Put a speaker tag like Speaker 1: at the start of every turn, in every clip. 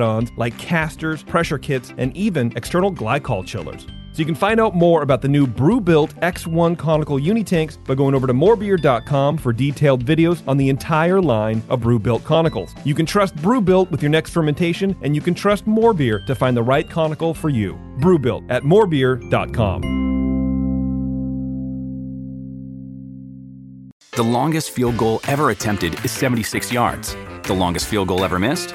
Speaker 1: ons like casters, pressure kits, and even external glycol chillers. So you can find out more about the new Brew Built X1 conical unitanks by going over to morebeer.com for detailed videos on the entire line of Brew Built conicals. You can trust Brew Built with your next fermentation, and you can trust Morebeer to find the right conical for you. Brew Built at morebeer.com.
Speaker 2: The longest field goal ever attempted is 76 yards. The longest field goal ever missed?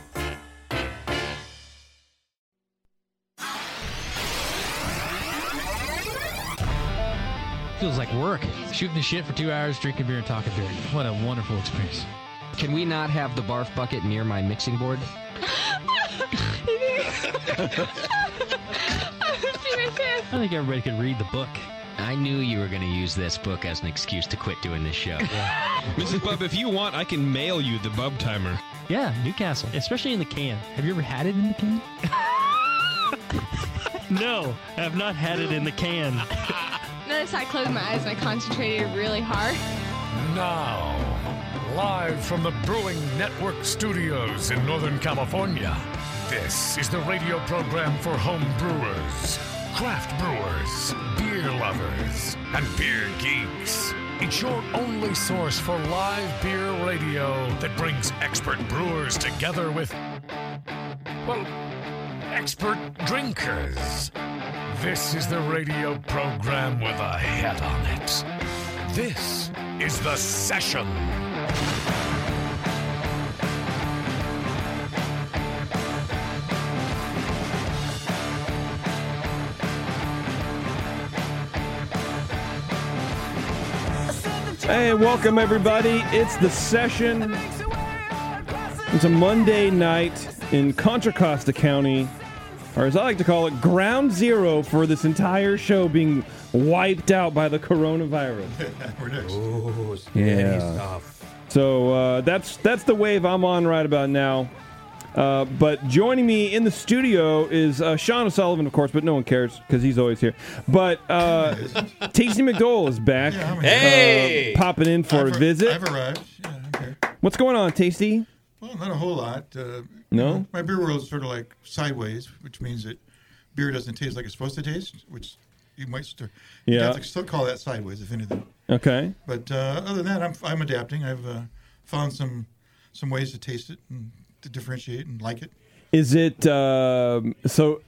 Speaker 3: Feels like work. Shooting the shit for two hours, drinking beer and talking beer. What a wonderful experience.
Speaker 4: Can we not have the barf bucket near my mixing board?
Speaker 3: I think everybody could read the book.
Speaker 4: I knew you were going to use this book as an excuse to quit doing this show.
Speaker 5: Mrs. Bub, if you want, I can mail you the Bub Timer.
Speaker 3: Yeah, Newcastle, especially in the can. Have you ever had it in the can? no, I've not had it in the can.
Speaker 6: Notice I closed my eyes and I concentrated really hard.
Speaker 7: Now, live from the Brewing Network studios in Northern California, this is the radio program for home brewers, craft brewers, beer lovers, and beer geeks. It's your only source for live beer radio that brings expert brewers together with, well, expert drinkers. This is the radio program with a head on it. This is The Session.
Speaker 8: Hey, welcome everybody. It's the session. It's a Monday night in Contra Costa County, or as I like to call it, ground zero for this entire show being wiped out by the coronavirus. yeah. So uh, that's that's the wave I'm on right about now. Uh, but joining me in the studio is uh, Sean O'Sullivan, of course, but no one cares because he's always here. But uh, TC McDowell is back.
Speaker 9: Hey!
Speaker 8: uh, popping in for a
Speaker 9: I've ar-
Speaker 8: visit.
Speaker 9: I've arrived. Yeah, okay.
Speaker 8: What's going on, Tasty?
Speaker 9: Well, not a whole lot. Uh, you
Speaker 8: No?
Speaker 9: know, my beer world is sort of like sideways, which means that beer doesn't taste like it's supposed to taste, which you might still,
Speaker 8: Yeah.
Speaker 9: Catholics still call that sideways, if anything.
Speaker 8: Okay.
Speaker 9: But uh, other than that, I'm, I'm adapting. I've uh, found some some ways to taste it and to differentiate and like it.
Speaker 8: Is it uh, so?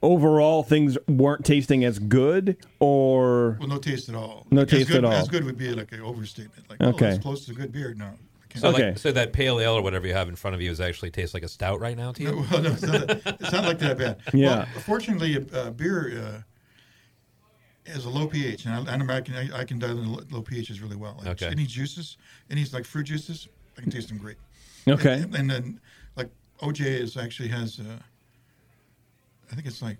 Speaker 8: Overall, things weren't tasting as good, or
Speaker 9: Well, no taste at all.
Speaker 8: No
Speaker 9: Like, as
Speaker 8: taste
Speaker 9: good,
Speaker 8: at all.
Speaker 9: As good would be like an overstatement. Like,
Speaker 8: Okay.
Speaker 9: oh, it's close to good beer. No. I can't-
Speaker 10: So,
Speaker 8: Okay.
Speaker 10: like, so that pale ale or whatever you have in front of you is actually tastes like a stout right now to you.
Speaker 9: Well, no, it's not, it's not like that bad.
Speaker 8: Yeah.
Speaker 9: Well, fortunately, uh, beer uh, has a low pH, and I, and I can I, I can dial in low, low pHs really well. Like,
Speaker 10: Okay.
Speaker 9: Any juices, any like fruit juices, I can taste them great.
Speaker 8: okay,
Speaker 9: And, and then like OJ is actually has, uh, I think it's like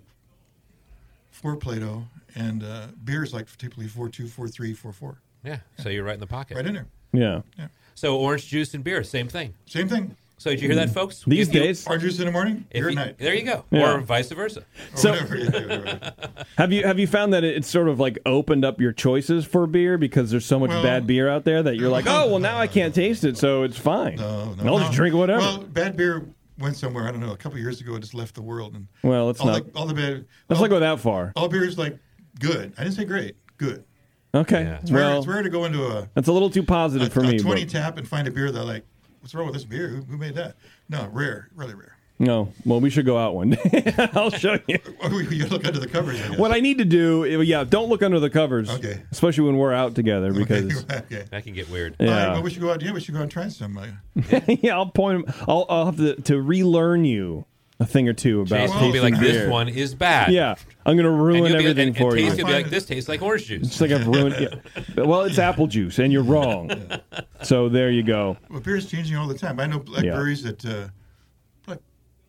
Speaker 9: four Plato, and uh, beer is like typically four two, four three, four four,
Speaker 10: Yeah. So you're right in the pocket.
Speaker 9: right in there.
Speaker 8: yeah.
Speaker 10: So orange juice and beer, same thing.
Speaker 9: Same thing.
Speaker 10: So did you hear
Speaker 1: Mm.
Speaker 10: that, folks?
Speaker 8: These
Speaker 10: If you-
Speaker 8: days,
Speaker 9: Orange juice in the morning,
Speaker 10: if
Speaker 9: beer at
Speaker 10: you-
Speaker 9: night.
Speaker 10: There you go.
Speaker 8: Yeah.
Speaker 10: Or vice versa.
Speaker 9: Or
Speaker 8: So-
Speaker 9: whatever. Yeah, yeah, whatever.
Speaker 8: have you have you found that it- it's sort of like opened up your choices for beer because there's so much
Speaker 9: Well-
Speaker 8: bad beer out there that you're like, oh well, now I can't taste it, so it's fine.
Speaker 9: Oh, No, no.
Speaker 8: I'll just
Speaker 9: no.
Speaker 8: drink whatever.
Speaker 9: Well, bad beer went somewhere. I don't know. A couple of years ago, it just left the world. And
Speaker 8: Well, it's
Speaker 9: all
Speaker 8: not-
Speaker 9: The, all the bad.
Speaker 8: Let's
Speaker 9: all,
Speaker 8: not go that far.
Speaker 9: All beer is like good. I didn't say great. Good.
Speaker 8: Okay,
Speaker 10: Yeah. It's
Speaker 9: It's rare,
Speaker 8: well,
Speaker 9: it's rare to go into a,
Speaker 8: that's a little too
Speaker 9: a,
Speaker 8: positive for
Speaker 9: a
Speaker 8: me. but-
Speaker 9: twenty tap and find a beer that like, what's wrong with this beer? Who, who made that? No, rare. Really rare.
Speaker 1: No. Well, we should go out one day. I'll show you.
Speaker 9: you look under the covers. I guess.
Speaker 1: What I need to do, yeah, don't look under the covers.
Speaker 9: Okay.
Speaker 1: Especially when we're out together because.
Speaker 9: okay.
Speaker 7: That can get weird.
Speaker 9: All right,
Speaker 1: Yeah.
Speaker 9: well, we should go out. Yeah, we should go out and try some. Uh,
Speaker 1: yeah, I'll point. 'em- I'll, I'll have to, to relearn you a thing or two about.
Speaker 7: Jason will be
Speaker 1: tasting
Speaker 7: like,
Speaker 1: beer.
Speaker 7: "This one is bad."
Speaker 1: Yeah, I'm gonna
Speaker 7: and
Speaker 1: ruin
Speaker 7: you'll be,
Speaker 1: everything
Speaker 7: and,
Speaker 1: for
Speaker 7: and
Speaker 1: you.
Speaker 7: Tate's gonna be like, "This tastes like orange
Speaker 1: It's
Speaker 7: juice."
Speaker 1: like I've ruined. Yeah. But, Well, it's apple juice, and you're wrong. So there you go.
Speaker 9: well, beer is changing all the time. I know black
Speaker 1: Yeah.
Speaker 9: breweries that uh, like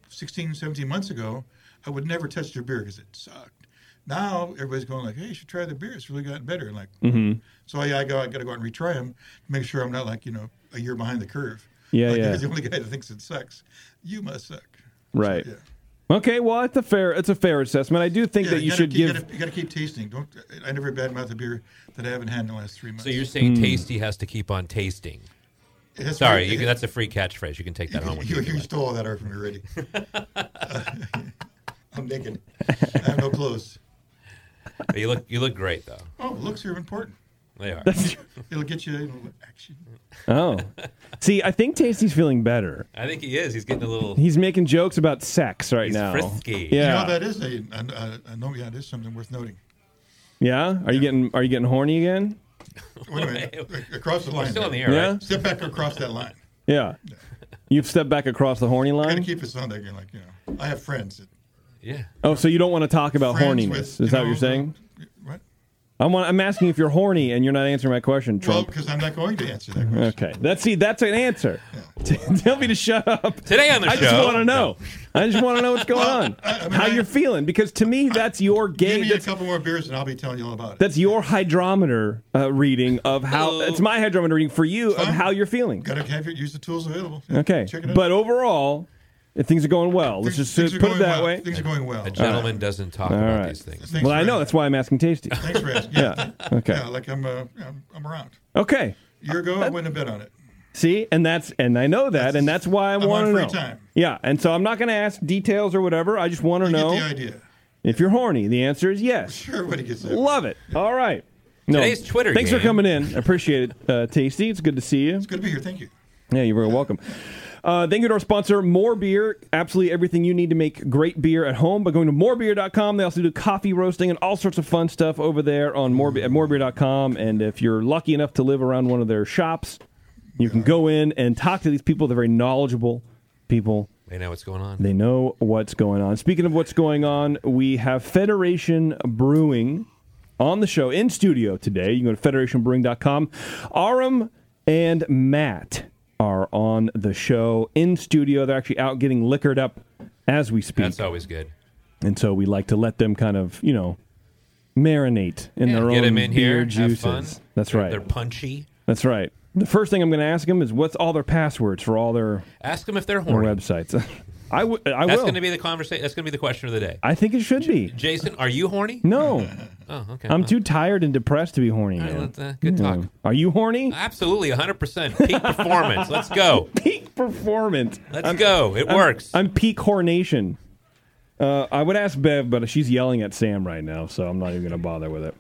Speaker 9: 16, 17 months ago, I would never touch their beer because it sucked. Now everybody's going like, "Hey, you should try the beer. It's really gotten better." And like,
Speaker 1: Mm-hmm.
Speaker 9: so I, I go, I got to go out and retry them, make sure I'm not like you know a year behind the curve.
Speaker 1: Yeah,
Speaker 9: like,
Speaker 1: yeah.
Speaker 9: You're the only guy that thinks it sucks. You must suck.
Speaker 1: Right.
Speaker 9: Yeah.
Speaker 1: Okay. Well, it's a fair. It's a fair assessment. I do think
Speaker 9: Yeah,
Speaker 1: that you
Speaker 9: gotta,
Speaker 1: should give.
Speaker 9: Gotta, you got to keep tasting. Don't. I never badmouth a beer that I haven't had in the last three months.
Speaker 7: So you're saying
Speaker 1: Mm.
Speaker 7: Tasty has to keep on tasting?
Speaker 9: That's
Speaker 7: Sorry,
Speaker 9: right.
Speaker 7: you can, that's a free catchphrase. You can take that home with you.
Speaker 9: You,
Speaker 7: if you
Speaker 9: you
Speaker 7: like.
Speaker 9: stole all that art from me already. I'm naked. I have no clothes.
Speaker 7: But you look, you look great though.
Speaker 9: Oh, looks are important.
Speaker 7: They are.
Speaker 9: It'll get you you know, action.
Speaker 1: Oh, see, I think Tasty's feeling better.
Speaker 7: I think he is. He's getting a little.
Speaker 1: He's making jokes about sex right
Speaker 7: He's
Speaker 1: now.
Speaker 7: frisky.
Speaker 9: You know
Speaker 1: Yeah.
Speaker 9: what that is? I, I, I know. Yeah, it is something worth noting.
Speaker 1: yeah. Are you getting? Are you getting horny again?
Speaker 9: Wait a minute. Across the line.
Speaker 7: Still in the
Speaker 9: there.
Speaker 7: air,
Speaker 1: Yeah.
Speaker 7: right?
Speaker 9: Step back across that line.
Speaker 1: Yeah. You've stepped back across the horny
Speaker 9: Got to
Speaker 1: line.
Speaker 9: keep it sound like you like you know. I have friends. That,
Speaker 7: Yeah.
Speaker 1: Oh, so you don't want to talk about
Speaker 9: friends
Speaker 1: horniness?
Speaker 9: with,
Speaker 1: is that what
Speaker 9: know,
Speaker 1: you're saying?
Speaker 9: What?
Speaker 1: I'm, I'm asking if you're horny, and you're not answering my question,
Speaker 9: Well,
Speaker 1: Trump.
Speaker 9: because I'm not going to answer that question.
Speaker 1: Okay, that's see, that's an answer. Tell me to shut up.
Speaker 7: Today on the
Speaker 1: I
Speaker 7: show,
Speaker 1: just want to know. I just want to know what's going on,
Speaker 9: I- I mean,
Speaker 1: how
Speaker 9: I-
Speaker 1: you're feeling, because to me, that's your
Speaker 9: Give
Speaker 1: game.
Speaker 9: me a
Speaker 1: That's,
Speaker 9: couple more beers and I'll be telling you all about it.
Speaker 1: that's your hydrometer uh, reading of how.
Speaker 7: Oh.
Speaker 1: It's my hydrometer reading for you of
Speaker 9: Fine.
Speaker 1: how you're feeling.
Speaker 9: Got to have your use the tools available.
Speaker 1: Okay,
Speaker 9: Check it out.
Speaker 1: but overall, if things are going well. Let's
Speaker 9: Things-
Speaker 1: just
Speaker 9: things
Speaker 1: put
Speaker 9: are
Speaker 1: it
Speaker 9: going
Speaker 1: that
Speaker 9: well.
Speaker 1: way.
Speaker 9: Things are going well.
Speaker 7: a gentleman doesn't talk
Speaker 1: All
Speaker 7: about
Speaker 1: right.
Speaker 7: these things.
Speaker 9: Thanks
Speaker 1: Well, I
Speaker 9: for
Speaker 1: know
Speaker 9: asking.
Speaker 1: that's why I'm asking Tasty.
Speaker 9: Thanks for asking.
Speaker 1: Yeah.
Speaker 9: Yeah.
Speaker 1: Okay.
Speaker 9: Yeah, like I'm, uh, I'm, I'm around.
Speaker 1: Okay.
Speaker 9: A year ago, I wouldn't have bet on it.
Speaker 1: See, and that's and I know that, and that's why I
Speaker 9: I'm on
Speaker 1: want to
Speaker 9: free
Speaker 1: know.
Speaker 9: time.
Speaker 1: Yeah, and so I'm not going to ask details or whatever. I just want to
Speaker 9: You
Speaker 1: know
Speaker 9: get the idea.
Speaker 1: if you're horny. The answer is yes.
Speaker 9: Sure, everybody gets that.
Speaker 1: Love it. All right. No.
Speaker 7: Today's Twitter
Speaker 1: Thanks for
Speaker 7: game.
Speaker 1: coming in. Appreciate it, uh, Tasty. It's good to see you.
Speaker 9: Good to be here. Thank you.
Speaker 1: Yeah, you're very welcome. Uh, thank you to our sponsor, More Beer. Absolutely everything you need to make great beer at home by going to morebeer.com. They also do coffee roasting and all sorts of fun stuff over there on more, at morebeer.com. And if you're lucky enough to live around one of their shops, you can go in and talk to these people. They're very knowledgeable people.
Speaker 7: They know what's going on.
Speaker 1: They know what's going on. Speaking of what's going on, we have Federation Brewing on the show in studio today. You can go to federationbrewing.com. Aram and Matt are on the show in studio. They're actually out getting liquored up as we speak.
Speaker 7: That's always good.
Speaker 1: and so we like to let them kind of, you know, marinate in their
Speaker 7: Get
Speaker 1: own
Speaker 7: them in
Speaker 1: beer
Speaker 7: here. Have
Speaker 1: juices.
Speaker 7: fun.
Speaker 1: That's
Speaker 7: They're-
Speaker 1: right.
Speaker 7: They're punchy.
Speaker 1: That's right. The first thing I'm going to ask them is what's all their passwords for all their,
Speaker 7: Ask them if they're
Speaker 1: their
Speaker 7: horny.
Speaker 1: websites. I, w- I
Speaker 7: That's
Speaker 1: will.
Speaker 7: going to be the conversation. That's going to be the question of the day.
Speaker 1: I think it should be.
Speaker 7: Jason, are you horny?
Speaker 1: No,
Speaker 7: Oh, okay.
Speaker 1: Mm. I'm too tired and depressed to be horny.
Speaker 7: All right,
Speaker 1: man.
Speaker 7: let's, uh, good talk.
Speaker 1: Are you horny?
Speaker 7: Absolutely, 100% peak performance. Let's go.
Speaker 1: Peak performance.
Speaker 7: Let's go. It works.
Speaker 1: I'm peak hornation. Uh, I would ask Bev, but she's yelling at Sam right now, so I'm not even going to bother with it.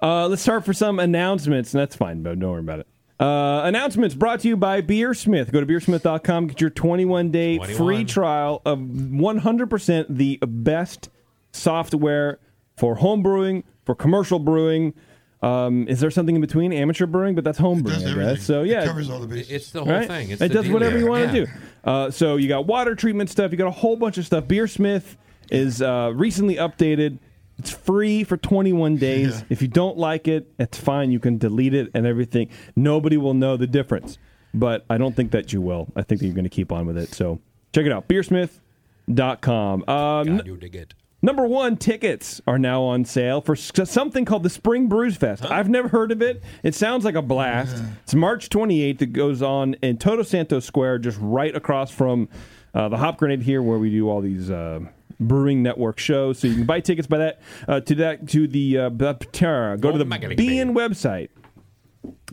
Speaker 1: Uh, let's start for some announcements. That's fine, Bev. Don't worry about it. Uh, announcements brought to you by Beersmith. Go to beersmith.com, get your 21 day
Speaker 7: 21.
Speaker 1: free trial of 100% the best software for home brewing, for commercial brewing. Um, is there something in between amateur brewing? But that's home brewing,
Speaker 9: Does
Speaker 1: I
Speaker 9: everything.
Speaker 1: guess. So,
Speaker 9: It
Speaker 1: yeah,
Speaker 9: covers all the bases.
Speaker 7: it's the whole
Speaker 1: right?
Speaker 7: thing. It's
Speaker 1: it
Speaker 7: the
Speaker 1: does
Speaker 7: deal.
Speaker 1: whatever you want
Speaker 7: Yeah.
Speaker 1: to do. Uh, so you got water treatment stuff. You got a whole bunch of stuff. Beersmith is uh, recently updated. It's free for 21 days.
Speaker 9: Yeah.
Speaker 1: If you don't like it, it's fine. You can delete it and everything. Nobody will know the difference. But I don't think that you will. I think that you're going to keep on with it. So check it out. Beersmith.com. Um,
Speaker 7: God, you dig it.
Speaker 1: Number one, tickets are now on sale for s- something called the Spring Brews Fest. I've never heard of it. It sounds like a blast. It's March 28th. It goes on in Toto Santo Square, just right across from uh, the Hop Grenade here, where we do all these uh, brewing network shows. So you can buy tickets by that uh, to that to the uh, b- t- uh, go to the
Speaker 7: Oh, my goodness,
Speaker 1: Bean
Speaker 7: baby.
Speaker 1: website.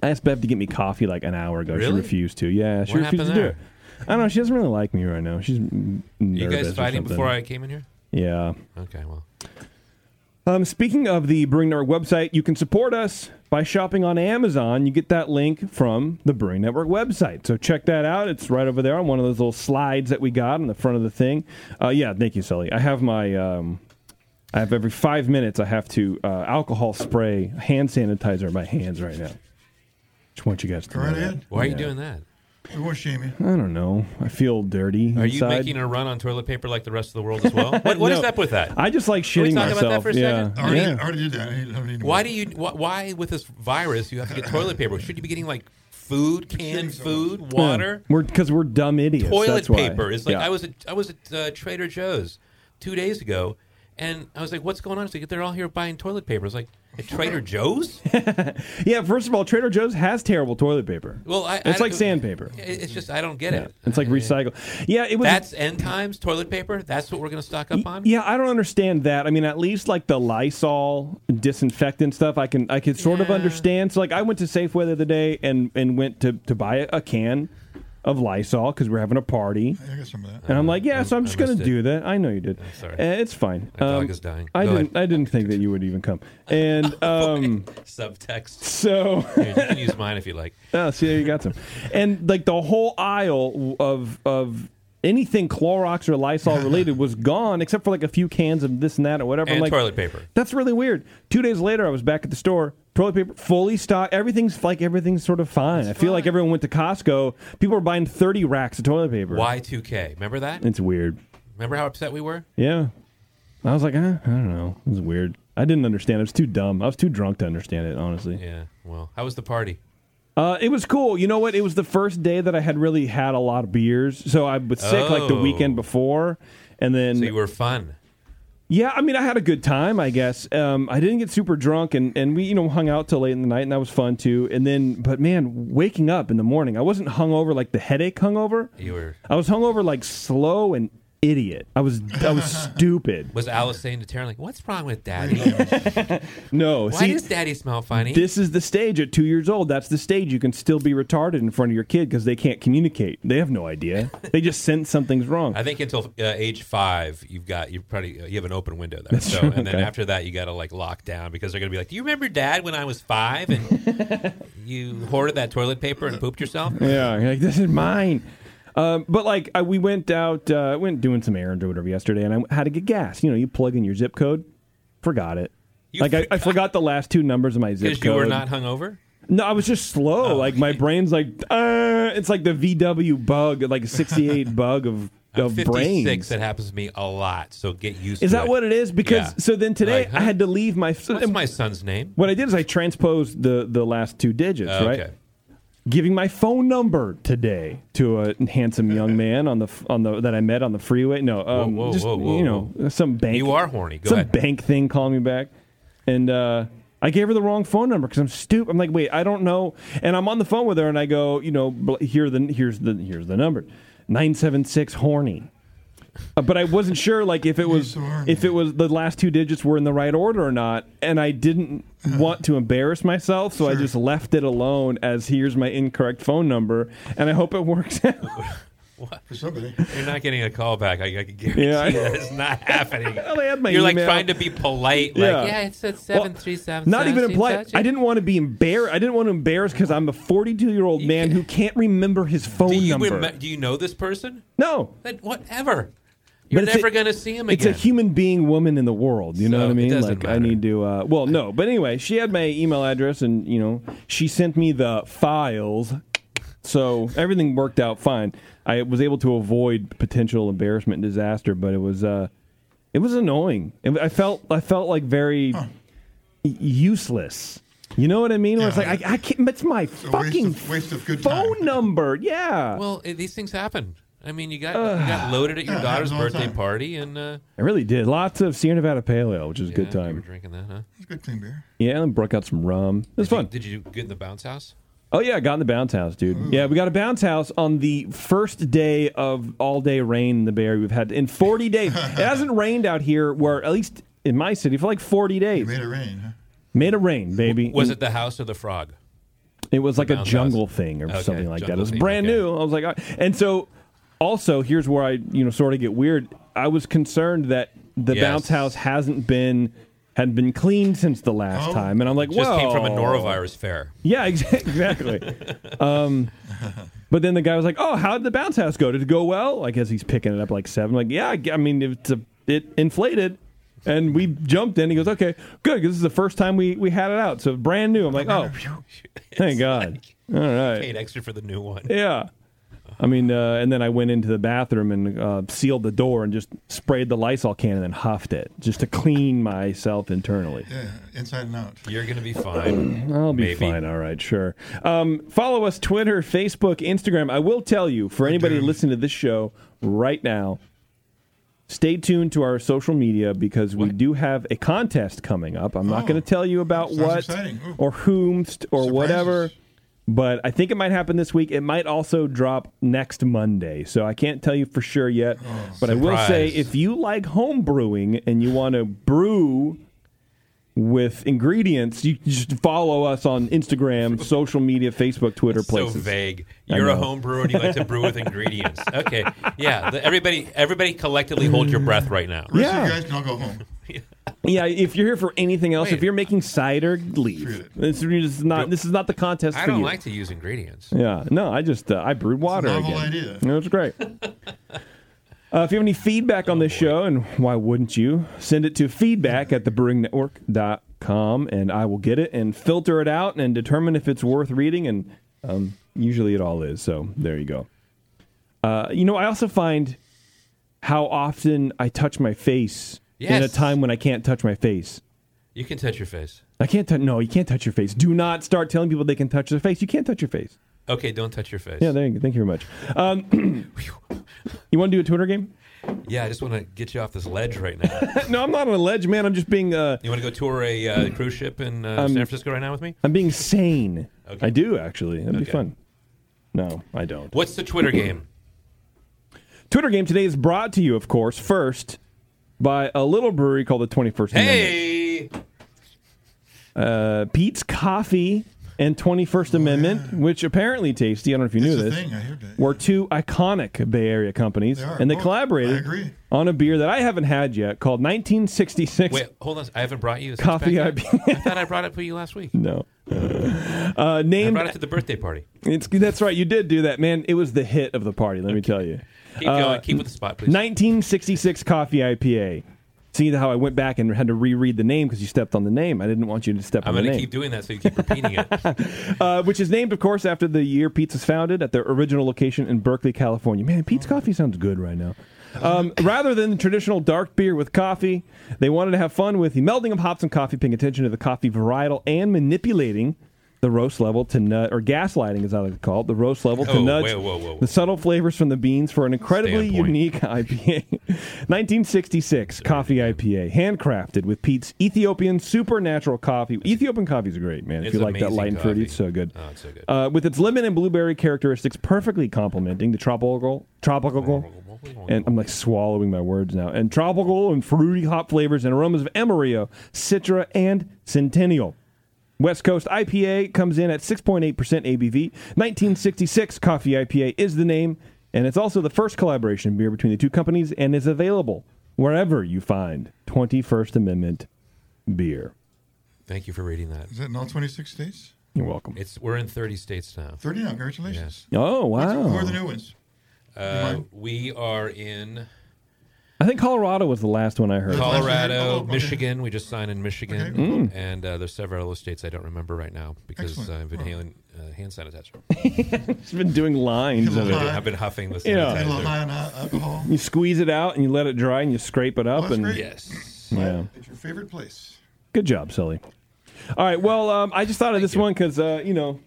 Speaker 1: I asked Bev to get me coffee like an hour ago. She
Speaker 7: Really?
Speaker 1: refused to. Yeah, she
Speaker 7: What
Speaker 1: refused to
Speaker 7: happened
Speaker 1: do
Speaker 7: there?
Speaker 1: it. I don't know. She doesn't really like me right now. She's n-
Speaker 7: You
Speaker 1: nervous
Speaker 7: guys
Speaker 1: or
Speaker 7: fighting
Speaker 1: something.
Speaker 7: before I came in here?
Speaker 1: Yeah.
Speaker 7: Okay, well.
Speaker 1: Um, speaking of the Brewing Network website, you can support us by shopping on Amazon. You get that link from the Brewing Network website. So check that out. It's right over there on one of those little slides that we got on the front of the thing. Uh, yeah, thank you, Sully. I have my. Um, I have every five minutes. I have to uh, alcohol spray hand sanitizer in my hands right now. Just want you guys to
Speaker 9: Go
Speaker 1: know
Speaker 9: right
Speaker 1: that.
Speaker 9: ahead.
Speaker 7: Why are you doing that?
Speaker 9: We won't shame you.
Speaker 1: I don't know. I feel dirty
Speaker 7: Are you
Speaker 1: inside.
Speaker 7: making a run on toilet paper like the rest of the world as well? What, what is
Speaker 1: No.
Speaker 7: up with that?
Speaker 1: I just like
Speaker 7: Can we
Speaker 1: shitting
Speaker 7: talk
Speaker 1: myself.
Speaker 7: about that for a
Speaker 1: yeah.
Speaker 7: second?
Speaker 9: I already,
Speaker 1: yeah.
Speaker 9: I already did that. I don't need- I don't need to-
Speaker 7: Why do you? Why, why with this virus you have to get toilet paper? Should you be getting like food,
Speaker 9: Shitting
Speaker 7: canned
Speaker 9: so
Speaker 7: food, water,
Speaker 1: We're because we're dumb idiots.
Speaker 7: toilet
Speaker 1: that's why.
Speaker 7: paper? It's like
Speaker 1: Yeah.
Speaker 7: I was at I was at uh, Trader Joe's two days ago, and I was like, "What's going on?" It's like they're all here buying toilet paper. It's like at Trader Joe's.
Speaker 1: Yeah, first of all, Trader Joe's has terrible toilet paper.
Speaker 7: Well, I,
Speaker 1: it's
Speaker 7: I-
Speaker 1: like sandpaper.
Speaker 7: it- It's just I don't get
Speaker 1: Yeah,
Speaker 7: it.
Speaker 1: it's like recycle. Yeah, it was. e-
Speaker 7: That's end times toilet paper. That's what we're going to stock up on.
Speaker 1: yeah, I don't understand that. I mean, at least like the Lysol disinfectant stuff, I can I can sort of
Speaker 7: Yeah.
Speaker 1: understand. So like, I went to Safeway the other day and and went to to buy a, a can of Lysol because we're having a party.
Speaker 9: I got some of that.
Speaker 1: And I'm like, yeah, so I'm
Speaker 7: I
Speaker 1: just gonna
Speaker 7: missed it.
Speaker 1: do that. I know you did.
Speaker 7: sorry.
Speaker 1: Uh, it's fine.
Speaker 7: My dog is dying.
Speaker 1: I
Speaker 7: Go
Speaker 1: didn't.
Speaker 7: ahead.
Speaker 1: I didn't think that you would even come. And um,
Speaker 7: Subtext.
Speaker 1: so.
Speaker 7: Here, you can use mine if you like.
Speaker 1: Oh, see, you got some. And like the whole aisle of of anything Clorox or Lysol related was gone, except for like a few cans of this and that or whatever. I'm
Speaker 7: And
Speaker 1: like,
Speaker 7: toilet paper.
Speaker 1: That's really weird. Two days later, I was back at the store. Toilet paper fully stocked. Everything's like everything's sort of fine. I feel like everyone went to Costco. People were buying thirty racks of toilet paper.
Speaker 7: Y2K. Remember that?
Speaker 1: It's weird.
Speaker 7: Remember how upset we were?
Speaker 1: Yeah. I was like, eh, I don't know. It was weird. I didn't understand. I was too dumb. I was too drunk to understand it, honestly.
Speaker 7: Yeah. Well, how was the party?
Speaker 1: Uh, it was cool. You know what? It was the first day that I had really had a lot of beers, so I was sick like the
Speaker 7: Oh.
Speaker 1: weekend before, and then
Speaker 7: So you were fun.
Speaker 1: yeah, I mean, I had a good time, I guess. Um, I didn't get super drunk, and and we you know hung out till late in the night, and that was fun too. And then, but man, waking up in the morning, I wasn't hungover like the headache hungover.
Speaker 7: You were.
Speaker 1: I was hungover like slow and idiot. I was I was stupid.
Speaker 7: Was Alice saying to Taryn, like, what's wrong with daddy?
Speaker 1: No,
Speaker 7: Why
Speaker 1: see,
Speaker 7: does daddy smell funny?
Speaker 1: This is the stage at two years old. That's the stage you can still be retarded in front of your kid because they can't communicate. They have no idea. they just sense something's wrong.
Speaker 7: I think until uh, age five, you've got you probably uh, you have an open window there. so, and then
Speaker 1: Okay.
Speaker 7: after that, you got to like lock down because they're gonna be like, "Do you remember Dad when I was five and you hoarded that toilet paper and pooped yourself?"
Speaker 1: yeah, you're like this is mine. Um, but like I, we went out, uh, went doing some errands or whatever yesterday, and I had to get gas. You know, you plug in your zip code, forgot it.
Speaker 7: You
Speaker 1: like I, I
Speaker 7: forgot-
Speaker 1: forgot the last two numbers of my zip
Speaker 7: Because
Speaker 1: code.
Speaker 7: you were not Oh. hungover.
Speaker 1: No, I was just slow. like my brain's like, uh, it's like the VW bug, like a '68 bug of
Speaker 7: I'm
Speaker 1: of
Speaker 7: 56.
Speaker 1: brains.
Speaker 7: That happens to me a lot. So get used.
Speaker 1: Is
Speaker 7: to
Speaker 1: that what it is? Because
Speaker 7: Yeah.
Speaker 1: so then today
Speaker 7: Like, huh?
Speaker 1: I had to leave my.
Speaker 7: What's my son's name?
Speaker 1: What I did is I transposed the the last two digits, right?
Speaker 7: Okay.
Speaker 1: Giving my phone number today to a handsome young man on the f- on the that I met on the freeway. No, um,
Speaker 7: whoa,
Speaker 1: just,
Speaker 7: whoa, whoa,
Speaker 1: you know, some bank.
Speaker 7: You are horny. Go
Speaker 1: some
Speaker 7: ahead.
Speaker 1: bank thing calling me back, and uh, I gave her the wrong phone number because I'm stupid. I'm like, wait, I don't know, and I'm on the phone with her, and I go, you know, bl- here the here's the here's the number, nine seven six horny. Uh, but I wasn't sure, like if it was
Speaker 9: Horny.
Speaker 1: if it was the last two digits were in the right order or not, and I didn't want to embarrass myself, so I just left it alone as here's my incorrect phone number, and I hope it works out.
Speaker 9: For somebody.
Speaker 7: You're not getting a call back. I, I can guarantee
Speaker 1: Yeah.
Speaker 7: that it's not happening.
Speaker 1: Well, they had my
Speaker 7: You're like
Speaker 1: email.
Speaker 7: trying to be polite. Like,
Speaker 1: Yeah.
Speaker 7: yeah,
Speaker 1: Yeah,
Speaker 7: it's at
Speaker 1: Well,
Speaker 7: seven three seven.
Speaker 1: Not even implied. I didn't want to be embarrassed. I didn't want to embarrass because I'm a 42 year old man who can't remember his phone
Speaker 7: Do you,
Speaker 1: number.
Speaker 7: remem- do you know this person?
Speaker 1: no,
Speaker 7: Then whatever. You're
Speaker 1: it's a-
Speaker 7: never going to see him
Speaker 1: it's
Speaker 7: again.
Speaker 1: a human being, woman in the world. You know
Speaker 7: So,
Speaker 1: what I
Speaker 7: it
Speaker 1: mean?
Speaker 7: doesn't
Speaker 1: Like I
Speaker 7: matter.
Speaker 1: need to. Uh, well, no, but anyway, she had my email address, and you know, she sent me the files. So everything worked out fine. I was able to avoid potential embarrassment and disaster, but it was uh, it was annoying. It- I felt I felt like very y- useless. You know what I mean? Where it's
Speaker 9: Yeah.
Speaker 1: like I, I can't. It's my
Speaker 9: a waste
Speaker 1: fucking
Speaker 9: of- waste of good
Speaker 1: phone
Speaker 9: time.
Speaker 1: number. Yeah,
Speaker 7: well, it, these things happen. I mean, you got you got loaded at your
Speaker 9: Yeah, it
Speaker 7: daughter's
Speaker 9: happens all the
Speaker 7: birthday
Speaker 9: time.
Speaker 7: party, and uh,
Speaker 1: I really did. Lots of Sierra Nevada Paleo, which is a
Speaker 7: yeah,
Speaker 1: good
Speaker 7: You were
Speaker 1: time.
Speaker 7: drinking that, huh?
Speaker 9: It's good clean beer.
Speaker 1: Yeah, and broke out some rum. It was fun.
Speaker 7: Did you get in the bounce house?
Speaker 1: Oh yeah, I got in the bounce house, dude.
Speaker 7: Mm.
Speaker 1: Yeah, we got a bounce house on the first day of all day rain in the Bay Area. We've had in 40 days. it hasn't rained out here, where at least in my city for like 40 days.
Speaker 9: Made it rain, huh?
Speaker 1: Made it rain, baby.
Speaker 7: Was
Speaker 1: And
Speaker 7: it the house or the frog?
Speaker 1: It was like a
Speaker 7: bounce
Speaker 1: jungle
Speaker 7: house?
Speaker 1: thing or
Speaker 7: Okay,
Speaker 1: something like that. It
Speaker 7: jungle
Speaker 1: was
Speaker 7: thing,
Speaker 1: brand
Speaker 7: okay.
Speaker 1: new. I was like, all right. and so also here's where I you know sort of get weird. I was concerned that the
Speaker 7: Yes.
Speaker 1: bounce house hasn't been had been cleaned since the last
Speaker 9: Oh.
Speaker 1: time, and I'm like,
Speaker 7: Just
Speaker 1: well,
Speaker 7: came from a norovirus fair.
Speaker 1: Yeah, ex- exactly. um, but then the guy was like, "Oh, how did the bounce house go? Did it go well?" I guess he's picking it up like seven. Like, yeah, I g- I mean, it's a, it inflated, and we jumped in. He goes, "Okay, good. 'cause This is the first time we we had it out, so brand new." I'm like, "Oh, thank God." All right.
Speaker 7: Paid extra for the new one.
Speaker 1: Yeah. I mean, uh, and then I went into the bathroom and uh, sealed the door and just sprayed the Lysol can and then huffed it just to clean myself internally.
Speaker 9: Yeah, inside and out.
Speaker 7: You're gonna be fine.
Speaker 1: I'll be
Speaker 7: Maybe.
Speaker 1: fine. All right, sure. Um, follow us Twitter, Facebook, Instagram. I will tell you for anybody listening to this show right now, stay tuned to our social media because we do have a contest coming up. I'm not
Speaker 9: Oh,
Speaker 1: going to tell you about
Speaker 9: sounds
Speaker 1: what
Speaker 9: exciting. Ooh.
Speaker 1: or whom st- or
Speaker 9: Surprises.
Speaker 1: whatever. But I think it might happen this week. It might also drop next Monday. So I can't tell you for sure yet.
Speaker 9: Oh,
Speaker 1: but I will say
Speaker 7: Surprise.
Speaker 1: if you like home brewing and you want to brew with ingredients, you just follow us on Instagram, social media, Facebook, Twitter,
Speaker 7: So
Speaker 1: places.
Speaker 7: vague.
Speaker 1: I
Speaker 7: You're a
Speaker 1: know.
Speaker 7: home brewer and you like to brew with ingredients. Okay. Yeah. The, everybody, everybody, collectively hold your breath right now.
Speaker 9: Rest
Speaker 1: Yeah.
Speaker 9: of you guys can all go home.
Speaker 1: Yeah, if you're here for anything else, if
Speaker 7: Wait.
Speaker 1: you're making cider, leave.
Speaker 9: Shoot.
Speaker 1: This is not this is not the contest
Speaker 7: I
Speaker 1: for
Speaker 7: don't
Speaker 1: you.
Speaker 7: like to use ingredients.
Speaker 1: Yeah, no, I just uh, I brewed water
Speaker 9: novel
Speaker 1: again.
Speaker 9: idea.
Speaker 1: No, it's great. Uh, if you have any feedback
Speaker 9: Oh,
Speaker 1: on this show, and why wouldn't you, send it to feedback at thebrewingnetwork.com, and I will get it and filter it out and determine if it's worth reading. And um, usually it all is. So there you go. Uh, you know, I also find how often I touch my face in a
Speaker 7: Yes.
Speaker 1: time when I can't touch my face.
Speaker 7: You can touch your face.
Speaker 1: I can't touch. No, you can't touch your face. Do not start telling people they can touch their face. You can't touch your face.
Speaker 7: Okay, don't touch your face.
Speaker 1: Yeah, there you go. Thank you very much. Um, you want to do a Twitter game?
Speaker 7: Yeah, I just want to get you off this ledge right now.
Speaker 1: No, I'm not on a ledge, man. I'm just being uh,
Speaker 7: you want to go tour a uh, cruise ship in uh,
Speaker 1: Um,
Speaker 7: San Francisco right now with me?
Speaker 1: I'm being sane.
Speaker 7: Okay.
Speaker 1: I do actually. That'd be
Speaker 7: Okay.
Speaker 1: fun. No, I don't.
Speaker 7: What's the Twitter game?
Speaker 1: Twitter game today is brought to you, of course, first by a little brewery called the 21st Amendment.
Speaker 7: Hey,
Speaker 1: Uh, Pete's Coffee and 21st Amendment, which apparently tasty. I don't know if you
Speaker 9: It's
Speaker 1: knew
Speaker 9: a
Speaker 1: this.
Speaker 9: thing. I heard that.
Speaker 1: were two iconic Bay Area companies,
Speaker 9: They are.
Speaker 1: and they
Speaker 9: Oh,
Speaker 1: collaborated
Speaker 9: I agree.
Speaker 1: on a beer that I haven't had yet called 1966
Speaker 7: wait, hold on. I haven't brought you this
Speaker 1: Coffee
Speaker 7: back yet.
Speaker 1: IPA.
Speaker 7: I thought I brought it for you last week.
Speaker 1: No. Uh,
Speaker 7: I
Speaker 1: named
Speaker 7: brought it to the birthday party.
Speaker 1: it's, that's right, you did do that, man. It was the hit of the party. Let me tell you,
Speaker 7: Keep
Speaker 1: Uh,
Speaker 7: going. Keep with the spot, please.
Speaker 1: 1966 Coffee IPA. See how I went back and had to reread the name because you stepped on the name. I didn't want you to step on
Speaker 7: I'm
Speaker 1: the
Speaker 7: going to
Speaker 1: name.
Speaker 7: keep doing that so you keep repeating it.
Speaker 1: uh, which is named, of course, after the year Pete's was founded at their original location in Berkeley, California. Man, Pete's Coffee sounds good right now. Um, rather than the traditional dark beer with coffee, they wanted to have fun with the melding of hops and coffee, paying attention to the coffee varietal and manipulating the roast level to nudge, or gaslighting, as I like to call it, the roast level to
Speaker 7: Oh,
Speaker 1: nudge
Speaker 7: whoa, whoa, whoa, whoa.
Speaker 1: the subtle flavors from the beans for an incredibly
Speaker 7: Standpoint.
Speaker 1: unique IPA. 1966 coffee IPA, handcrafted with Pete's Ethiopian supernatural coffee. Ethiopian coffee's great, man. If
Speaker 7: It's
Speaker 1: you like that
Speaker 7: amazing
Speaker 1: light and fruity,
Speaker 7: coffee.
Speaker 1: it's so good.
Speaker 7: Oh, it's so good.
Speaker 1: Uh, with its lemon and blueberry characteristics, perfectly complementing the tropical, tropical, and I'm like swallowing my words now, and tropical and fruity hop flavors and aromas of Amarillo, Citra, and Centennial. West Coast IPA comes in at 6.8% ABV. 1966 Coffee IPA is the name, and it's also the first collaboration beer between the two companies and is available wherever you find 21st Amendment beer.
Speaker 7: Thank you for reading that.
Speaker 9: Is that in all 26 states?
Speaker 1: You're welcome.
Speaker 7: It's we're in 30 states now.
Speaker 9: 30 now. Congratulations.
Speaker 1: Oh,
Speaker 9: Who are the
Speaker 1: wow.
Speaker 9: new ones?
Speaker 7: Uh, we are in
Speaker 1: I think Colorado was the last one I heard.
Speaker 9: Col-
Speaker 7: Colorado,
Speaker 9: Oh, okay.
Speaker 7: Michigan. We just signed in Michigan,
Speaker 9: Okay. Mm.
Speaker 7: and uh, there's several other states I don't remember right now because
Speaker 9: Excellent.
Speaker 7: uh, I've been
Speaker 9: Wow.
Speaker 7: hailing, uh, hand sanitizer.
Speaker 1: It's been doing lines of it.
Speaker 9: Hi.
Speaker 7: I've been huffing this.
Speaker 1: Yeah.
Speaker 9: A little
Speaker 7: sanitizer.
Speaker 9: high on al- alcohol.
Speaker 1: You squeeze it out and you let it dry and you scrape it up
Speaker 9: that's
Speaker 1: and
Speaker 9: great.
Speaker 7: Yes.
Speaker 1: yeah.
Speaker 9: It's your favorite place.
Speaker 1: Good job, Sully. All right. Well, um, I just thought of this
Speaker 7: you.
Speaker 1: one because uh, you know,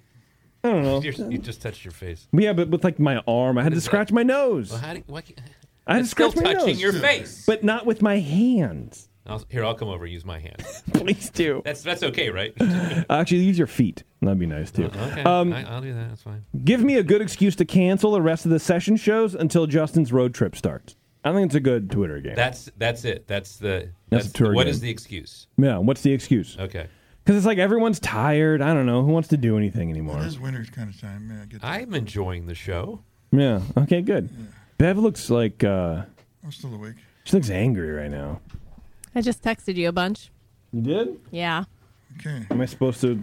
Speaker 7: You're, you just touched your face.
Speaker 1: yeah, but with like my arm, I had to scratch my nose.
Speaker 7: Well, how do, why, can't-
Speaker 1: I had to
Speaker 7: it's still
Speaker 1: scratch my
Speaker 7: touching
Speaker 1: nose,
Speaker 7: your face.
Speaker 1: but not with my hands.
Speaker 7: I'll, here, I'll come over. Use my hand.
Speaker 1: Please do.
Speaker 7: That's that's okay, right?
Speaker 9: Um,
Speaker 1: Actually, use your feet. That'd be nice too.
Speaker 7: Uh-huh. Okay, I, I'll do that. That's fine.
Speaker 1: Give me a good excuse to cancel the rest of the session shows until Justin's road trip starts. I think it's a good Twitter game.
Speaker 7: That's that's it. That's the
Speaker 1: That's
Speaker 7: that's,
Speaker 1: a tour
Speaker 7: the, what
Speaker 1: game.
Speaker 7: is the excuse?
Speaker 1: yeah. What's the excuse?
Speaker 7: Okay.
Speaker 1: Because it's like everyone's tired. I don't know who wants to do anything anymore.
Speaker 9: It is winter's kind of time. Yeah, I get that.
Speaker 7: I'm enjoying the show.
Speaker 1: Yeah. Okay. Good. Bev looks like uh,
Speaker 9: I'm still awake.
Speaker 1: she looks angry right now.
Speaker 6: I just texted you a bunch.
Speaker 1: You did?
Speaker 6: Yeah.
Speaker 9: Okay.
Speaker 1: Am I supposed to?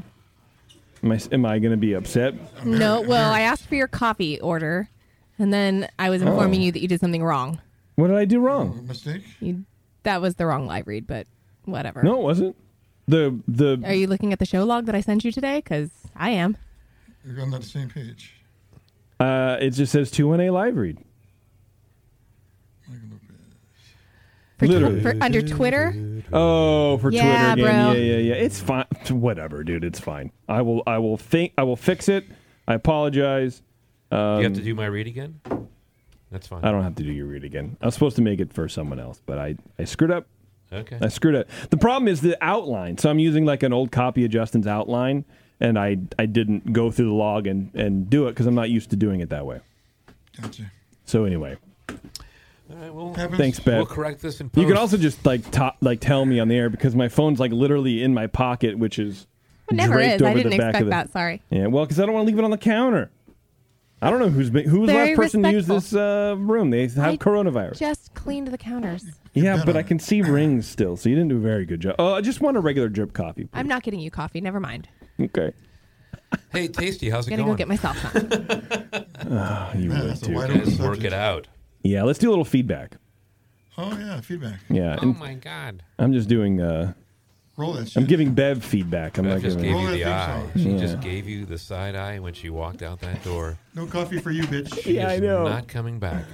Speaker 1: Am I, am I going to be upset?
Speaker 6: No, well, I asked for your coffee order, and then I was
Speaker 1: Oh.
Speaker 6: informing you that you did something wrong.
Speaker 1: What did I do wrong?
Speaker 9: Mistake?
Speaker 6: You, that was the wrong live read, but whatever.
Speaker 1: No, it wasn't. The the
Speaker 6: Are you looking at the show log that I sent you today? Because I am.
Speaker 9: You're on the same page.
Speaker 1: uh, it just says two one a live read.
Speaker 6: For tw-
Speaker 1: Literally.
Speaker 6: for, under Twitter.
Speaker 1: Oh, for
Speaker 6: Yeah,
Speaker 1: Twitter again.
Speaker 6: bro.
Speaker 1: Yeah, yeah, yeah. It's fine. Whatever, dude. It's fine. I will. I will think. I will fix it. I apologize.
Speaker 7: you have to do my read again. That's fine.
Speaker 1: Um, I don't have to do your read again. I was supposed to make it for someone else, but I I screwed up.
Speaker 7: Okay.
Speaker 1: I screwed up. The problem is the outline. So I'm using like an old copy of Justin's outline, and I I didn't go through the log and and do it because I'm not used to doing it that way.
Speaker 9: Gotcha.
Speaker 1: So anyway,
Speaker 7: All right. Well,
Speaker 9: Happens.
Speaker 1: thanks, Beth.
Speaker 7: we'll correct this in post.
Speaker 9: Oh.
Speaker 1: You can also just like top, like tell me on the air because my phone's like literally in my pocket, which is
Speaker 6: It never
Speaker 1: draped
Speaker 6: is.
Speaker 1: over
Speaker 6: I didn't
Speaker 1: the back of
Speaker 6: expect
Speaker 1: the,
Speaker 6: that. Sorry.
Speaker 1: Yeah, well, because I don't want to leave it on the counter. I don't know who's been, who was the last
Speaker 6: Very
Speaker 1: person to use
Speaker 6: respectful.
Speaker 1: this uh, room. They have
Speaker 6: I
Speaker 1: coronavirus.
Speaker 6: Just cleaned the counters.
Speaker 1: yeah, but I can see rings still, so you didn't do a very good job. Oh, I just want a regular drip coffee.
Speaker 6: I'm not getting you coffee. Never mind.
Speaker 1: Okay,
Speaker 7: hey, Tasty, how's it
Speaker 6: I'm gonna
Speaker 7: going?
Speaker 6: go get myself some.
Speaker 1: you
Speaker 9: Yeah,
Speaker 1: would
Speaker 9: that's a
Speaker 1: too.
Speaker 9: wide open
Speaker 7: Let's work
Speaker 9: subject.
Speaker 7: it out.
Speaker 1: Yeah, let's do a little feedback.
Speaker 9: Oh, yeah, feedback.
Speaker 1: Yeah,
Speaker 7: Oh
Speaker 1: and
Speaker 7: my God!
Speaker 1: I'm just doing. Uh,
Speaker 9: Roll that shit.
Speaker 1: I'm giving Bev feedback. I'm
Speaker 7: I
Speaker 1: not
Speaker 7: just
Speaker 1: giving.
Speaker 7: gave
Speaker 9: Roll
Speaker 7: you
Speaker 9: that
Speaker 7: the
Speaker 9: theme
Speaker 7: eye. She
Speaker 9: song.
Speaker 7: just gave you the side eye when she walked out that door.
Speaker 9: No coffee for you, bitch.
Speaker 1: Yeah, I
Speaker 7: She's
Speaker 1: know.
Speaker 7: Not coming back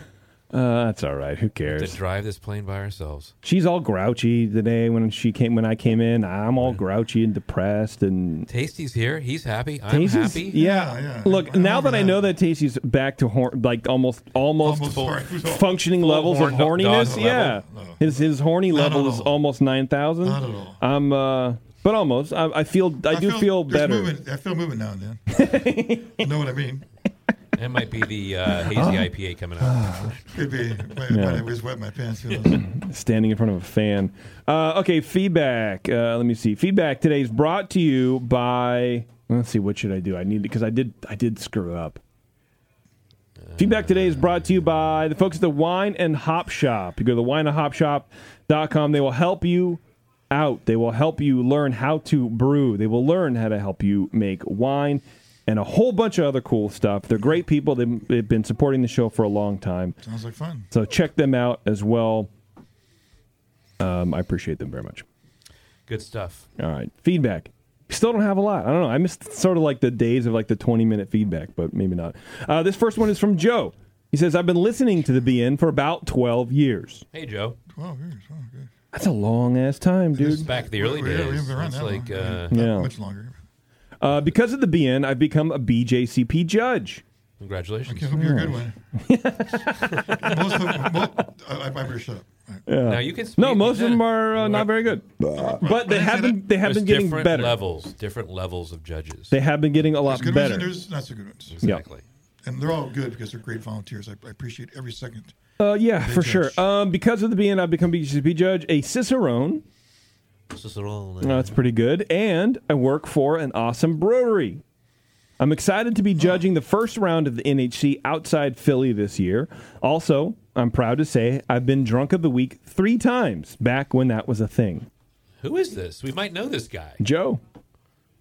Speaker 1: Uh, that's all right. Who
Speaker 7: to
Speaker 1: cares?
Speaker 7: drive this plane by ourselves.
Speaker 1: She's all grouchy today. When she came, when I came in, I'm all grouchy and depressed and.
Speaker 7: Tasty's here. He's happy. I'm
Speaker 1: Tasty's-
Speaker 7: happy.
Speaker 1: Yeah.
Speaker 9: Yeah, yeah.
Speaker 1: Look,
Speaker 9: I
Speaker 1: now that I
Speaker 9: remember
Speaker 1: know
Speaker 9: that.
Speaker 1: that Tasty's back to hor- like almost almost,
Speaker 9: Almost
Speaker 1: full-
Speaker 9: horn-
Speaker 1: functioning levels of
Speaker 7: horn dog-
Speaker 1: horniness.
Speaker 7: dog
Speaker 1: Yeah,
Speaker 7: level.
Speaker 9: No.
Speaker 1: his his horny
Speaker 9: Not
Speaker 1: level
Speaker 9: at
Speaker 1: is
Speaker 9: all.
Speaker 1: almost nine thousand.
Speaker 9: Not at all.
Speaker 1: I'm uh, but almost. I, I feel I, do feel,
Speaker 9: there's
Speaker 1: better.
Speaker 9: Movement. I feel movement now and then. you know what I mean?
Speaker 7: That might be the uh, hazy IPA coming out.
Speaker 9: Could be when, when I was wet my pants. You know,
Speaker 1: Standing in front of a fan. Uh, okay, feedback. Uh, let me see. Feedback today is brought to you by. Let's see. What should I do? I need because I did I did screw up. Feedback today is brought to you by the folks at the Wine and Hop Shop. You go to the wineandhopshop.com. They will help you out. They will help you learn how to brew. They will learn how to help you make wine and a whole bunch of other cool stuff. They're great people. They've they've been supporting the show for a long time.
Speaker 9: sounds like fun.
Speaker 1: So check them out as well. Um, I appreciate them very much.
Speaker 7: Good stuff.
Speaker 1: All right, feedback. Still don't have a lot. I don't know. I missed sort of like the days of like the 20 minute feedback, but maybe not. Uh, this first one is from Joe. He says, I've been listening to the BN for about 12 years.
Speaker 7: Hey, Joe.
Speaker 9: Wow, years. Oh, good.
Speaker 1: That's a long ass time, dude.
Speaker 7: Back in the
Speaker 9: We-
Speaker 7: early
Speaker 9: we- we
Speaker 7: days.
Speaker 9: haven't been around
Speaker 7: That's
Speaker 9: that
Speaker 7: like
Speaker 9: long.
Speaker 7: uh,
Speaker 9: Not
Speaker 1: Yeah.
Speaker 9: much longer.
Speaker 1: Uh, because of the BN, I've become a BJCP judge.
Speaker 7: congratulations.
Speaker 9: Okay, hope you're a good one. most of most, I, I better shut up.
Speaker 7: Now you can. Speak.
Speaker 1: No, most of them
Speaker 7: Yeah.
Speaker 1: are uh, not very good, but they have been they have
Speaker 7: There's
Speaker 1: been getting
Speaker 7: different
Speaker 1: better.
Speaker 7: levels. Different levels of judges.
Speaker 1: They have been getting a lot
Speaker 9: There's good ones
Speaker 1: better.
Speaker 9: and there's not so good ones.
Speaker 7: exactly.
Speaker 9: And they're all good because they're great volunteers. I, I appreciate every second.
Speaker 1: Uh, yeah, for
Speaker 9: judge.
Speaker 1: sure. Um, because of the BN, I've become BJCP judge, a cicerone.
Speaker 7: Cicerone.
Speaker 1: No, that's pretty good. And I work for an awesome brewery. I'm excited to be judging the first round of the NHC outside Philly this year. Also, I'm proud to say I've been drunk of the week three times back when that was a thing.
Speaker 7: Who is this? We might know this guy.
Speaker 1: Joe,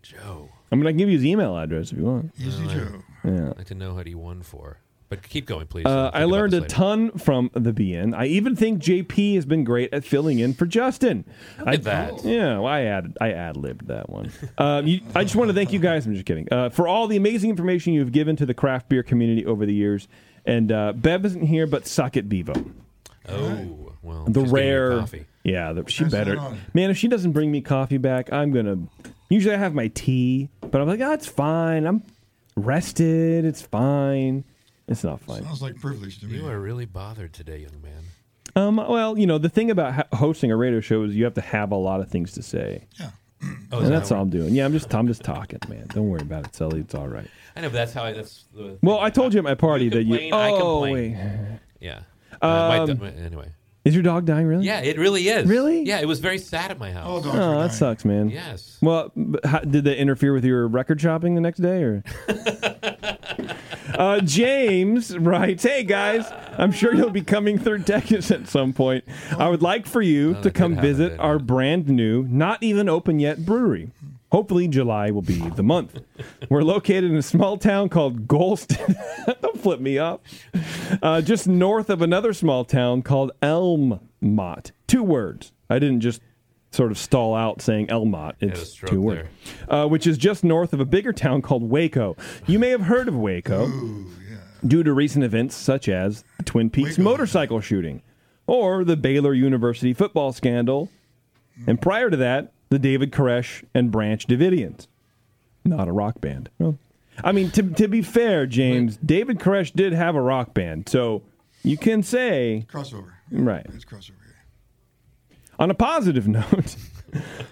Speaker 7: Joe.
Speaker 1: I mean, I can give you his email address if you want.
Speaker 9: Easy Joe.
Speaker 7: I'd like to know what he won for. But keep going, please.
Speaker 1: Uh,
Speaker 7: I'll
Speaker 1: I
Speaker 7: think about
Speaker 1: learned
Speaker 7: this
Speaker 1: a
Speaker 7: later.
Speaker 1: ton from the BN. I even think JP has been great at filling in for Justin. I, Oh.
Speaker 7: at that.
Speaker 1: Yeah, well, I added, I ad libbed that one. Um, you, I just want to thank you guys. I'm just kidding uh, for all the amazing information you have given to the craft beer community over the years. And uh, Bev isn't here, but suck it, Bevo.
Speaker 7: Oh, well.
Speaker 1: The
Speaker 7: just getting your
Speaker 1: rare,
Speaker 7: coffee.
Speaker 1: yeah, the, she
Speaker 9: Pass that
Speaker 1: better.
Speaker 9: on.
Speaker 1: Man, if she doesn't bring me coffee back, I'm gonna. Usually, I have my tea, but I'm like, oh, it's fine. I'm rested. It's fine. It's not fine.
Speaker 9: Sounds like privilege
Speaker 1: Mm.
Speaker 9: to me.
Speaker 7: You are really bothered today, young man.
Speaker 1: Um, well, you know, the thing about ho- hosting a radio show is you have to have a lot of things to say,
Speaker 9: Yeah.
Speaker 7: Oh,
Speaker 1: and that's all I'm doing. Yeah, I'm just, I'm just talking, man. Don't worry about it, Sully. It's all right.
Speaker 7: I know, but that's how I. That's the,
Speaker 1: Well, I told you at my party that you.
Speaker 7: complain, I
Speaker 1: Oh,
Speaker 7: complain.
Speaker 1: wait.
Speaker 7: Yeah. My- my-
Speaker 1: Um,
Speaker 7: anyway.
Speaker 1: is your dog dying? Really?
Speaker 7: Yeah, it really is.
Speaker 1: Really?
Speaker 7: Yeah, it was very sad at my house.
Speaker 9: All dogs are
Speaker 1: Oh, that
Speaker 9: dying.
Speaker 1: sucks, man.
Speaker 7: Yes.
Speaker 1: Well, but how, did that interfere with your record shopping the next day, or? Uh, James writes, "Hey guys, I'm sure you'll be coming through Texas at some point. I would like for you to
Speaker 7: that
Speaker 1: come
Speaker 7: did happen,
Speaker 1: visit
Speaker 7: didn't
Speaker 1: our
Speaker 7: it?
Speaker 1: brand new, not even open yet brewery. Hopefully, July will be the month. We're located in a small town called Golston. Don't flip me up. Uh, just north of another small town called Elmont. Two words. I didn't just." Sort of stall out saying Elmont.
Speaker 7: a
Speaker 1: It's
Speaker 7: stroke
Speaker 1: two words
Speaker 7: there.
Speaker 1: uh, which is just north of a bigger town called Waco. You may have heard of Waco due to recent events such as the Twin Peaks motorcycle shooting or the Baylor University football scandal, and prior to that, the David Koresh and Branch Davidians. Not a rock band. Well, I mean, to, to be fair, James, David Koresh did have a rock band, so you can say
Speaker 9: Crossover.
Speaker 1: Right.
Speaker 9: It's crossover.
Speaker 1: on a positive note,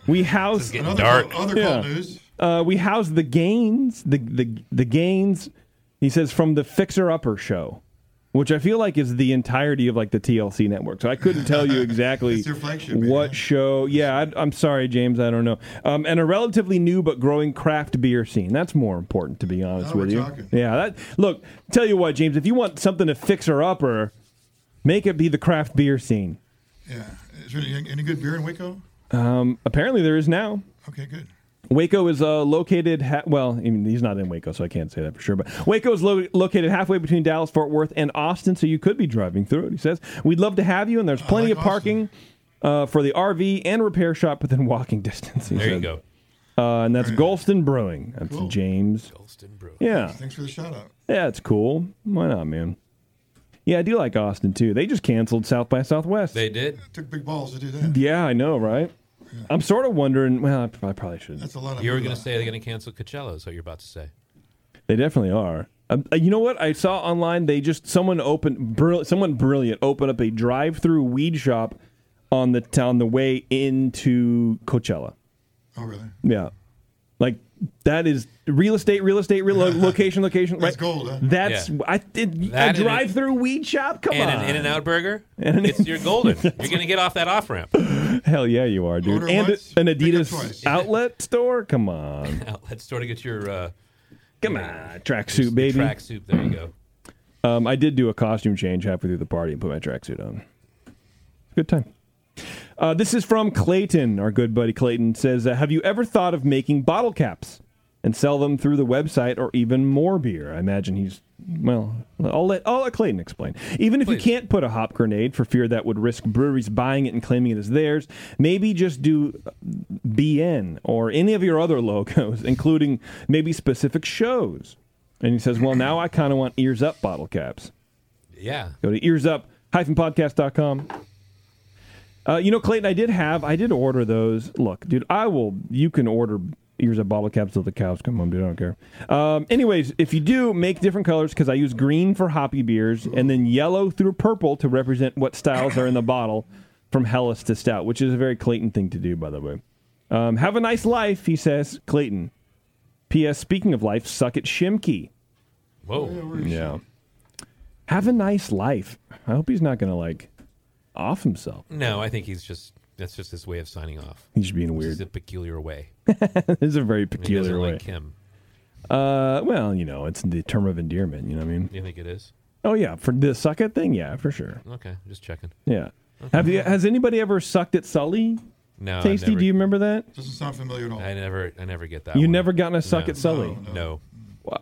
Speaker 1: we house
Speaker 7: getting
Speaker 9: Another
Speaker 7: Dark.
Speaker 9: Cool, other
Speaker 1: Yeah.
Speaker 9: cool news.
Speaker 1: uh, we house the gains, the, the the gains. He says from the Fixer Upper show, which I feel like is the entirety of like the TLC network. So I couldn't tell you exactly
Speaker 9: It's their flagship,
Speaker 1: what
Speaker 9: yeah.
Speaker 1: show. Yeah, I, I'm sorry, James, I don't know. Um, and a relatively new but growing craft beer scene. That's more important, to be honest
Speaker 9: Now
Speaker 1: with
Speaker 9: Oh, we're
Speaker 1: you.
Speaker 9: talking.
Speaker 1: Yeah. That look, tell you what, James, if you want something to Fixer Upper, make it be the craft beer scene.
Speaker 9: Yeah. Is there any, any good beer in Waco?
Speaker 1: Apparently, there is now.
Speaker 9: Okay, good.
Speaker 1: Waco is uh, located, ha- well, I mean, he's not in Waco, so I can't say that for sure, but Waco is lo- located halfway between Dallas, Fort Worth, and Austin, so you could be driving through it, he says. We'd love to have you, and
Speaker 7: Oh,
Speaker 1: there's plenty
Speaker 9: like
Speaker 1: of parking uh, for the RV and repair shop within walking distance. he
Speaker 7: There you
Speaker 1: says.
Speaker 7: go.
Speaker 1: Uh, and that's Golston Brewing. That's
Speaker 9: Cool.
Speaker 1: James.
Speaker 7: Golston Brew.
Speaker 1: Yeah.
Speaker 9: Thanks for the shout out.
Speaker 1: Yeah, it's cool. Why not, man? Yeah, I do like Austin, too. They just canceled South by Southwest.
Speaker 7: They did.
Speaker 9: Took big balls to do that.
Speaker 1: yeah, I know, right? I'm sort of wondering. Well, I I probably should.
Speaker 9: That's a lot of.
Speaker 7: You were going
Speaker 9: moolah.
Speaker 7: to say they're going to cancel Coachella, is what you're about to say.
Speaker 1: They definitely are. Um, uh, you know what I saw online? They just someone opened brill- someone brilliant opened up a drive-through weed shop on the on the way into Coachella.
Speaker 9: Oh really?
Speaker 1: Yeah, like that is real estate, real estate, real lo- location, location.
Speaker 9: That's
Speaker 1: right?
Speaker 9: gold, huh?
Speaker 1: That's
Speaker 7: Yeah.
Speaker 1: I did a
Speaker 7: That and it-
Speaker 1: drive-through weed shop. Come
Speaker 7: And
Speaker 1: on,
Speaker 7: an In and Out Burger?
Speaker 1: And an-
Speaker 7: it's, you're golden. You're going to get off that off ramp.
Speaker 1: hell yeah, you are, dude.
Speaker 9: Order
Speaker 1: and
Speaker 9: once,
Speaker 1: an
Speaker 9: pick up
Speaker 1: Adidas
Speaker 9: twice.
Speaker 1: outlet store. Come on,
Speaker 7: Outlet store to get your uh,
Speaker 1: come on, tracksuit baby.
Speaker 7: track soup. There you go.
Speaker 1: Um, I did do a costume change halfway through the party and put my tracksuit on. Good time. Uh, this is from Clayton. Our good buddy Clayton says, uh, "Have you ever thought of making bottle caps and sell them through the website or even more beer?" I imagine he's well. I'll let I'll let Clayton explain. Even if
Speaker 7: Please.
Speaker 1: you can't put a hop grenade for fear that would risk breweries buying it and claiming it as theirs, maybe just do BN or any of your other logos, including maybe specific shows. And he says, "Well, now I kind of want ears up bottle caps."
Speaker 7: Yeah.
Speaker 1: Go to earsup-podcast.com. Uh, you know, Clayton, I did have, I did order those. Look, dude, I will, you can order ears of bottle caps till the cows come home, dude. I don't care. Um, anyways, if you do, make different colors because I use green for hoppy beers and then yellow through purple to represent what styles are in the bottle from Hellas to Stout, which is a very Clayton thing to do, by the way. Um, have a nice life, he says, Clayton. P.S. Speaking of life, suck at Shimkey.
Speaker 7: Whoa.
Speaker 1: Yeah. Have a nice life. I hope he's not going to like off himself.
Speaker 7: No, I think he's just, that's just his way of signing off.
Speaker 1: He's being
Speaker 7: This is
Speaker 1: weird.
Speaker 7: a peculiar way.
Speaker 1: It's a very
Speaker 7: He doesn't
Speaker 1: peculiar way.
Speaker 7: like him.
Speaker 1: Uh, well, you know, it's the term of endearment. You know what I mean?
Speaker 7: You think it is?
Speaker 1: Oh yeah, for the suck it thing, yeah, for sure.
Speaker 7: Okay, just checking.
Speaker 1: Yeah. Have you? Has anybody ever sucked at Sully?
Speaker 7: No,
Speaker 1: Tasty,
Speaker 7: I Uh, never,
Speaker 1: do you remember that?
Speaker 9: Doesn't sound familiar at all.
Speaker 7: I never, I never get that.
Speaker 1: You
Speaker 7: one.
Speaker 1: never gotten a suck
Speaker 7: No.
Speaker 1: at Sully.
Speaker 7: No,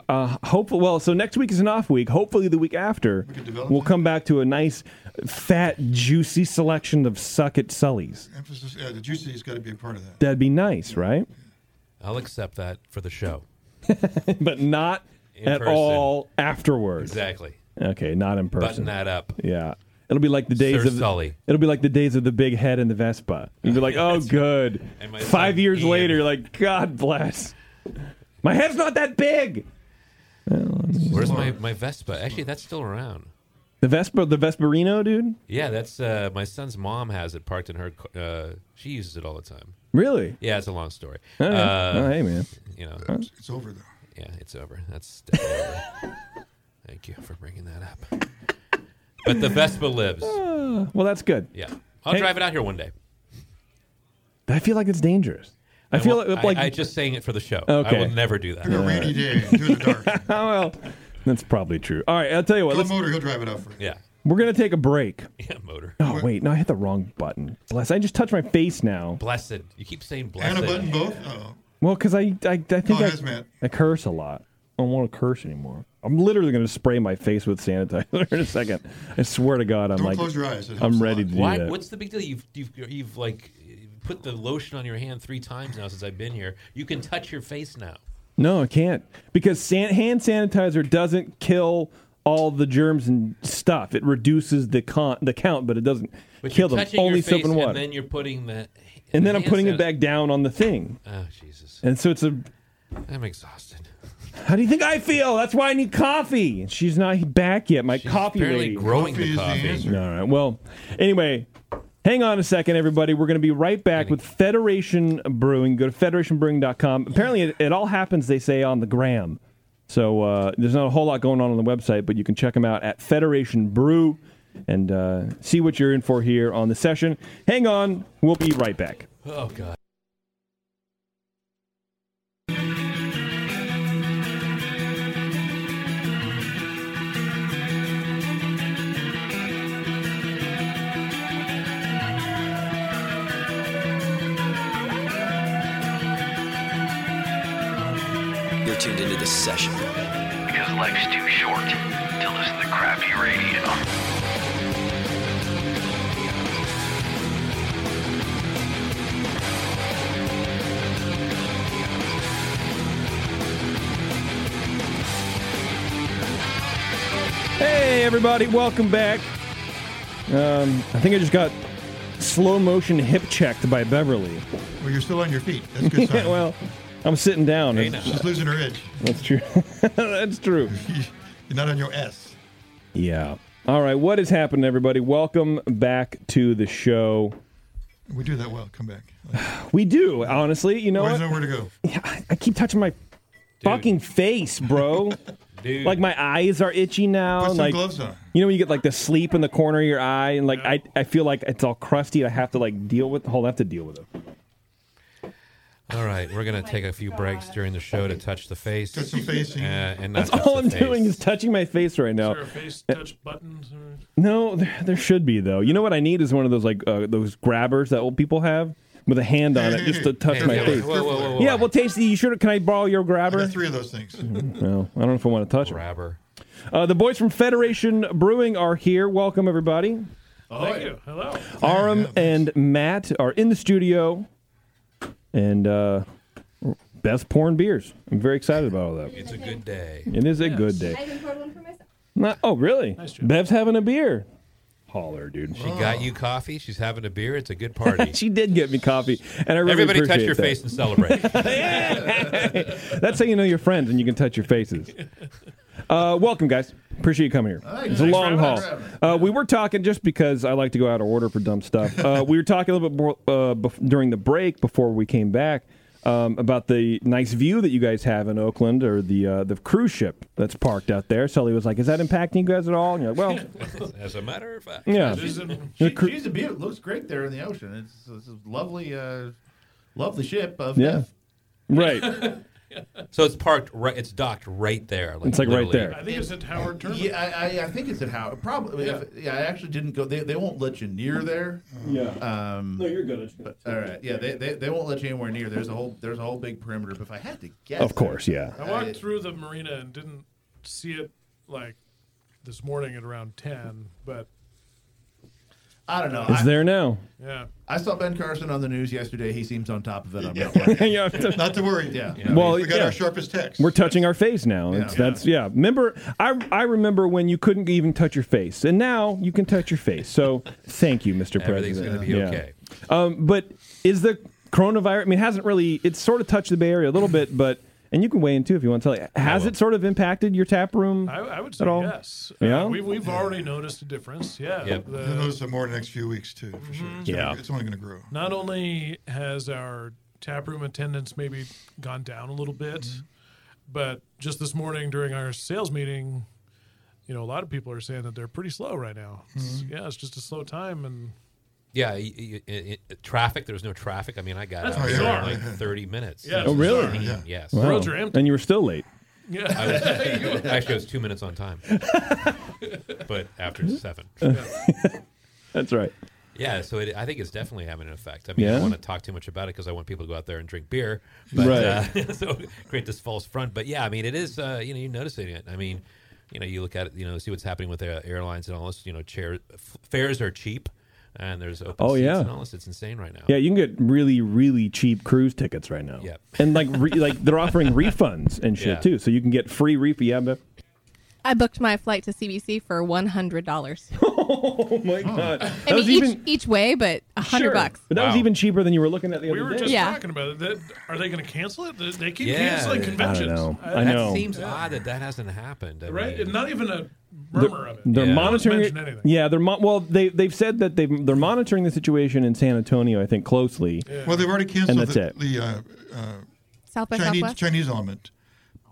Speaker 1: Uh, hopefully, well, so next week is an off week. Hopefully, the week after,
Speaker 9: could develop
Speaker 1: we'll
Speaker 9: that.
Speaker 1: come back to a nice, fat, juicy selection of suck at Sullys.
Speaker 9: Emphasis. Yeah, the juicy's got to be a part of that.
Speaker 1: That'd be nice, right?
Speaker 7: I'll accept that for the show.
Speaker 1: but not
Speaker 7: In
Speaker 1: at
Speaker 7: person.
Speaker 1: all afterwards.
Speaker 7: Exactly.
Speaker 1: Okay, not in person.
Speaker 7: Button that up.
Speaker 1: Yeah. It'll be like the days
Speaker 7: Sir
Speaker 1: of
Speaker 7: Sully.
Speaker 1: It'll be like the days of the big head and the Vespa. You'd be like, "Oh, good."
Speaker 7: And my
Speaker 1: Five
Speaker 7: son
Speaker 1: years
Speaker 7: Ian.
Speaker 1: later, you're like, "God bless." My head's not that big.
Speaker 7: Where's my, my Vespa? Actually, that's still around.
Speaker 1: The Vespa, the Vesperino, dude.
Speaker 7: Yeah, that's uh, my son's mom has it parked in her. c- Uh, she uses it all the time.
Speaker 1: Really?
Speaker 7: Yeah, it's a long story.
Speaker 1: All right.
Speaker 7: Uh,
Speaker 1: Oh, hey, man.
Speaker 7: You know,
Speaker 9: It's over though.
Speaker 7: yeah, it's over. That's definitely over. Thank you for bringing that up. But the Vespa lives.
Speaker 1: Well, that's good.
Speaker 7: Yeah, I'll
Speaker 1: Hey.
Speaker 7: drive it out here one day.
Speaker 1: I feel like it's dangerous. I, feel
Speaker 7: won't-
Speaker 1: like, like
Speaker 7: I, I just saying it for the show.
Speaker 1: Okay.
Speaker 7: I will never do that.
Speaker 9: Like a rainy day, do it in the dark.
Speaker 1: oh well. That's probably true. All right, I'll tell you what.
Speaker 9: Call
Speaker 1: Let's,
Speaker 9: motor, he'll drive it out for you.
Speaker 7: Yeah.
Speaker 1: we're gonna take a break.
Speaker 7: Yeah, motor.
Speaker 1: Oh wait, no, I hit the wrong button. Bless, I just touched my face now.
Speaker 7: Blessed. You keep saying
Speaker 9: And
Speaker 7: blessed.
Speaker 9: a button both. Oh,
Speaker 1: Well, because I, I, I think
Speaker 9: Oh,
Speaker 1: I,
Speaker 9: that's Matt.
Speaker 1: I curse a lot. I don't want to curse anymore. I'm literally going to spray my face with sanitizer in a second. I swear to God, I'm
Speaker 9: Don't
Speaker 1: like,
Speaker 9: close your eyes. It helps
Speaker 1: I'm
Speaker 9: a
Speaker 1: ready
Speaker 9: lot.
Speaker 1: to do
Speaker 7: Why?
Speaker 1: that.
Speaker 7: What's the big deal? You've you've you've like put the lotion on your hand three times now since I've been here. You can touch your face now.
Speaker 1: No, I can't because san- hand sanitizer doesn't kill all the germs and stuff. It reduces the con- the count, but it doesn't
Speaker 7: But
Speaker 1: kill
Speaker 7: you're
Speaker 1: them.
Speaker 7: touching
Speaker 1: Only
Speaker 7: your face
Speaker 1: soap and water.
Speaker 7: and then you're putting the.
Speaker 1: And then I'm
Speaker 7: hand
Speaker 1: putting it
Speaker 7: sanit-
Speaker 1: back down on the thing,
Speaker 7: Oh Jesus!
Speaker 1: and so it's a.
Speaker 7: I'm exhausted.
Speaker 1: How do you think I feel? That's why I need coffee. And She's not back yet. My
Speaker 7: She's
Speaker 1: coffee
Speaker 7: barely
Speaker 1: lady.
Speaker 7: growing
Speaker 9: Coffee
Speaker 7: the
Speaker 9: is the
Speaker 7: coffee.
Speaker 9: answer.
Speaker 1: All right. Well, anyway, hang on a second, everybody. We're going to be right back with Federation Brewing. Go to federationbrewing.com. Apparently, it, it all happens, they say, on the gram. So uh, there's not a whole lot going on on the website, but you can check them out at Federation Brew and uh, see what you're in for here on the session. Hang on. We'll be right back.
Speaker 7: oh God.
Speaker 11: You're tuned into the session.
Speaker 12: Because life's too short to listen to crappy radio.
Speaker 1: Hey, everybody. Welcome back. Um, I think I just got slow motion hip checked by Beverly.
Speaker 9: Well, you're still on your feet. That's a good sign.
Speaker 1: well, I'm sitting down.
Speaker 9: She's losing her edge.
Speaker 1: That's true. That's true.
Speaker 9: You're not on your S.
Speaker 1: Yeah. All right. What is happening, everybody? Welcome back to the show.
Speaker 9: We do that well. Come back.
Speaker 1: We do, honestly. You know
Speaker 9: There's
Speaker 1: what? Uh,
Speaker 9: nowhere to go.
Speaker 1: Yeah, I, I keep touching my fucking face, bro.
Speaker 7: Dude.
Speaker 1: like my eyes are itchy now.
Speaker 9: Put some
Speaker 1: like
Speaker 9: gloves on.
Speaker 1: you know, when you get like the sleep in the corner of your eye, and like I, I feel like it's all crusty. And I have to like deal with. Hold, I have to deal with it.
Speaker 7: All right, we're gonna take a few breaks during the show to touch the face.
Speaker 9: Touch some face,
Speaker 7: Uh,
Speaker 9: yeah.
Speaker 7: and not
Speaker 1: That's
Speaker 7: touch
Speaker 1: all
Speaker 7: the
Speaker 1: I'm
Speaker 7: face.
Speaker 1: doing is touching my face right now. Eh.
Speaker 3: face touch buttons. Or...
Speaker 1: No, there, there should be though. You know what I need is one of those like uh, those grabbers that old people have with a hand on it just to touch
Speaker 7: Hey,
Speaker 1: my
Speaker 7: whoa,
Speaker 1: face.
Speaker 7: Whoa, whoa, whoa, whoa.
Speaker 1: Yeah, well, Tasty, you sure? Can I borrow your
Speaker 9: I
Speaker 1: grabber?
Speaker 9: got three of those things.
Speaker 1: No, I don't know if I want to touch it.
Speaker 7: grabber.
Speaker 1: Uh, the boys from Federation Brewing are here. Welcome everybody.
Speaker 3: Thank you. Hello.
Speaker 1: Aram and Matt are in the studio, and uh, best pouring beers. I'm very excited about all that.
Speaker 7: It's a good day.
Speaker 1: It is a good day.
Speaker 6: even poured one for myself.
Speaker 1: Not- oh, really?
Speaker 3: job.
Speaker 1: Bev's having a beer. Holler, dude.
Speaker 9: Oh.
Speaker 7: She got you coffee. She's having a beer. It's a good party.
Speaker 1: She did get me coffee, and I really
Speaker 7: Everybody, touch
Speaker 1: appreciate
Speaker 7: your
Speaker 1: that.
Speaker 7: face and celebrate.
Speaker 1: That's how you know your friends and you can touch your faces. Uh, welcome, guys. Appreciate you coming here. it's a long haul. Uh, we were talking just because I like to go out of order for dumb stuff. Uh, we were talking a little bit more uh, bef- during the break before we came back um, about the nice view that you guys have in Oakland or the uh, the cruise ship that's parked out there. Sully was like, "Is that impacting you guys at all?" And you're like, "Well,
Speaker 7: As a matter of fact.
Speaker 1: yeah."
Speaker 3: She's a,
Speaker 1: The
Speaker 3: she,
Speaker 1: cru-
Speaker 3: she's a beaut. Looks great there in the ocean. It's, it's a lovely, uh, lovely ship of
Speaker 1: Yeah.
Speaker 3: death.
Speaker 1: Right.
Speaker 7: So it's parked right. It's docked right there.
Speaker 1: It's like right
Speaker 7: literally.
Speaker 1: there.
Speaker 3: I
Speaker 1: I
Speaker 3: think it's at Howard Terminal. Yeah, I, I, I think it's at Howard. Probably. Yeah. If, yeah, I actually didn't go. They, they won't let you near there.
Speaker 1: Yeah.
Speaker 3: Um,
Speaker 1: you're good.
Speaker 3: all right. Yeah, they, they, they won't let you anywhere near. There's a whole there's a whole big perimeter. But if I had to guess,
Speaker 1: Of course, yeah.
Speaker 3: I
Speaker 8: walked through the marina and didn't see it like this morning at around 10, but
Speaker 3: I don't know.
Speaker 1: It's
Speaker 3: I,
Speaker 1: there now.
Speaker 8: yeah.
Speaker 3: I saw Ben Carson on the news yesterday. He seems on top of it. I'm not
Speaker 1: Yeah.
Speaker 9: Not to worry.
Speaker 3: Yeah.
Speaker 1: Well,
Speaker 9: we got
Speaker 1: yeah.
Speaker 9: our sharpest text.
Speaker 1: We're touching our face now. It's,
Speaker 3: Yeah.
Speaker 1: That's yeah. Remember, I I remember when you couldn't even touch your face, and now you can touch your face. So thank you, Mr.
Speaker 7: Everything's
Speaker 1: President.
Speaker 7: gonna be
Speaker 1: Yeah.
Speaker 7: okay.
Speaker 1: Um, but is the coronavirus? I mean, it hasn't really. It's sort of touched the Bay Area a little bit, but and you can weigh in too if you want to tell. it. Has it sort of impacted your tap room?
Speaker 8: I, I would say
Speaker 1: at all?
Speaker 8: yes.
Speaker 1: Yeah?
Speaker 8: Uh, we, we've already noticed a difference. Yeah.
Speaker 7: Yep.
Speaker 8: The- Mm-hmm.
Speaker 9: You'll notice some more in the next few weeks, too, for sure. It's
Speaker 1: Yeah.
Speaker 9: Only, it's only going to grow.
Speaker 8: not only has our taproom attendance maybe gone down a little bit,
Speaker 9: Mm-hmm.
Speaker 8: but just this morning during our sales meeting, you know, a lot of people are saying that they're pretty slow right now. It's-
Speaker 9: Mm-hmm.
Speaker 8: yeah, it's just a slow time, and
Speaker 7: Yeah. y- y- y- y- traffic. There was no traffic. I mean, I got
Speaker 8: That's
Speaker 7: out there in
Speaker 8: bizarre.
Speaker 7: like 30 minutes.
Speaker 8: Yeah,
Speaker 7: It was
Speaker 1: Oh, really?
Speaker 7: raining,
Speaker 9: Yeah.
Speaker 7: Yes.
Speaker 1: Wow.
Speaker 8: roads are empty.
Speaker 1: and you were still late.
Speaker 8: Yeah.
Speaker 7: I was,
Speaker 8: You-
Speaker 7: actually, I was two minutes on time, but after seven.
Speaker 1: That's right.
Speaker 7: Yeah, so it, I think it's definitely having an effect. I mean, I
Speaker 1: Yeah?
Speaker 7: don't want to talk too much about it because I want people to go out there and drink beer, but,
Speaker 1: Right.
Speaker 7: Uh, so create this false front. But yeah, I mean, it is. Uh, you know, you're noticing it. I mean, you know, you look at it. You know, see what's happening with the airlines and all this. You know, chair f- fares are cheap, and there's open
Speaker 1: Oh
Speaker 7: seats
Speaker 1: yeah,
Speaker 7: and all this. It's insane right now.
Speaker 1: Yeah, you can get really, really cheap cruise tickets right now.
Speaker 7: Yep.
Speaker 1: and like, re- like they're offering refunds and shit
Speaker 7: Yeah.
Speaker 1: too, so you can get free refund. Yeah, but
Speaker 6: I booked my flight to CBC for one hundred dollars.
Speaker 1: oh my god!
Speaker 6: I
Speaker 1: That
Speaker 6: mean,
Speaker 1: was
Speaker 6: each,
Speaker 1: even-
Speaker 6: each way, but a hundred
Speaker 1: Sure.
Speaker 6: bucks.
Speaker 1: But that was even cheaper than you were looking at the
Speaker 8: we
Speaker 1: other
Speaker 8: were
Speaker 1: day.
Speaker 8: just
Speaker 6: Yeah.
Speaker 8: talking about it. That, are they going to cancel it? They- They keep
Speaker 7: Yeah. I
Speaker 8: canceling
Speaker 7: don't
Speaker 8: conventions.
Speaker 1: know. I
Speaker 7: that
Speaker 1: know.
Speaker 7: seems odd that that hasn't happened. I
Speaker 8: Right?
Speaker 7: mean-
Speaker 8: Not even a murmur of it.
Speaker 1: They're
Speaker 7: Yeah.
Speaker 1: monitoring.
Speaker 8: Don't mention
Speaker 1: It, yeah, they're mo- well. They they've said that they they're monitoring the situation in San Antonio. I think closely.
Speaker 9: Well, they've already canceled
Speaker 1: And that's
Speaker 9: the,
Speaker 1: it.
Speaker 9: the uh, uh,
Speaker 6: South by
Speaker 9: Chinese,
Speaker 6: Southwest?
Speaker 9: Chinese element.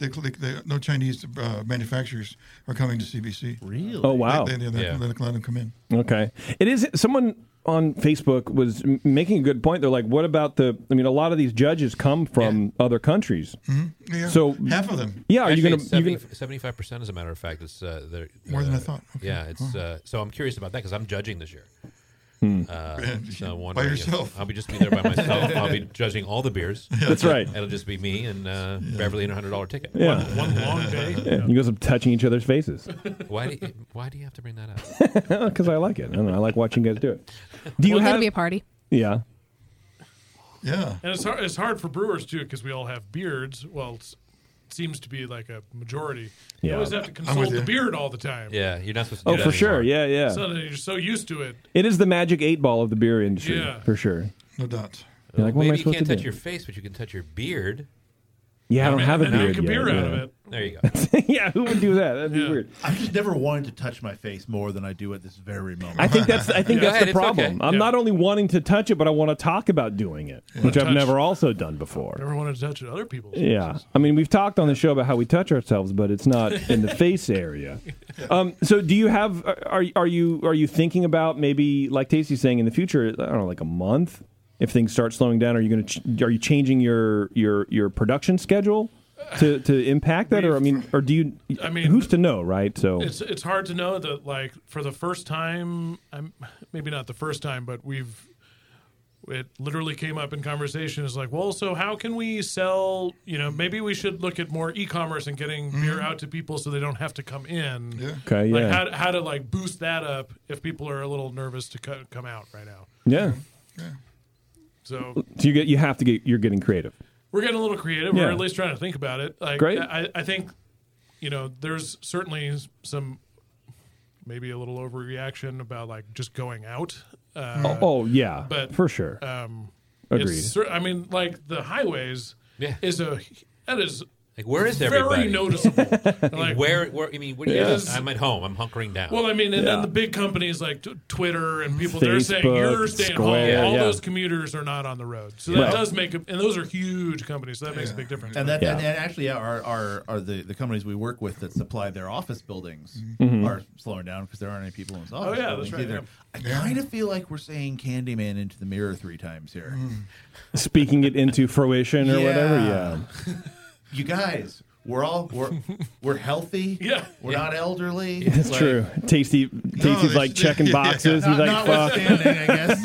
Speaker 9: They, they, they, no Chinese uh, manufacturers are coming to CBC. Really?
Speaker 1: Oh, wow.
Speaker 9: They, they, they,
Speaker 1: Yeah.
Speaker 9: they let them come in.
Speaker 1: Okay. It is someone on Facebook was m- making a good point. They're like, "What about the? I mean, a lot of these judges come from other countries.
Speaker 9: Hmm? Yeah.
Speaker 1: So
Speaker 9: Half of them.
Speaker 1: Yeah. Are
Speaker 7: Mm-hmm.
Speaker 1: you
Speaker 7: Actually,
Speaker 1: gonna?
Speaker 7: it's
Speaker 1: you
Speaker 7: 70
Speaker 1: gonna
Speaker 7: 75% as a matter of fact. It's uh, they're,
Speaker 9: More than I
Speaker 7: uh,
Speaker 9: thought. Okay.
Speaker 7: Yeah, it's uh, so I'm curious about that because I'm judging this year.
Speaker 1: Hmm.
Speaker 7: Uh,
Speaker 9: Man,
Speaker 7: so I'm
Speaker 9: by
Speaker 7: wondering if-
Speaker 9: yourself.
Speaker 7: I'll be just be there by myself. I'll be judging all the beers.
Speaker 1: That's right.
Speaker 7: It'll just be me and uh, Beverly and a hundred dollar ticket.
Speaker 1: yeah. Yeah.
Speaker 7: Yeah.
Speaker 1: You guys are touching each other's faces.
Speaker 7: Why do you, Why do you have to bring that up?
Speaker 1: Because I like it. I don't know. I like watching you guys do it. Do you
Speaker 6: Well,
Speaker 1: have
Speaker 6: it'll be a party.
Speaker 1: Yeah.
Speaker 9: Yeah.
Speaker 8: And it's hard, it's hard for brewers, too, because we all have beards. Well, it's, it seems to be like a majority. You
Speaker 1: Yeah.
Speaker 8: always have to
Speaker 1: I'm
Speaker 8: console
Speaker 1: with
Speaker 8: the
Speaker 1: you.
Speaker 8: beard all the time.
Speaker 7: Yeah, you're not supposed to.
Speaker 1: Oh,
Speaker 7: do
Speaker 1: for
Speaker 7: that
Speaker 1: sure. Yeah,
Speaker 7: anymore.
Speaker 1: yeah.
Speaker 8: So you're so used to it.
Speaker 1: it is the magic eight ball of the beer industry,
Speaker 8: Yeah.
Speaker 1: for sure.
Speaker 9: No doubt.
Speaker 1: You're like, what
Speaker 7: Maybe
Speaker 1: am I
Speaker 7: you
Speaker 1: supposed
Speaker 7: can't
Speaker 1: to
Speaker 7: touch
Speaker 1: do?
Speaker 7: your face, but you can touch your beard.
Speaker 1: yeah, I don't have a
Speaker 7: And then
Speaker 1: beard.
Speaker 7: make a
Speaker 1: yet,
Speaker 7: beer out
Speaker 1: yeah.
Speaker 7: of it. There you go.
Speaker 1: yeah, who would do that? That'd be weird.
Speaker 3: I've just never wanted to touch my face more than I do at this very moment.
Speaker 1: I think that's I think
Speaker 3: Yeah.
Speaker 1: that's the problem. I'm not only wanting to touch it, but I want to talk about doing it, which I've
Speaker 8: Touch.
Speaker 1: never also done before.
Speaker 8: Never wanted to touch other people's.
Speaker 1: Yeah, I mean we've talked on the show about how we touch ourselves, but it's not in the face area. Um, so do you have are are you are you thinking about maybe like Tasty's saying in the future? I don't know, like a month if things start slowing down. Are you going to ch- are you changing your your your production schedule? To, to impact that, or I mean, or do you?
Speaker 8: I mean,
Speaker 1: who's to know, right? So
Speaker 8: It's it's hard to know that like for the first time, I'm maybe not the first time, but we've it literally came up in conversation. It's like, well, so how can we sell? You know, maybe we should look at more e-commerce and getting beer out to people so they don't have to come in. Yeah.
Speaker 1: Okay,
Speaker 8: Like
Speaker 1: yeah.
Speaker 8: how to- how to like boost that up if people are a little nervous to co- come out right now.
Speaker 1: yeah,
Speaker 8: So
Speaker 1: so you get you have to get you're getting creative.
Speaker 8: we're getting a little creative.
Speaker 1: Yeah.
Speaker 8: We're at least trying to think about it. Like,
Speaker 1: Great.
Speaker 8: I, I think, you know, there's certainly some, maybe a little overreaction about like just going out. Uh,
Speaker 1: Oh, oh, yeah,
Speaker 8: but
Speaker 1: for sure.
Speaker 8: Um,
Speaker 1: Agreed.
Speaker 8: It's, cer- I mean, like the highways
Speaker 7: Yeah.
Speaker 8: is a that is
Speaker 7: Like, where is
Speaker 8: very
Speaker 7: everybody?
Speaker 8: noticeable.
Speaker 7: Like, where? Where? I mean, what do you?
Speaker 8: It is-
Speaker 7: I'm at home. I'm hunkering down.
Speaker 8: Well, I mean, and
Speaker 7: Yeah.
Speaker 8: then the big companies like t- Twitter and people they're saying
Speaker 7: Facebook,
Speaker 8: you're staying
Speaker 7: Square,
Speaker 8: home. All
Speaker 7: yeah.
Speaker 8: those commuters are not on the road, so that
Speaker 3: Right.
Speaker 8: does make a, and those are huge companies, so that makes a big difference.
Speaker 3: And that and, and actually yeah, are are are the, the companies we work with that supply their office buildings
Speaker 1: Mhm.
Speaker 3: are slowing down because there aren't any people in those office
Speaker 8: Oh, yeah, that's
Speaker 3: buildings
Speaker 8: right,
Speaker 3: either. I kind of feel like we're saying Candyman into the mirror three times here.
Speaker 8: Mm-hmm.
Speaker 1: Speaking it into fruition or whatever. Yeah.
Speaker 3: Yeah. You guys, we're all we're we're healthy. Yeah, we're not elderly.
Speaker 1: That's
Speaker 3: Like,
Speaker 1: true. Tasty, Tasty's
Speaker 3: it's-
Speaker 1: like checking
Speaker 3: yeah.
Speaker 1: boxes. He's like, fuck.
Speaker 3: Notwithstanding, I guess.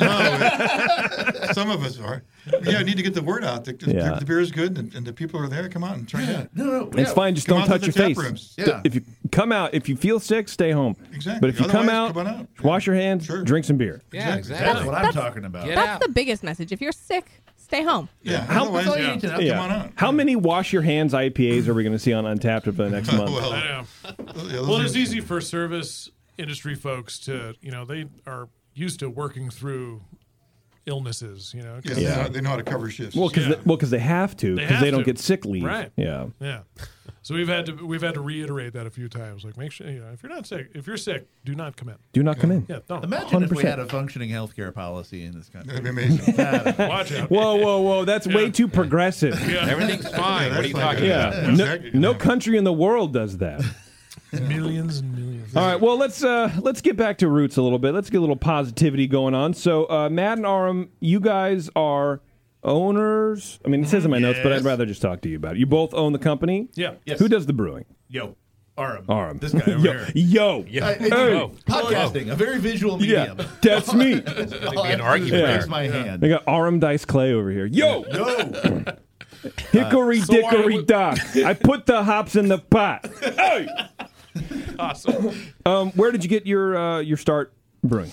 Speaker 9: No, some of us are. Yeah, I need to get the word out. The, the-
Speaker 1: Yeah.
Speaker 9: the beer is good, and, and the people are there. Come out and try it out.
Speaker 3: No, no,
Speaker 1: It's fine. Just don't touch your face. D- If you come out, if you feel sick, stay home.
Speaker 9: Exactly.
Speaker 1: But if you come
Speaker 9: Otherwise,
Speaker 1: out,
Speaker 9: come on out.
Speaker 1: wash your hands, drink some beer.
Speaker 7: Yeah,
Speaker 3: exactly. That's what I'm talking about.
Speaker 6: That's the biggest message. If you're sick, stay home.
Speaker 9: Yeah.
Speaker 1: How,
Speaker 9: Otherwise, That's all you yeah. need to know. Come on out.
Speaker 1: How many wash your hands IPAs are we going to see on Untapped over the next month?
Speaker 8: I know. well, it's easy for service industry folks to, you know, they are used to working through illnesses, you know. 'cause-
Speaker 1: Well, because
Speaker 8: Yeah.
Speaker 1: they, well, 'cause they have to,
Speaker 8: They
Speaker 1: because they,
Speaker 8: have
Speaker 1: don't
Speaker 8: to.
Speaker 1: get sick leave.
Speaker 8: Right.
Speaker 1: Yeah.
Speaker 8: Yeah. So we've had to we've had to reiterate that a few times. Like, make sure you know if you're not sick, if you're sick, do not come in.
Speaker 1: Do not come in.
Speaker 8: Yeah, don't.
Speaker 3: Imagine if we had a functioning healthcare policy in this country.
Speaker 8: That'd be amazing. Watch out.
Speaker 1: Whoa, whoa, whoa! That's way too progressive.
Speaker 8: Yeah. Everything's
Speaker 7: fine. What are you talking
Speaker 1: Yeah.
Speaker 7: about?
Speaker 1: No, no country in the world does that.
Speaker 8: Millions and millions.
Speaker 1: All right. Well, let's uh, let's get back to roots a little bit. Let's get a little positivity going on. So, uh, Matt and Aram, you guys are owners. I mean, it says in my notes, but I'd rather just talk to you about it. You both own the company.
Speaker 3: Yeah. Yes.
Speaker 1: Who does the brewing?
Speaker 3: Yo, Aram.
Speaker 1: Arm.
Speaker 3: This guy over
Speaker 1: yo,
Speaker 3: here.
Speaker 1: Yo.
Speaker 3: I- I do
Speaker 1: Hey.
Speaker 3: podcasting, a very visual medium.
Speaker 1: Yeah, that's me.
Speaker 3: All I have to do is raise my hand.
Speaker 1: They got Aram Dice Clay over here. Yo.
Speaker 3: Yo.
Speaker 1: Hickory
Speaker 3: Uh, so why
Speaker 1: dickory
Speaker 3: would-
Speaker 1: dock. I put the hops in the pot. Hey.
Speaker 3: Awesome.
Speaker 1: Um, where did you get your uh, your start brewing?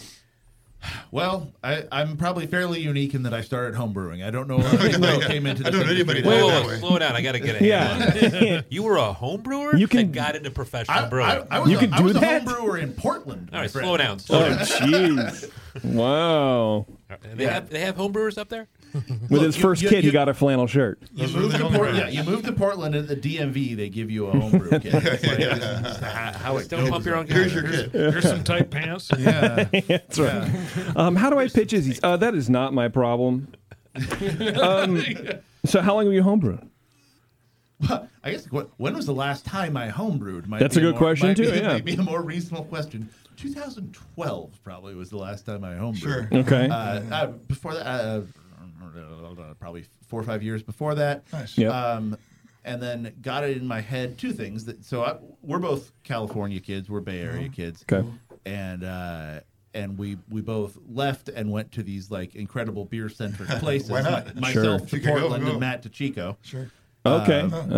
Speaker 3: Well, I, I'm probably fairly unique in that I started home brewing. I don't know. I don't know came into this industry
Speaker 7: Whoa, whoa,
Speaker 3: that
Speaker 7: whoa,
Speaker 3: way.
Speaker 7: slow down. I got to get a handle on it. You were a home brewer
Speaker 3: You
Speaker 7: that got into professional brewing.
Speaker 3: I was a- I was a home brewer in Portland.
Speaker 7: Oh, All right,
Speaker 3: my friend.
Speaker 7: slow down. Slow
Speaker 1: Oh,
Speaker 7: down.
Speaker 1: jeez. Wow.
Speaker 7: They have they have home brewers up there?
Speaker 1: With
Speaker 3: Look,
Speaker 1: his
Speaker 3: you-
Speaker 1: first
Speaker 3: you-
Speaker 1: kid, he
Speaker 3: you-
Speaker 1: got a flannel shirt.
Speaker 3: You move, to Port- yeah, you move to Portland at the DMV, they give you a homebrew kit. It's like,
Speaker 8: Yeah.
Speaker 3: this is how, how it
Speaker 8: Don't
Speaker 3: goes.
Speaker 8: pump your own Here's your kit. Here's some tight pants.
Speaker 3: Yeah.
Speaker 1: That's right. Um, how do I pitch Izzy's? Uh, that is not my problem. Um, so, how long were you homebrewing?
Speaker 3: I guess what, when was the last time I homebrewed? Might
Speaker 1: That's
Speaker 3: be
Speaker 1: a good
Speaker 3: more-
Speaker 1: question,
Speaker 3: might be-
Speaker 1: too, yeah.
Speaker 3: might be a more reasonable question. 2012 probably was the last time I homebrewed.
Speaker 1: Sure. Okay.
Speaker 3: Uh, uh, before that, uh, probably four or five years before that. Nice.
Speaker 1: Yep.
Speaker 3: Um, and then got it in my head two things that so I, we're both California kids, we're Bay Area kids.
Speaker 1: Okay.
Speaker 3: And uh, and we we both left and went to these like incredible beer centric places.
Speaker 9: Why not?
Speaker 3: My-
Speaker 1: Sure.
Speaker 3: myself
Speaker 9: You
Speaker 3: to
Speaker 9: can go,
Speaker 3: Portland
Speaker 9: go.
Speaker 3: and Matt to Chico.
Speaker 9: Sure.
Speaker 1: Okay.
Speaker 3: Um,
Speaker 1: All right. Mhm.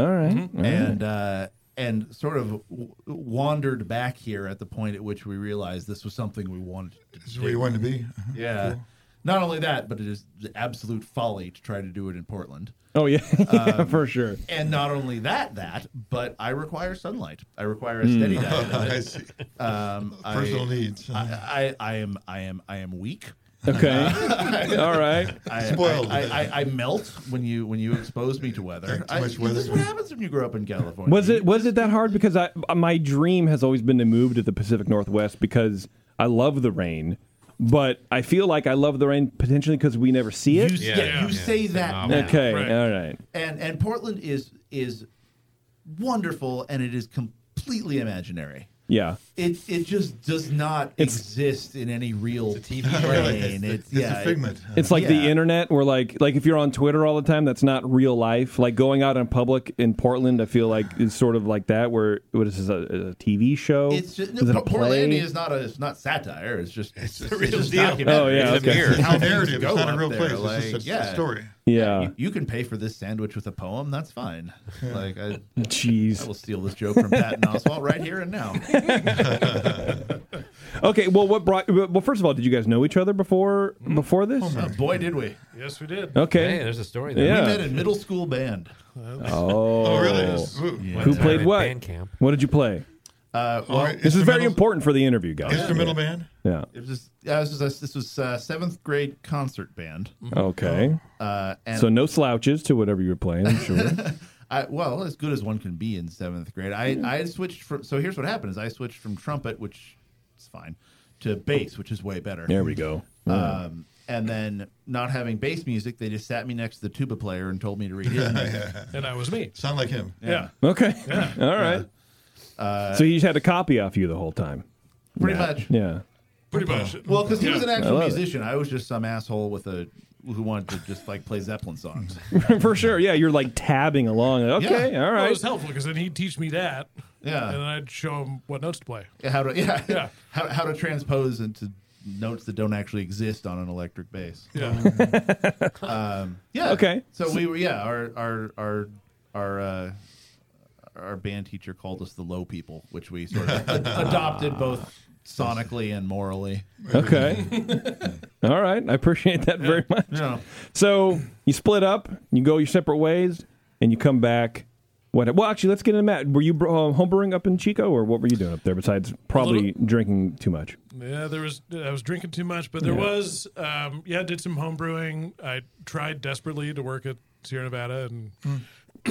Speaker 1: All right.
Speaker 3: And uh, and sort of w- wandered back here at the point at which we realized this was something we wanted. To
Speaker 9: This is where you wanted to be. Uh-huh.
Speaker 3: Yeah.
Speaker 9: Cool.
Speaker 3: Not only that, but it is the absolute folly to try to do it in Portland.
Speaker 1: Oh, yeah.
Speaker 3: Um,
Speaker 1: Yeah, for sure.
Speaker 3: And not only that, that, but I require sunlight. I require a steady diet.
Speaker 9: Mm.
Speaker 3: of it.
Speaker 9: I see.
Speaker 3: Um, I-
Speaker 9: Personal needs.
Speaker 3: I, I, I am. I am. I am weak.
Speaker 1: Okay.
Speaker 3: Uh,
Speaker 1: All right.
Speaker 3: I,
Speaker 1: Spoiled.
Speaker 3: I, I, I, I melt when you when you expose me to weather. I- This is what happens when you grow up in California.
Speaker 1: Was it was it that hard? Because I my dream has always been to move to the Pacific Northwest because I love the rain, but I feel like I love the rain potentially because we never see it.
Speaker 3: Yeah, you say that. now.
Speaker 1: Okay. All right.
Speaker 3: And and Portland is is wonderful, and it is completely imaginary.
Speaker 1: Yeah.
Speaker 3: It it just does not exist in any real TV
Speaker 9: Really, it's-
Speaker 3: It's,
Speaker 9: it's a
Speaker 3: yeah, it-
Speaker 9: figment.
Speaker 1: It's like
Speaker 3: yeah.
Speaker 1: the internet where like like if you're on Twitter all the time, that's not real life. Like going out in public in Portland, I feel like is sort of like that where what is this a, a TV show?
Speaker 3: It's just, no,
Speaker 1: is it a
Speaker 3: Por- Portlandia
Speaker 1: play?
Speaker 3: is not a it's not satire. It's just it's, it's
Speaker 9: real
Speaker 3: just
Speaker 9: deal.
Speaker 1: Oh,
Speaker 3: documentary.
Speaker 1: yeah,
Speaker 3: It's
Speaker 1: okay.
Speaker 3: just how
Speaker 9: It's a
Speaker 3: things
Speaker 9: narrative.
Speaker 3: go
Speaker 9: It's not a
Speaker 3: up
Speaker 9: real
Speaker 3: there.
Speaker 9: place. It's
Speaker 3: Like,
Speaker 9: just a
Speaker 3: yeah.
Speaker 9: story.
Speaker 1: Yeah.
Speaker 3: you, you can pay for this sandwich with a poem. That's fine. Like I,
Speaker 1: Jeez.
Speaker 3: I will steal this joke from Patton Oswalt right here and now.
Speaker 1: Okay, well what brought well first of all, did you guys know each other before before this?
Speaker 3: Oh, boy, did we!
Speaker 8: Yes, we did.
Speaker 1: Okay.
Speaker 7: Hey, there's a story
Speaker 1: there. Yeah.
Speaker 3: We met in middle school band.
Speaker 1: Oh,
Speaker 3: Yeah.
Speaker 1: Who played what?
Speaker 7: Band camp.
Speaker 1: What did you play?
Speaker 3: Uh, well,
Speaker 1: Well, this is very important for the interview, guys.
Speaker 9: Instrumental band?
Speaker 1: Yeah.
Speaker 3: It was just, yeah, this was a, this was uh seventh grade concert band.
Speaker 8: Mm.
Speaker 1: Okay.
Speaker 3: Uh, and
Speaker 1: so no slouches to whatever you were playing, I'm sure.
Speaker 3: I, well, as good as one can be in seventh grade. I I had switched from. So here's what happened: is I switched from trumpet, which is fine, to bass, which is way better.
Speaker 1: there we go. Yeah.
Speaker 3: Um, and then not having bass music, they just sat me next to the tuba player and told me to read his music.
Speaker 8: And I was me.
Speaker 9: Sound like him.
Speaker 8: Yeah.
Speaker 1: okay. All right. so he just had a copy off you the whole time.
Speaker 3: Pretty
Speaker 1: Yeah.
Speaker 3: much.
Speaker 1: Yeah.
Speaker 8: Pretty much.
Speaker 3: Well, because he was an
Speaker 1: I
Speaker 3: actual
Speaker 1: love it.
Speaker 3: musician, I was just some asshole with a who wanted to just like play Zeppelin songs.
Speaker 1: for sure. Yeah, you're like tabbing along. Okay. All
Speaker 8: Well, it
Speaker 1: right.
Speaker 8: was helpful because then he'd teach me that.
Speaker 3: Yeah.
Speaker 8: And then I'd show him what notes to play.
Speaker 3: How to yeah,
Speaker 8: Yeah.
Speaker 3: How, how to transpose into notes that don't actually exist on an electric bass.
Speaker 8: Yeah.
Speaker 3: Um, yeah.
Speaker 1: Okay.
Speaker 3: So we were yeah our our our our. Uh, our band teacher called us the low people, which we sort of ad- adopted both sonically and morally.
Speaker 1: Okay. All right. I appreciate that very much.
Speaker 3: Yeah.
Speaker 1: So you split up, you go your separate ways, and you come back. What? Well, actually, let's get into Matt. Were you uh, homebrewing up in Chico, or what were you doing up there besides probably drinking too much?
Speaker 8: Yeah, there was. I was drinking too much, but there
Speaker 1: Yeah.
Speaker 8: was. Um, yeah, did some home brewing. I tried desperately to work at Sierra Nevada, and I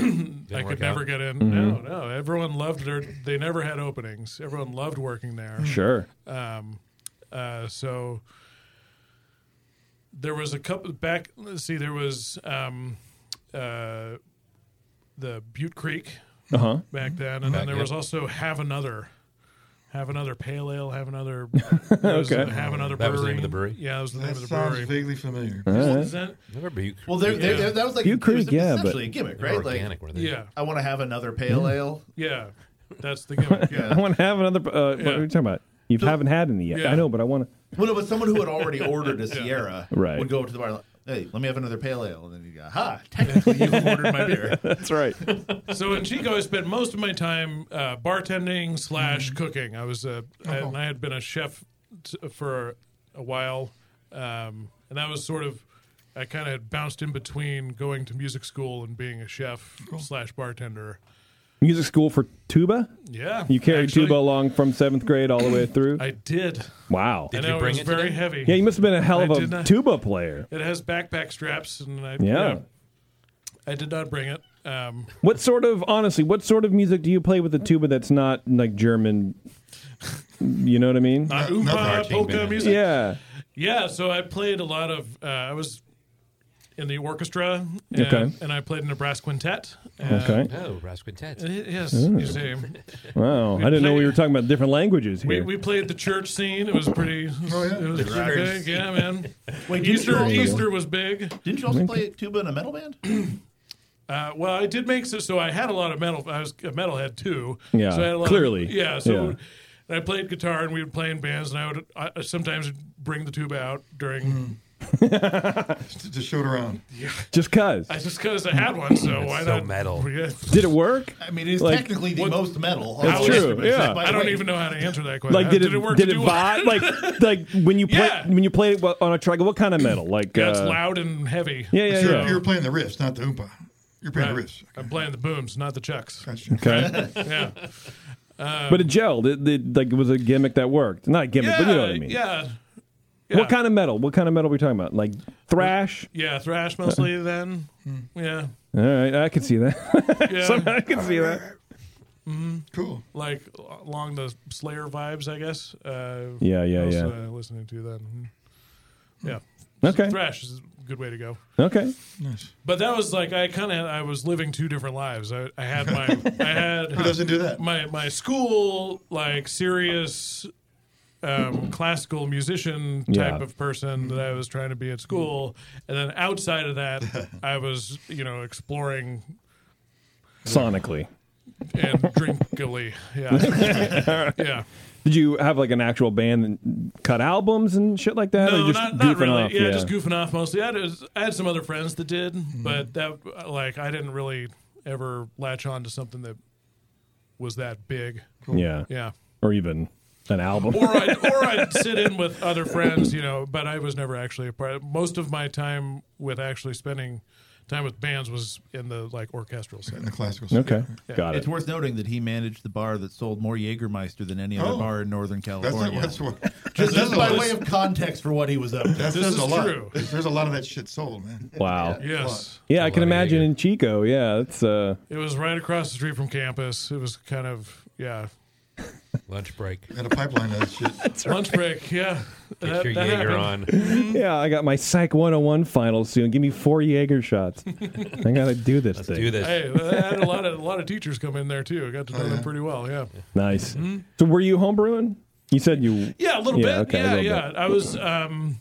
Speaker 7: work
Speaker 8: could never
Speaker 7: out.
Speaker 8: get in.
Speaker 1: Mhm.
Speaker 8: No, no. Everyone loved their. They never had openings. Everyone loved working there.
Speaker 1: Sure.
Speaker 8: Um, uh, so there was a couple back. Let's see. There was um, uh, the Butte Creek
Speaker 1: Uh huh.
Speaker 8: back then, and
Speaker 1: Uh-huh. Back,
Speaker 8: then there was
Speaker 1: yep.
Speaker 8: also Have Another. Have another pale ale. Have another.
Speaker 1: Okay.
Speaker 8: Have another.
Speaker 7: That was the
Speaker 8: brewery.
Speaker 7: name of the brewery?
Speaker 8: Yeah, that was the
Speaker 9: That
Speaker 8: name of the
Speaker 9: sounds
Speaker 8: brewery.
Speaker 9: vaguely familiar.
Speaker 1: All right.
Speaker 8: Is that-
Speaker 7: Remember Butte Creek?
Speaker 3: Well, there, there- there- that was like
Speaker 1: Butte
Speaker 3: it was
Speaker 1: Creek, yeah, but-
Speaker 3: essentially a gimmick,
Speaker 7: They're
Speaker 3: right? Like,
Speaker 7: organic, weren't they?
Speaker 8: Yeah.
Speaker 3: I want to have another pale
Speaker 1: Yeah.
Speaker 3: ale.
Speaker 8: Yeah, that's the gimmick.
Speaker 3: Yeah.
Speaker 1: I want to have another. Uh, What are you talking about? You haven't had any yet.
Speaker 3: Yeah.
Speaker 1: I know, but I want to.
Speaker 3: Well, no, but someone who had already ordered a Sierra
Speaker 1: Right.
Speaker 3: would go up to the bar. Like, hey, let me have another pale ale, and then you go, ha! Technically, you ordered my beer.
Speaker 1: That's right.
Speaker 8: so in Chico, I spent most of my time uh, bartending slash cooking. I was a, I, and I had been a chef t- for a while, um, and that was sort of I kind of had bounced in between going to music school and being a chef slash bartender.
Speaker 1: Music school for tuba.
Speaker 8: Yeah,
Speaker 1: You carried
Speaker 8: actually.
Speaker 1: tuba along from seventh grade all the way through.
Speaker 8: I did.
Speaker 1: Wow.
Speaker 8: I know it was very heavy.
Speaker 1: Yeah, you must have been a hell
Speaker 8: I
Speaker 1: of a
Speaker 8: did not-
Speaker 1: tuba player.
Speaker 8: It has backpack straps, and I
Speaker 1: Yeah.
Speaker 8: I did not bring it. Um,
Speaker 1: What sort of honestly? What sort of music do you play with a tuba that's not like German? You know what I mean?
Speaker 8: Not Oompa,
Speaker 7: marching
Speaker 8: polka
Speaker 7: band.
Speaker 8: music.
Speaker 1: Yeah.
Speaker 8: Yeah, so I played a lot of. Uh, I was in the orchestra, and,
Speaker 1: Okay. Uh-huh.
Speaker 8: and I played in a brass quintet.
Speaker 1: Okay.
Speaker 7: Oh, brass quintet.
Speaker 8: Uh, yes,
Speaker 1: Oh.
Speaker 8: you see.
Speaker 1: Wow. I
Speaker 8: We
Speaker 1: didn't know
Speaker 8: play-
Speaker 1: we were talking about different languages
Speaker 8: We,
Speaker 1: here.
Speaker 8: we played the church scene. It was pretty.
Speaker 3: Oh,
Speaker 8: It was
Speaker 7: The
Speaker 8: pretty
Speaker 7: rockers.
Speaker 8: big. Yeah, man.
Speaker 3: Wait, didn't you
Speaker 8: Easter
Speaker 3: also-
Speaker 8: Easter was big.
Speaker 3: Didn't you also play tuba in a metal band?
Speaker 8: Uh, well, I did make so, so I had a lot of metal. I was a metalhead too.
Speaker 1: Yeah,
Speaker 8: so I had a lot
Speaker 1: clearly.
Speaker 8: Of, yeah. So
Speaker 1: Yeah.
Speaker 8: and I played guitar, and we would play in bands, and I would I, I sometimes bring the tuba out during.
Speaker 3: Hmm.
Speaker 9: Just to show it around.
Speaker 1: Just cause.
Speaker 8: I just because I had one, so why
Speaker 7: so
Speaker 8: not?
Speaker 7: metal.
Speaker 8: Yeah.
Speaker 1: Did it work?
Speaker 3: I mean, it's
Speaker 1: Like-
Speaker 3: technically the
Speaker 8: What-
Speaker 3: most metal.
Speaker 1: That's
Speaker 3: of all
Speaker 1: true,
Speaker 3: instruments,
Speaker 1: yeah.
Speaker 3: by
Speaker 8: I
Speaker 3: the
Speaker 8: don't
Speaker 3: way.
Speaker 8: even know how to answer that question.
Speaker 1: Like did it,
Speaker 8: uh, work?
Speaker 1: did
Speaker 8: to
Speaker 1: it
Speaker 8: do
Speaker 1: vibe? Like like when you play
Speaker 8: Yeah.
Speaker 1: when you play it on a track, what kind of metal? Like
Speaker 8: Yeah, it's
Speaker 1: uh,
Speaker 8: loud and heavy.
Speaker 1: Yeah, yeah,
Speaker 9: You're,
Speaker 1: yeah.
Speaker 9: you're playing the riffs, not the oompa. You're playing the
Speaker 8: Right.
Speaker 9: riffs.
Speaker 8: I'm playing the booms, not the chucks.
Speaker 9: Gotcha.
Speaker 1: Okay.
Speaker 8: Yeah.
Speaker 1: but it gelled. It, it like it was a gimmick that worked. Not a gimmick,
Speaker 8: yeah,
Speaker 1: but you know what I mean.
Speaker 8: yeah.
Speaker 1: What kind of metal? What kind of metal are we talking about? Like thrash?
Speaker 8: Yeah, thrash mostly then.
Speaker 1: Hmm.
Speaker 8: Yeah.
Speaker 1: All right, I can see that.
Speaker 8: Yeah.
Speaker 1: Somehow I can see that.
Speaker 9: Cool.
Speaker 8: Like along the Slayer vibes, I guess. Uh,
Speaker 1: Yeah, yeah,
Speaker 8: what else
Speaker 1: yeah.
Speaker 8: was I listening to then. Yeah.
Speaker 1: Okay.
Speaker 8: Thrash is a good way to go.
Speaker 1: Okay.
Speaker 9: Nice.
Speaker 8: But that was like I kind of I was living two different lives. I, I had my I had
Speaker 9: Who doesn't do that?
Speaker 8: my my school like serious um, classical musician type
Speaker 1: Yeah.
Speaker 8: of person that I was trying to be at school, and then outside of that, I was you know exploring
Speaker 1: Sonically.
Speaker 8: and drinkily. Yeah, yeah.
Speaker 1: Did you have like an actual band and cut albums and shit like that? or
Speaker 8: No,
Speaker 1: just
Speaker 8: not,
Speaker 1: goofing
Speaker 8: not really.
Speaker 1: off?
Speaker 8: yeah, just goofing off mostly. I had, I had some other friends that did, but that like I didn't really ever latch on to something that was that big.
Speaker 1: Yeah.
Speaker 8: Yeah.
Speaker 1: Or even an album.
Speaker 8: or I'd, or I'd sit in with other friends, you know. But I was never actually a part. Most of my time with actually spending time with bands was in the like orchestral
Speaker 9: In
Speaker 8: setting.
Speaker 9: the classical. side.
Speaker 1: okay. Got it.
Speaker 3: It's worth noting that he managed the bar that sold more Jägermeister than any other
Speaker 9: Oh.
Speaker 3: bar in Northern
Speaker 9: That's not
Speaker 3: California.
Speaker 9: what's what.
Speaker 3: Just,
Speaker 9: that's
Speaker 3: just by
Speaker 9: a-
Speaker 3: way of context for what he was up to.
Speaker 9: That
Speaker 8: This
Speaker 9: says
Speaker 8: is
Speaker 9: a lot.
Speaker 8: true.
Speaker 9: There's a lot of that shit sold, man.
Speaker 1: Wow. Yeah,
Speaker 8: Yes,
Speaker 1: I can
Speaker 7: Bloody
Speaker 1: imagine
Speaker 7: Jaeger.
Speaker 1: in Chico. Yeah, it's uh
Speaker 8: it was right across the street from campus. It was kind of yeah,
Speaker 7: Lunch break.
Speaker 9: Got a pipeline of that shit.
Speaker 8: lunch break. Yeah,
Speaker 7: Get
Speaker 8: That-
Speaker 7: your
Speaker 8: that
Speaker 7: Jaeger on.
Speaker 8: happened. Mm-hmm.
Speaker 1: yeah, I got my Psych 101 final soon. Give me four Jaeger shots. I got to do this thing.
Speaker 7: Do this.
Speaker 8: Hey, I had a lot of a lot of teachers come in there too. I got to know them pretty well. Yeah,
Speaker 1: Nice. So were you homebrewing? You said you
Speaker 8: Mm-hmm. yeah, a little
Speaker 1: Yeah,
Speaker 8: bit.
Speaker 1: okay, a
Speaker 8: yeah,
Speaker 1: little
Speaker 8: yeah. I was um,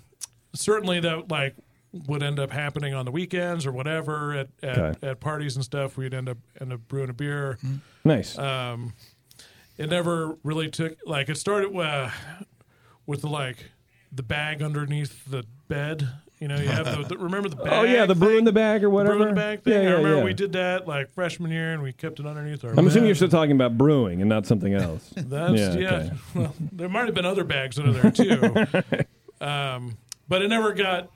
Speaker 8: certainly that like would end up happening on the weekends or whatever at at,
Speaker 1: Okay.
Speaker 8: at parties and stuff. We'd end up end up brewing a beer.
Speaker 1: nice.
Speaker 8: Um, it never really took like it started uh, with the like the bag underneath the bed. You know, you have the, the remember the bag.
Speaker 1: oh yeah, the brew in the
Speaker 8: thing?
Speaker 1: bag or whatever.
Speaker 8: Brewing bag thing.
Speaker 1: Yeah, yeah,
Speaker 8: I remember
Speaker 1: yeah.
Speaker 8: we did that like freshman year, and we kept it underneath our.
Speaker 1: I'm assuming you're
Speaker 8: bed.
Speaker 1: still talking about brewing and not something else.
Speaker 8: That's
Speaker 1: Yeah,
Speaker 8: yeah.
Speaker 1: okay.
Speaker 8: Well, there might have been other bags under there too, um, but it never got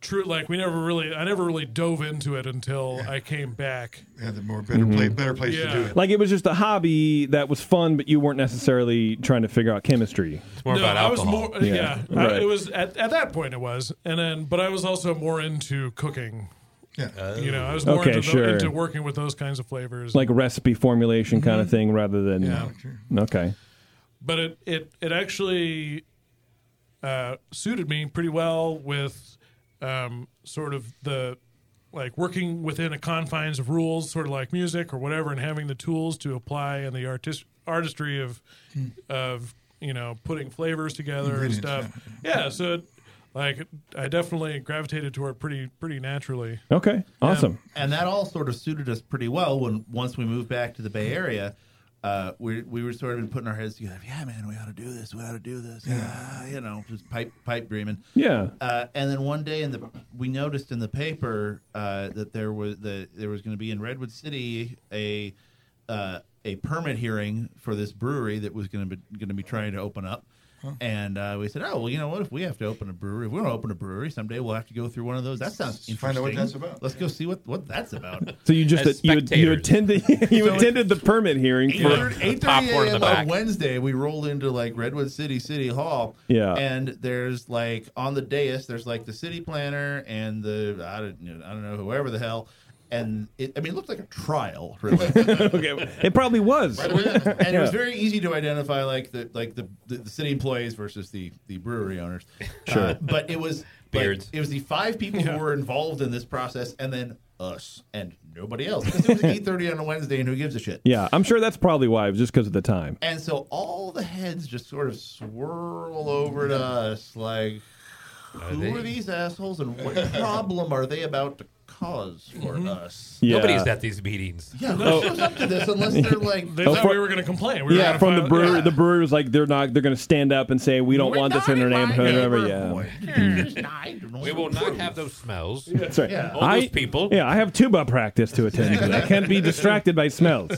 Speaker 8: true. Like we never really, I never really dove into it until I came back.
Speaker 9: Yeah, the more better place, better place
Speaker 8: Yeah.
Speaker 9: to do it.
Speaker 1: like it was just a hobby that was fun, but you weren't necessarily trying to figure out chemistry.
Speaker 7: It's more
Speaker 8: no,
Speaker 7: about
Speaker 8: I was
Speaker 7: alcohol.
Speaker 8: more. Yeah,
Speaker 1: Yeah,
Speaker 8: I-
Speaker 1: right.
Speaker 8: it was at, at that point it was, and then but I was also more into cooking.
Speaker 9: Yeah.
Speaker 8: You know, I was more
Speaker 1: Okay,
Speaker 8: into,
Speaker 1: sure.
Speaker 8: the, into working with those kinds of flavors.
Speaker 1: Like recipe formulation
Speaker 8: Mm-hmm.
Speaker 1: kind of thing, rather than okay.
Speaker 8: but it it it actually uh, suited me pretty well with um, sort of the like working within a confines of rules, sort of like music or whatever, and having the tools to apply and the artist artistry of of you know putting flavors together and
Speaker 9: Ingredients,
Speaker 8: stuff. Yeah, so it- like I definitely gravitated toward pretty pretty naturally.
Speaker 1: Okay, awesome.
Speaker 3: And that all sort of suited us pretty well when once we moved back to the Bay Area. Uh, we, we were sort of been putting our heads together. Yeah, man, we ought to do this. We ought to do this. Yeah, you know, just pipe pipe dreaming.
Speaker 1: Yeah.
Speaker 3: Uh, and then one day in the we noticed in the paper uh, that there was the there was going to be in Redwood City a uh, a permit hearing for this brewery that was going to be going to be trying to open up.
Speaker 13: Huh.
Speaker 3: And uh, we said, oh well, you know what? If we have to open a brewery, if we want to open a brewery someday, we'll have to go through one of those. That sounds interesting.
Speaker 9: Find out what that's about.
Speaker 3: Let's go see what, what that's about.
Speaker 1: So you just you, you attended you
Speaker 3: So it-
Speaker 1: attended the permit hearing
Speaker 3: Eight
Speaker 1: for
Speaker 3: thirty a.m. on Wednesday, we roll into like Redwood City City Hall.
Speaker 1: Yeah.
Speaker 3: and there's like on the dais, there's like the city planner and the I don't know, I don't know whoever the hell. And it, I mean, it looked like a trial, really.
Speaker 1: It probably was.
Speaker 3: Right away. and it
Speaker 1: Yeah.
Speaker 3: was very easy to identify like the like the, the, the city employees versus the the brewery owners. Uh,
Speaker 1: Sure.
Speaker 3: but it was like,
Speaker 7: Beards.
Speaker 3: it was the five people who were involved in this process, and then us and nobody else. Because it was eight thirty on a Wednesday, and who gives a shit?
Speaker 1: Yeah, I'm sure that's probably why, it was just because of the time.
Speaker 3: And so all the heads just sort of swirl over to us, like, who
Speaker 7: they-
Speaker 3: are these assholes and what problem are they about to cause for
Speaker 7: Mm-hmm.
Speaker 3: us?
Speaker 1: Yeah.
Speaker 7: Nobody's at these meetings.
Speaker 3: Yeah, who shows up to this unless they're like,
Speaker 8: They
Speaker 1: Oh,
Speaker 8: thought
Speaker 1: for-
Speaker 8: we were going to complain. We
Speaker 1: yeah,
Speaker 8: were
Speaker 1: from
Speaker 8: gonna
Speaker 1: the
Speaker 8: file-
Speaker 1: brewery,
Speaker 8: Yeah.
Speaker 1: the brewery was like they're not they're going to stand up and say we don't want this in our neighborhood. Whatever. Yeah,
Speaker 7: we will not have those smells.
Speaker 1: that's right.
Speaker 7: All
Speaker 1: I-
Speaker 7: those people.
Speaker 1: Yeah, I have tuba practice to attend to. I can't be distracted by smells.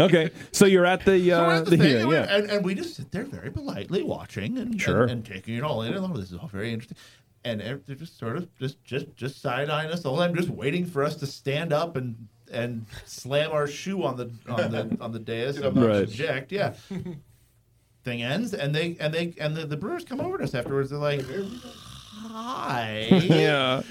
Speaker 1: Okay, so you're at the uh, the,
Speaker 3: the thing,
Speaker 1: hearing.
Speaker 3: and,
Speaker 1: Yeah,
Speaker 3: and, and we just sit there very politely watching and,
Speaker 1: Sure.
Speaker 3: and, and taking it all in. And oh, this is all very interesting. And ev- they're just sort of just just just side eyeing us the whole time, just waiting for us to stand up and and slam our shoe on the on the on the dais and
Speaker 1: Right.
Speaker 3: object. Yeah. Thing ends, and they and they and the, the brewers come over to us afterwards. They're like, "Hi,
Speaker 1: yeah."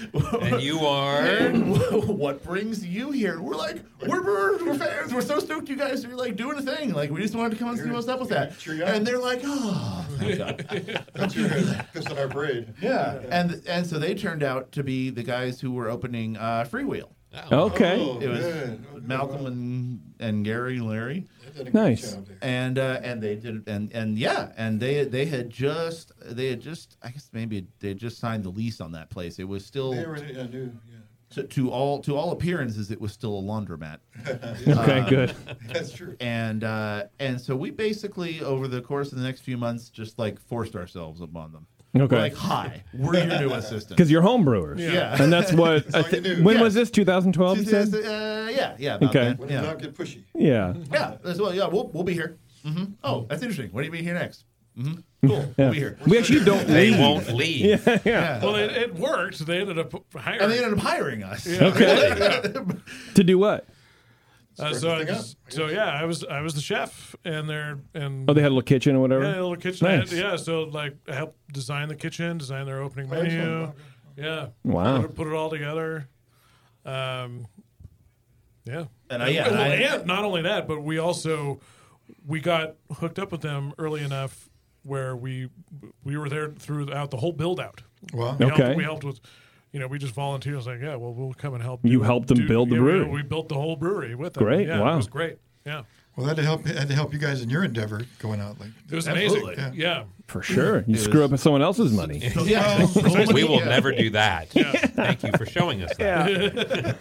Speaker 7: And you are.
Speaker 3: And what brings you here? We're like, we're brewers, we're fans, we're so stoked you guys are like doing a thing. Like, we just wanted to come and see what's up with that. And they're like, oh, thank God.
Speaker 9: That's your piss on our parade.
Speaker 3: Yeah. And and so they turned out to be the guys who were opening uh, Freewheel.
Speaker 1: Okay.
Speaker 9: Oh,
Speaker 3: It was
Speaker 9: good.
Speaker 3: Malcolm and, and Gary and Larry.
Speaker 9: did a good
Speaker 1: Nice.
Speaker 9: job
Speaker 3: And uh, and they did and and yeah and they they had just they had just I guess maybe they had just signed the lease on that place. It was still
Speaker 9: They were yeah, new. Yeah.
Speaker 3: to, to all to all appearances, it was still a laundromat.
Speaker 1: Okay,
Speaker 3: Uh,
Speaker 1: good.
Speaker 9: That's true.
Speaker 3: And uh, and so we basically over the course of the next few months just like forced ourselves upon them. We're
Speaker 1: Okay.
Speaker 3: like, hi, we're your new assistant.
Speaker 1: because you're home brewers.
Speaker 3: Yeah.
Speaker 1: and that's what. I thi- when was this? 2012. You said.
Speaker 3: Uh, yeah, yeah. About
Speaker 1: Okay.
Speaker 3: okay.
Speaker 1: When
Speaker 9: did
Speaker 3: yeah.
Speaker 9: Not get pushy.
Speaker 1: Yeah.
Speaker 3: Yeah. As well. Yeah. We'll, we'll be here. hmm Oh, that's interesting. What do you mean here next? hmm Cool. We'll be here.
Speaker 1: We actually don't
Speaker 7: They
Speaker 1: leave.
Speaker 7: won't leave.
Speaker 1: Yeah, yeah.
Speaker 8: Well, it, it worked. They ended up hiring.
Speaker 3: And they ended up hiring us.
Speaker 1: Okay. To do what?
Speaker 8: Uh, so, I was- so yeah, I was I was the chef, and there and
Speaker 1: Oh, they had a little kitchen or whatever.
Speaker 8: yeah, a little kitchen.
Speaker 1: Nice.
Speaker 8: Yeah, so like I helped design the kitchen, design their opening
Speaker 9: Oh, excellent.
Speaker 8: menu. Yeah.
Speaker 1: Wow.
Speaker 8: Put it, put it all together. Um, yeah.
Speaker 3: And I- yeah, and
Speaker 8: well,
Speaker 3: I-
Speaker 8: and not only that, but we also we got hooked up with them early enough where we we were there throughout the whole build out.
Speaker 9: Wow.
Speaker 8: We
Speaker 1: Okay.
Speaker 8: Helped, we helped with. You know, we just volunteered. I was like, yeah, well, we'll come and help.
Speaker 1: You
Speaker 8: do-
Speaker 1: helped them
Speaker 8: do-
Speaker 1: build the
Speaker 8: yeah, we-
Speaker 1: brewery.
Speaker 8: We, built the whole brewery with them.
Speaker 1: Great,
Speaker 8: Yeah,
Speaker 1: wow.
Speaker 8: It was great. Yeah.
Speaker 9: Well, that help had to help you guys in your endeavor going out like.
Speaker 8: It was
Speaker 3: Absolutely.
Speaker 8: amazing. Yeah.
Speaker 1: For sure. You screw up someone else's money.
Speaker 3: So, yeah.
Speaker 7: we will never do that. Thank you for showing us that.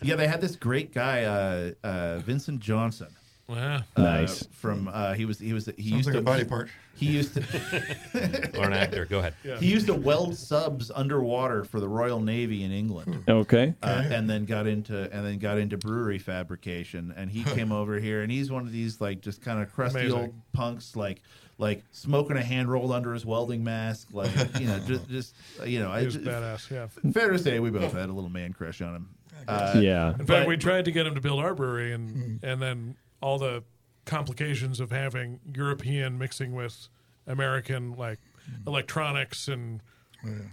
Speaker 3: Yeah, they had this great guy, uh, uh, Vincent Johnson.
Speaker 8: Wow.
Speaker 3: uh,
Speaker 1: Nice.
Speaker 3: From uh, he was he was he used
Speaker 9: Sounds like
Speaker 3: to
Speaker 9: a body part.
Speaker 3: He used to
Speaker 7: Or an actor. Go ahead.
Speaker 3: he used to weld subs underwater for the Royal Navy in England.
Speaker 1: Okay.
Speaker 3: Uh, and then got into and then got into brewery fabrication and he came over here and he's one of these like just kind of crusty
Speaker 8: Amazing.
Speaker 3: old punks like like smoking a hand roll under his welding mask like you know just just uh, you know
Speaker 8: He was
Speaker 3: I,
Speaker 8: badass, yeah.
Speaker 3: fair to say we both had a little man crush on him uh,
Speaker 1: Yeah.
Speaker 8: In fact,
Speaker 3: but- Hmm.
Speaker 8: we tried to get him to build our brewery, and and then all the complications of having European
Speaker 3: Hmm.
Speaker 8: mixing with American like electronics and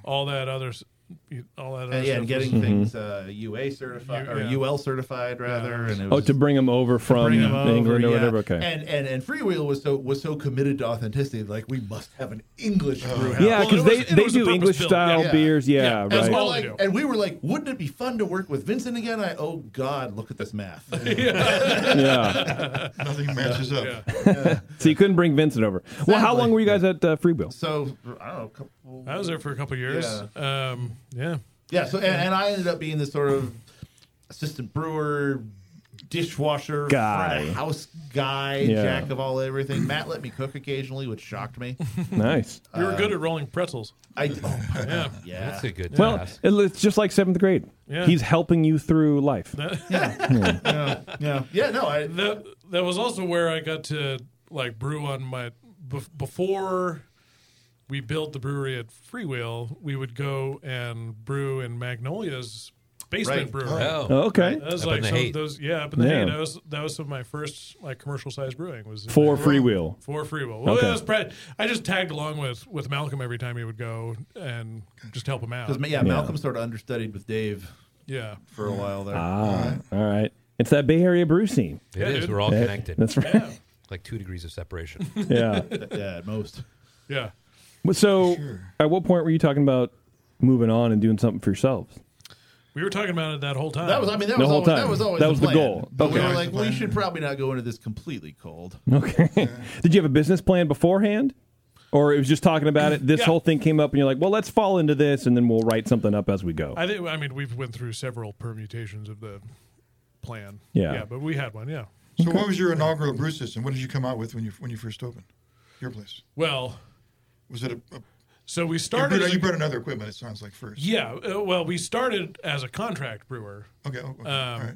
Speaker 8: all that other s- you- all that.
Speaker 3: Uh,
Speaker 8: other
Speaker 3: yeah, and
Speaker 8: stuff
Speaker 3: getting
Speaker 8: was-
Speaker 3: things uh, UA certified or
Speaker 8: yeah.
Speaker 3: UL certified rather. And it
Speaker 1: Mm-hmm. Oh,
Speaker 3: was
Speaker 1: to bring them over from
Speaker 3: bring 'em over,
Speaker 1: England or
Speaker 3: yeah.
Speaker 1: whatever. Okay.
Speaker 3: And and and Freewheel was so was so committed to authenticity, like we must have an English
Speaker 8: Uh,
Speaker 3: brew house.
Speaker 1: Yeah, 'cause Well, it they- was- it they was a do purpose-built, English-style yeah. beers, yeah,
Speaker 3: And
Speaker 1: right.
Speaker 3: we're
Speaker 1: Well,
Speaker 3: like-
Speaker 1: they do.
Speaker 3: and we were like, wouldn't it be fun to work with Vincent again? I oh God, look at this math.
Speaker 1: Yeah.
Speaker 9: Nothing matches up.
Speaker 1: so you couldn't bring Vincent over. Well, how long were you guys at uh, Freewheel?
Speaker 3: So I don't know. A couple,
Speaker 8: I was there for a couple years. Um, yeah.
Speaker 3: Yeah. So and, and I ended up being this sort of assistant brewer, dishwasher,
Speaker 1: Guy.
Speaker 3: front of house guy,
Speaker 1: Yeah.
Speaker 3: jack of all everything. Matt let me cook occasionally, which shocked me.
Speaker 1: Nice.
Speaker 8: We
Speaker 3: Uh,
Speaker 8: were good at rolling pretzels.
Speaker 3: I oh,
Speaker 8: yeah.
Speaker 3: yeah. That's a good
Speaker 1: Well, it- it's just like seventh grade.
Speaker 8: Yeah.
Speaker 1: He's helping you through life. Yeah.
Speaker 3: yeah, yeah, No, I,
Speaker 8: that that was also where I got to like brew on my bef- before we built the brewery at Freewheel. We would go and brew in Magnolia's basement
Speaker 7: Right.
Speaker 8: brewery.
Speaker 7: Oh.
Speaker 1: Oh, okay.
Speaker 8: That was
Speaker 7: Up in
Speaker 8: like
Speaker 7: the
Speaker 8: some
Speaker 7: Haight.
Speaker 8: those yeah, up in the
Speaker 1: Yeah.
Speaker 8: Haight. That was that was some of my first like commercial size brewing was in
Speaker 1: For
Speaker 8: that-
Speaker 1: Freewheel.
Speaker 8: For Freewheel. Well,
Speaker 1: Okay.
Speaker 8: that was pre- I just tagged along with with Malcolm every time he would go and just help him out.
Speaker 3: Because yeah, Malcolm sort of understudied with Dave.
Speaker 8: Yeah.
Speaker 3: for a while there.
Speaker 1: Ah, all right. It's that Bay Area brew scene.
Speaker 7: It is. We're all
Speaker 1: That-
Speaker 7: connected.
Speaker 1: That's right.
Speaker 7: Like two degrees of separation.
Speaker 1: Yeah.
Speaker 3: yeah, at most.
Speaker 8: Yeah.
Speaker 1: Well, So, at what point were you talking about moving on and doing something for yourselves?
Speaker 8: We were talking about it that whole time.
Speaker 3: That was, I mean, that
Speaker 1: The
Speaker 3: was
Speaker 1: whole
Speaker 3: always,
Speaker 1: time.
Speaker 3: that was always
Speaker 1: That
Speaker 3: the,
Speaker 1: was the
Speaker 3: plan.
Speaker 1: goal.
Speaker 3: But we
Speaker 1: Okay.
Speaker 3: were like, we should probably not go into this completely cold.
Speaker 1: Okay. Did you have a business plan beforehand? Or it was just talking about it. This
Speaker 8: Yeah.
Speaker 1: whole thing came up, and you're like, well, let's fall into this, and then we'll write something up as we go.
Speaker 8: I think. I mean, we've went through several permutations of the plan.
Speaker 1: Yeah.
Speaker 8: Yeah, but we had one. Yeah.
Speaker 9: So, what was your inaugural brew system? What did you come out with when you when you first opened your place?
Speaker 8: Well,
Speaker 9: was it a? a
Speaker 8: so we
Speaker 9: You
Speaker 8: started.
Speaker 9: brought,
Speaker 8: as a-
Speaker 9: you brought another equipment. It sounds like first.
Speaker 8: Yeah. uh, Well, we started as a contract brewer.
Speaker 9: Okay. oh, okay,
Speaker 8: Um,
Speaker 9: all right.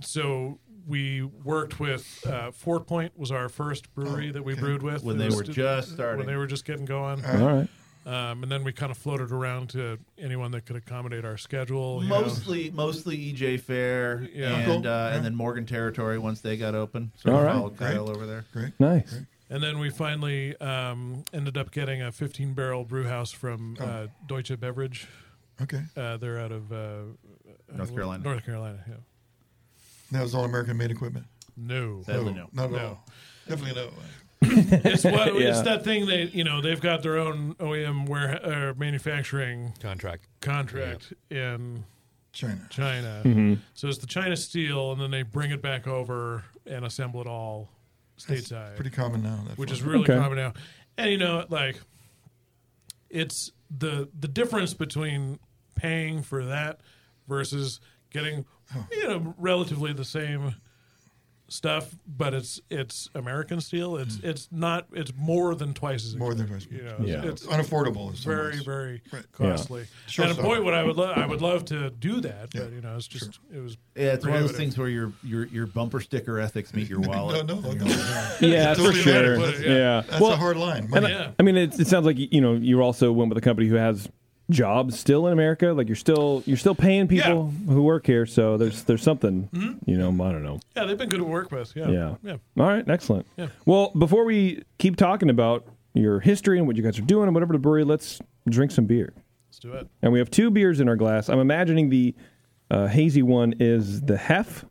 Speaker 8: So we worked with uh, Fort Point was our first brewery that we brewed with
Speaker 3: When
Speaker 8: It
Speaker 3: they
Speaker 8: was
Speaker 3: were
Speaker 8: st-
Speaker 3: just starting.
Speaker 8: When they were just getting going.
Speaker 1: All right.
Speaker 8: Um, and then we kind of floated around to anyone that could accommodate our schedule. you know.
Speaker 3: Mostly, mostly EJ Fair
Speaker 8: Oh, Yeah.
Speaker 3: and
Speaker 8: Cool.
Speaker 3: uh,
Speaker 8: Yeah.
Speaker 3: and then Morgan Territory once they got open. Sort
Speaker 1: All
Speaker 3: of
Speaker 1: right.
Speaker 3: followed
Speaker 1: Great.
Speaker 3: Kyle over there.
Speaker 8: Uh,
Speaker 9: Great.
Speaker 1: Nice.
Speaker 8: And then we finally um, ended up getting a 15 barrel brew house from uh, Deutsche Beverage.
Speaker 9: Okay.
Speaker 8: Uh, they're out of uh,
Speaker 3: North
Speaker 8: uh,
Speaker 3: Carolina.
Speaker 8: North Carolina, yeah.
Speaker 9: That was all American made equipment. Oh,
Speaker 8: No.
Speaker 3: Sadly, no.
Speaker 9: Not at
Speaker 8: No.
Speaker 9: all. Definitely no.
Speaker 8: it's, what, it's
Speaker 9: Yeah.
Speaker 8: that thing they you know they've got their own OEM where uh, manufacturing
Speaker 7: contract
Speaker 8: contract in
Speaker 9: China.
Speaker 8: China.
Speaker 1: Mhm.
Speaker 8: So it's the China steel, and then they bring it back over and assemble it all
Speaker 9: That's
Speaker 8: stateside.
Speaker 9: pretty common now, that
Speaker 8: which
Speaker 9: form.
Speaker 8: is really
Speaker 9: Okay.
Speaker 8: common now. And you know, like it's the the difference between paying for that versus getting you know relatively the same stuff, but it's it's American steel. It's it's not. It's more than twice as
Speaker 9: Hmm. More than
Speaker 8: expensive,
Speaker 9: twice.
Speaker 8: You know,
Speaker 9: Yeah.
Speaker 8: it's, it's
Speaker 9: Unaffordable in some
Speaker 8: Very
Speaker 9: ways.
Speaker 8: very
Speaker 9: Right.
Speaker 8: costly.
Speaker 9: Yeah.
Speaker 8: And a
Speaker 9: Showstopper.
Speaker 8: point when I would love I would love to do that, but you know it's just it was
Speaker 3: Yeah, it's one of those
Speaker 8: prohibitive.
Speaker 3: things where your your your bumper sticker ethics meet your wallet.
Speaker 9: no, no,
Speaker 3: And
Speaker 9: no.
Speaker 3: you're like,
Speaker 1: yeah,
Speaker 9: It's
Speaker 1: for
Speaker 9: totally
Speaker 1: sure.
Speaker 9: right, but,
Speaker 1: yeah.
Speaker 9: yeah. That's a hard line.
Speaker 1: And
Speaker 9: Yeah.
Speaker 1: I, I mean, it, it sounds like you know you also went with a company who has jobs still in America. Like you're still you're still paying people who work here. So there's there's something you know. I don't know.
Speaker 8: yeah they've been good to work with yeah
Speaker 1: Yeah.
Speaker 8: yeah
Speaker 1: All right. Excellent.
Speaker 8: Yeah.
Speaker 1: Well, before we keep talking about your history and what you guys are doing and whatever the brewery, let's drink some beer.
Speaker 8: let's do it.
Speaker 1: And we have two beers in our glass. I'm imagining the uh, hazy one is the Hef.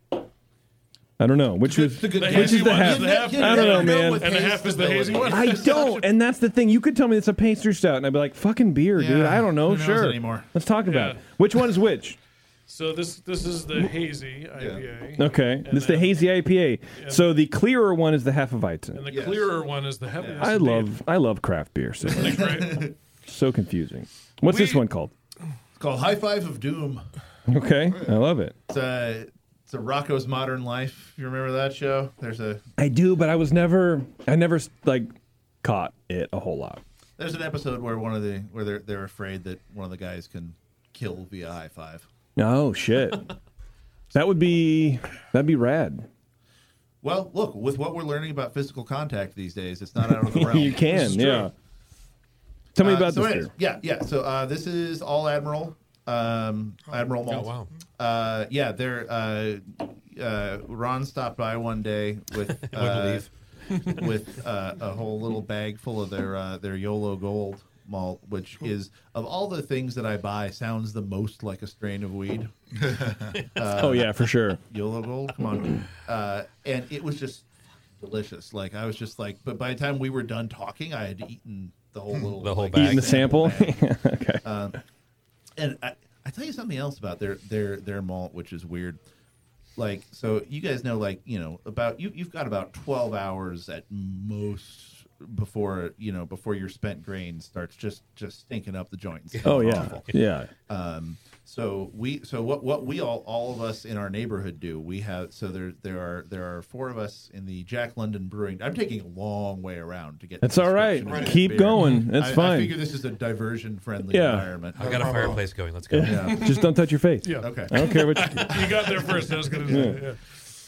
Speaker 1: I don't know which was
Speaker 8: the good
Speaker 1: which
Speaker 8: hazy
Speaker 1: is the
Speaker 8: one is
Speaker 1: Hef.
Speaker 8: the Hef.
Speaker 1: I don't know,
Speaker 8: You never know
Speaker 1: man.
Speaker 8: what And the haze Hef is is the the hazy one. one.
Speaker 1: I don't, and that's the thing. You could tell me it's a pastry stout, and I'd be like, "Fucking beer, dude.
Speaker 8: Yeah,
Speaker 1: I don't know.
Speaker 8: who knows
Speaker 1: sure,
Speaker 8: anymore.
Speaker 1: let's talk about
Speaker 8: Yeah.
Speaker 1: it. Which one is which?
Speaker 8: So this this is the hazy IPA.
Speaker 1: Okay, this is the hazy IPA. So the clearer one is the Hefeweizen.
Speaker 8: And the clearer one is the heavy.
Speaker 1: I love I love craft beer so much. so confusing. What's this one called?
Speaker 3: It's called High Five of Doom.
Speaker 1: Okay, I love it.
Speaker 3: It's a it's a Rocco's Modern Life. You remember that show? There's a
Speaker 1: I do, but I was never I never like caught it a whole lot.
Speaker 3: there's an episode where one of the where they're they're afraid that one of the guys can kill via high five.
Speaker 1: Oh shit. that would be that'd be rad.
Speaker 3: Well, look, with what we're learning about physical contact these days, it's not out of the realm.
Speaker 1: you
Speaker 3: This
Speaker 1: can,
Speaker 3: is true.
Speaker 1: yeah. Tell me
Speaker 3: Uh,
Speaker 1: about
Speaker 3: so
Speaker 1: this
Speaker 3: anyways,
Speaker 1: beer.
Speaker 3: Yeah, yeah. So uh, this is all Admiral, um, Admiral Malt.
Speaker 7: Oh, wow.
Speaker 3: Uh, yeah, they're uh, uh, Ron stopped by one day with
Speaker 7: Wouldn't
Speaker 3: uh,
Speaker 7: leave.
Speaker 3: with uh, a whole little bag full of their uh, their YOLO Gold, malt, which is of all the things that I buy, sounds the most like a strain of weed. Uh,
Speaker 1: oh yeah, for sure.
Speaker 3: Yolo Gold, come on. Uh, and it was just delicious. Like I was just like, but by the time we were done talking, I had eaten the whole little
Speaker 7: Hmm. The whole
Speaker 3: like,
Speaker 7: bag.
Speaker 1: Eating the sample. okay.
Speaker 3: um, and I, I tell you something else about their their their malt, which is weird. Like so, you guys know, like you know, about you you've got about twelve hours at most before you know before your spent grain starts just just stinking up the joints.
Speaker 1: Oh, yeah. Yeah.
Speaker 3: Um, so we so what what we all all of us in our neighborhood do we have so there there are there are four of us in the Jack London Brewing. I'm taking a long way around to get.
Speaker 1: That's
Speaker 3: to
Speaker 1: all right.
Speaker 3: description of
Speaker 1: Keep
Speaker 3: beer.
Speaker 1: going. That's
Speaker 3: I- I
Speaker 1: fine.
Speaker 3: figure this is a diversion friendly
Speaker 1: Yeah.
Speaker 3: environment.
Speaker 7: I've got a fireplace going. Let's go.
Speaker 1: Yeah. Just don't touch your face.
Speaker 3: Yeah. Okay.
Speaker 1: I don't care what.
Speaker 3: You,
Speaker 8: You got there first. I was gonna say,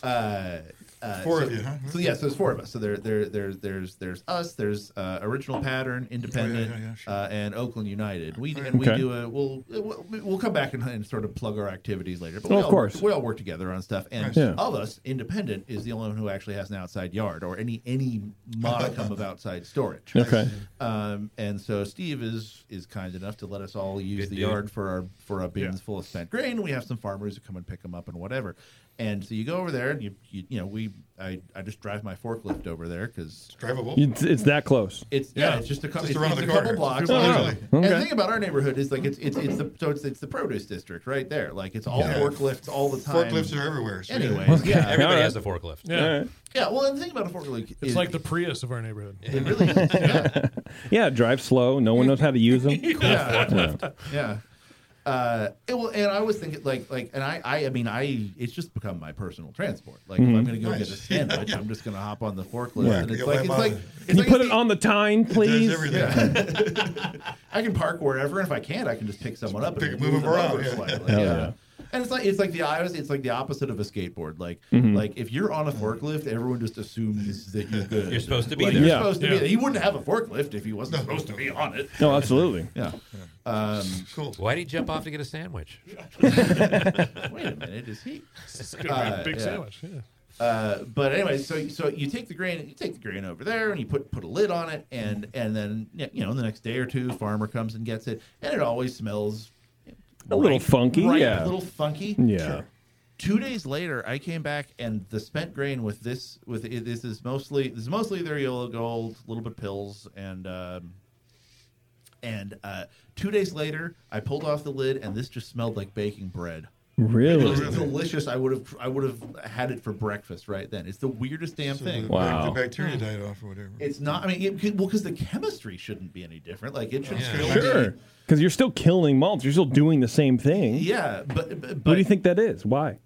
Speaker 8: Yeah.
Speaker 3: Uh, uh,
Speaker 9: Four
Speaker 3: so,
Speaker 9: of you, huh?
Speaker 3: So yeah, so there's four of us. So there, there, there, there's, there's us. There's uh, original pattern, independent,
Speaker 9: yeah, yeah,
Speaker 3: uh, and Oakland United. We and we
Speaker 1: Okay.
Speaker 3: do a. We'll, we'll we'll come back and, and sort of plug our activities later. But
Speaker 1: Oh,
Speaker 3: we
Speaker 1: of
Speaker 3: all,
Speaker 1: course.
Speaker 3: we all work together on stuff. And
Speaker 1: Nice. Yeah.
Speaker 3: of us, independent is the only one who actually has an outside yard or any any modicum of outside storage.
Speaker 1: Okay.
Speaker 3: Um, and so Steve is is kind enough to let us all use
Speaker 7: Good
Speaker 3: the
Speaker 7: dude.
Speaker 3: yard for our for our bins full of spent grain. We have some farmers who come and pick them up and whatever. And so you go over there and you you, you know we I, I just drive my forklift over there because
Speaker 9: drivable.
Speaker 1: It's, it's that close.
Speaker 3: It's yeah, it's just a couple,
Speaker 9: Just
Speaker 3: it's,
Speaker 9: around
Speaker 3: it's
Speaker 9: the
Speaker 3: a couple
Speaker 9: corner.
Speaker 3: blocks.
Speaker 9: Oh,
Speaker 3: And-
Speaker 9: really?
Speaker 3: And the
Speaker 1: Okay.
Speaker 3: thing about our neighborhood is like it's it's it's the so it's, it's the produce district right there. Like it's all
Speaker 9: Yeah.
Speaker 3: forklifts all the time.
Speaker 9: Forklifts are everywhere, so yeah.
Speaker 3: Anyways,
Speaker 1: Okay.
Speaker 3: yeah,
Speaker 7: Everybody
Speaker 1: All
Speaker 7: has a forklift.
Speaker 8: Yeah.
Speaker 1: All right.
Speaker 3: yeah. Well, and the thing about a forklift,
Speaker 8: It's
Speaker 3: is,
Speaker 8: like the Prius of our neighborhood.
Speaker 3: it really is. Yeah.
Speaker 1: Yeah, drive slow. No one knows how to use them.
Speaker 3: yeah. yeah. Uh, it will, and I was thinking like like and I, I I mean I it's just become my personal transport. Like if I'm gonna go get a
Speaker 9: Nice.
Speaker 3: sandwich, I'm just gonna hop on the forklift.
Speaker 1: Mm-hmm. Yeah.
Speaker 3: And it's
Speaker 9: Yeah,
Speaker 3: like
Speaker 9: why
Speaker 3: it's
Speaker 9: bother?
Speaker 3: like
Speaker 1: Can
Speaker 3: it's
Speaker 1: you
Speaker 3: like
Speaker 1: put
Speaker 3: it's
Speaker 1: it on the time,
Speaker 9: Does
Speaker 1: please?
Speaker 9: everything.
Speaker 3: I can park wherever, and if I can't, I can just pick someone up
Speaker 9: Pick-
Speaker 3: and
Speaker 9: move 'em around,
Speaker 3: over
Speaker 9: yeah.
Speaker 3: slightly.
Speaker 1: Hell
Speaker 3: Yeah.
Speaker 1: yeah.
Speaker 3: And it's like it's like the I was- it's like the opposite of a skateboard. Like
Speaker 1: Mm-hmm.
Speaker 3: like if you're on a forklift, everyone just assumes that you're good.
Speaker 7: You're supposed to be
Speaker 3: Like,
Speaker 7: there.
Speaker 3: You're
Speaker 1: Yeah.
Speaker 3: supposed to be
Speaker 8: Yeah.
Speaker 3: there. You wouldn't have a forklift if you wasn't supposed to be on it.
Speaker 1: No, Oh, absolutely.
Speaker 3: Yeah. Um,
Speaker 9: Cool.
Speaker 7: Why did he jump off to get a sandwich?
Speaker 3: wait a minute, is he?
Speaker 8: It's gonna be
Speaker 3: Uh,
Speaker 8: a big
Speaker 3: yeah.
Speaker 8: sandwich. Yeah.
Speaker 3: Uh, but anyway, so so you take the grain, you take the grain over there, and you put put a lid on it, and and then you know the next day or two, farmer comes and gets it, and it always smells
Speaker 1: A little funky.
Speaker 3: ripe,
Speaker 1: yeah.
Speaker 3: a little funky.
Speaker 1: Yeah.
Speaker 3: Two days later, I came back and the spent grain with this with it, this is mostly this is mostly their yellow gold, a little bit pills, and um, and uh, two days later, I pulled off the lid and this just smelled like baking bread. It was
Speaker 1: Really?
Speaker 3: delicious. I would have I would have had it for breakfast right then. It's the weirdest damn thing. Hmm.
Speaker 9: The,
Speaker 1: Wow.
Speaker 9: the bacteria died off or whatever.
Speaker 3: It's not. I mean, it, could- well, because the chemistry shouldn't be any different. Like it should
Speaker 7: Yeah.
Speaker 3: still
Speaker 1: Sure.
Speaker 3: Be,
Speaker 1: Because you're still killing malts. You're still doing the same thing.
Speaker 3: yeah, but, but
Speaker 1: What do you think that is? Why?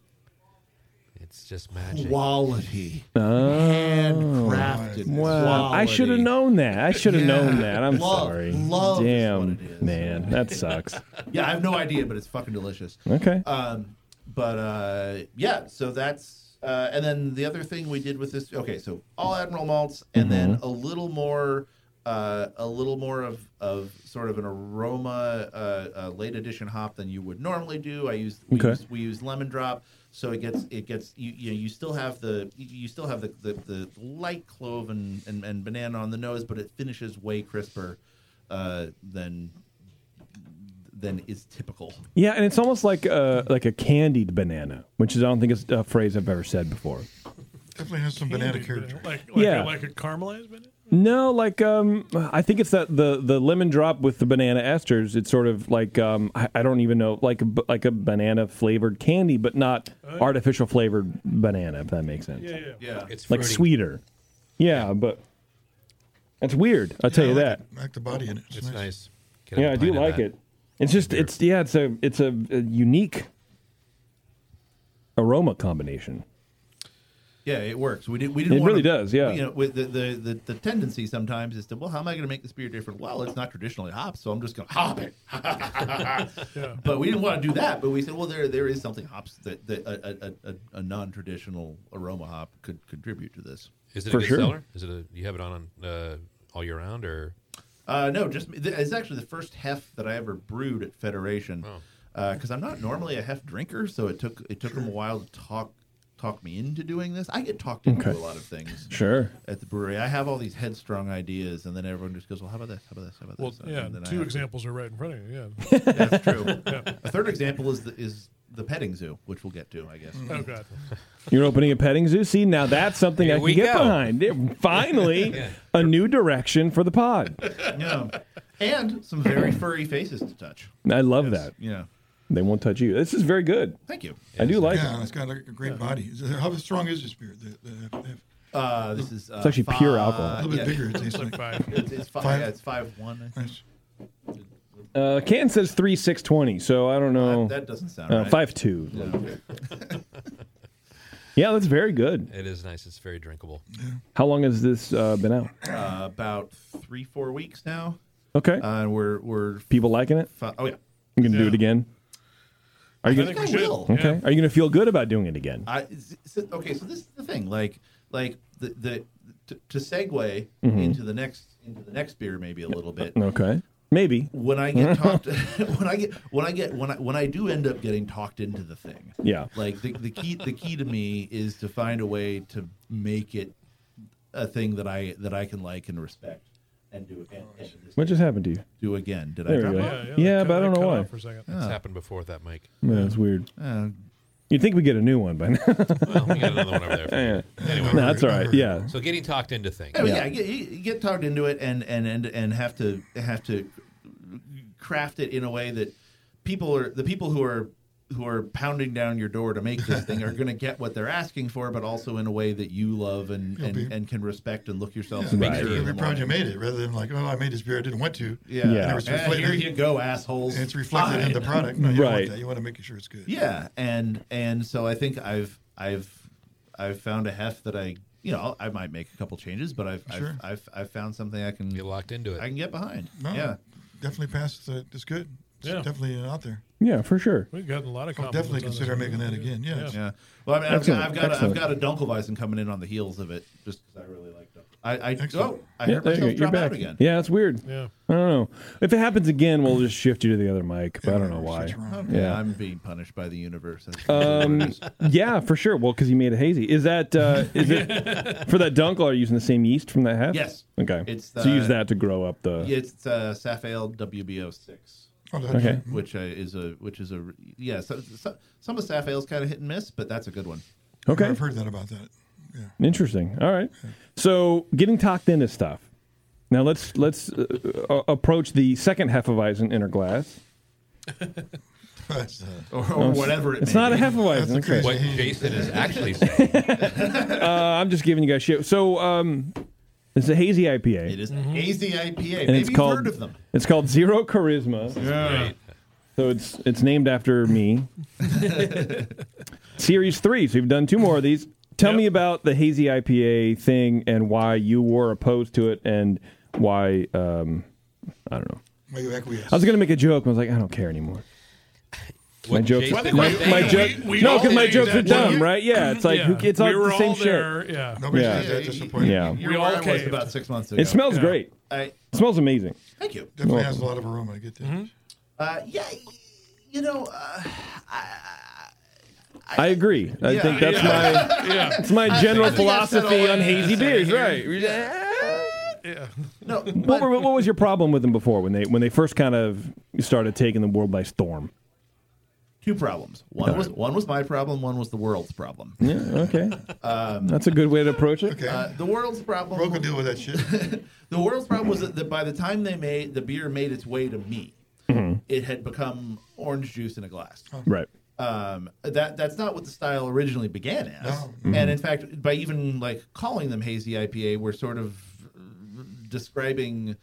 Speaker 7: It's just magic.
Speaker 3: Quality, handcrafted.
Speaker 1: Oh. Wow. I should have
Speaker 3: quality.
Speaker 1: known that. I should have
Speaker 3: Yeah.
Speaker 1: known that. I'm
Speaker 3: Love-
Speaker 1: sorry.
Speaker 3: love is
Speaker 1: Damn,
Speaker 3: what it is.
Speaker 1: man, that sucks.
Speaker 3: Yeah, I have no idea, but it's fucking delicious.
Speaker 1: Okay.
Speaker 3: Um, but uh, yeah, so that's uh, and then the other thing we did with this. Okay, so all Admiral malts, and then a little more, uh, a little more of of sort of an aroma, uh, uh, late edition hop than you would normally do. I used we,
Speaker 1: Okay.
Speaker 3: used, we used lemon drop, so it gets it gets you you, know, you still have the you still have the the, the light clove and, and and banana on the nose, but it finishes way crisper uh, than than is typical.
Speaker 1: yeah, and it's almost like a, like a candied banana, which is I don't think is a phrase I've ever said before.
Speaker 9: Definitely has some banana
Speaker 8: Candy
Speaker 9: character.
Speaker 8: banana. Like, like,
Speaker 1: Yeah.
Speaker 8: a, like a caramelized banana?
Speaker 1: No, like um, I think it's that the the lemon drop with the banana esters. It's sort of like um, I, I don't even know, like a, b- like a banana flavored candy, but not
Speaker 9: Oh.
Speaker 1: artificial flavored banana. If that makes sense,
Speaker 8: Yeah, yeah.
Speaker 3: Yeah.
Speaker 7: It's
Speaker 1: like
Speaker 7: fruity.
Speaker 1: sweeter. Yeah, but that's weird. I'll tell
Speaker 9: Yeah,
Speaker 1: you
Speaker 9: I
Speaker 1: that.
Speaker 9: like it. I like the body in it. It's,
Speaker 7: It's
Speaker 9: nice.
Speaker 7: nice. Get
Speaker 1: Yeah,
Speaker 7: a
Speaker 1: I do
Speaker 7: pint of
Speaker 1: like
Speaker 7: that.
Speaker 1: it. It's just it's yeah, it's a it's a, a unique aroma combination.
Speaker 3: Yeah, it works. We did. We didn't.
Speaker 1: It really
Speaker 3: wanna-
Speaker 1: does, yeah.
Speaker 3: You know, with the, the, the, the tendency sometimes is to well, how am I going to make this beer different? Well, it's not traditionally hops, so I'm just going to hop it. But we didn't want to do that. But we said, well, there there is something hops that, that a, a, a, a non traditional aroma hop could contribute to this.
Speaker 7: Is it
Speaker 1: For
Speaker 7: a good
Speaker 1: sure.
Speaker 7: seller? Is it a? You have it on uh, all year round, or
Speaker 3: Uh, no, just it's actually the first hef that I ever brewed at uh, Federation, because I'm not normally a hef drinker, so it took it took them a while to talk talk me into doing this. I get talked into
Speaker 1: Okay.
Speaker 3: a lot of things.
Speaker 1: Sure.
Speaker 3: At the brewery, I have all these headstrong ideas, and then everyone just goes, "Well, how about this? How about this? How about
Speaker 8: Well,
Speaker 3: this?"
Speaker 8: yeah,
Speaker 3: And then I
Speaker 8: two
Speaker 3: have-
Speaker 8: examples are right in front of you. Yeah,
Speaker 3: That's true. A third example is the, is the petting zoo, which we'll get to, I guess.
Speaker 8: Oh, God.
Speaker 1: You're opening a petting zoo. See, now that's something
Speaker 3: Here
Speaker 1: I can
Speaker 3: we
Speaker 1: get
Speaker 3: go.
Speaker 1: behind. It- Finally,
Speaker 3: Yeah.
Speaker 1: a new direction for the pod.
Speaker 3: Yeah. And some very furry faces to touch.
Speaker 1: I love that.
Speaker 3: Yeah.
Speaker 1: They won't touch you. This is very good.
Speaker 3: Thank you.
Speaker 1: I do like
Speaker 9: yeah,
Speaker 1: it.
Speaker 9: it's got a great body. Is it- How strong is this beer? The- the-
Speaker 3: Uh, this is. Uh,
Speaker 1: It's actually pure alcohol.
Speaker 9: A little bit
Speaker 3: yeah.
Speaker 9: bigger. It tastes like
Speaker 3: It's, it's five.
Speaker 9: Five?
Speaker 3: Yeah, it's five one. I think.
Speaker 1: Uh, Can says three six twenty, so I don't know. Uh,
Speaker 3: that doesn't sound right.
Speaker 1: Oh.
Speaker 3: Uh,
Speaker 1: Five two.
Speaker 3: No.
Speaker 1: yeah, that's very good.
Speaker 7: It is nice. It's very drinkable.
Speaker 1: How long has this uh, been out?
Speaker 3: Uh, about three, four weeks now.
Speaker 1: Okay.
Speaker 3: Uh, we're we're
Speaker 1: people liking it.
Speaker 3: Fi- oh, yeah.
Speaker 1: You gonna do it again? Are you
Speaker 3: I
Speaker 1: gonna,
Speaker 3: think we should.
Speaker 1: Okay.
Speaker 3: Yeah.
Speaker 1: Are you gonna feel good about doing it again?
Speaker 3: I, s- so, okay, so this is the thing. Like, like the the to, to segue
Speaker 1: Mhm.
Speaker 3: into the next into the next beer maybe a little bit.
Speaker 1: Okay. Maybe.
Speaker 3: When I get talked, when I get when I get when I when I do end up getting talked into the thing.
Speaker 1: Yeah.
Speaker 3: Like the, the key the key to me is to find a way to make it a thing that I that I can like and respect and do again.
Speaker 1: What just happened to you?
Speaker 3: Do again. Did I
Speaker 1: There we
Speaker 3: drop
Speaker 1: go.
Speaker 3: out?
Speaker 1: Yeah, but I don't know why.
Speaker 7: It's happened before with that mic.
Speaker 1: Yeah, that's weird.
Speaker 3: Uh,
Speaker 1: You'd think we get a new one by now.
Speaker 7: Well, we got another one over there. for you.
Speaker 1: Yeah.
Speaker 7: Anyway,
Speaker 1: No, that's all right. Yeah.
Speaker 7: So getting talked into things.
Speaker 3: Oh, Yeah, yeah. You, you get talked into it and and and and have to have to craft it in a way that people are the people who are who are pounding down your door to make this thing are going to get what they're asking for, but also in a way that you love and
Speaker 9: Yeah,
Speaker 3: and,
Speaker 9: be-
Speaker 3: and can respect and look yourself.
Speaker 9: Yeah,
Speaker 3: in the
Speaker 9: right.
Speaker 3: mirror in
Speaker 9: You'd
Speaker 3: the
Speaker 9: be proud you
Speaker 3: morning.
Speaker 9: made it, rather than like, oh, I made this beer I didn't want to.
Speaker 3: Yeah.
Speaker 9: And
Speaker 3: Yeah.
Speaker 9: it was
Speaker 3: Eh,
Speaker 9: reflected-
Speaker 3: here you go, assholes.
Speaker 9: It's reflected in the
Speaker 3: Fine.
Speaker 9: product. No, you don't want
Speaker 3: Right.
Speaker 9: that. You want to make sure it's good.
Speaker 3: Yeah, and and so I think I've I've I've found a heft that I you know I might make a couple changes, but I've
Speaker 9: Sure.
Speaker 3: I've, I've I've found something I can get
Speaker 7: locked into it.
Speaker 3: I can get behind.
Speaker 9: No,
Speaker 3: Yeah.
Speaker 9: Definitely past the, it's good. It's
Speaker 8: Yeah.
Speaker 9: definitely out there.
Speaker 1: Yeah, for sure.
Speaker 8: We've gotten a lot of
Speaker 9: I'll
Speaker 8: compliments.
Speaker 9: definitely
Speaker 8: on this
Speaker 9: consider
Speaker 8: one.
Speaker 9: making that again. Yeah.
Speaker 3: Yeah. Well, I mean, I've, got,
Speaker 1: Excellent.
Speaker 3: I've got a, I've
Speaker 1: Excellent.
Speaker 3: got a Dunkelweizen coming in on the heels of it, just because I really like Dunkelweizen. I, I oh, I
Speaker 1: Yeah,
Speaker 3: heard
Speaker 1: there you go.
Speaker 3: myself
Speaker 1: You're
Speaker 3: drop out
Speaker 1: back.
Speaker 3: again.
Speaker 1: Yeah, it's weird.
Speaker 3: Yeah.
Speaker 1: I don't know. If it happens again, we'll just shift you to the other mic. But I don't know why.
Speaker 3: Okay,
Speaker 1: Yeah.
Speaker 3: I'm being punished by the universe. That's-
Speaker 1: Um, yeah, for sure. Well, because you made it hazy. Is that uh, is it for that dunkel? Are you using the same yeast from that half?
Speaker 3: Yes.
Speaker 1: Okay.
Speaker 3: It's
Speaker 1: so you
Speaker 3: the-
Speaker 1: use that to grow up the.
Speaker 3: yeah, it's uh, Safale WBO6.
Speaker 9: Oh, that's
Speaker 1: Okay. right.
Speaker 3: Which uh, is a which is a yeah. So, so, some of Safale's kind of hit and miss, but that's a good one.
Speaker 1: Okay.
Speaker 9: I've heard that about that.
Speaker 1: Interesting. All right. So getting talked into stuff. Now let's let's uh, uh, approach the second Hefeweizen in our glass.
Speaker 9: That's, uh,
Speaker 3: or,
Speaker 1: or whatever it It's may not a be. Hefeweizen, Uh,
Speaker 9: That's
Speaker 1: okay.
Speaker 9: the
Speaker 1: What
Speaker 9: crazy-
Speaker 7: Jason is actually saying.
Speaker 1: uh, I'm just giving you guys shit. So um, it's a hazy IPA.
Speaker 3: It is an hazy IPA.
Speaker 1: and
Speaker 3: Maybe
Speaker 1: it's
Speaker 3: you've
Speaker 1: called
Speaker 3: heard of them.
Speaker 1: it's called Zero Charisma.
Speaker 3: Yeah.
Speaker 1: So it's it's named after me. Series three. So we've done two more of these. Tell me about the hazy IPA thing and why you were opposed to it and why um, I don't know.
Speaker 9: Why you acquiesce?
Speaker 1: I was going to make a joke. But I was like, I don't care anymore. my
Speaker 9: What
Speaker 1: jokes,
Speaker 9: Jason-
Speaker 1: my,
Speaker 9: Well,
Speaker 1: my
Speaker 9: we-
Speaker 1: joke.
Speaker 9: we
Speaker 1: no,
Speaker 9: all
Speaker 1: because my
Speaker 9: did
Speaker 1: jokes
Speaker 9: that.
Speaker 1: are dumb,
Speaker 9: Well,
Speaker 1: right? Yeah, it's like
Speaker 9: yeah.
Speaker 1: who, it's all
Speaker 9: We were
Speaker 1: the same
Speaker 9: all there,
Speaker 1: shit.
Speaker 9: yeah. Nobody's
Speaker 1: yeah.
Speaker 9: that disappointed.
Speaker 1: Yeah,
Speaker 3: You're where I was about six months ago.
Speaker 1: It smells
Speaker 3: Yeah.
Speaker 1: great.
Speaker 3: I-
Speaker 1: it smells amazing.
Speaker 3: Thank you.
Speaker 9: Definitely
Speaker 1: Well,
Speaker 9: has a lot of aroma. I get that.
Speaker 8: Mm-hmm.
Speaker 3: Uh, yeah, you know, uh,
Speaker 1: I agree. I
Speaker 3: Yeah.
Speaker 1: think that's
Speaker 3: Yeah.
Speaker 1: my
Speaker 3: Yeah.
Speaker 1: it's my
Speaker 3: I
Speaker 1: general
Speaker 3: think I said all
Speaker 1: philosophy
Speaker 3: I
Speaker 1: on
Speaker 3: had to
Speaker 1: hazy
Speaker 3: say
Speaker 1: beers,
Speaker 3: here.
Speaker 1: right?
Speaker 3: Yeah. No,
Speaker 1: What, were, what was your problem with them before when they when they first kind of started taking the world by storm?
Speaker 3: two problems. One was one was my problem. One was the world's problem.
Speaker 1: Yeah, okay,
Speaker 3: Um,
Speaker 1: that's a good way to approach it.
Speaker 3: Uh, the world's problem.
Speaker 9: Broke a deal with that shit.
Speaker 3: the world's problem was that, that by the time they made the beer made its way to me,
Speaker 1: Mhm.
Speaker 3: it had become orange juice in a glass.
Speaker 1: Right.
Speaker 3: Um, that that's not what the style originally began as,
Speaker 1: No.
Speaker 3: and in fact, by even like calling them hazy IPA, we're sort of describing.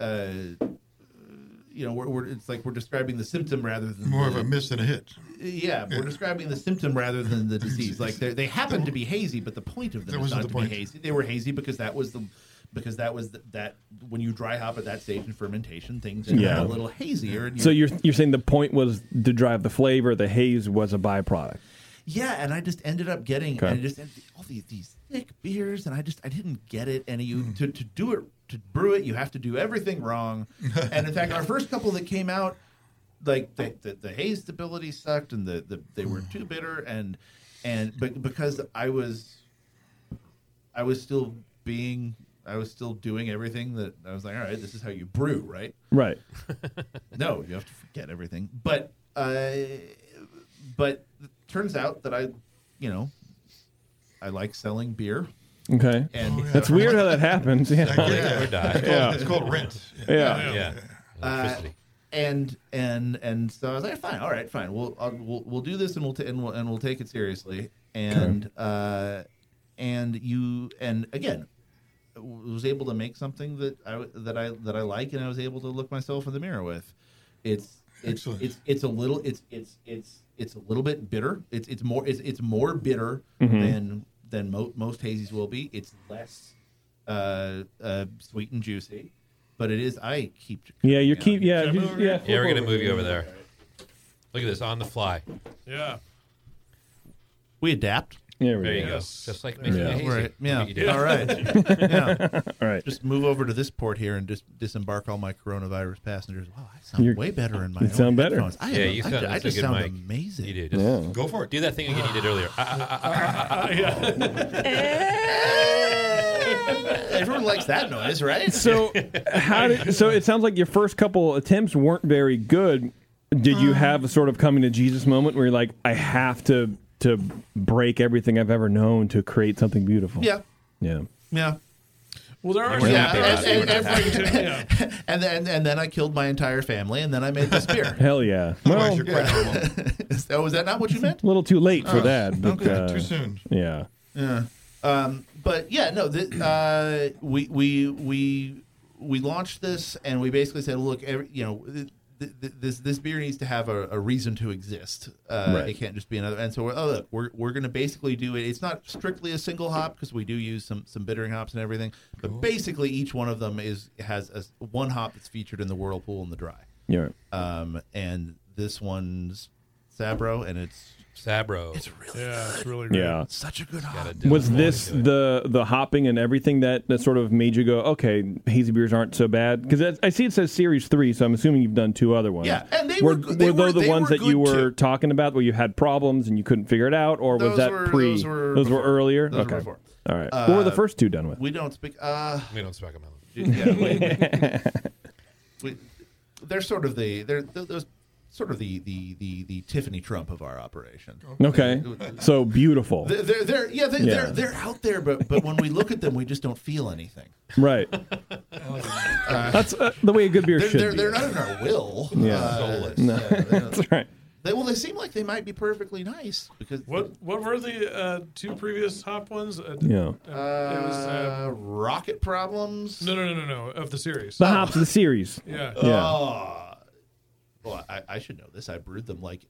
Speaker 3: Uh, you know, we're, we're, it's like we're describing the symptom rather than
Speaker 9: More of
Speaker 3: the-
Speaker 9: a miss than a hit.
Speaker 3: Yeah, we're describing the symptom rather than the disease. Like they they happen to be hazy, but the point of
Speaker 9: That
Speaker 3: them is
Speaker 9: wasn't
Speaker 3: not
Speaker 9: the
Speaker 3: to
Speaker 9: point.
Speaker 3: be hazy. They were hazy because that was the because that was the, that when you dry hop at that stage in fermentation, things get
Speaker 1: Yeah.
Speaker 3: a little hazier. And
Speaker 1: So you're you're saying the point was to drive the flavor. The haze was a byproduct.
Speaker 3: yeah, and I just ended up getting
Speaker 1: Okay.
Speaker 3: and I just ended, all these these thick beers, and I just I didn't get it. And you to to do it to brew it, you have to do everything wrong. and in fact, our first couple that came out, like the the, the haze stability sucked, and the, the they were too bitter, and and but because I was, I was still being, I was still doing everything that I was like, all right, this is how you brew, right?
Speaker 1: Right.
Speaker 3: no, you have to forget everything. But uh, but it turns out that I, you know, I like selling beer.
Speaker 1: Okay.
Speaker 3: And
Speaker 1: That's weird how that happens. Yeah. Yeah. Yeah.
Speaker 3: Uh, and and and so I was like, fine, all right, fine. We'll I'll, we'll, we'll do this and we'll, t- and we'll and we'll take it seriously. And uh, and you and again, w- was able to make something that I w- that I that I like, and I was able to look myself in the mirror with. It's it's
Speaker 9: Excellent.
Speaker 3: it's it's a little it's it's it's it's a little bit bitter. It's it's more it's it's more bitter
Speaker 1: Mhm.
Speaker 3: than than mo- most hazies will be. It's less uh, uh, sweet and juicy, but it is. I keep
Speaker 1: Yeah, you keep. Yeah, you- yeah.
Speaker 7: Yeah, we're gonna move you over there. Look at this on the fly.
Speaker 8: Yeah.
Speaker 3: We adapt.
Speaker 1: Yeah, we
Speaker 7: there you
Speaker 1: do.
Speaker 7: go.
Speaker 1: Yes.
Speaker 7: Just like
Speaker 1: There
Speaker 7: making
Speaker 1: you
Speaker 7: a
Speaker 1: go.
Speaker 7: hazy.
Speaker 3: Right. Yeah.
Speaker 7: You do.
Speaker 3: All right. Yeah.
Speaker 1: All right.
Speaker 3: Just move over to this port here and just disembark all my coronavirus passengers. Wow, I sound
Speaker 1: You're-
Speaker 3: way better in my.
Speaker 1: you
Speaker 3: own
Speaker 1: sound better.
Speaker 3: headphones. I
Speaker 7: yeah,
Speaker 3: am-
Speaker 7: you
Speaker 3: I
Speaker 7: sound.
Speaker 3: ju- I,
Speaker 7: that's a
Speaker 3: just
Speaker 7: good
Speaker 3: sound
Speaker 7: mic.
Speaker 3: amazing.
Speaker 7: You do. Just
Speaker 1: Yeah.
Speaker 7: Go for it. Do that thing again you did earlier.
Speaker 3: Everyone likes that noise, right?
Speaker 1: So how did, so it sounds like your first couple attempts weren't very good. Did you have a sort of coming to Jesus moment where you're like, I have to to break everything I've ever known to create something beautiful?
Speaker 3: Yeah.
Speaker 1: Yeah.
Speaker 3: Yeah.
Speaker 8: Well, there are
Speaker 3: Yeah,
Speaker 8: some
Speaker 3: and, and,
Speaker 8: people-
Speaker 3: every-
Speaker 8: Yeah.
Speaker 3: and then and then I killed my entire family, and then I made this beer.
Speaker 1: Hell yeah. Well,
Speaker 3: so was that not what you meant?
Speaker 1: a little too late for
Speaker 3: Oh,
Speaker 1: that. But,
Speaker 3: okay.
Speaker 1: uh,
Speaker 3: Too soon.
Speaker 1: Yeah.
Speaker 3: Yeah. Um, but yeah, no. Th- uh, we we we we launched this, and we basically said, look, every, you know, th- th- th- this this beer needs to have a, a reason to exist. Uh,
Speaker 1: Right.
Speaker 3: It can't just be another. And so, we're, oh look, we're we're going to basically do it. It's not strictly a single hop because we do use some some bittering hops and everything, but basically each one of them is has a, s- one hop that's featured in the whirlpool and the dry.
Speaker 1: Yeah.
Speaker 3: Um, and this one's Sabro, and it's
Speaker 7: Sabro.
Speaker 3: It's really
Speaker 8: Yeah, it's really great.
Speaker 1: Yeah.
Speaker 3: such a good hop.
Speaker 1: Was this the the hopping and everything that, that sort of made you go, okay, hazy beers aren't so bad? Because I see it says series three, so I'm assuming you've done two other ones.
Speaker 3: Yeah, and they were good- they
Speaker 1: were
Speaker 3: were-
Speaker 1: the
Speaker 3: they
Speaker 1: ones
Speaker 3: were
Speaker 1: that you
Speaker 3: good,
Speaker 1: were talking about where you had problems and you couldn't figure it out, or was
Speaker 3: Those
Speaker 1: that
Speaker 3: were-
Speaker 1: pre?
Speaker 3: those were before.
Speaker 1: earlier.
Speaker 3: Those were
Speaker 1: okay,
Speaker 3: before.
Speaker 1: all right. what were the
Speaker 3: Uh,
Speaker 1: first two done with?
Speaker 3: We don't speak. Uh,
Speaker 7: We don't speak about
Speaker 3: them. Yeah, we, we, they're sort of the they're th- those sort of the the the, the Tiffany Trump of our operation.
Speaker 1: Okay, so beautiful.
Speaker 3: They're, they're, they're yeah, they,
Speaker 1: Yeah.
Speaker 3: they're they're out there, but but when we look at them, we just don't feel anything.
Speaker 1: Right. That's uh, the way a good beer
Speaker 3: They're,
Speaker 1: should
Speaker 3: they're,
Speaker 1: be.
Speaker 3: they're not in our will.
Speaker 1: Yeah.
Speaker 3: Uh,
Speaker 1: Soulless. No.
Speaker 3: yeah, they're-
Speaker 1: That's right.
Speaker 3: They, well, they seem like they might be perfectly nice because
Speaker 8: What what were the uh, two previous hop ones? Uh,
Speaker 1: Yeah.
Speaker 8: uh, it was uh,
Speaker 3: rocket problems.
Speaker 8: No, no, no, no, no. Of the series.
Speaker 1: The hops of the series.
Speaker 8: Yeah.
Speaker 3: Oh. Well, I, I should know this. I brewed them like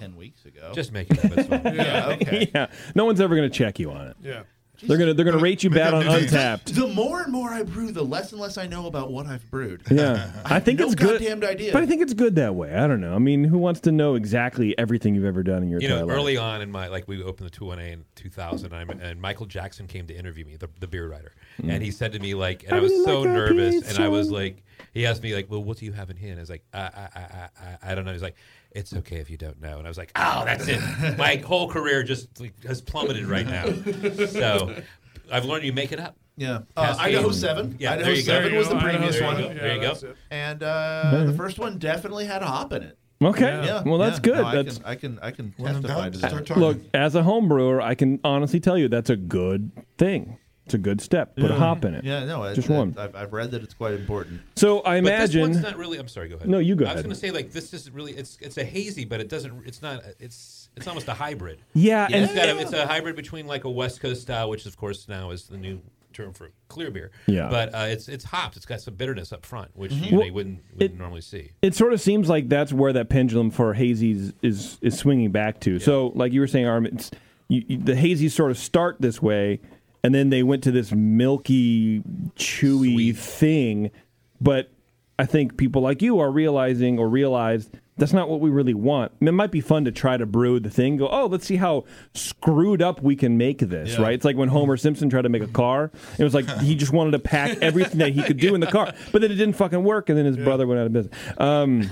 Speaker 3: ten weeks ago.
Speaker 7: Just make it up, it's fine.
Speaker 3: yeah. Okay.
Speaker 1: yeah. No one's ever going to check you on it.
Speaker 8: Yeah.
Speaker 1: They're gonna they're gonna rate you bad on Untapped.
Speaker 3: The more and more I brew, the less and less I know about what I've brewed.
Speaker 1: Yeah, I think
Speaker 3: no
Speaker 1: it's good.
Speaker 3: goddamned idea.
Speaker 1: But I think it's good that way. I don't know. I mean, who wants to know exactly everything you've ever done in your
Speaker 7: You
Speaker 1: entire
Speaker 7: know,
Speaker 1: life?
Speaker 7: early on in my like, we opened the 201A in 2000, and, I'm, and Michael Jackson came to interview me, the, the beer writer,
Speaker 1: Mm-hmm.
Speaker 7: and he said to me like, and I,
Speaker 5: I
Speaker 7: was
Speaker 5: really
Speaker 7: so
Speaker 5: like that
Speaker 7: nervous,
Speaker 5: piece,
Speaker 7: and I was
Speaker 5: John.
Speaker 7: like, he asked me like, well, what do you have in hand? I was like, I, I, I, I, I don't know. He's like, it's okay if you don't know, and I was like, oh, that's it. my whole career just like, has plummeted right now. so I've learned you make it up.
Speaker 3: Yeah. Uh,
Speaker 7: Cascade.
Speaker 3: Idaho Seven.
Speaker 7: Yeah,
Speaker 3: Idaho
Speaker 7: there you go.
Speaker 3: Seven was the
Speaker 7: There you go.
Speaker 3: previous
Speaker 7: There you
Speaker 3: one.
Speaker 7: go. There you go.
Speaker 3: And uh, the first one definitely had a hop in it.
Speaker 1: Okay.
Speaker 3: Yeah.
Speaker 1: Well, that's
Speaker 3: Yeah.
Speaker 1: good.
Speaker 3: No, I
Speaker 1: That's-
Speaker 3: can I can I can testify to that.
Speaker 1: Look, as a home brewer, I can honestly tell you that's a good thing. It's a good step. Put a hop in it.
Speaker 3: Yeah. No. I,
Speaker 1: just
Speaker 3: I,
Speaker 1: one.
Speaker 3: I've, I've read that it's quite important.
Speaker 1: so I
Speaker 7: But
Speaker 1: imagine.
Speaker 7: this one's not really. I'm sorry. Go ahead.
Speaker 1: No, you go
Speaker 7: I was
Speaker 1: ahead.
Speaker 7: going to say like this is really it's it's a hazy, but it doesn't. It's not. It's it's almost a hybrid.
Speaker 1: Yeah,
Speaker 7: it's,
Speaker 1: and-
Speaker 7: got a, it's a hybrid between like a West Coast style, which of course now is the new term for clear beer.
Speaker 1: Yeah.
Speaker 7: but uh, it's it's hops. It's got some bitterness up front, which
Speaker 1: Mhm.
Speaker 7: you, know,
Speaker 1: Well,
Speaker 7: you wouldn't wouldn't normally see.
Speaker 1: It sort of seems like that's where that pendulum for hazies is is swinging back to. So, like you were saying, Arm, it's, you, you, the hazies sort of start this way, and then they went to this milky, chewy thing. But I think people like you are realizing or realized that's not what we really want. And it might be fun to try to brew the thing. Go, oh, let's see how screwed up we can make this.
Speaker 5: Yeah.
Speaker 1: Right? It's like when Homer Simpson tried to make a car. It was like he just wanted to pack everything that he could do in the car, but then it didn't fucking work, and then his brother went out of business. Um,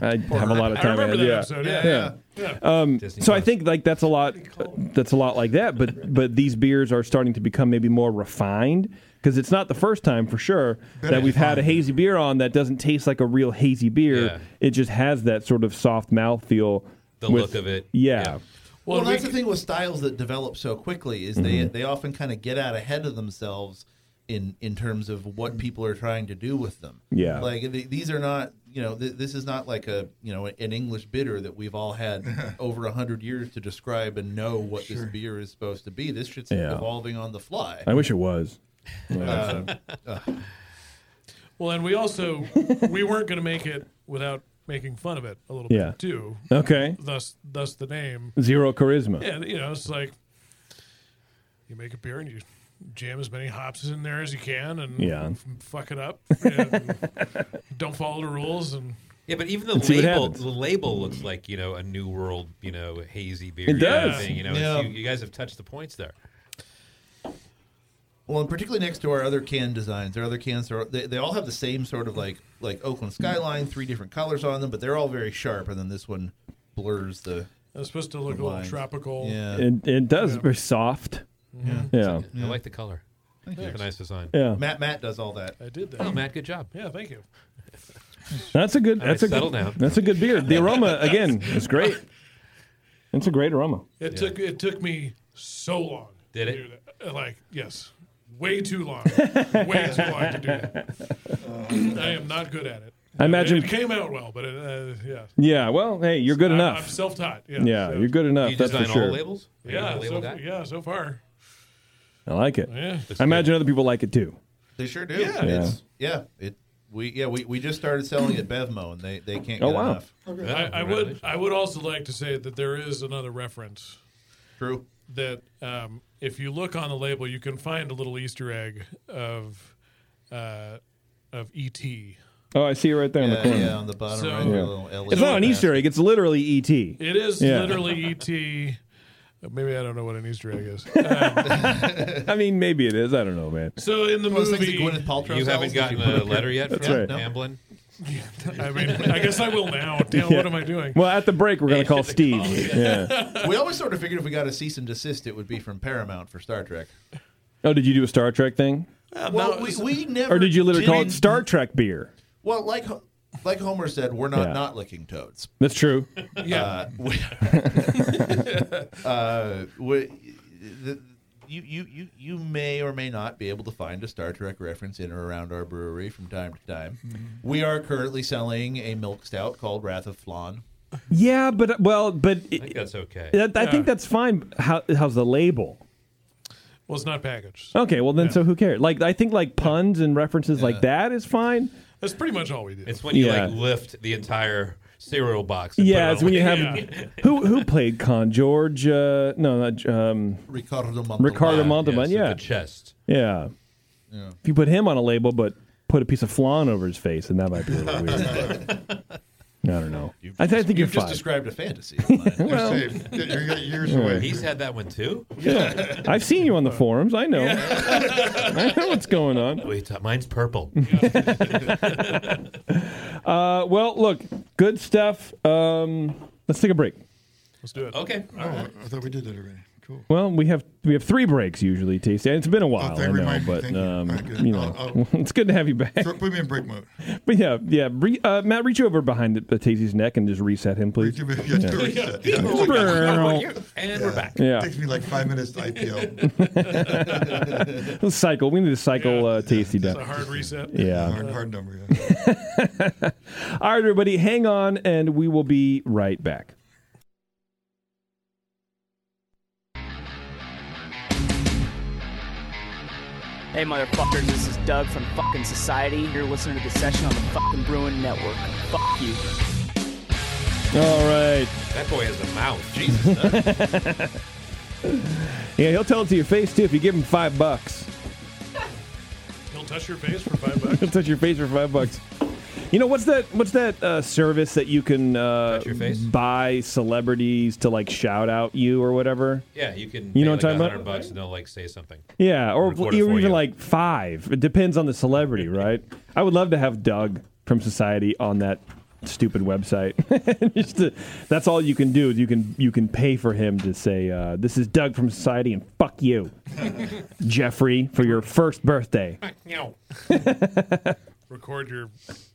Speaker 1: I have a lot of
Speaker 8: I
Speaker 1: time.
Speaker 8: remember
Speaker 1: ahead.
Speaker 8: that episode, yeah, yeah, yeah.
Speaker 1: Um,
Speaker 8: Disney
Speaker 1: so I think like that's a lot. That's a lot like that. But but these beers are starting to become maybe more refined because it's not the first time for sure
Speaker 14: Better
Speaker 1: that we've had a hazy beer on that doesn't taste like a real hazy beer.
Speaker 7: Yeah.
Speaker 1: It just has that sort of soft mouth feel.
Speaker 7: The look of it.
Speaker 1: Yeah.
Speaker 3: Well, that's the thing with styles that develop so quickly is they
Speaker 1: Mm-hmm.
Speaker 3: they often kind of get out ahead of themselves in in terms of what people are trying to do with them.
Speaker 1: Yeah.
Speaker 3: like th- these are not you know th- this is not like a you know an English bitter that we've all had over a hundred years to describe and know what this beer is supposed to be. This shit's
Speaker 1: Yeah.
Speaker 3: evolving on the fly.
Speaker 1: I wish it was.
Speaker 3: Uh, uh,
Speaker 8: Well, and we also we weren't going to make it without making fun of it a little
Speaker 1: Yeah.
Speaker 8: bit too.
Speaker 1: Okay.
Speaker 8: Thus, thus the name.
Speaker 1: Zero charisma.
Speaker 8: Yeah, you know, it's like you make a beer and you jam as many hops in there as you can, and
Speaker 1: Yeah.
Speaker 8: f- fuck it up. and don't follow the rules, and
Speaker 7: Yeah, but even the
Speaker 8: Let's see what
Speaker 7: label,
Speaker 8: happens.
Speaker 7: the label looks like you know a new world, you know, hazy beer.
Speaker 3: It
Speaker 7: kind of
Speaker 3: does.
Speaker 7: thing, you know, it's-
Speaker 3: Yeah.
Speaker 7: you, you guys have touched the points there.
Speaker 3: Well, and particularly next to our other can designs, our other cans are they, they all have the same sort of like like Oakland skyline, three different colors on them, but they're all very sharp. And then this one blurs the.
Speaker 8: it's supposed to look a little
Speaker 3: Lines.
Speaker 8: tropical.
Speaker 3: Yeah.
Speaker 1: It, it does. Very soft.
Speaker 8: Yeah.
Speaker 1: Yeah.
Speaker 7: I like the color.
Speaker 8: Thank
Speaker 7: It's
Speaker 8: you.
Speaker 7: a nice design.
Speaker 1: Yeah.
Speaker 3: Matt Matt does all that.
Speaker 8: I did that.
Speaker 7: Oh, Matt, good job.
Speaker 8: Yeah, thank you.
Speaker 1: That's a good.
Speaker 7: All
Speaker 1: That's
Speaker 7: right,
Speaker 1: a
Speaker 7: settle
Speaker 1: good,
Speaker 7: down.
Speaker 1: That's a good beer. The aroma again is great. It's a great aroma.
Speaker 8: It took it took me so long.
Speaker 7: Did
Speaker 8: to
Speaker 7: it?
Speaker 8: do that. Uh, Like yes, way too long, way too long to do that. I am not good at it.
Speaker 1: I imagine-
Speaker 8: it, came out well, but it, uh, yeah,
Speaker 1: Yeah. Well, hey, you're good
Speaker 8: I'm-
Speaker 1: enough.
Speaker 8: I'm self-taught, yeah, so-
Speaker 1: you're good enough.
Speaker 7: You
Speaker 1: that's for
Speaker 7: design all
Speaker 1: sure.
Speaker 7: labels? Are you
Speaker 8: yeah,
Speaker 7: a label
Speaker 8: so,
Speaker 7: guy?
Speaker 8: yeah. So far,
Speaker 1: I like it.
Speaker 8: Yeah.
Speaker 1: I imagine other people like it too.
Speaker 3: They sure do.
Speaker 8: Yeah.
Speaker 3: It's, yeah. It. We yeah we, we just started selling at Bevmo and they they can't. Get
Speaker 1: Oh, wow.
Speaker 3: Enough.
Speaker 8: I, I would I would also like to say that there is another reference.
Speaker 3: True.
Speaker 8: That um, if you look on the label, you can find a little Easter egg of uh, of ET.
Speaker 1: Oh, I see it right there in the
Speaker 3: Yeah,
Speaker 1: corner.
Speaker 3: yeah, on the E bottom
Speaker 8: So- right, the little
Speaker 1: It's not an
Speaker 8: LED
Speaker 1: Easter egg. It's literally E ET.
Speaker 8: It is
Speaker 1: Yeah.
Speaker 8: literally ET. Maybe I don't know what an Easter egg is.
Speaker 1: I mean, maybe it is. I don't know, man.
Speaker 8: So in the
Speaker 3: One of those
Speaker 8: movie,
Speaker 3: things that Gwyneth Paltrow
Speaker 7: You
Speaker 3: sells
Speaker 7: haven't
Speaker 3: that
Speaker 7: gotten
Speaker 3: you put
Speaker 7: a
Speaker 3: up your-
Speaker 7: letter yet
Speaker 1: That's
Speaker 7: from
Speaker 1: right.
Speaker 7: Amblin?
Speaker 8: I mean, I guess I will now. Damn,
Speaker 1: Yeah.
Speaker 8: what am I doing?
Speaker 1: Well, at the break, we're going to call Steve. yeah.
Speaker 3: we always sort of figured if we got a cease and desist, it would be from Paramount for Star Trek.
Speaker 1: Oh, did you do a Star Trek thing?
Speaker 3: Well, we, we never.
Speaker 1: Or did you literally call it
Speaker 3: did-
Speaker 1: Star Trek beer?
Speaker 3: Well, like Ho- like Homer said, we're not
Speaker 1: Yeah.
Speaker 3: not licking toads.
Speaker 1: That's true.
Speaker 3: Uh, we, uh, we, the, you, you, you, you may or may not be able to find a Star Trek reference in or around our brewery from time to time. We are currently selling a milk stout called Wrath of Flan.
Speaker 1: Yeah, but well, but I
Speaker 7: think that's okay.
Speaker 1: I
Speaker 8: Yeah.
Speaker 1: think that's fine. How, how's the label?
Speaker 8: Well, it's not packaged.
Speaker 1: Okay, well then, so who cares? Like, I think like puns and references like that is fine.
Speaker 8: That's pretty much all we do.
Speaker 7: It's when you
Speaker 1: Yeah.
Speaker 7: like lift the entire cereal box. and put
Speaker 1: Yeah,
Speaker 7: it
Speaker 1: it's
Speaker 7: on
Speaker 1: when you
Speaker 7: a-
Speaker 1: have who who played Con George? Uh, no, not um,
Speaker 3: Ricardo Montalban.
Speaker 1: Ricardo Montalban.
Speaker 7: yes,
Speaker 1: yeah,
Speaker 7: at the chest.
Speaker 1: Yeah.
Speaker 3: Yeah.
Speaker 1: If you put him on a label, but put a piece of flan over his face, then that might be a little weird. but I don't know. I, th- I think
Speaker 3: you've
Speaker 1: you're
Speaker 3: just
Speaker 1: fine.
Speaker 3: described a fantasy.
Speaker 1: Well, yeah.
Speaker 7: He's had that one too.
Speaker 1: Yeah. I've seen you on the forums. I know. I know what's going on.
Speaker 7: Wait, uh, mine's purple.
Speaker 1: Uh, well, look, good stuff. Um, let's take a break.
Speaker 8: Let's do it.
Speaker 7: Okay.
Speaker 9: Oh, I thought we did that already. Cool.
Speaker 1: Well, we have we have three breaks usually, Tasty. It's been a while,
Speaker 9: Oh,
Speaker 1: I
Speaker 9: thank-
Speaker 1: know,
Speaker 9: remind me.
Speaker 1: but
Speaker 9: Thank you.
Speaker 1: um,
Speaker 9: All right, good.
Speaker 1: you know,
Speaker 9: I'll- I'll-
Speaker 1: it's good to have you back.
Speaker 9: So put me in break mode.
Speaker 1: But yeah, yeah. Re- uh, Matt, reach over behind the, the Tasty's neck and just reset him, please.
Speaker 9: Yeah, do a reset. Yeah. Oh,
Speaker 7: And we're back.
Speaker 1: Yeah.
Speaker 9: Takes me like five minutes to IPO.
Speaker 1: Let's cycle. We need to cycle uh, Tasty down.
Speaker 8: a hard reset.
Speaker 1: Yeah.
Speaker 9: Hard, hard number. Yeah.
Speaker 1: All right, everybody, hang on, and we will be right back.
Speaker 13: Hey, motherfuckers, this is Doug from fucking Society. You're listening to the session on the fucking Bruin Network. Fuck you.
Speaker 1: All right.
Speaker 7: That boy has a mouth. Jesus. huh?
Speaker 1: Yeah, he'll tell it to your face too if you give him five bucks.
Speaker 8: He'll touch your face for five bucks.
Speaker 1: He'll touch your face for five bucks. You know what's that? What's that uh, service that you can uh, buy celebrities to like shout out you or whatever?
Speaker 7: yeah, you can.
Speaker 1: You know
Speaker 7: pay
Speaker 1: what I'm
Speaker 7: like
Speaker 1: talking
Speaker 7: 100 Bucks and they'll like say something.
Speaker 1: Yeah, or, or
Speaker 7: Record it
Speaker 1: even
Speaker 7: for you.
Speaker 1: like five. It depends on the celebrity, right? I would love to have Doug from Society on that stupid website. Just to- that's all you can do is you can you can pay for him to say uh, this is Doug from Society and fuck you, Jeffrey, for your first birthday.
Speaker 8: Record your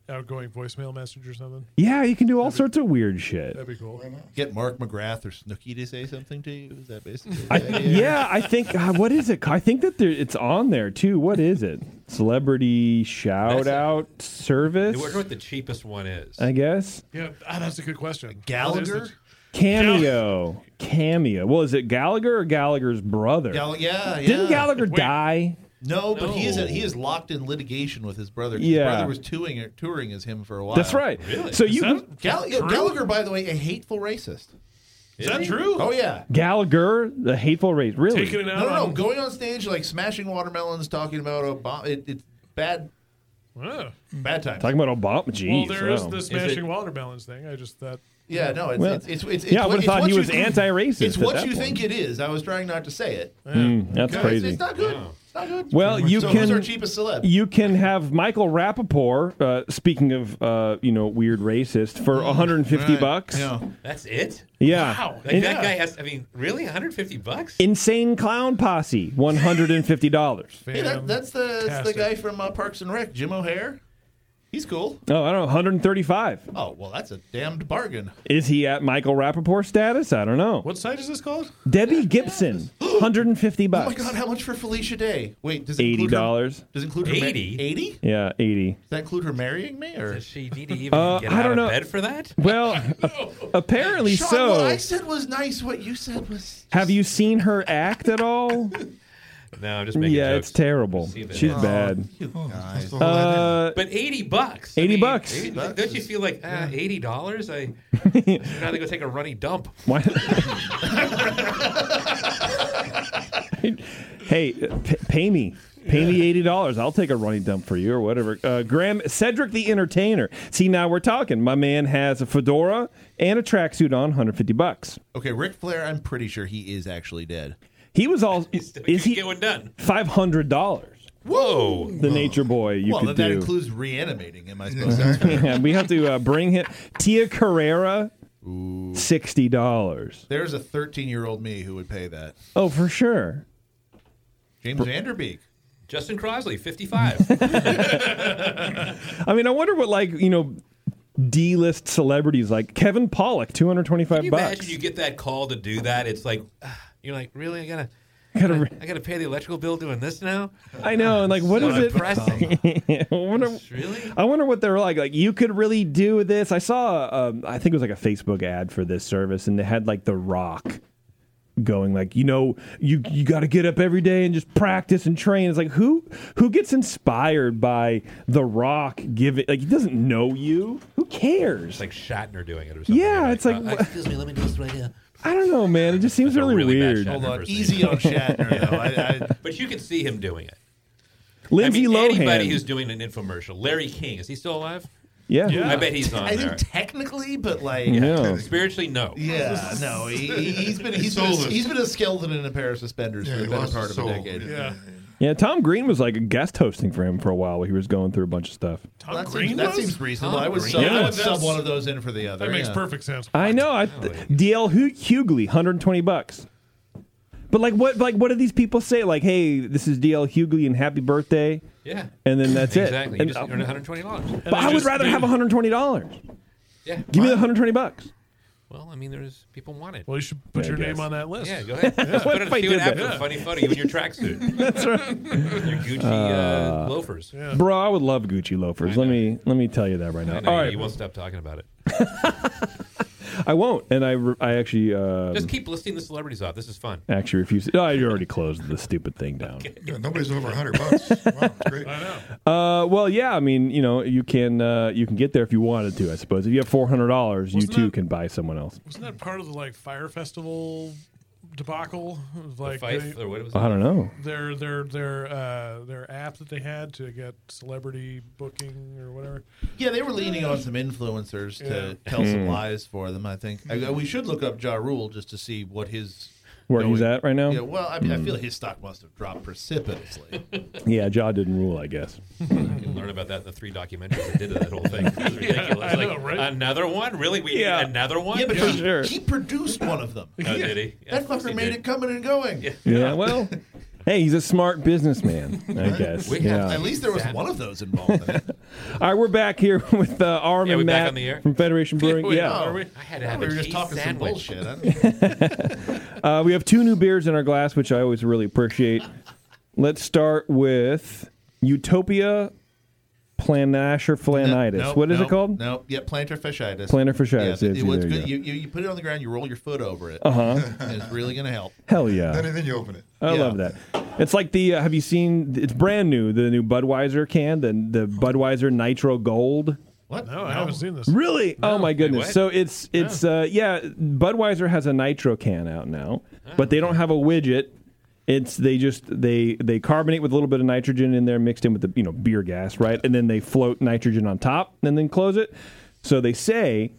Speaker 8: outgoing voicemail message or something.
Speaker 1: Yeah, you can do all sorts of weird shit.
Speaker 8: That'd be cool.
Speaker 3: Get Mark McGrath or Snooky to say something to you. Is that basically?
Speaker 1: I,
Speaker 3: the idea?
Speaker 1: yeah, I think God, what is it? I think that there, it's on there too. What is it? Celebrity shout out
Speaker 7: I
Speaker 1: service,
Speaker 7: wonder what the cheapest one is.
Speaker 1: I guess.
Speaker 8: Yeah, ah, that's a good question.
Speaker 3: Gallagher?
Speaker 1: Cameo, cameo. Well, is it Gallagher or Gallagher's brother?
Speaker 3: Gall- yeah,
Speaker 1: Didn't
Speaker 3: yeah.
Speaker 1: Gallagher die?
Speaker 3: No, but he is he is locked in litigation with his brother. His
Speaker 1: Yeah.
Speaker 3: brother was touring touring as him for a while.
Speaker 1: That's right. So you
Speaker 3: Gall- Gallagher, by the way, a hateful racist.
Speaker 8: Is that true?
Speaker 3: Oh yeah.
Speaker 1: Gallagher, the hateful race. Really?
Speaker 3: No, no, no. Going on stage like smashing watermelons, talking about Obama. It, it's bad. Bad times.
Speaker 1: Talking about Obama.
Speaker 8: well,
Speaker 1: Jeez.
Speaker 8: there is
Speaker 1: wow.
Speaker 8: the smashing watermelons thing. I just that.
Speaker 3: Yeah, no, it's it's, it's, it's,
Speaker 1: yeah, I
Speaker 3: it's what-
Speaker 1: would've
Speaker 3: it's
Speaker 1: thought
Speaker 3: what
Speaker 1: he
Speaker 3: you
Speaker 1: was
Speaker 3: think-
Speaker 1: anti-racist
Speaker 3: It's
Speaker 1: at
Speaker 3: what
Speaker 1: that
Speaker 3: you
Speaker 1: point.
Speaker 3: think it is. I was trying not to say it.
Speaker 1: Mm, that's
Speaker 3: Okay,
Speaker 1: crazy.
Speaker 3: It's, it's not good. It's not good.
Speaker 1: Well, you
Speaker 3: so
Speaker 1: can.
Speaker 3: Who's our cheapest celeb?
Speaker 1: You can have Michael Rappaport. Uh, speaking of, uh, you know, weird racist for
Speaker 3: Oh,
Speaker 1: 150
Speaker 7: Right.
Speaker 1: bucks.
Speaker 7: That's it?
Speaker 1: Yeah.
Speaker 7: Wow. Like,
Speaker 1: And-
Speaker 7: That guy has, I mean, really? 150 bucks?
Speaker 1: Insane Clown Posse, 150 dollars.
Speaker 3: Hey, that, that's the that's the guy from uh, Parks and Rec, Jim O'Hare. He's cool.
Speaker 1: No, Oh, I don't know, 135.
Speaker 3: Oh well, that's a damned bargain.
Speaker 1: Is he at Michael Rappaport status? I don't know.
Speaker 3: What site is this called?
Speaker 1: Debbie Gibson, 150
Speaker 3: Oh my
Speaker 1: bucks.
Speaker 3: god, how much for Felicia Day? Wait, does it
Speaker 1: Eighty
Speaker 3: include her-
Speaker 1: dollars.
Speaker 3: Does it include her
Speaker 7: Eighty?
Speaker 3: Eighty? Does
Speaker 1: Yeah, 80.
Speaker 3: that include her marrying me? Or
Speaker 7: Does she need to even
Speaker 1: Uh,
Speaker 7: get
Speaker 1: I
Speaker 7: out
Speaker 1: don't
Speaker 7: of
Speaker 1: know.
Speaker 7: bed for that?
Speaker 1: Well, a- apparently
Speaker 3: Sean,
Speaker 1: so.
Speaker 3: what I said was nice. What you said was
Speaker 1: Have you seen her act at all?
Speaker 7: No, I'm just making
Speaker 1: yeah,
Speaker 7: jokes.
Speaker 1: it's terrible.
Speaker 7: See that.
Speaker 1: She's
Speaker 7: Oh,
Speaker 1: bad.
Speaker 3: you guys.
Speaker 1: Uh,
Speaker 7: but 80 bucks.
Speaker 1: 80 bucks.
Speaker 7: 80 Don't you feel like, ah, $80? I, I'd rather go take a runny dump.
Speaker 1: Why? hey, p- pay me. Pay me eighty dollars. I'll take a running dump for you or whatever. Uh, Graham Cedric the Entertainer. See, now we're talking. My man has a fedora and a tracksuit on. One hundred fifty bucks.
Speaker 3: Okay, Ric Flair. I'm pretty sure he is actually dead.
Speaker 1: He was all. is he
Speaker 7: get one done?
Speaker 1: Five hundred dollars.
Speaker 7: Whoa.
Speaker 1: The Nature Boy. You
Speaker 3: well,
Speaker 1: could
Speaker 3: that,
Speaker 1: do.
Speaker 3: that includes reanimating. Am I supposed to?
Speaker 1: yeah, we have to uh, bring him. Tia Carrera. Sixty dollars.
Speaker 3: There's a 13 year old me who would pay that.
Speaker 1: Oh, for sure.
Speaker 3: James Vanderbeek.
Speaker 7: Justin Crosley, 55.
Speaker 1: I mean, I wonder what like you know, D-list celebrities like Kevin Pollock, two hundred
Speaker 7: Can
Speaker 1: twenty-five
Speaker 7: you
Speaker 1: bucks.
Speaker 7: imagine you get that call to do that? It's like, ah, you're like, really? I gotta,
Speaker 1: Gotta
Speaker 7: I,
Speaker 1: re-
Speaker 7: I gotta pay the electrical bill doing this now.
Speaker 1: I know, and like, what
Speaker 7: So
Speaker 1: is it?
Speaker 7: depressing.
Speaker 1: I wonder.
Speaker 7: Really?
Speaker 1: I wonder what they're like. Like, you could really do this. I saw, um, I think it was like a Facebook ad for this service, and they had like The Rock going like, you know, you you got to get up every day and just practice and train. It's like who who gets inspired by The Rock giving? Like, he doesn't know you. Who cares?
Speaker 7: It's like Shatner doing it or something.
Speaker 1: Yeah, it's like.
Speaker 7: Uh, excuse me, let me do this right now.
Speaker 1: I don't know, man. It just seems really, weird.
Speaker 7: Hold on,
Speaker 3: easy on Shatner, though. I-
Speaker 7: but you can see him doing it.
Speaker 1: Lindsay
Speaker 7: I mean,
Speaker 1: Lohan.
Speaker 7: Anybody who's doing an infomercial, Larry King, is he still alive?
Speaker 1: Yeah.
Speaker 7: I bet he's on
Speaker 3: I
Speaker 7: there.
Speaker 3: think technically, but like,
Speaker 1: Yeah.
Speaker 7: Spiritually, no.
Speaker 3: Yeah, no, he, he- he's been he's been, a,
Speaker 7: Soulless.
Speaker 3: he's been a skeleton in a pair of suspenders for the better part of a decade.
Speaker 8: Yeah.
Speaker 1: Yeah, Tom Green was like guest hosting for him for a while while he was going through a bunch of stuff.
Speaker 3: Tom that
Speaker 8: Green
Speaker 3: seems, that
Speaker 8: was?
Speaker 3: seems reasonable.
Speaker 8: Tom
Speaker 3: I would,
Speaker 8: Green?
Speaker 3: sub,
Speaker 8: Yeah.
Speaker 3: I would sub
Speaker 8: That's-
Speaker 3: one of those in for the other.
Speaker 8: That makes
Speaker 3: yeah.
Speaker 8: perfect sense.
Speaker 1: I know. I DL Hu- Hughley, 120 bucks. But like what like what do these people say? Like, hey, this is DL Hughley and happy birthday.
Speaker 7: Yeah.
Speaker 1: And then that's
Speaker 7: exactly.
Speaker 1: it.
Speaker 7: You just
Speaker 1: And-
Speaker 7: earn 120 dollars.
Speaker 1: but I would rather have 120 dollars.
Speaker 7: Yeah.
Speaker 1: Give me the 120 bucks.
Speaker 7: Well, I mean, there's people want it.
Speaker 8: Well, you should put
Speaker 1: Yeah, I
Speaker 8: your name
Speaker 1: guess.
Speaker 8: on that list.
Speaker 7: Yeah, go ahead. Let's
Speaker 8: What
Speaker 7: put
Speaker 8: if
Speaker 7: it,
Speaker 8: I
Speaker 7: see what
Speaker 8: did
Speaker 7: happens.
Speaker 8: that?
Speaker 7: Funny photo. You in your tracksuit. That's right. your Gucci uh,
Speaker 1: Uh,
Speaker 7: loafers.
Speaker 1: Bro, I would love Gucci loafers. Let me let me tell you that right now.
Speaker 7: I know,
Speaker 1: All
Speaker 7: you-
Speaker 1: right.
Speaker 7: You won't stop talking about it.
Speaker 1: I won't. And I re- I actually uh
Speaker 7: Just keep listing the celebrities off. This is fun.
Speaker 1: actually refuse. Oh, I already closed the stupid thing down.
Speaker 9: Yeah, nobody's over 100 bucks. Wow, it's great.
Speaker 1: Uh, well, yeah. I mean, you know, you can uh, you can get there if you wanted to. I suppose if you have four hundred dollars, you
Speaker 8: Wasn't
Speaker 1: too
Speaker 8: that-
Speaker 1: can buy someone else.
Speaker 8: Wasn't that part of the like fire festival debacle? It was Like
Speaker 7: Fife or what was
Speaker 1: I don't know.
Speaker 8: Their their their uh, their app that they had to get celebrity booking or whatever.
Speaker 3: Yeah, they were leaning on some influencers to
Speaker 8: Yeah.
Speaker 3: tell some
Speaker 8: Hmm.
Speaker 3: lies for them. I think I, we should look up Ja Rule just to see what his
Speaker 1: Where he's at right now?
Speaker 3: Yeah, well, I mean, I
Speaker 1: Mm.
Speaker 3: feel his stock must have dropped precipitously.
Speaker 1: Yeah, Jaw didn't rule, I guess.
Speaker 7: you can learn about that in the three documentaries that did that whole thing. It was ridiculous.
Speaker 3: I
Speaker 7: like,
Speaker 3: know, right?
Speaker 7: Another one? Really? We
Speaker 3: Yeah.
Speaker 7: need another one?
Speaker 3: Yeah, but he, he produced one of them.
Speaker 7: Oh, did he? Yeah,
Speaker 3: that
Speaker 7: of course
Speaker 3: fucker
Speaker 7: he
Speaker 3: made
Speaker 7: did.
Speaker 3: it coming and going.
Speaker 1: Yeah, well, hey, he's a smart businessman, I guess.
Speaker 3: We
Speaker 1: yeah.
Speaker 3: have, at least there was one of those involved. In it.
Speaker 1: All right, we're back here with uh, Arm
Speaker 3: Yeah, we
Speaker 1: and
Speaker 3: back
Speaker 1: Matt
Speaker 3: on the air?
Speaker 1: from Federation Brewing.
Speaker 3: Wait,
Speaker 1: yeah,
Speaker 3: no, are we? I had to have We a were just cheese talking some sandwich. bullshit. I
Speaker 1: uh, we have two new beers in our glass, which I always really appreciate. Let's start with Utopia Planasher Flanitis.
Speaker 3: Nope,
Speaker 1: what is
Speaker 3: nope,
Speaker 1: it called?
Speaker 3: Nope. Yeah, plantar fasciitis.
Speaker 1: Plantar fasciitis,
Speaker 3: Yeah,
Speaker 1: yes,
Speaker 3: it, was
Speaker 1: there you
Speaker 3: good. You, you, you put it on the ground, you roll your foot over it.
Speaker 1: Uh-huh.
Speaker 3: And it's really going to help.
Speaker 1: Hell yeah.
Speaker 3: Then- then you open it.
Speaker 1: I
Speaker 3: Yeah.
Speaker 1: love that. It's like the uh, have you seen it's brand new, the new Budweiser can, the the Budweiser Nitro Gold.
Speaker 3: What?
Speaker 8: No, I haven't seen this.
Speaker 1: Really? oh my goodness!
Speaker 8: what?
Speaker 1: so it's it's yeah. Uh, yeah. Budweiser has a nitro can out now, but they don't have a widget. It's they just they they carbonate with a little bit of nitrogen in there, mixed in with the you know beer gas, right? And then they float nitrogen on top and then close it. So they say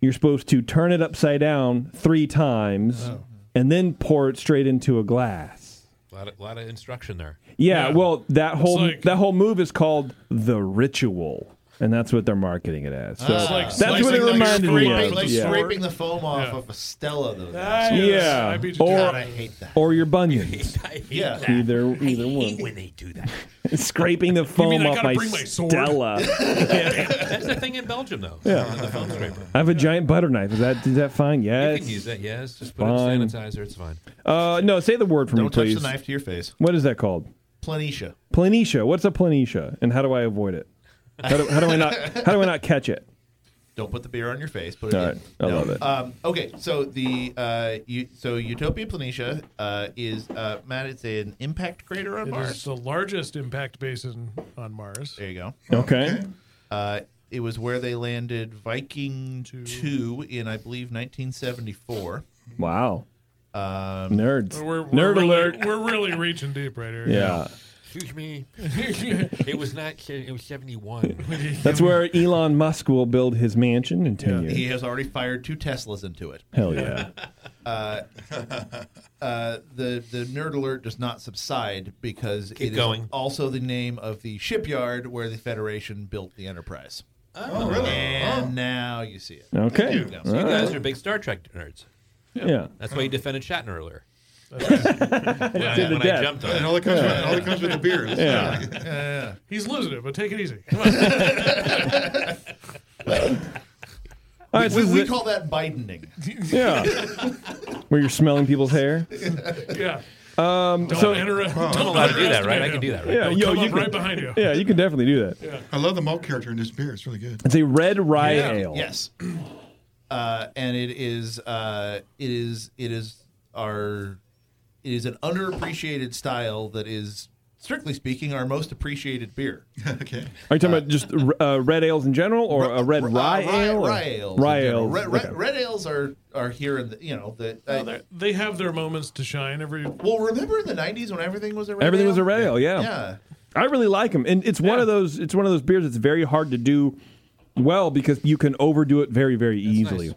Speaker 1: you're supposed to turn it upside down three times and then pour it straight into a glass.
Speaker 7: A lot of, lot of instruction there.
Speaker 1: Yeah, well, that whole
Speaker 7: like-
Speaker 1: that whole move is called the ritual, and that's what they're marketing it as. So that's what it reminded me of.
Speaker 3: Like
Speaker 1: yeah.
Speaker 3: scraping the foam off of a Stella, though.
Speaker 8: Ah,
Speaker 1: Yeah, or
Speaker 3: God, I hate that.
Speaker 1: or your bunions.
Speaker 3: Yeah. that.
Speaker 1: either either one.
Speaker 7: when they do that.
Speaker 1: Scraping the foam
Speaker 7: mean I
Speaker 1: off
Speaker 7: gotta
Speaker 1: my,
Speaker 7: bring my sword?
Speaker 1: Stella.
Speaker 7: That's the thing in Belgium, though.
Speaker 1: Yeah.
Speaker 7: The foam scraper.
Speaker 1: I have a giant butter knife. Is that is that fine? Yes.
Speaker 7: You can use that, yes. Just put it
Speaker 1: Fine.
Speaker 7: in sanitizer, it's fine.
Speaker 1: Uh, no, say the word for
Speaker 3: Don't
Speaker 1: me,
Speaker 3: touch the
Speaker 1: please.
Speaker 3: knife to your face.
Speaker 1: What is that called?
Speaker 3: Planitia.
Speaker 1: Planitia. What's a planitia, and how do I avoid it? How do, how do I not how do I not catch it?
Speaker 3: Don't put the beer on your face. Put it
Speaker 1: All
Speaker 3: in.
Speaker 1: right, I love it.
Speaker 3: Um, okay, so the uh, you, so Utopia Planitia uh, is uh, Matt. It's an impact crater on
Speaker 8: It
Speaker 3: Mars.
Speaker 8: is the largest impact basin on Mars.
Speaker 3: There you go.
Speaker 1: Okay.
Speaker 3: Uh, it was where they landed Viking two in I believe 1974.
Speaker 1: Wow.
Speaker 3: Um,
Speaker 1: Nerds.
Speaker 8: We're, we're
Speaker 1: Nerd
Speaker 8: really,
Speaker 1: alert.
Speaker 8: We're really reaching deep right here.
Speaker 1: Yeah.
Speaker 7: Excuse me. it was not. It was seventy-one.
Speaker 1: That's where Elon Musk will build his mansion in ten years.
Speaker 3: He has already fired two Teslas into it.
Speaker 1: Hell yeah.
Speaker 3: uh, uh, the the nerd alert does not subside because it is
Speaker 7: going.
Speaker 3: also the name of the shipyard where the Federation built the Enterprise.
Speaker 7: Oh, really?
Speaker 3: And now you see it.
Speaker 1: Okay.
Speaker 3: You know.
Speaker 7: So you guys are big Star Trek nerds.
Speaker 1: Yeah. Yeah.
Speaker 7: That's why you defended Shatner earlier. when
Speaker 8: Yeah.
Speaker 7: I, when I jumped on it.
Speaker 8: Yeah. yeah. He's losing it, but take it easy. Come on.
Speaker 1: All right,
Speaker 3: we,
Speaker 1: so
Speaker 3: we
Speaker 1: is it-
Speaker 3: call that Bidening.
Speaker 1: Yeah. Where you're smelling people's hair.
Speaker 8: yeah.
Speaker 1: Um,
Speaker 8: Don't
Speaker 1: so
Speaker 8: interrupt-
Speaker 9: Well, I'm allowed to do that, right? I can do that, right?
Speaker 1: Yeah,
Speaker 9: They'll
Speaker 1: yo,
Speaker 9: come
Speaker 1: you
Speaker 9: up
Speaker 1: can,
Speaker 9: right behind you.
Speaker 1: Yeah, you can definitely do that.
Speaker 9: I love the malt character in this beer. It's really good.
Speaker 1: It's a red rye
Speaker 3: Yeah.
Speaker 1: ale.
Speaker 3: Yes. Uh, and it is uh, it is it is our it is an underappreciated style that is strictly speaking our most appreciated beer. okay.
Speaker 1: Are you talking about just uh, red ales in general, or a red rye,
Speaker 3: uh, rye,
Speaker 1: ale? or-
Speaker 3: rye ales.
Speaker 1: Rye
Speaker 3: in general.
Speaker 1: ales.
Speaker 3: Red, red,
Speaker 1: okay.
Speaker 3: red ales are are here in the you know the.
Speaker 7: Oh,
Speaker 8: Well, they're- they have their moments to shine every.
Speaker 3: Well, remember in the '90s when everything was a red
Speaker 1: Everything
Speaker 3: ale?
Speaker 1: was a red ale. Yeah.
Speaker 3: Yeah.
Speaker 1: I really like them, and it's one of those. It's one of those beers that's very hard to do well because you can overdo it very, very easily.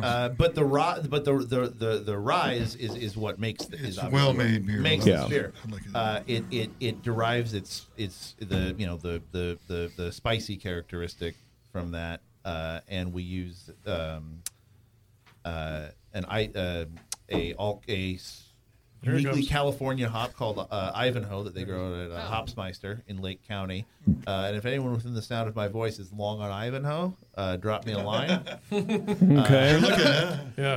Speaker 3: Uh, but the rye, but the the the, the rye is, is is what makes the, is obviously
Speaker 9: well-made
Speaker 3: what
Speaker 9: beer.
Speaker 3: Makes
Speaker 9: Yeah.
Speaker 3: this beer. Uh, it, it it derives its its the you know the the the, the spicy characteristic from that, uh, and we use um, uh, an I uh, a all a s-
Speaker 8: Here it
Speaker 3: uniquely
Speaker 8: comes.
Speaker 3: California hop called uh, Ivanhoe that they grow at uh,
Speaker 8: Oh.
Speaker 3: Hopsmeister in Lake County. Uh, and if anyone within the sound of my voice is long on Ivanhoe, uh, drop me a line.
Speaker 1: Okay. You're
Speaker 3: Uh,
Speaker 1: looking, huh?
Speaker 8: Yeah.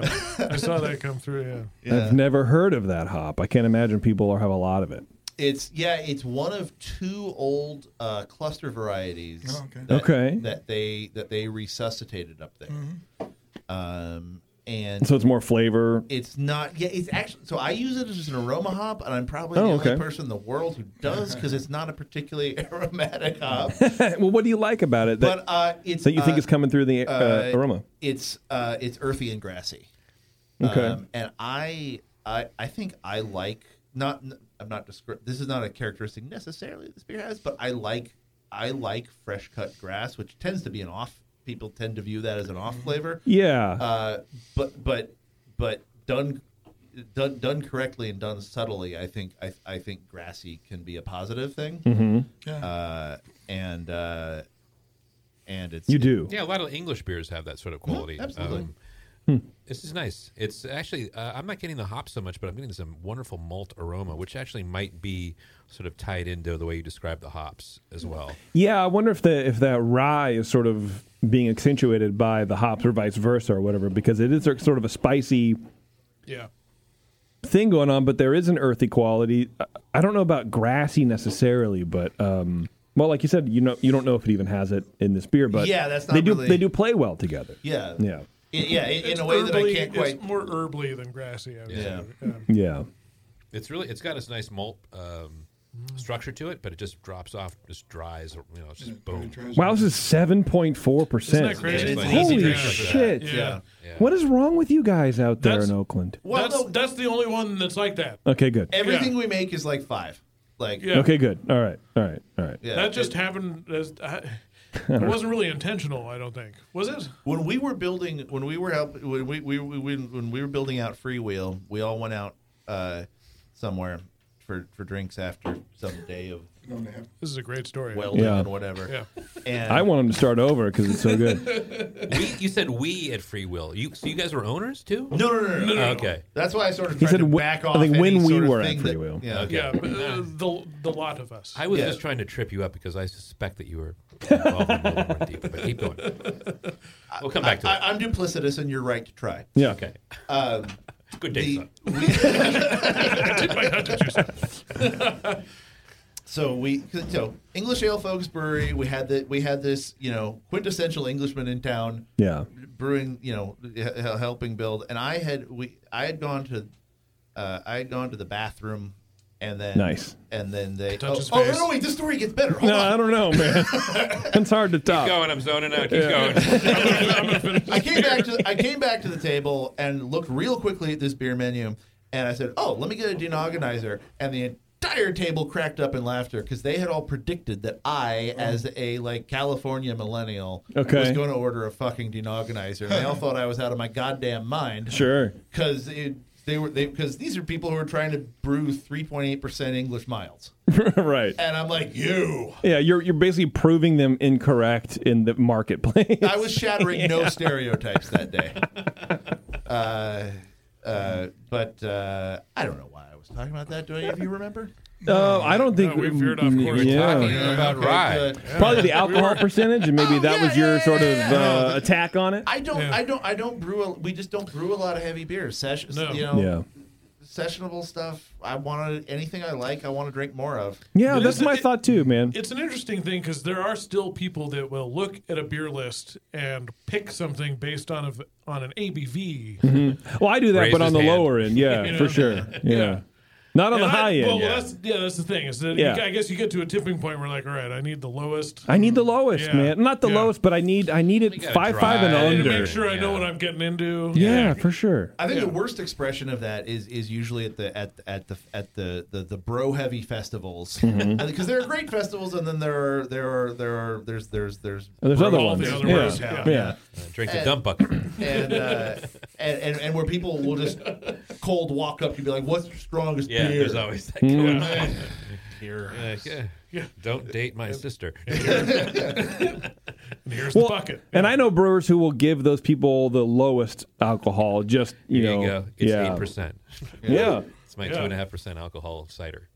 Speaker 8: I saw that come through. Yeah.
Speaker 1: I've never heard of that hop. I can't imagine people are- have a lot of it.
Speaker 3: It's yeah, it's one of two old uh, cluster varieties.
Speaker 9: Oh,
Speaker 3: okay. That,
Speaker 1: Okay.
Speaker 3: That they that they resuscitated up there. Um, and
Speaker 1: So it's more flavor.
Speaker 3: It's not. Yeah, it's actually. So I use it as an aroma hop, and I'm probably
Speaker 1: Oh,
Speaker 3: the
Speaker 1: okay.
Speaker 3: only person in the world who does because it's not a particularly aromatic hop.
Speaker 1: well, what do you like about it that,
Speaker 3: But uh, it's
Speaker 1: that you think
Speaker 3: uh,
Speaker 1: is coming through the uh,
Speaker 3: uh,
Speaker 1: aroma?
Speaker 3: It's uh, it's earthy and grassy. Um,
Speaker 1: Okay.
Speaker 3: and I, I I think I like not I'm not descri- this is not a characteristic necessarily this beer has, but I like I like fresh cut grass, which tends to be an off. People uh, tend to view that as an off flavor.
Speaker 1: Yeah.
Speaker 3: Uh, but but but done done, done correctly and done subtly, I think I, I think grassy can be a positive thing.
Speaker 1: Mhm.
Speaker 3: Uh, and uh, and it's
Speaker 1: You do.
Speaker 7: Yeah, a lot of English beers have that sort of quality. Um,
Speaker 3: absolutely.
Speaker 7: This is nice. It's actually uh, I'm not getting the hop so much, but I'm getting some wonderful malt aroma, which actually might be sort of tied into the way you describe the hops as well.
Speaker 1: Yeah, I wonder if the if that rye is sort of being accentuated by the hops or vice versa or whatever, because it is sort of a spicy
Speaker 8: Yeah.
Speaker 1: thing going on, but there is an earthy quality. I- I don't know about grassy necessarily, but um, well, like you said, you know, you don't know if it even has it in this beer, but
Speaker 3: Yeah, that's not
Speaker 1: they do
Speaker 3: really-
Speaker 1: they do play well together.
Speaker 3: Yeah.
Speaker 1: yeah,
Speaker 3: I- yeah, in, in
Speaker 8: It's
Speaker 3: a way that I
Speaker 8: herbally-
Speaker 3: can't quite.
Speaker 8: It's more herbally than grassy. I would
Speaker 7: Yeah.
Speaker 8: say. Um,
Speaker 1: yeah.
Speaker 7: It's really it's got this nice malt um, structure to it, but it just drops off, just dries, you know, it's
Speaker 9: Hmm.
Speaker 7: just boom.
Speaker 1: Wow, this is seven point four percent.
Speaker 7: Isn't that crazy? It's an easy
Speaker 1: Holy
Speaker 7: drink.
Speaker 1: shit!
Speaker 7: Yeah. Yeah.
Speaker 1: What is wrong with you guys out there in Oakland?
Speaker 8: that's, that's the only one that's like that.
Speaker 1: Okay, good.
Speaker 3: Everything we make is like five. Like
Speaker 1: Okay, good. All right, all right, all right.
Speaker 3: Yeah.
Speaker 8: that just happened. As, I,
Speaker 1: don't
Speaker 8: it wasn't really intentional, I don't think. Was it?
Speaker 3: When we were building, when we were help, when we, we, we when when we were building out Freewheel, we all went out uh, somewhere for for drinks after some day of
Speaker 8: This is a great story.
Speaker 3: welding
Speaker 1: Yeah.
Speaker 3: and whatever.
Speaker 8: Yeah.
Speaker 3: And
Speaker 1: I want them to start over because it's so good.
Speaker 7: we, you said we at Free Will. You so you guys were owners too?
Speaker 3: No, no, no, no, no, no.
Speaker 7: Okay.
Speaker 3: That's why I sort of
Speaker 1: He
Speaker 3: tried
Speaker 1: said
Speaker 3: to
Speaker 1: wh-
Speaker 3: back
Speaker 1: I
Speaker 3: off.
Speaker 1: think
Speaker 3: any
Speaker 1: when we
Speaker 3: sort of
Speaker 1: were at
Speaker 3: thing
Speaker 1: Free Will.
Speaker 3: That, yeah.
Speaker 7: Okay.
Speaker 8: Yeah, but, uh, the the lot of us.
Speaker 7: I was just trying to trip you up because I suspect that you were involved in a little more deeper. But keep going. We'll come back to
Speaker 3: I, I, I'm duplicitous, and you're right to try.
Speaker 1: Yeah.
Speaker 7: Okay.
Speaker 3: Um,
Speaker 7: Good day, son.
Speaker 3: so we so English Ale Folks Brewery. We had the we had this you know quintessential Englishman in town.
Speaker 1: Yeah.
Speaker 3: brewing you know he- he- helping build, and I had we I had gone to uh, I had gone to the bathroom, and then
Speaker 1: Nice.
Speaker 3: and then they
Speaker 8: Touch
Speaker 3: oh,
Speaker 8: his
Speaker 3: oh, no
Speaker 8: face.
Speaker 3: no wait this story gets better. Hold
Speaker 1: no,
Speaker 3: on.
Speaker 1: I don't know, man. it's hard to top.
Speaker 7: Keep going. I'm zoning out. Keep
Speaker 1: Yeah.
Speaker 7: going.
Speaker 3: I came back to I came back to the table and looked real quickly at this beer menu, and I said, "Oh, let me get a denogonizer." And the entire table cracked up in laughter because they had all predicted that I, as a like California millennial,
Speaker 1: Oh. Okay.
Speaker 3: was going to order a fucking denogonizer. And they all thought I was out of my goddamn mind.
Speaker 1: Sure.
Speaker 3: because they were they because these are people who are trying to brew three point eight percent English miles,
Speaker 1: right.
Speaker 3: and I'm like, you.
Speaker 1: Yeah, you're you're basically proving them incorrect in the marketplace.
Speaker 3: I was shattering no stereotypes that day. Uh, uh, but uh, I don't know why I was talking about that. Do any of you remember?
Speaker 1: Uh, I don't think
Speaker 8: No, we veered off course.
Speaker 7: Talking about
Speaker 3: Okay,
Speaker 7: rye.
Speaker 3: good.
Speaker 1: Probably the alcohol percentage, and maybe
Speaker 3: Oh,
Speaker 1: that
Speaker 3: yeah,
Speaker 1: was your
Speaker 3: yeah,
Speaker 1: sort
Speaker 3: yeah,
Speaker 1: of
Speaker 3: yeah.
Speaker 1: uh, attack on it.
Speaker 3: I don't.
Speaker 8: Yeah.
Speaker 3: I don't. I don't brew. A, we just don't brew a lot of heavy beers. Sesh,
Speaker 8: No.
Speaker 3: You know,
Speaker 1: Yeah.
Speaker 3: sessionable stuff. I want to anything I like. I want to drink more of.
Speaker 1: Yeah,
Speaker 8: It
Speaker 1: that's
Speaker 8: is-
Speaker 1: my
Speaker 8: it-
Speaker 1: thought too, man.
Speaker 8: It's an interesting thing because there are still people that will look at a beer list and pick something based on a, on an ABV.
Speaker 1: Well, I do that,
Speaker 7: Raise
Speaker 1: but on
Speaker 7: his
Speaker 1: the
Speaker 7: hand.
Speaker 1: lower end, yeah,
Speaker 8: You know?
Speaker 1: for sure. Yeah. Not on
Speaker 8: And
Speaker 1: the
Speaker 8: I-
Speaker 1: high end.
Speaker 8: Well,
Speaker 1: yeah.
Speaker 8: that's yeah, that's the thing. Is that
Speaker 1: Yeah.
Speaker 8: you, I guess you get to a tipping point where like, all right, I need the lowest.
Speaker 1: I need the lowest,
Speaker 8: Yeah.
Speaker 1: man. Not the
Speaker 8: Yeah.
Speaker 1: lowest, but I need I need it
Speaker 7: gotta
Speaker 1: five five and
Speaker 7: try.
Speaker 8: I need to
Speaker 1: under.
Speaker 8: make sure I know
Speaker 7: Yeah.
Speaker 8: what I'm getting into.
Speaker 1: yeah, for sure.
Speaker 3: I think the worst expression of that is is usually at the at at the at the the, the bro heavy festivals because
Speaker 1: Mm-hmm.
Speaker 3: there are great festivals and then there are there are there are there's there's there's
Speaker 1: And there's other
Speaker 8: all
Speaker 1: ones.
Speaker 8: the other
Speaker 1: yeah.
Speaker 8: ones,
Speaker 1: Yeah.
Speaker 8: yeah.
Speaker 7: Uh, drink the dump bucket.
Speaker 3: and, uh, and and and where people will just cold walk up to you and be like, "What's your strongest
Speaker 7: Yeah,
Speaker 3: beer?"
Speaker 7: there's always that
Speaker 8: Mm-hmm.
Speaker 7: going on. Like, yeah, Don't date my sister.
Speaker 8: And here's
Speaker 1: Well,
Speaker 8: the bucket.
Speaker 1: and I know brewers who will give those people the lowest alcohol. Just you
Speaker 7: There
Speaker 1: know,
Speaker 7: you go. It's
Speaker 1: yeah,
Speaker 7: eight percent.
Speaker 1: yeah,
Speaker 7: It's my
Speaker 8: Yeah.
Speaker 7: two and a half percent alcohol cider.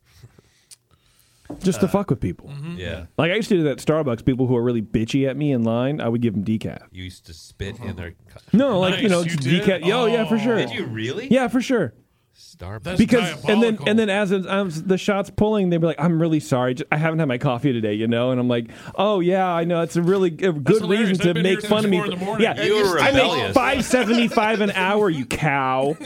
Speaker 1: just
Speaker 8: Uh,
Speaker 1: to fuck with people.
Speaker 8: mm-hmm.
Speaker 7: Yeah.
Speaker 1: Like I used to do that at Starbucks. People who are really bitchy at me in line, I would give them decaf.
Speaker 7: You used to spit in their. cu-
Speaker 1: No, like you
Speaker 8: Nice,
Speaker 1: know,
Speaker 8: you
Speaker 1: just
Speaker 8: did?
Speaker 1: decaf. Oh, yeah, for sure.
Speaker 7: Did you really?
Speaker 1: Yeah, for sure.
Speaker 7: Starbucks.
Speaker 8: That's
Speaker 1: Because and then
Speaker 8: diabolical.
Speaker 1: and then as, as the shots pulling, they'd be like, "I'm really sorry, just, I haven't had my coffee today," you know. And I'm like, "Oh yeah, I know. It's a really a good
Speaker 8: hilarious.
Speaker 1: reason to
Speaker 8: I've been
Speaker 1: make
Speaker 8: here
Speaker 1: fun
Speaker 8: since
Speaker 1: of me."
Speaker 8: four in the
Speaker 1: for-
Speaker 8: morning.
Speaker 1: yeah,
Speaker 7: You were
Speaker 1: I make
Speaker 7: rebellious.
Speaker 1: five seventy five an hour. You cow.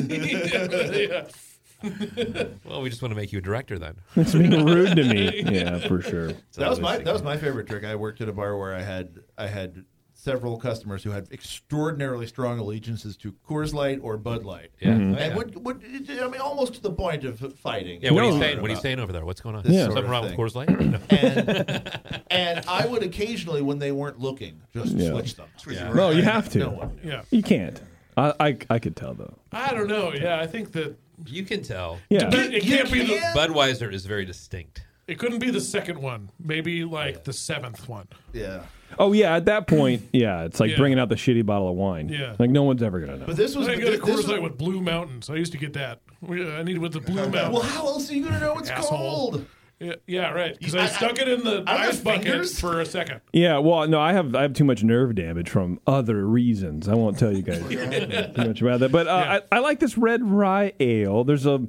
Speaker 7: Well, we just want to make you a director then.
Speaker 1: It's being rude to me. Yeah, for sure.
Speaker 3: that was my that was my favorite trick. I worked at a bar where I had I had several customers who had extraordinarily strong allegiances to Coors Light or Bud Light.
Speaker 7: Yeah.
Speaker 1: Mm-hmm.
Speaker 7: Mhm.
Speaker 3: and would, would I mean almost to the point of fighting.
Speaker 7: Yeah, what are you
Speaker 1: No.
Speaker 7: saying? What are you saying over there? What's going on?
Speaker 3: This
Speaker 1: Yeah.
Speaker 7: Something
Speaker 3: sort of
Speaker 7: wrong with
Speaker 3: thing.
Speaker 7: Coors Light? No.
Speaker 3: and and I would occasionally, when they weren't looking, just
Speaker 1: Yeah.
Speaker 3: switch them.
Speaker 1: No, you have to.
Speaker 3: No one.
Speaker 8: yeah,
Speaker 1: You can't. I, I I could tell though.
Speaker 8: I don't know. Yeah, I think that
Speaker 7: You can tell.
Speaker 8: Yeah. Depend- it
Speaker 7: You
Speaker 8: can't be the-
Speaker 7: can't- Budweiser is very distinct.
Speaker 8: It couldn't be the second one. Maybe like the seventh one.
Speaker 3: Yeah.
Speaker 1: Oh yeah, at that point, yeah, it's like
Speaker 8: Yeah.
Speaker 1: bringing out the shitty bottle of wine.
Speaker 8: Yeah.
Speaker 1: like no one's ever gonna know.
Speaker 8: But this was I got a
Speaker 3: this-
Speaker 8: Coors
Speaker 3: this
Speaker 8: Light with Blue Mountains. I used to get that. We- I needed with the Blue Mountains.
Speaker 3: Well, how else are you gonna know it's
Speaker 8: Asshole.
Speaker 3: cold?
Speaker 8: Yeah, yeah right. Because I, stuck it in the
Speaker 3: I've got
Speaker 8: ice bucket
Speaker 3: fingers.
Speaker 8: for a second.
Speaker 1: Yeah, well, no, I have I have too much nerve damage from other reasons. I won't tell you guys
Speaker 8: Yeah.
Speaker 1: too much about that. But uh, I, I like this red rye ale. There's a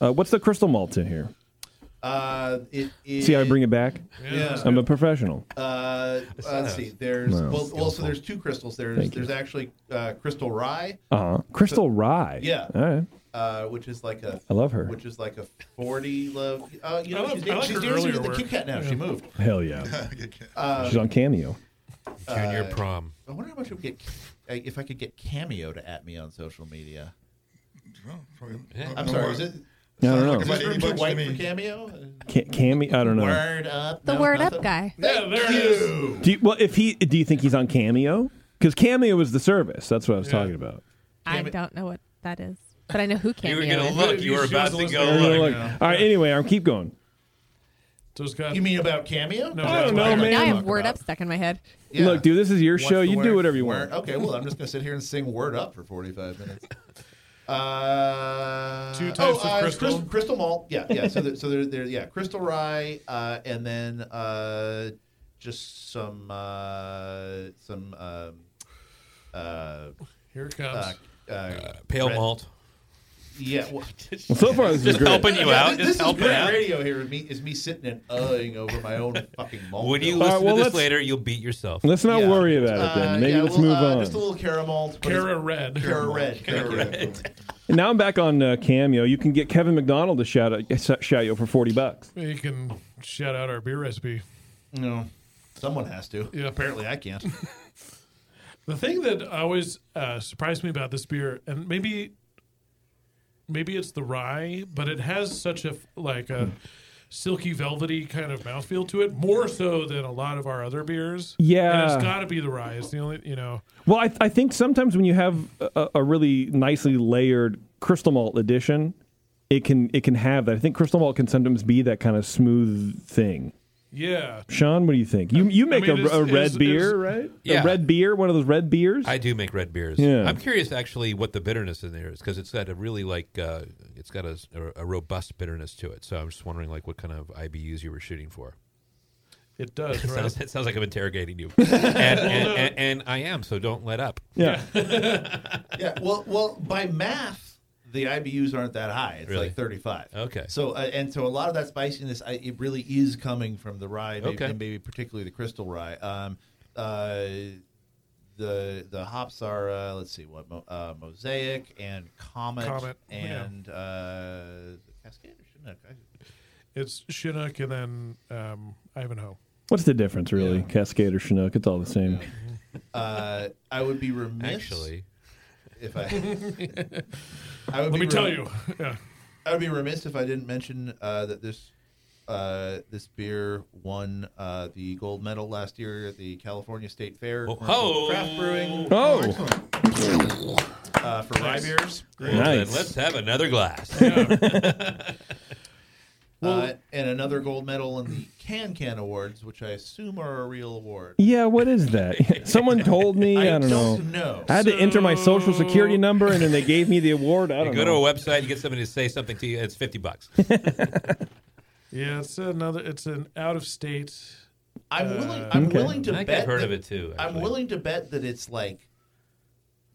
Speaker 1: uh, what's the crystal malt in here?
Speaker 3: Uh, it is.
Speaker 1: See how I bring it back?
Speaker 3: Yeah.
Speaker 1: I'm a professional.
Speaker 3: Uh, uh, let's see. There's
Speaker 1: Wow.
Speaker 3: well, well, so there's two crystals. There's
Speaker 1: Thank you.
Speaker 3: there's actually uh, crystal rye.
Speaker 1: Uh huh. Crystal
Speaker 3: So-
Speaker 1: rye.
Speaker 3: Yeah.
Speaker 1: All right.
Speaker 3: Uh, which is like a.
Speaker 1: I love her.
Speaker 3: Which is like a forty love. Uh, you know,
Speaker 8: I love-
Speaker 3: she's,
Speaker 8: I like
Speaker 3: she's
Speaker 8: her
Speaker 3: doing
Speaker 8: earlier
Speaker 3: something with the
Speaker 8: work.
Speaker 3: Kit Kat now.
Speaker 8: Yeah.
Speaker 3: She moved.
Speaker 1: Hell yeah.
Speaker 3: Uh,
Speaker 1: She's on cameo.
Speaker 7: Junior
Speaker 3: Uh,
Speaker 7: prom.
Speaker 3: I wonder how much would get uh, if I could get Cameo to at me on social media.
Speaker 9: Well, probably-
Speaker 3: I'm
Speaker 9: no
Speaker 3: sorry.
Speaker 9: more.
Speaker 3: Is it?
Speaker 1: I don't know.
Speaker 3: Is this room too
Speaker 9: Bucks to
Speaker 3: white
Speaker 9: me.
Speaker 3: for Cameo?
Speaker 1: Ca- cameo. I don't know.
Speaker 3: Word up.
Speaker 6: The
Speaker 3: No,
Speaker 6: word
Speaker 3: nothing?
Speaker 6: up guy.
Speaker 8: Yeah, there it is.
Speaker 1: Do you, well, if he, do you think he's on Cameo? Because Cameo was the service. That's what I was talking about.
Speaker 6: I don't know what that is, but I know who
Speaker 7: You
Speaker 6: cameo
Speaker 7: were gonna
Speaker 6: is.
Speaker 7: look. You were about to
Speaker 8: Oh,
Speaker 7: go
Speaker 1: Everyone
Speaker 7: look.
Speaker 1: look. All right. Anyway, I'm keep going.
Speaker 8: So it's got.
Speaker 3: You mean about Cameo?
Speaker 8: No,
Speaker 1: I don't know, man.
Speaker 6: Now I have word up stuck in my head.
Speaker 1: Look, dude, this is your show. You do whatever you
Speaker 3: Word-
Speaker 1: want.
Speaker 3: Okay, well, I'm just going to sit here and sing Word Up for 45 minutes. Uh,
Speaker 8: Two types
Speaker 3: oh,
Speaker 8: of
Speaker 3: uh,
Speaker 8: crystal.
Speaker 3: crystal. Crystal malt. Yeah, yeah. So, there, so there, there, yeah, crystal rye, uh, and then uh, just some, uh, some, um, uh,
Speaker 8: Here it comes.
Speaker 3: uh, uh,
Speaker 7: Pale
Speaker 3: red-
Speaker 7: malt.
Speaker 3: Yeah. Well,
Speaker 1: so far, this is
Speaker 7: Just
Speaker 1: great.
Speaker 7: helping you
Speaker 3: this,
Speaker 7: out. Just
Speaker 3: this is
Speaker 7: helping
Speaker 3: great
Speaker 7: out.
Speaker 3: radio here. Is me, is me sitting and uhing over my own fucking malt.
Speaker 7: When you
Speaker 3: bill.
Speaker 7: listen
Speaker 1: All right, well,
Speaker 7: to this
Speaker 1: let's-
Speaker 7: later, you'll beat yourself.
Speaker 1: Let's not
Speaker 3: Yeah.
Speaker 1: worry about it then.
Speaker 3: Uh,
Speaker 1: Maybe
Speaker 3: yeah,
Speaker 1: let's
Speaker 3: well,
Speaker 1: move
Speaker 3: uh,
Speaker 1: on.
Speaker 3: Just a little caramel.
Speaker 8: Cara Red.
Speaker 3: Cara Red. Cara Red.
Speaker 1: And now I'm back on uh, Cameo. You can get Kevin McDonald to shout out, uh, shout you out for forty bucks.
Speaker 8: You can shout out our beer recipe.
Speaker 3: No. Someone has to.
Speaker 8: Yeah.
Speaker 3: Apparently, I can't.
Speaker 8: The thing that always uh, surprised me about this beer, and maybe, maybe it's the rye, but it has such a like a silky, velvety kind of mouthfeel to it, more so than a lot of our other beers. and
Speaker 1: Yeah.
Speaker 8: it's got to be the rye. It's the only you know.
Speaker 1: Well, I, I think sometimes when you have a, a really nicely layered crystal malt edition, it can it can have that. I think crystal malt can sometimes be that kind of smooth thing.
Speaker 8: Yeah,
Speaker 1: Sean, what do you think? You you make
Speaker 8: mean,
Speaker 1: a,
Speaker 8: it's-
Speaker 1: a red
Speaker 8: it's-
Speaker 1: beer,
Speaker 8: it's-
Speaker 1: right?
Speaker 7: Yeah.
Speaker 1: A red beer, one of those red beers.
Speaker 7: I do make red beers.
Speaker 1: Yeah.
Speaker 7: I'm curious actually what the bitterness in there is because it's got a really like uh, it's got a, a robust bitterness to it. So I'm just wondering like what kind of IBUs you were shooting for.
Speaker 8: it does.
Speaker 7: It
Speaker 8: Right?
Speaker 7: sounds, it sounds like I'm interrogating you, and, and, and, and I am. So don't let up.
Speaker 1: yeah.
Speaker 3: yeah. Well, well, by math, the IBUs aren't that high. It's
Speaker 7: Really?
Speaker 3: like 35.
Speaker 7: Okay.
Speaker 3: So, uh, and so a lot of that spiciness, I, it really is coming from the rye, maybe,
Speaker 7: Okay.
Speaker 3: and maybe particularly the crystal rye. Um, uh, the the hops are, uh, let's see, what mo- uh, mosaic and comet,
Speaker 8: Comet, oh, yeah.
Speaker 3: and uh, Cascade or Chinook? I-
Speaker 8: It's Chinook and then um, Ivanhoe.
Speaker 1: What's the difference, really? Cascade or Chinook? It's all the same.
Speaker 3: Uh, I would be remiss
Speaker 7: Actually,
Speaker 3: if I. I would
Speaker 8: Let
Speaker 3: be
Speaker 8: me tell
Speaker 3: rem-
Speaker 8: you. Yeah.
Speaker 3: I would be remiss if I didn't mention uh, that this uh, this beer won uh, the gold medal last year at the California State Fair.
Speaker 7: Oh,
Speaker 3: Commercial
Speaker 7: ho!
Speaker 3: Craft brewing
Speaker 1: Oh,
Speaker 3: uh, for rye beers.
Speaker 7: well,
Speaker 1: Nice.
Speaker 7: then let's have another glass.
Speaker 3: uh, and another gold medal in the Can Can Awards, which I assume are a real award.
Speaker 1: yeah. What is that? Someone told me. I, don't know.
Speaker 3: know.
Speaker 1: I had to enter my social security number, and then they gave me the award. I
Speaker 7: You
Speaker 1: don't
Speaker 7: go to
Speaker 1: know.
Speaker 7: a website, you get somebody to say something to you. It's fifty bucks.
Speaker 8: Yeah, it's another. It's an out of state.
Speaker 3: I'm willing. I'm
Speaker 1: Okay.
Speaker 3: willing to
Speaker 7: Uh, I think
Speaker 3: bet.
Speaker 7: I've heard
Speaker 3: that-
Speaker 7: of it too.
Speaker 3: I'm
Speaker 7: actually.
Speaker 3: willing to bet that it's like.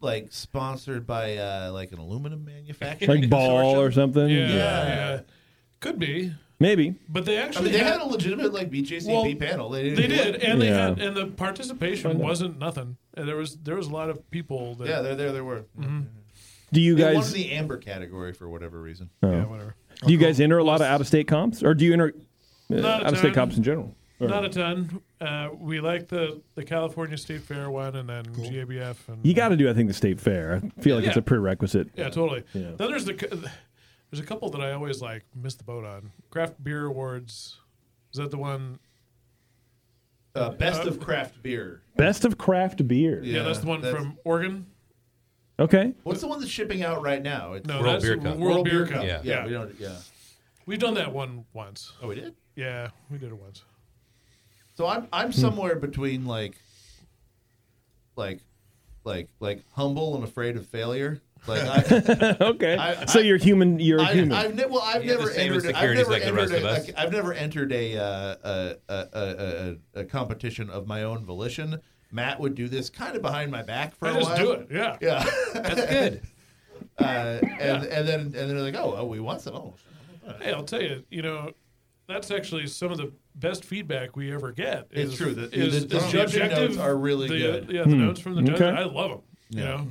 Speaker 3: Like sponsored by uh, like an aluminum manufacturer,
Speaker 1: like ball or something.
Speaker 8: Yeah, yeah. could be.
Speaker 1: Maybe.
Speaker 8: But they
Speaker 3: I
Speaker 8: actually
Speaker 3: mean, they had a legitimate like BJCP
Speaker 8: Well,
Speaker 3: panel. They, didn't
Speaker 8: They did, and they
Speaker 1: Yeah.
Speaker 8: had, and the participation wasn't nothing. And there was there was a lot of people. That,
Speaker 3: Yeah, there, there, there were.
Speaker 1: Do you
Speaker 3: They won
Speaker 1: guys
Speaker 3: the amber category for whatever reason.
Speaker 8: yeah, whatever.
Speaker 1: do you guys enter a lot of out of state comps, or do you enter uh,
Speaker 8: Not a
Speaker 1: out of state
Speaker 8: ton.
Speaker 1: comps in general? Or-
Speaker 8: Not a ton. Uh, we like the the California State Fair one, and then GABF, and
Speaker 1: you got to do, I think, the state fair. I feel like it's
Speaker 8: Yeah.
Speaker 1: a prerequisite.
Speaker 8: yeah, totally.
Speaker 1: Yeah.
Speaker 8: Then there's the c- there's a couple that I always like miss the boat on. Craft Beer Awards. Is that the one?
Speaker 3: Uh, best of craft beer.
Speaker 1: Best of craft beer.
Speaker 8: Yeah, that's the one
Speaker 3: that's-
Speaker 8: from Oregon.
Speaker 1: Okay.
Speaker 3: What's the one that's shipping out right now? It's
Speaker 8: No, World that's Beer Cup. World Beer Cup.
Speaker 3: Yeah.
Speaker 8: Yeah.
Speaker 3: we don't. Yeah.
Speaker 8: We've done that one once.
Speaker 3: Oh, we did.
Speaker 8: Yeah, we did it once.
Speaker 3: So I'm I'm
Speaker 1: Hmm.
Speaker 3: somewhere between like, like, like, like humble and afraid of failure. Like, I,
Speaker 1: okay.
Speaker 3: I-
Speaker 1: so
Speaker 3: I-
Speaker 1: you're human. You're
Speaker 3: I,
Speaker 1: human.
Speaker 3: I've ne- well, I've
Speaker 7: You have
Speaker 3: never
Speaker 7: the same
Speaker 3: entered. I've
Speaker 7: insecurities
Speaker 3: never
Speaker 7: like the
Speaker 3: entered.
Speaker 7: rest of
Speaker 3: a-
Speaker 7: us.
Speaker 3: a- I've never entered a, uh, a, a, a, a a competition of my own volition. Matt would do this kind of behind my back for
Speaker 8: I
Speaker 3: a
Speaker 8: just
Speaker 3: while.
Speaker 8: do it, yeah.
Speaker 3: yeah,
Speaker 8: That's good.
Speaker 3: Uh, and and then and then they're like, oh, oh we want some. Oh,
Speaker 8: Hey, I'll tell you, you know, that's actually some of the best feedback we ever get.
Speaker 3: It's
Speaker 8: is-
Speaker 3: true. The- the-
Speaker 8: is
Speaker 3: the judging notes
Speaker 8: objective-
Speaker 3: are really
Speaker 8: the-
Speaker 3: good. Mm-hmm.
Speaker 8: Yeah, the
Speaker 1: Hmm.
Speaker 8: notes from the judges,
Speaker 1: Okay.
Speaker 8: I love them. You
Speaker 1: Yeah.
Speaker 8: know,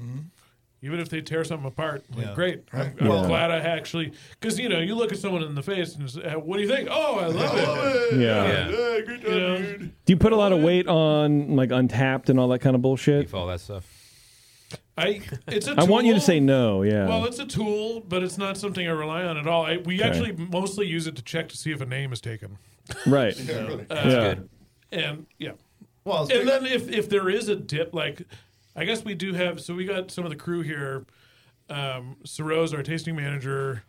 Speaker 8: even if they tear something apart, like,
Speaker 1: Yeah.
Speaker 8: great. I'm,
Speaker 1: Yeah.
Speaker 8: I'm glad I actually, because you know, you look at someone in the face and say, "What do you think?" Oh, I love it.
Speaker 1: Yeah. Yeah.
Speaker 8: You know?
Speaker 1: Do you put a lot of weight on like Untapped and all that kind of bullshit?
Speaker 7: all that stuff.
Speaker 8: I it's a
Speaker 1: I want you to
Speaker 8: tool.
Speaker 1: say no. Yeah.
Speaker 8: Well, it's a tool, but it's not something I rely on at all. I, we
Speaker 1: Okay.
Speaker 8: actually mostly use it to check to see if a name is taken.
Speaker 1: Right.
Speaker 8: You know,
Speaker 1: Yeah. That's good.
Speaker 8: And yeah.
Speaker 3: Well,
Speaker 8: and then if if there is a dip, like I guess we do have. So we got some of the crew here. Um, Sorose, our tasting manager,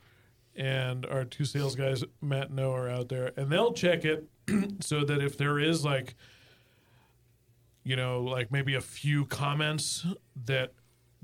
Speaker 8: and our two sales guys, Matt and Noah, are out there, and they'll check it so that if there is like you know, like maybe a few comments that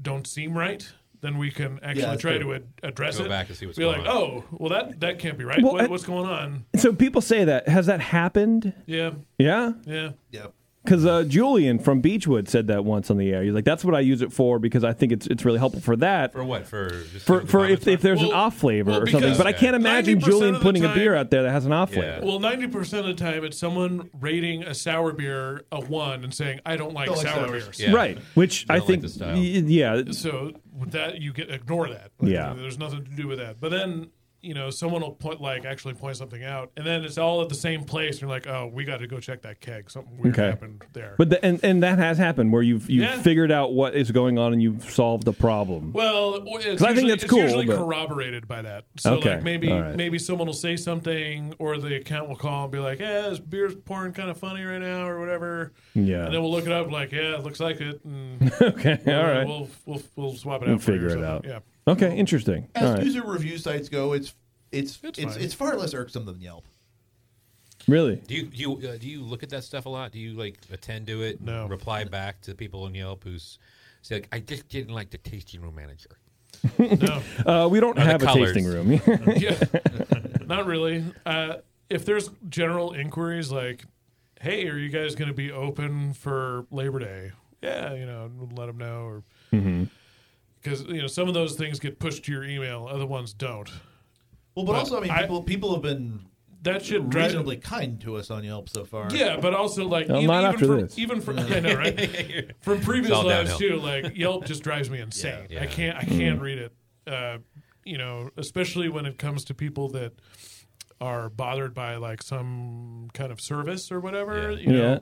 Speaker 8: don't seem right, then we can actually
Speaker 7: that's
Speaker 8: try
Speaker 7: true.
Speaker 8: to ad- address
Speaker 7: Go
Speaker 8: it.
Speaker 7: back and see what's
Speaker 8: Be
Speaker 7: going
Speaker 8: like,
Speaker 7: on.
Speaker 8: oh, well that that can't be right.
Speaker 1: Well,
Speaker 8: what,
Speaker 1: I-
Speaker 8: what's going on?
Speaker 1: so people say that. Has that happened?
Speaker 8: Yeah.
Speaker 1: Yeah.
Speaker 8: Yeah.
Speaker 3: Yeah.
Speaker 1: Because uh, Julian from Beechwood said that once on the air. He's like, "That's what I use it for because I think it's it's really helpful for that."
Speaker 7: For what? For just
Speaker 1: for for if, if there's an off flavor or something.
Speaker 8: because-
Speaker 1: But I can't imagine
Speaker 8: 90% of
Speaker 1: Julian
Speaker 8: the
Speaker 1: putting a
Speaker 8: time-
Speaker 1: beer out there that has an off flavor.
Speaker 8: Well, ninety percent of the time, it's someone rating a sour beer a one and saying, "I don't like
Speaker 3: Don't like
Speaker 8: sour
Speaker 3: sours.
Speaker 8: beers."
Speaker 1: Right, which I think, y- yeah,
Speaker 8: So with that you get ignore that.
Speaker 1: Yeah.
Speaker 8: There's nothing to do with that. But then you know someone will point like actually point something out, and then it's all at the same place. And you're like, oh, we got to go check that keg. Something weird
Speaker 1: okay.
Speaker 8: happened there.
Speaker 1: But the, and and that has happened where you've you
Speaker 8: Yeah.
Speaker 1: have figured out what is going on and you've solved the problem.
Speaker 8: Well, it's
Speaker 1: 'Cause
Speaker 8: usually,
Speaker 1: I think that's
Speaker 8: it's
Speaker 1: cool,
Speaker 8: usually
Speaker 1: but-
Speaker 8: corroborated by that. So
Speaker 1: Okay,
Speaker 8: like maybe
Speaker 1: all right.
Speaker 8: maybe someone will say something, or the account will call and be like, "Yeah, this beer's pouring kind of funny right now," or whatever.
Speaker 1: Yeah.
Speaker 8: And then we'll look it up, like, "Yeah, it looks like it." And
Speaker 1: Okay,
Speaker 8: we'll,
Speaker 1: all right.
Speaker 8: We'll, we'll we'll swap it
Speaker 1: We'll
Speaker 8: out. for you or
Speaker 1: figure it
Speaker 8: something.
Speaker 1: out.
Speaker 8: Yeah.
Speaker 1: Okay, interesting.
Speaker 3: As
Speaker 1: All right.
Speaker 3: user review sites go, it's it's it's it's,
Speaker 7: fine.
Speaker 3: far less irksome than Yelp.
Speaker 1: Really?
Speaker 7: Do you do you, uh, do you look at that stuff a lot? Do you like attend to it? No. Reply back to people on Yelp who's say like, I just didn't like the tasting room manager.
Speaker 1: Uh, we don't
Speaker 7: Or the
Speaker 1: have a
Speaker 7: colours.
Speaker 1: tasting room.
Speaker 8: yeah, not really. Uh, if there's general inquiries like, "Hey, are you guys going to be open for Labor Day?" Yeah, you know, we'll let them know, or
Speaker 1: Mm-hmm.
Speaker 8: because you know some of those things get pushed to your email, other ones don't.
Speaker 3: Well, but, also, I mean, people people have been
Speaker 8: that shit drive-
Speaker 3: reasonably kind to us on Yelp so far.
Speaker 8: Yeah, but also like
Speaker 1: Well,
Speaker 8: even,
Speaker 1: not
Speaker 8: even
Speaker 1: after
Speaker 8: from,
Speaker 1: this.
Speaker 8: even from yeah, I know, right? from previous
Speaker 1: It's all
Speaker 8: lives too.
Speaker 1: downhill.
Speaker 8: Like Yelp just drives me insane.
Speaker 1: Yeah.
Speaker 8: I can't I
Speaker 1: Mm.
Speaker 8: can't read it. Uh, you know, especially when it comes to people that are bothered by like some kind of service or whatever. You know.
Speaker 1: Yeah.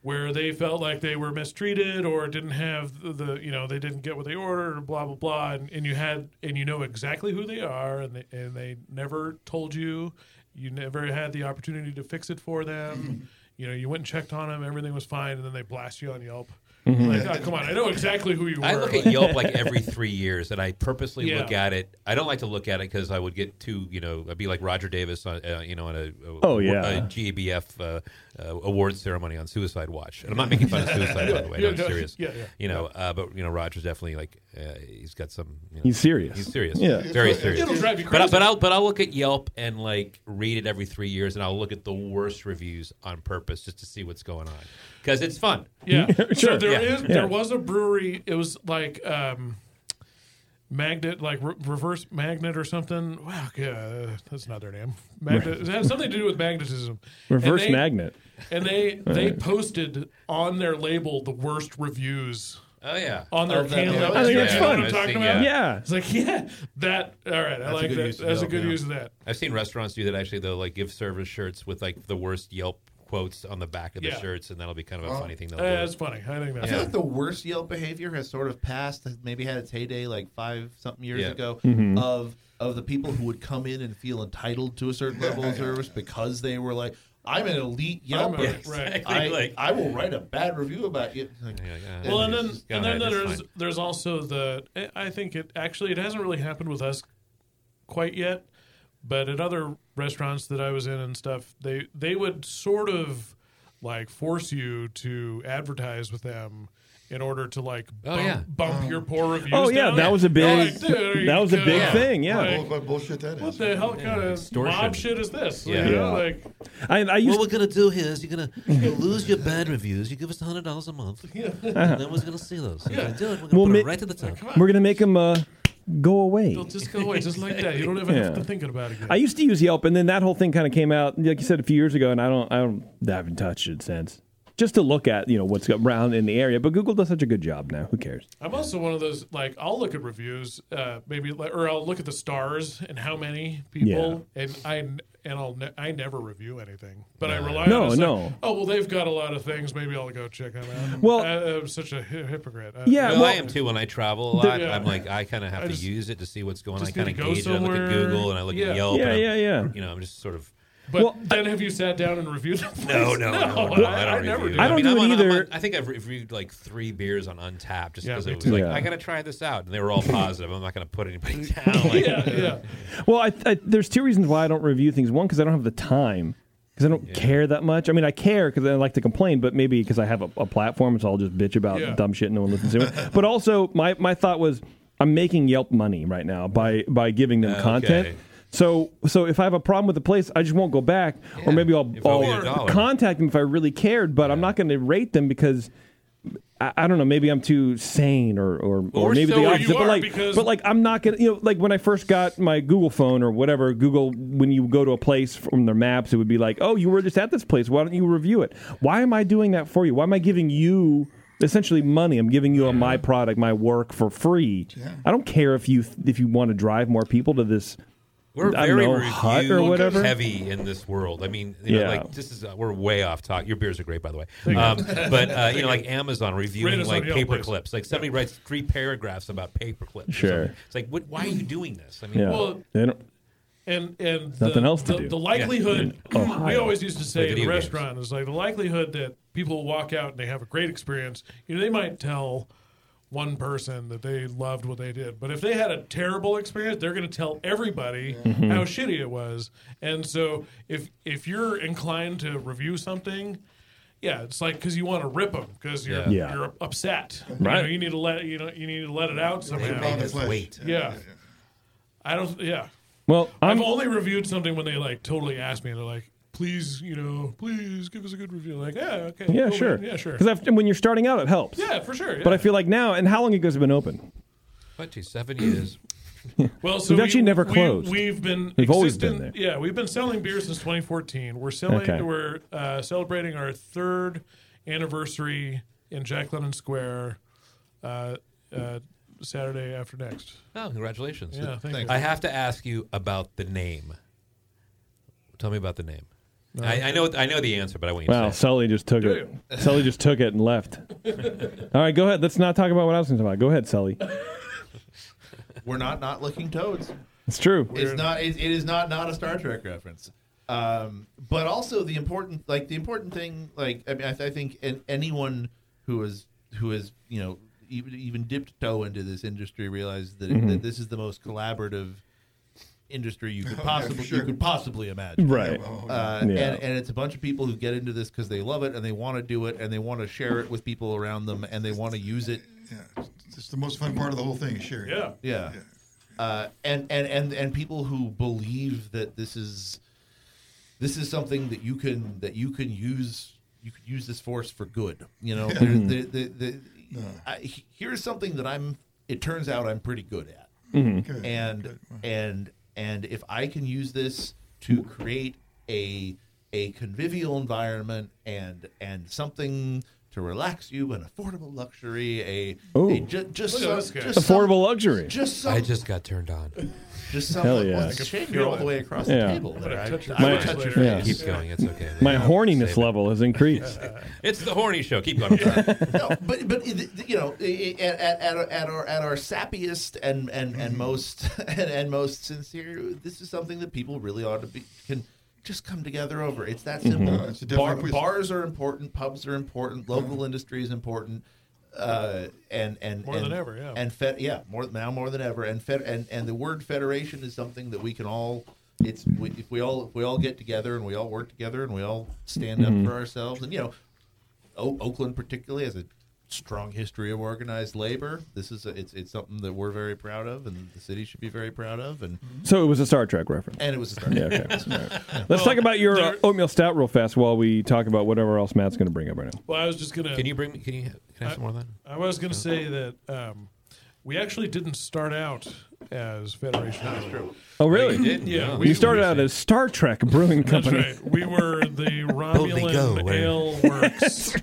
Speaker 8: Where they felt like they were mistreated or didn't have the, the you know they didn't get what they ordered or blah blah blah and, and you had and you know exactly who they are and they, and they never told you you never had the opportunity to fix it for them. you know, you went and checked on them, everything was fine, and then they blast you on Yelp. Like, oh, come on, I know exactly who you were.
Speaker 7: I look at Yelp like every three years, and I purposely
Speaker 8: Yeah.
Speaker 7: look at it. I don't like to look at it because I would get too, you know, I'd be like Roger Davis on, uh, you know, on a, a
Speaker 1: Oh,
Speaker 7: a
Speaker 1: yeah.
Speaker 7: GABF uh, uh, awards ceremony on Suicide Watch. And I'm not making fun of Suicide, by the way. No,
Speaker 1: Yeah,
Speaker 7: I'm
Speaker 1: no,
Speaker 7: serious.
Speaker 1: yeah, yeah.
Speaker 7: You know, uh, but you know, Roger's definitely like uh, he's got some. You know,
Speaker 1: He's serious.
Speaker 7: He's serious.
Speaker 1: Yeah.
Speaker 7: very serious.
Speaker 8: It'll drive you
Speaker 7: But, I-
Speaker 8: crazy.
Speaker 7: but I'll but I'll look at Yelp and like read it every three years, and I'll look at the worst reviews on purpose just to see what's going on because it's fun.
Speaker 8: Yeah, So
Speaker 7: Sure.
Speaker 8: there
Speaker 7: Yeah.
Speaker 8: is-
Speaker 7: Yeah.
Speaker 8: there was a brewery. It was like um, magnet, like re- reverse magnet or something. Wow, yeah, that's not their name. Magnet. It had something to do with magnetism. And
Speaker 1: Reverse magnet.
Speaker 8: And they
Speaker 1: All
Speaker 8: they
Speaker 1: right.
Speaker 8: posted on their label the worst reviews.
Speaker 7: Oh yeah,
Speaker 8: on their
Speaker 1: Of that
Speaker 8: can
Speaker 1: label.
Speaker 8: label.
Speaker 1: I think
Speaker 8: You
Speaker 1: that's
Speaker 8: know what
Speaker 1: fun.
Speaker 8: I'm talking
Speaker 7: Yeah.
Speaker 8: about?
Speaker 7: Yeah.
Speaker 8: It's like yeah, that. All right, I
Speaker 7: That's a
Speaker 8: like
Speaker 7: good
Speaker 8: that.
Speaker 7: use of
Speaker 8: That's a
Speaker 7: Yelp,
Speaker 8: good
Speaker 7: yeah.
Speaker 8: use of that.
Speaker 7: I've seen restaurants do that actually. They'll like give servers shirts with like the worst Yelp quotes on the back of the
Speaker 8: Yeah.
Speaker 7: shirts, and that'll be kind of a
Speaker 3: Well,
Speaker 7: funny thing. They'll
Speaker 8: eh,
Speaker 7: do.
Speaker 8: that's funny. I think
Speaker 3: I
Speaker 8: that's
Speaker 3: feel
Speaker 7: Yeah.
Speaker 3: like the worst Yelp behavior has sort of passed. has Maybe had its heyday like five something years
Speaker 7: Yeah.
Speaker 3: ago.
Speaker 1: Mhm.
Speaker 3: Of of the people who would come in and feel entitled to a certain level of service because they were like, I'm an elite
Speaker 8: I'm a-
Speaker 3: Yelper.
Speaker 8: right.
Speaker 3: I,
Speaker 8: Oh, Like-
Speaker 3: I will write a bad review about you. Like,
Speaker 8: well, and then and then
Speaker 3: it's
Speaker 8: there's
Speaker 3: fine.
Speaker 8: there's also the I- I think it actually it hasn't really happened with us quite yet, but at other restaurants that I was in and stuff, they they would sort of like force you to advertise with them in order to like bump,
Speaker 7: yeah.
Speaker 8: bump your poor reviews.
Speaker 1: Oh, yeah,
Speaker 8: down.
Speaker 1: that was a big-
Speaker 8: You're like, "Dude, are you
Speaker 1: that was a
Speaker 8: kidding?"
Speaker 1: big thing, yeah.
Speaker 8: Like,
Speaker 9: What bullshit that is.
Speaker 8: what the hell kind of
Speaker 1: Extortion.
Speaker 8: mob shit is this?
Speaker 1: Yeah.
Speaker 8: You
Speaker 1: Yeah.
Speaker 8: know, like
Speaker 1: I, I used
Speaker 15: what we're gonna do here is you're gonna you lose your bad reviews. You give us hundred dollars a month, and no one's gonna see those. So
Speaker 8: Yeah.
Speaker 15: If you do it, we're gonna
Speaker 1: we'll
Speaker 15: put
Speaker 1: ma-
Speaker 15: it right to the top.
Speaker 1: we're gonna make them uh, go away.
Speaker 8: They'll just go away, just like that. You don't even have to think about it again.
Speaker 1: I used to use Yelp, and then that whole thing kind of came out, like you said, a few years ago, and I don't, I don't, I haven't touched it since. Just to look at, you know, what's around in the area. But Google does such a good job now. Who cares?
Speaker 8: I'm also one of those like I'll look at reviews, uh, maybe like- or I'll look at the stars and how many people, and I and I'll ne- I never review anything, but I rely
Speaker 1: No,
Speaker 8: on it's like,
Speaker 1: no.
Speaker 8: oh well, they've got a lot of things. Maybe I'll go check them out.
Speaker 1: Well-
Speaker 8: I, am such a hy- hypocrite. Uh, I-
Speaker 7: well, I am too. When I travel a
Speaker 8: The-
Speaker 7: lot,
Speaker 8: yeah.
Speaker 7: I'm like I kind of have
Speaker 8: I
Speaker 7: to
Speaker 8: just-
Speaker 7: use it to see what's going on. I
Speaker 8: just
Speaker 7: kind
Speaker 8: need
Speaker 7: of
Speaker 8: to go
Speaker 7: gauge it. I look at
Speaker 8: somewhere.
Speaker 7: Google and I look
Speaker 8: Yeah.
Speaker 7: at Yelp.
Speaker 8: Yeah,
Speaker 7: and I'm-
Speaker 8: yeah, yeah.
Speaker 7: You know, I'm just sort of
Speaker 8: But then have you sat down and reviewed? The
Speaker 7: No,
Speaker 8: place?
Speaker 7: no, no, no,
Speaker 8: I,
Speaker 7: I don't
Speaker 8: never.
Speaker 7: review.
Speaker 8: do.
Speaker 1: I don't
Speaker 7: mean,
Speaker 1: do
Speaker 7: I'm
Speaker 1: it
Speaker 7: on- I'm
Speaker 1: either.
Speaker 7: on- I think I've reviewed like three beers on Untapped just
Speaker 8: Yeah,
Speaker 7: because
Speaker 8: me
Speaker 7: it was
Speaker 8: too.
Speaker 7: like
Speaker 1: Yeah.
Speaker 7: I gotta try this out, and they were all positive. I'm not gonna put anybody down. Like,
Speaker 8: yeah, yeah.
Speaker 1: Well, I, I, there's two reasons why I don't review things. One, because I don't have the time, because I don't care that much. I mean, I care because I like to complain, but maybe because I have a, a platform, so I'll just bitch about
Speaker 14: Yeah.
Speaker 1: dumb shit no one listens to it. But also, my, my thought was, I'm making Yelp money right now by by giving them
Speaker 14: Ah, Okay.
Speaker 1: content. So so if I have a problem with the place, I just won't go back, or maybe I'll,
Speaker 14: owe me a
Speaker 1: I'll
Speaker 14: dollar.
Speaker 1: contact them if I really cared. But I'm not going to rate them because. I, I don't know. Maybe I'm too sane, or or, or
Speaker 14: we're
Speaker 1: maybe
Speaker 14: still
Speaker 1: the
Speaker 14: where
Speaker 1: opposite.
Speaker 14: you
Speaker 1: But
Speaker 14: are
Speaker 1: like,
Speaker 14: because-
Speaker 1: but like, I'm not gonna. You know, like when I first got my Google phone or whatever Google, when you go to a place from their maps, it would be like, oh, you were just at this place. Why don't you review it? Why am I doing that for you? Why am I giving you essentially money? I'm giving you a, my product, my work for free. I don't care if you if you want to drive more people to this.
Speaker 7: We're
Speaker 1: I
Speaker 7: very
Speaker 1: don't know,
Speaker 7: review
Speaker 1: hut or whatever.
Speaker 7: heavy in this world. I mean, you know,
Speaker 1: Yeah.
Speaker 7: like this is uh, we're way off talk. Your beers are great, by the way.
Speaker 1: Thank you.
Speaker 7: Um, but uh, you know, like Amazon
Speaker 8: Rate
Speaker 7: reviewing
Speaker 8: us
Speaker 7: like
Speaker 8: on Yelp,
Speaker 7: paper
Speaker 8: please.
Speaker 7: clips. Like somebody writes three paragraphs about paper clips. or
Speaker 1: Sure.
Speaker 7: something. It's like, what, why are you doing this? I mean,
Speaker 1: Yeah.
Speaker 8: Well,
Speaker 1: They don't-
Speaker 8: and and the,
Speaker 1: Nothing else to
Speaker 8: the,
Speaker 1: do.
Speaker 8: the likelihood
Speaker 1: Yeah. In
Speaker 8: we
Speaker 1: Ohio.
Speaker 8: always used to
Speaker 1: Play
Speaker 8: say in the
Speaker 1: video games.
Speaker 8: restaurant is like the likelihood that people walk out and they have a great experience you know they might tell one person that they loved what they did but if they had a terrible experience they're going to tell everybody
Speaker 1: Mm-hmm.
Speaker 16: Mhm.
Speaker 8: how shitty it was and so if if you're inclined to review something yeah, it's like because you want to rip them because you're
Speaker 1: Yeah. Yeah.
Speaker 8: you're upset.
Speaker 1: Right.
Speaker 8: You, know, you need to let you know you need to let it out somehow.
Speaker 9: Pound of flesh.
Speaker 7: Wait.
Speaker 8: Yeah. I don't. Yeah.
Speaker 1: Well,
Speaker 8: i have
Speaker 1: I'm
Speaker 8: only reviewed something when they like totally asked me. They're like, "Please, you know, please give us a good review." Like, yeah, okay,
Speaker 1: yeah
Speaker 8: cool,
Speaker 1: sure
Speaker 8: man. yeah, sure.
Speaker 1: because when you're starting out, it helps.
Speaker 8: Yeah, for sure,
Speaker 1: But
Speaker 8: yeah.
Speaker 1: I feel like now, and how long ago has it been open?
Speaker 7: what, geez, seven years.
Speaker 8: Well, so
Speaker 1: We've actually
Speaker 8: we-
Speaker 1: never
Speaker 8: we-
Speaker 1: closed.
Speaker 8: We've been
Speaker 1: We've always been
Speaker 8: existing- Yeah, we've been selling beer since 2014. We're selling.
Speaker 1: Okay.
Speaker 8: We're uh, celebrating our third anniversary in Jack London Square. Uh, uh, Saturday after next.
Speaker 7: Oh, congratulations!
Speaker 8: Yeah, thank you.
Speaker 7: I have to ask you about the name. Tell me about the name.
Speaker 8: No.
Speaker 7: I, I know I know the answer, but I want you to
Speaker 1: Wow,
Speaker 7: say. it.
Speaker 1: Sully just took
Speaker 7: Do
Speaker 1: it. Sully just took it and left. All right, go ahead. Let's not talk about what I was going to talk about. Go ahead, Sully.
Speaker 3: We're not not licking toads.
Speaker 1: It's true.
Speaker 3: It's not. It, it is not not a Star Trek reference. Um, but also the important, like the important thing, like I mean, I, I think an, anyone who is who has you know even, even dipped toe into this industry realizes that,
Speaker 1: Mhm.
Speaker 3: that this is the most collaborative industry you could
Speaker 9: Oh, yeah,
Speaker 3: possibly
Speaker 9: for sure. Oh,
Speaker 3: you could possibly imagine.
Speaker 1: Right. Yeah.
Speaker 3: Uh, And and it's a bunch of people who get into this because they love it and they want to do it and they want to share it with people around them and they want to use it.
Speaker 9: Yeah. It's the most fun part of the whole thing, sure.
Speaker 8: Yeah.
Speaker 3: Yeah. Uh, and, and, and, and people who believe that this is this is something that you can that you can use you could use this force for good. You know,
Speaker 9: Yeah.
Speaker 3: There-
Speaker 1: Mm-hmm.
Speaker 9: Mhm.
Speaker 3: the, the, the, I, he- here's something that I'm. It turns out I'm pretty good at,
Speaker 1: Mhm.
Speaker 9: Good,
Speaker 3: and and and if I can use this to create a a convivial environment and and something to relax you, an affordable luxury, a, a
Speaker 1: Ooh.
Speaker 3: ju- just
Speaker 8: Look at
Speaker 3: some-
Speaker 8: this guy.
Speaker 3: just some-
Speaker 1: Affordable luxury.
Speaker 3: Just some,
Speaker 7: I just got turned on.
Speaker 3: just
Speaker 1: Hell
Speaker 3: someone
Speaker 1: yeah.
Speaker 3: wants to
Speaker 1: I can
Speaker 3: shake
Speaker 8: feel
Speaker 3: you all
Speaker 8: it.
Speaker 3: the way across
Speaker 1: Yeah.
Speaker 3: the table.
Speaker 8: I'm gonna
Speaker 3: there. I-
Speaker 8: touch your
Speaker 3: I would
Speaker 8: face
Speaker 3: touch your
Speaker 8: later.
Speaker 1: Yeah.
Speaker 3: face.
Speaker 7: Keep going. It's okay.
Speaker 1: My
Speaker 7: Yeah.
Speaker 1: horniness level has increased.
Speaker 7: It's the horny show. Keep going.
Speaker 3: no, but but it- it- you know, i- i- at, at, at, our, at our at our sappiest and and, and most and, and most sincere, this is something that people really ought to be can just come together over. It's that
Speaker 9: Mhm.
Speaker 1: Mm-hmm.
Speaker 3: simple.
Speaker 9: Yeah, it's a different
Speaker 3: Bar-
Speaker 9: place.
Speaker 3: bars are important. Pubs are
Speaker 8: Mm-hmm.
Speaker 3: important. Local industry is important. Uh, and and
Speaker 8: More
Speaker 3: and,
Speaker 8: than ever, yeah.
Speaker 3: And fed, yeah, more now more than ever. And fed, and and the word federation is something that we can all. It's we, if we all if we all get together and we all work together and we all stand
Speaker 1: Mhm.
Speaker 8: Mm-hmm.
Speaker 3: up for ourselves. And you know, o- Oakland particularly has a strong history of organized labor. This is a, it's it's something that we're very proud of, and the city should be very proud of. And
Speaker 8: Mm-hmm.
Speaker 1: So it was a Star Trek reference.
Speaker 3: And it was a Star Trek
Speaker 1: Yeah, okay.
Speaker 3: reference.
Speaker 1: All right.
Speaker 3: Yeah.
Speaker 1: Let's
Speaker 8: Oh,
Speaker 1: talk about your uh, oatmeal stout real fast while we talk about whatever else Matt's going to bring up right now.
Speaker 8: Well, I was just gonna.
Speaker 7: Can you bring me? Can you? Can I have some more of that?
Speaker 1: Uh,
Speaker 8: I was gonna say that um, we actually didn't start out as Federation. That's true.
Speaker 1: Oh, really?
Speaker 8: You did? Yeah.
Speaker 1: you started out as Star Trek Brewing
Speaker 8: That's
Speaker 1: Company.
Speaker 8: right. We were the
Speaker 1: Boldly go,
Speaker 8: Romulan
Speaker 1: where-
Speaker 8: Ale Works.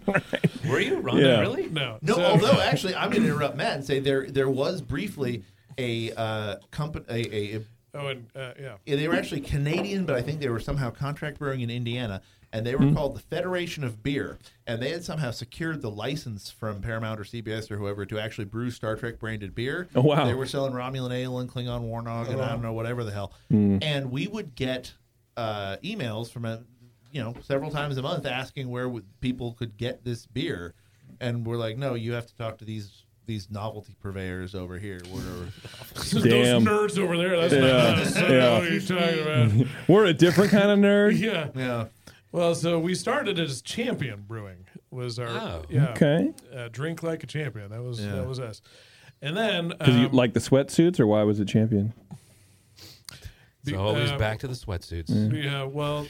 Speaker 7: Were you
Speaker 3: Rhonda,
Speaker 1: Yeah.
Speaker 3: really?
Speaker 8: No.
Speaker 3: No,
Speaker 8: So-
Speaker 3: although actually, I'm going to interrupt Matt and say there there was briefly a uh, company. A, a,
Speaker 8: Oh, and uh, yeah.
Speaker 3: they were actually Canadian, but I think they were somehow contract brewing in Indiana, and they were
Speaker 1: Mm-hmm.
Speaker 8: Mhm.
Speaker 3: called the Federation of Beer, and they had somehow secured the license from Paramount or CBS or whoever to actually brew Star Trek branded beer.
Speaker 1: Oh, wow.
Speaker 3: They were selling Romulan ale and Klingon Warnog and I don't know whatever the hell,
Speaker 1: Mm.
Speaker 3: and we would get uh, emails from a. You know, several times a month, asking where would people could get this beer, and we're like, no, you have to talk to these these novelty purveyors over here. We're,
Speaker 1: Damn.
Speaker 8: Those nerds over there. That's not us.
Speaker 1: yeah.
Speaker 8: I don't know
Speaker 1: yeah.
Speaker 8: what you're talking about.
Speaker 1: We're a different kind of nerd.
Speaker 8: Yeah.
Speaker 3: Yeah.
Speaker 8: Well, so we started as Champion Brewing was our
Speaker 1: Oh.
Speaker 8: yeah,
Speaker 1: Okay.
Speaker 8: uh, drink like a champion. That was
Speaker 1: Yeah.
Speaker 8: that was us. And then
Speaker 1: Because you
Speaker 8: um,
Speaker 1: like the sweatsuits, or why was it champion?
Speaker 7: So
Speaker 8: Be-
Speaker 7: always
Speaker 8: uh,
Speaker 7: back to the sweatsuits.
Speaker 1: Mm.
Speaker 8: Yeah, well,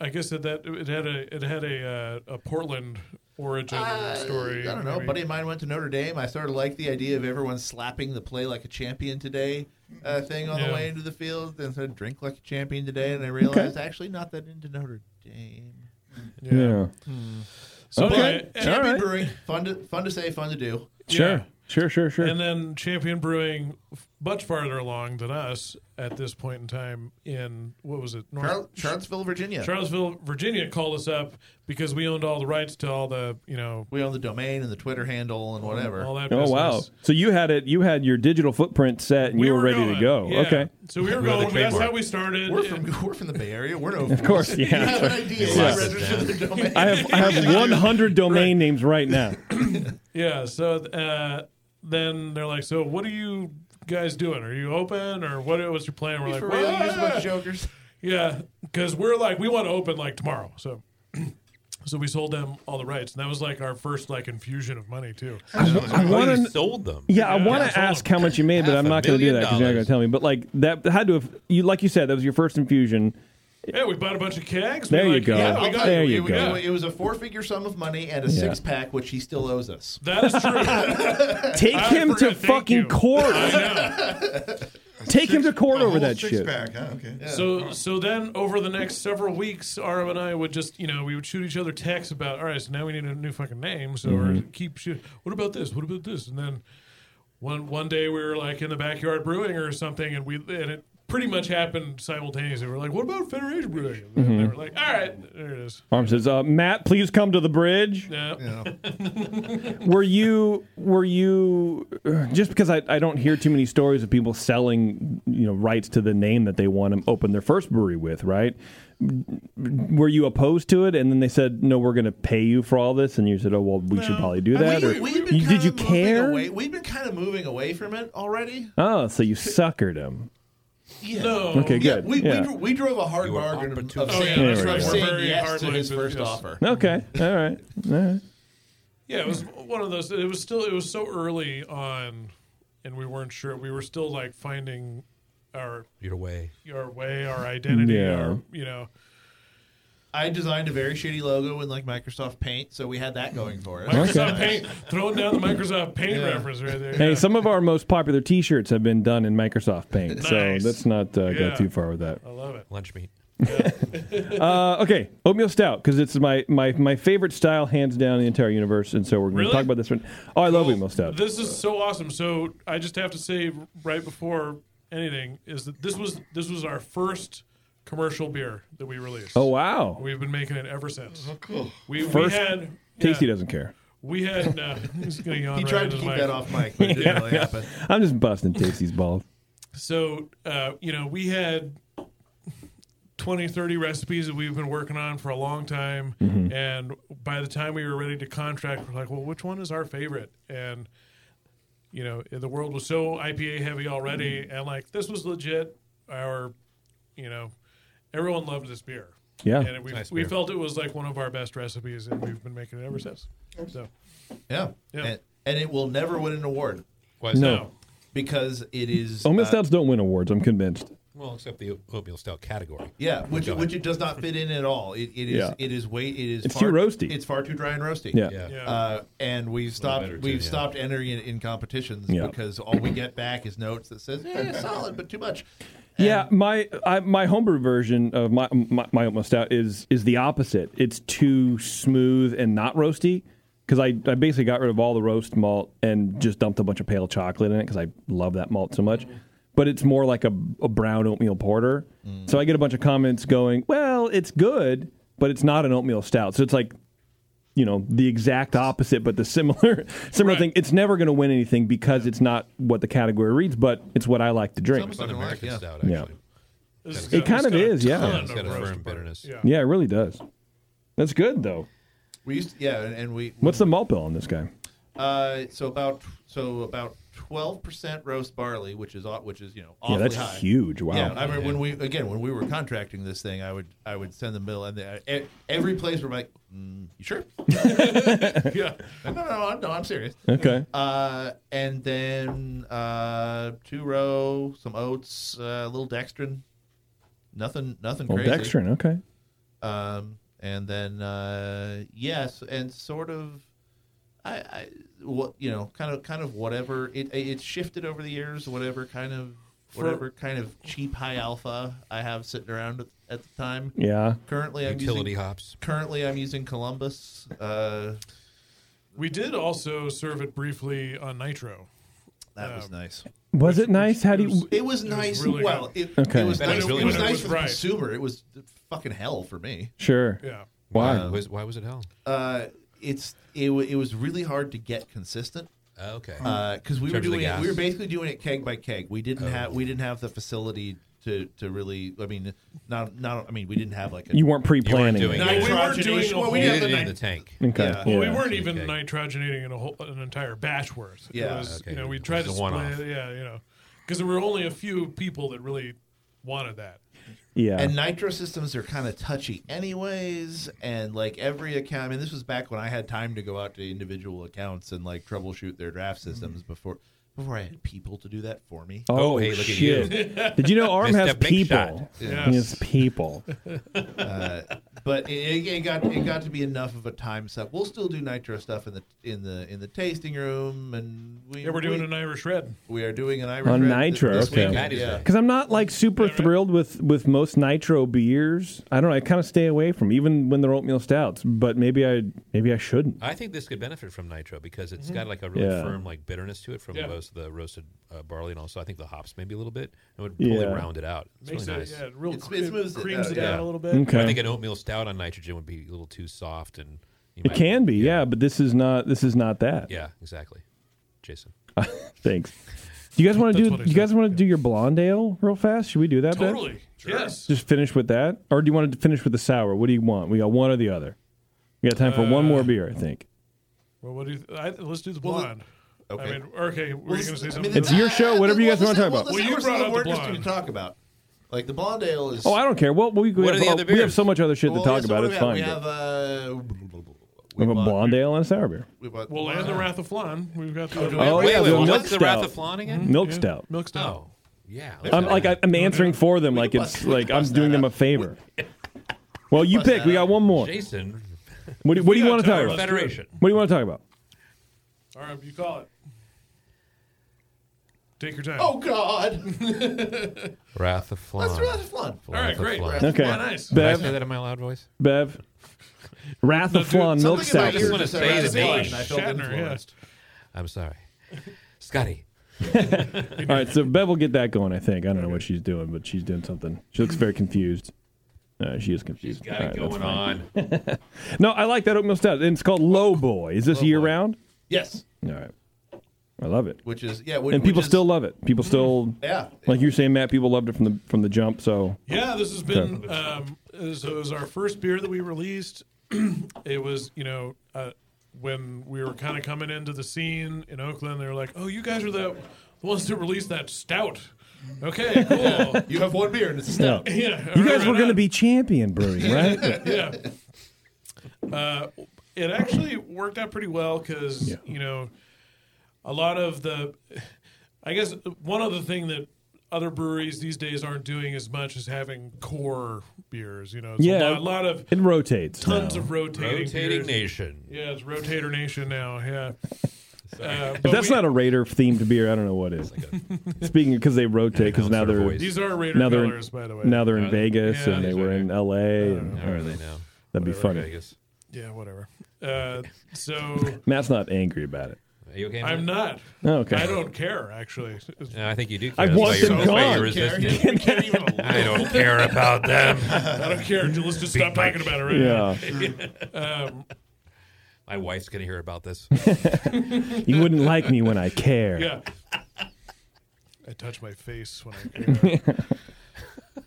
Speaker 8: I guess that, that it had a it had a uh, a Portland origin story.
Speaker 3: Uh, I don't know. A
Speaker 8: maybe.
Speaker 3: buddy of mine went to Notre Dame. I started to like the idea of everyone slapping the play like a champion today uh, thing on
Speaker 8: Yeah.
Speaker 3: the way into the field, and said drink like a champion today. And I realized actually not that into Notre Dame.
Speaker 1: Yeah.
Speaker 8: Hmm. So
Speaker 3: okay.
Speaker 8: anyway,
Speaker 3: Champion
Speaker 8: all right.
Speaker 3: Brewing, fun to fun to say, fun to do.
Speaker 1: Sure. Sure. Sure. Sure.
Speaker 8: And then Champion Brewing, f- much farther along than us at this point in time, in what was it?
Speaker 3: Charl- Charlottesville, Virginia.
Speaker 8: Charlottesville, Virginia called us up because we owned all the rights to all the, you know.
Speaker 3: We own the domain and the Twitter handle and whatever.
Speaker 8: All that
Speaker 1: Oh
Speaker 8: business.
Speaker 1: wow! So you had it. You had your digital footprint set, and you were, ready to go.
Speaker 8: Yeah.
Speaker 1: Okay.
Speaker 8: So we were
Speaker 3: We were the
Speaker 8: going. That's
Speaker 3: trademark.
Speaker 8: how we started.
Speaker 3: We're from we're from the Bay Area. We're no
Speaker 1: Of course,
Speaker 3: You
Speaker 1: yeah.
Speaker 3: have an idea.
Speaker 1: Yeah.
Speaker 3: You registered the domain.
Speaker 1: I have I have 100 domain names right now.
Speaker 8: Yeah. So uh, then they're like, "So what are you guys doing? Are you open or what? What's your plan?" We're like,
Speaker 3: for real?
Speaker 8: "Well,
Speaker 3: You're just a bunch of jokers."
Speaker 8: Yeah, because we're like, we want to open like tomorrow. So. So we sold them all the rights, and that was like our first like infusion of money too.
Speaker 1: I
Speaker 7: Oh,
Speaker 1: wanna- Yeah, I want
Speaker 8: Yeah,
Speaker 1: to
Speaker 8: sold
Speaker 1: ask how much you made, but
Speaker 8: Half
Speaker 1: I'm
Speaker 8: a
Speaker 1: not going to do
Speaker 8: million
Speaker 1: that because you're not going to
Speaker 8: dollars.
Speaker 1: tell me. But like that had to have you, like you said, that was your first infusion.
Speaker 8: Yeah, we bought a bunch of kegs.
Speaker 1: There
Speaker 8: we
Speaker 1: you
Speaker 8: like,
Speaker 1: go.
Speaker 8: Yeah,
Speaker 3: I'll
Speaker 8: we got
Speaker 3: tell
Speaker 1: There
Speaker 3: you,
Speaker 1: you
Speaker 3: it,
Speaker 1: go.
Speaker 3: was- It was a four-figure sum of money and a
Speaker 1: Yeah.
Speaker 3: six-pack, which he still owes us.
Speaker 8: That
Speaker 3: true.
Speaker 8: is
Speaker 1: Take him to fucking court. Take him to court over that shit.
Speaker 8: So so then over the next several weeks, Aram and I would just you know we would shoot each other texts about all right, so now we need a new fucking name. So we're
Speaker 1: Mhm.
Speaker 8: keep shooting. What about this? What about this? And then one one day we were like in the backyard brewing or something, and we and it pretty much happened simultaneously. We're like, what about Federation Brewing? And then they
Speaker 1: Mhm.
Speaker 8: were like, all right, there it is.
Speaker 1: Arm says, uh, "Matt, please come to the bridge."
Speaker 8: Yeah.
Speaker 1: were you were you just because I, I don't hear too many stories of people selling you know rights to the name that they want to open their first brewery with right were you opposed to it and then they said no we're going to pay you for all this and you said oh well we should probably do that
Speaker 3: we,
Speaker 1: or
Speaker 3: we've been
Speaker 1: you,
Speaker 3: kinda
Speaker 1: did you
Speaker 3: moving
Speaker 1: care
Speaker 3: Away. We've been kind of moving away from it already.
Speaker 1: oh so you suckered him
Speaker 3: Yeah.
Speaker 8: No.
Speaker 1: Okay,
Speaker 3: Oh, Yeah,
Speaker 1: good.
Speaker 3: we,
Speaker 1: Yeah.
Speaker 3: We, dro- we drove a hard bargain of saying,
Speaker 8: Oh, yeah,
Speaker 1: There we
Speaker 8: that's right.
Speaker 1: go.
Speaker 8: We're
Speaker 3: saying
Speaker 8: very
Speaker 3: yes to
Speaker 8: hard-nosed
Speaker 3: his
Speaker 8: with
Speaker 3: first
Speaker 8: yes.
Speaker 3: offer.
Speaker 1: okay all right all right
Speaker 8: Yeah, it was one of those. It was still. It was so early on, and we weren't sure. We were still like finding our
Speaker 7: Your way,
Speaker 8: our way, our identity.
Speaker 3: Yeah.
Speaker 8: Our, you know,
Speaker 3: I designed a very shitty logo in like Microsoft Paint, so we had that going for us.
Speaker 8: Microsoft Paint, throwing down the Microsoft Paint
Speaker 3: Yeah.
Speaker 8: reference right there.
Speaker 1: hey some of our most popular t-shirts have been done in microsoft paint so
Speaker 8: Nice.
Speaker 1: let's not uh, go
Speaker 8: Yeah.
Speaker 1: too far with that
Speaker 8: I love it.
Speaker 7: Lunch meat.
Speaker 1: uh, okay, oatmeal stout because it's my, my my favorite style, hands down, in the entire universe. And so we're going to
Speaker 8: Really?
Speaker 1: talk about this one. Oh, I love oatmeal stout.
Speaker 8: This is so awesome. So I just have to say right before anything is that this was this was our first commercial beer that we released.
Speaker 1: Oh, wow.
Speaker 8: We've been making it ever since. Oh, cool. We,
Speaker 1: First,
Speaker 8: we had
Speaker 1: Tasty doesn't care.
Speaker 8: we had no, he's gonna yawn
Speaker 3: He
Speaker 8: right
Speaker 3: tried
Speaker 8: into
Speaker 3: to
Speaker 8: the
Speaker 3: keep
Speaker 8: mic.
Speaker 3: that off mic, but it didn't really happen.
Speaker 1: I'm just busting Tasty's balls.
Speaker 8: So uh, you know, we had 20, 30 recipes that we've been working on for a long time.
Speaker 1: Mm-hmm.
Speaker 8: And by the time we were ready to contract, we're like, well, which one is our favorite? And, you know, the world was so IPA heavy already.
Speaker 1: Mm-hmm.
Speaker 8: And, like, this was legit our, you know, everyone loved this beer.
Speaker 1: Yeah.
Speaker 8: And we,
Speaker 1: Nice
Speaker 8: we
Speaker 1: beer.
Speaker 8: felt it was like one of our best recipes, and we've been making it ever since. So,
Speaker 3: Yeah. And, and it will never win an award.
Speaker 7: Why
Speaker 1: No. so?
Speaker 3: Because it is.
Speaker 1: Oatmeal
Speaker 3: uh,
Speaker 1: stouts don't win awards. I'm convinced.
Speaker 7: Well, except the oatmeal stout category.
Speaker 3: Yeah, which
Speaker 7: Go
Speaker 3: which it does not fit in at all. It, it is
Speaker 7: Yeah.
Speaker 3: it is way it is
Speaker 1: It's
Speaker 3: far,
Speaker 1: too roasty.
Speaker 3: It's far too dry and roasty.
Speaker 1: Yeah. Yeah. Yeah.
Speaker 3: Uh, and we've stopped
Speaker 1: better, too,
Speaker 3: we've
Speaker 1: yeah.
Speaker 3: stopped entering it in competitions
Speaker 1: Yeah.
Speaker 3: because all we get back is notes that says eh, solid but too much.
Speaker 1: Yeah, my I, my homebrew version of my my, my oatmeal stout is is the opposite. It's too smooth and not roasty because I, I basically got rid of all the roast malt and just dumped a bunch of pale chocolate in it because I love that malt so much. But it's more like a, a brown oatmeal porter. So I get a bunch of comments going, "Well, it's good, but it's not an oatmeal stout." So it's like you know the exact opposite but the similar similar thing it's never going to win anything because it's not what the category reads but it's what i like to drink
Speaker 7: It's almost an American stout, actually.
Speaker 1: yeah. Oh,
Speaker 7: It's
Speaker 1: It
Speaker 7: got-
Speaker 1: kind
Speaker 7: it's
Speaker 1: of
Speaker 7: got a
Speaker 1: is, yeah.
Speaker 7: ton It's got a of firm roast bitterness.
Speaker 1: Yeah.
Speaker 7: bitterness.
Speaker 1: it really does. That's good though.
Speaker 3: We used to, yeah, and, and we
Speaker 1: What's the malt bill on this guy?
Speaker 3: uh, so about so about twelve percent roast barley, which is au- which is you know
Speaker 1: Yeah,
Speaker 3: awfully
Speaker 1: that's
Speaker 3: high.
Speaker 1: huge. Wow.
Speaker 3: Yeah, I mean when we again when we were contracting this thing, I would I would send the bill and they, e- every place we're like, mm, you sure? yeah. No, no, no, I'm- no, I'm serious.
Speaker 1: Okay.
Speaker 3: Uh, and then uh, two row, some oats, uh, a little dextrin, nothing, nothing
Speaker 1: Well,
Speaker 3: crazy.
Speaker 1: dextrin, okay.
Speaker 3: Um, and then uh, yes, and sort of, I, I, what you know, kind of, kind of whatever. It it's shifted over the years. Whatever kind of,
Speaker 8: For-
Speaker 3: whatever kind of cheap high alpha I have sitting around at, at the time.
Speaker 1: Yeah.
Speaker 3: Currently, I'm
Speaker 7: Utility
Speaker 3: using,
Speaker 7: hops.
Speaker 3: Currently, I'm using Columbus. Uh,
Speaker 8: we did also serve it briefly on Nitro.
Speaker 3: That was nice.
Speaker 1: Was it nice? How do you?
Speaker 3: It was nice.
Speaker 8: really
Speaker 3: well,
Speaker 8: good.
Speaker 3: it,
Speaker 1: Okay.
Speaker 3: it was
Speaker 1: That
Speaker 3: nice.
Speaker 1: was really
Speaker 3: it was
Speaker 1: good.
Speaker 3: nice
Speaker 1: It was
Speaker 3: for the
Speaker 1: right.
Speaker 3: consumer. It was fucking hell for me.
Speaker 1: Sure. Yeah. Why?
Speaker 7: Why was, why was it hell?
Speaker 3: Uh, it's it, wa- it was really hard to get consistent.
Speaker 7: Oh, okay.
Speaker 1: Uh,
Speaker 3: Because we
Speaker 7: In
Speaker 3: were
Speaker 7: terms of the
Speaker 3: doing it,
Speaker 7: gas.
Speaker 3: we were basically doing it keg by keg. We didn't
Speaker 7: Oh.
Speaker 3: have we didn't have the facility to to really. I mean, not not. I mean, we didn't have like a,
Speaker 1: You weren't pre-planning
Speaker 3: doing
Speaker 1: it.
Speaker 3: nitrogenation.
Speaker 1: We
Speaker 8: weren't doing
Speaker 3: well, we
Speaker 8: a
Speaker 3: didn't
Speaker 8: whole-
Speaker 3: have
Speaker 1: Okay.
Speaker 8: Well, we
Speaker 1: Yeah.
Speaker 8: weren't even nitrogenating in a whole, an entire batch worth. It
Speaker 3: Yeah.
Speaker 8: was,
Speaker 3: Okay,
Speaker 8: You know, we
Speaker 3: it
Speaker 8: tried to
Speaker 3: was a
Speaker 8: split.
Speaker 3: one-off.
Speaker 8: it, Yeah, you know, because there were only a few people that really wanted that.
Speaker 1: Yeah.
Speaker 3: And nitro systems are kind of touchy, anyways. And like every account, I mean, this was back when I had time to go out to individual accounts and like troubleshoot their draft systems
Speaker 7: Mm.
Speaker 3: before before I had people to do that for me.
Speaker 1: Oh, hey, look shit. At you. Did you know Arm has people? He has people.
Speaker 3: uh, but it, it- it got it got to be enough of a time suck. We'll still do nitro stuff in the in the in the tasting room, and we
Speaker 8: Yeah, we're doing
Speaker 3: we-
Speaker 8: an Irish red.
Speaker 3: We are doing an Irish
Speaker 1: On
Speaker 3: red thi-
Speaker 1: nitro,
Speaker 3: this
Speaker 1: okay.
Speaker 3: weekend, yeah.
Speaker 1: Because I'm not like super thrilled with with most nitro beers. I don't know. I kind of stay away from even when they're oatmeal stouts. But maybe I maybe I shouldn't.
Speaker 7: I think this could benefit from nitro because it's
Speaker 8: Mhm.
Speaker 7: got like a really
Speaker 1: Mm-hmm. Yeah.
Speaker 7: firm like bitterness to it from
Speaker 8: Yeah.
Speaker 7: most of the roasted uh, barley and also I think the hops maybe a little bit. It would really
Speaker 1: Yeah.
Speaker 7: round it out. It's
Speaker 8: Makes
Speaker 7: really
Speaker 8: it-
Speaker 7: nice.
Speaker 8: yeah, it real It's- it cre- smooths it creams out, it yeah. out a little bit.
Speaker 1: Okay.
Speaker 7: I think an oatmeal stout on nitrogen would be a little too soft and you
Speaker 1: It
Speaker 7: might-
Speaker 1: can be, yeah. But this is not. This is not that.
Speaker 7: Yeah, exactly. Jason.
Speaker 1: Thanks. Do you guys want to
Speaker 7: That's
Speaker 1: do?
Speaker 7: what I
Speaker 1: You guys want to do your blonde ale real fast? Should we do that? Ben?
Speaker 8: Totally. Yes.
Speaker 1: Just finish with that, or do you want to finish with the sour? What do you want? We got one or the other. We got time for one more beer, I think.
Speaker 8: Well, what do you? Th- I, let's do the
Speaker 3: Well, the-
Speaker 8: blonde.
Speaker 3: okay.
Speaker 8: I mean, okay, were you going to say something?
Speaker 1: It's your show. Whatever you guys want to talk about.
Speaker 8: Well, you brought up the
Speaker 3: to
Speaker 8: blonde.
Speaker 3: talk about. Like the blonde ale is.
Speaker 1: Oh, I don't care. Well, we, we,
Speaker 3: What
Speaker 1: have,
Speaker 3: are the
Speaker 1: oh,
Speaker 3: other
Speaker 1: we have
Speaker 3: beers?
Speaker 1: so much other shit
Speaker 3: Well,
Speaker 1: to talk
Speaker 3: yes,
Speaker 1: about.
Speaker 3: what
Speaker 1: It's
Speaker 3: do
Speaker 1: fine.
Speaker 3: we have? uh,
Speaker 1: but-
Speaker 3: We have, uh,
Speaker 1: we have a blonde ale and a sour beer.
Speaker 3: we bought
Speaker 8: Well, and the Wrath of Flan. We've got the.
Speaker 1: Oh, yeah, the milk
Speaker 7: what's the
Speaker 1: stout.
Speaker 7: Wrath
Speaker 1: Mm-hmm.
Speaker 7: of Flan again?
Speaker 1: Milk
Speaker 7: Yeah.
Speaker 1: stout.
Speaker 8: Milk stout.
Speaker 7: Yeah.
Speaker 1: I'm like I, I'm answering for them. Like it's like I'm doing them a favor. Well, you pick. We got one more.
Speaker 7: Jason.
Speaker 1: What do, what do you
Speaker 8: got
Speaker 1: want to
Speaker 8: time,
Speaker 1: talk about?
Speaker 8: let's do it. Federation.
Speaker 1: What do you want to talk about?
Speaker 8: All right, you call it. Take your time.
Speaker 3: Oh God.
Speaker 7: Wrath of Flan.
Speaker 3: Let's Wrath of Flan.
Speaker 8: All right,
Speaker 7: Wrath of
Speaker 8: great.
Speaker 7: Flan.
Speaker 8: Wrath of
Speaker 1: Okay.
Speaker 8: Flan, nice.
Speaker 7: Did I
Speaker 1: Bev.
Speaker 7: say that in my loud voice?
Speaker 1: Bev. Wrath of Flan milk stout.
Speaker 7: I just want to say the name.
Speaker 3: I felt influenced.
Speaker 7: I'm sorry. Scotty.
Speaker 1: All right, so Bev will get that going. I think I don't know what she's doing, but she's doing something. She looks very confused. Uh, she is confused.
Speaker 7: got it
Speaker 1: All right,
Speaker 7: going
Speaker 1: that's fine. no, I like that oatmeal stout, and it's called Low Boy. Is this year round?
Speaker 3: Yes.
Speaker 1: All right. I love it.
Speaker 3: Which is- yeah, which-
Speaker 1: and people
Speaker 3: which is-
Speaker 1: still love it. People still
Speaker 3: Yeah.
Speaker 1: like you were saying, Matt. People loved it from the from the jump. So
Speaker 8: Yeah, this has
Speaker 1: Okay.
Speaker 8: been um, uh, so. It was our first beer that we released. it was you know uh, when we were kind of coming into the scene in Oakland. They were like, "Oh, you guys are the the ones that released that stout." Okay, cool.
Speaker 3: You have one beer and it's a
Speaker 1: Yeah.
Speaker 3: stout.
Speaker 8: yeah,
Speaker 1: you guys
Speaker 8: right
Speaker 1: were going
Speaker 8: on.
Speaker 1: to be champion brewing, right?
Speaker 8: yeah. Uh, it actually worked out pretty well because you know a lot of the, I guess one other thing that other breweries these days aren't doing as much is having core beers. You know, It's a
Speaker 1: yeah,
Speaker 8: lot- a lot of
Speaker 1: it rotates.
Speaker 8: tons
Speaker 1: now.
Speaker 8: of rotating
Speaker 7: Rotating
Speaker 8: beers.
Speaker 7: nation.
Speaker 8: Yeah, it's rotator nation now. Yeah. Uh,
Speaker 1: If
Speaker 8: but
Speaker 1: that's
Speaker 8: we-
Speaker 1: not a Raider themed beer, I don't know what is. Speaking because they rotate because now they're
Speaker 8: voice. These are Raider
Speaker 1: now they're in-
Speaker 8: colors, by the way.
Speaker 1: Now they're
Speaker 8: Are
Speaker 1: in
Speaker 8: they?
Speaker 1: Vegas
Speaker 8: Yeah,
Speaker 1: and they
Speaker 8: these
Speaker 1: were in L.A. and
Speaker 7: I don't really know.
Speaker 1: That'd be
Speaker 7: Whatever,
Speaker 1: funny.
Speaker 7: Vegas.
Speaker 8: yeah, whatever. Uh, so
Speaker 1: Matt's not angry about it.
Speaker 7: Are you okay?
Speaker 8: I'm not.
Speaker 1: Oh, okay.
Speaker 8: I don't care actually.
Speaker 7: No, I think you do.
Speaker 1: I
Speaker 7: Care. That's why
Speaker 1: want
Speaker 7: you're-
Speaker 1: them
Speaker 7: that's why you're
Speaker 1: gone.
Speaker 7: resistant.
Speaker 8: You can't even-
Speaker 7: I don't care about them.
Speaker 8: I don't care. Let's just
Speaker 7: Beat
Speaker 8: stop
Speaker 7: my-
Speaker 8: talking about it right now. Um,
Speaker 7: My wife's gonna hear about this.
Speaker 1: you wouldn't like me when I care.
Speaker 8: Yeah. I touch my face when I care.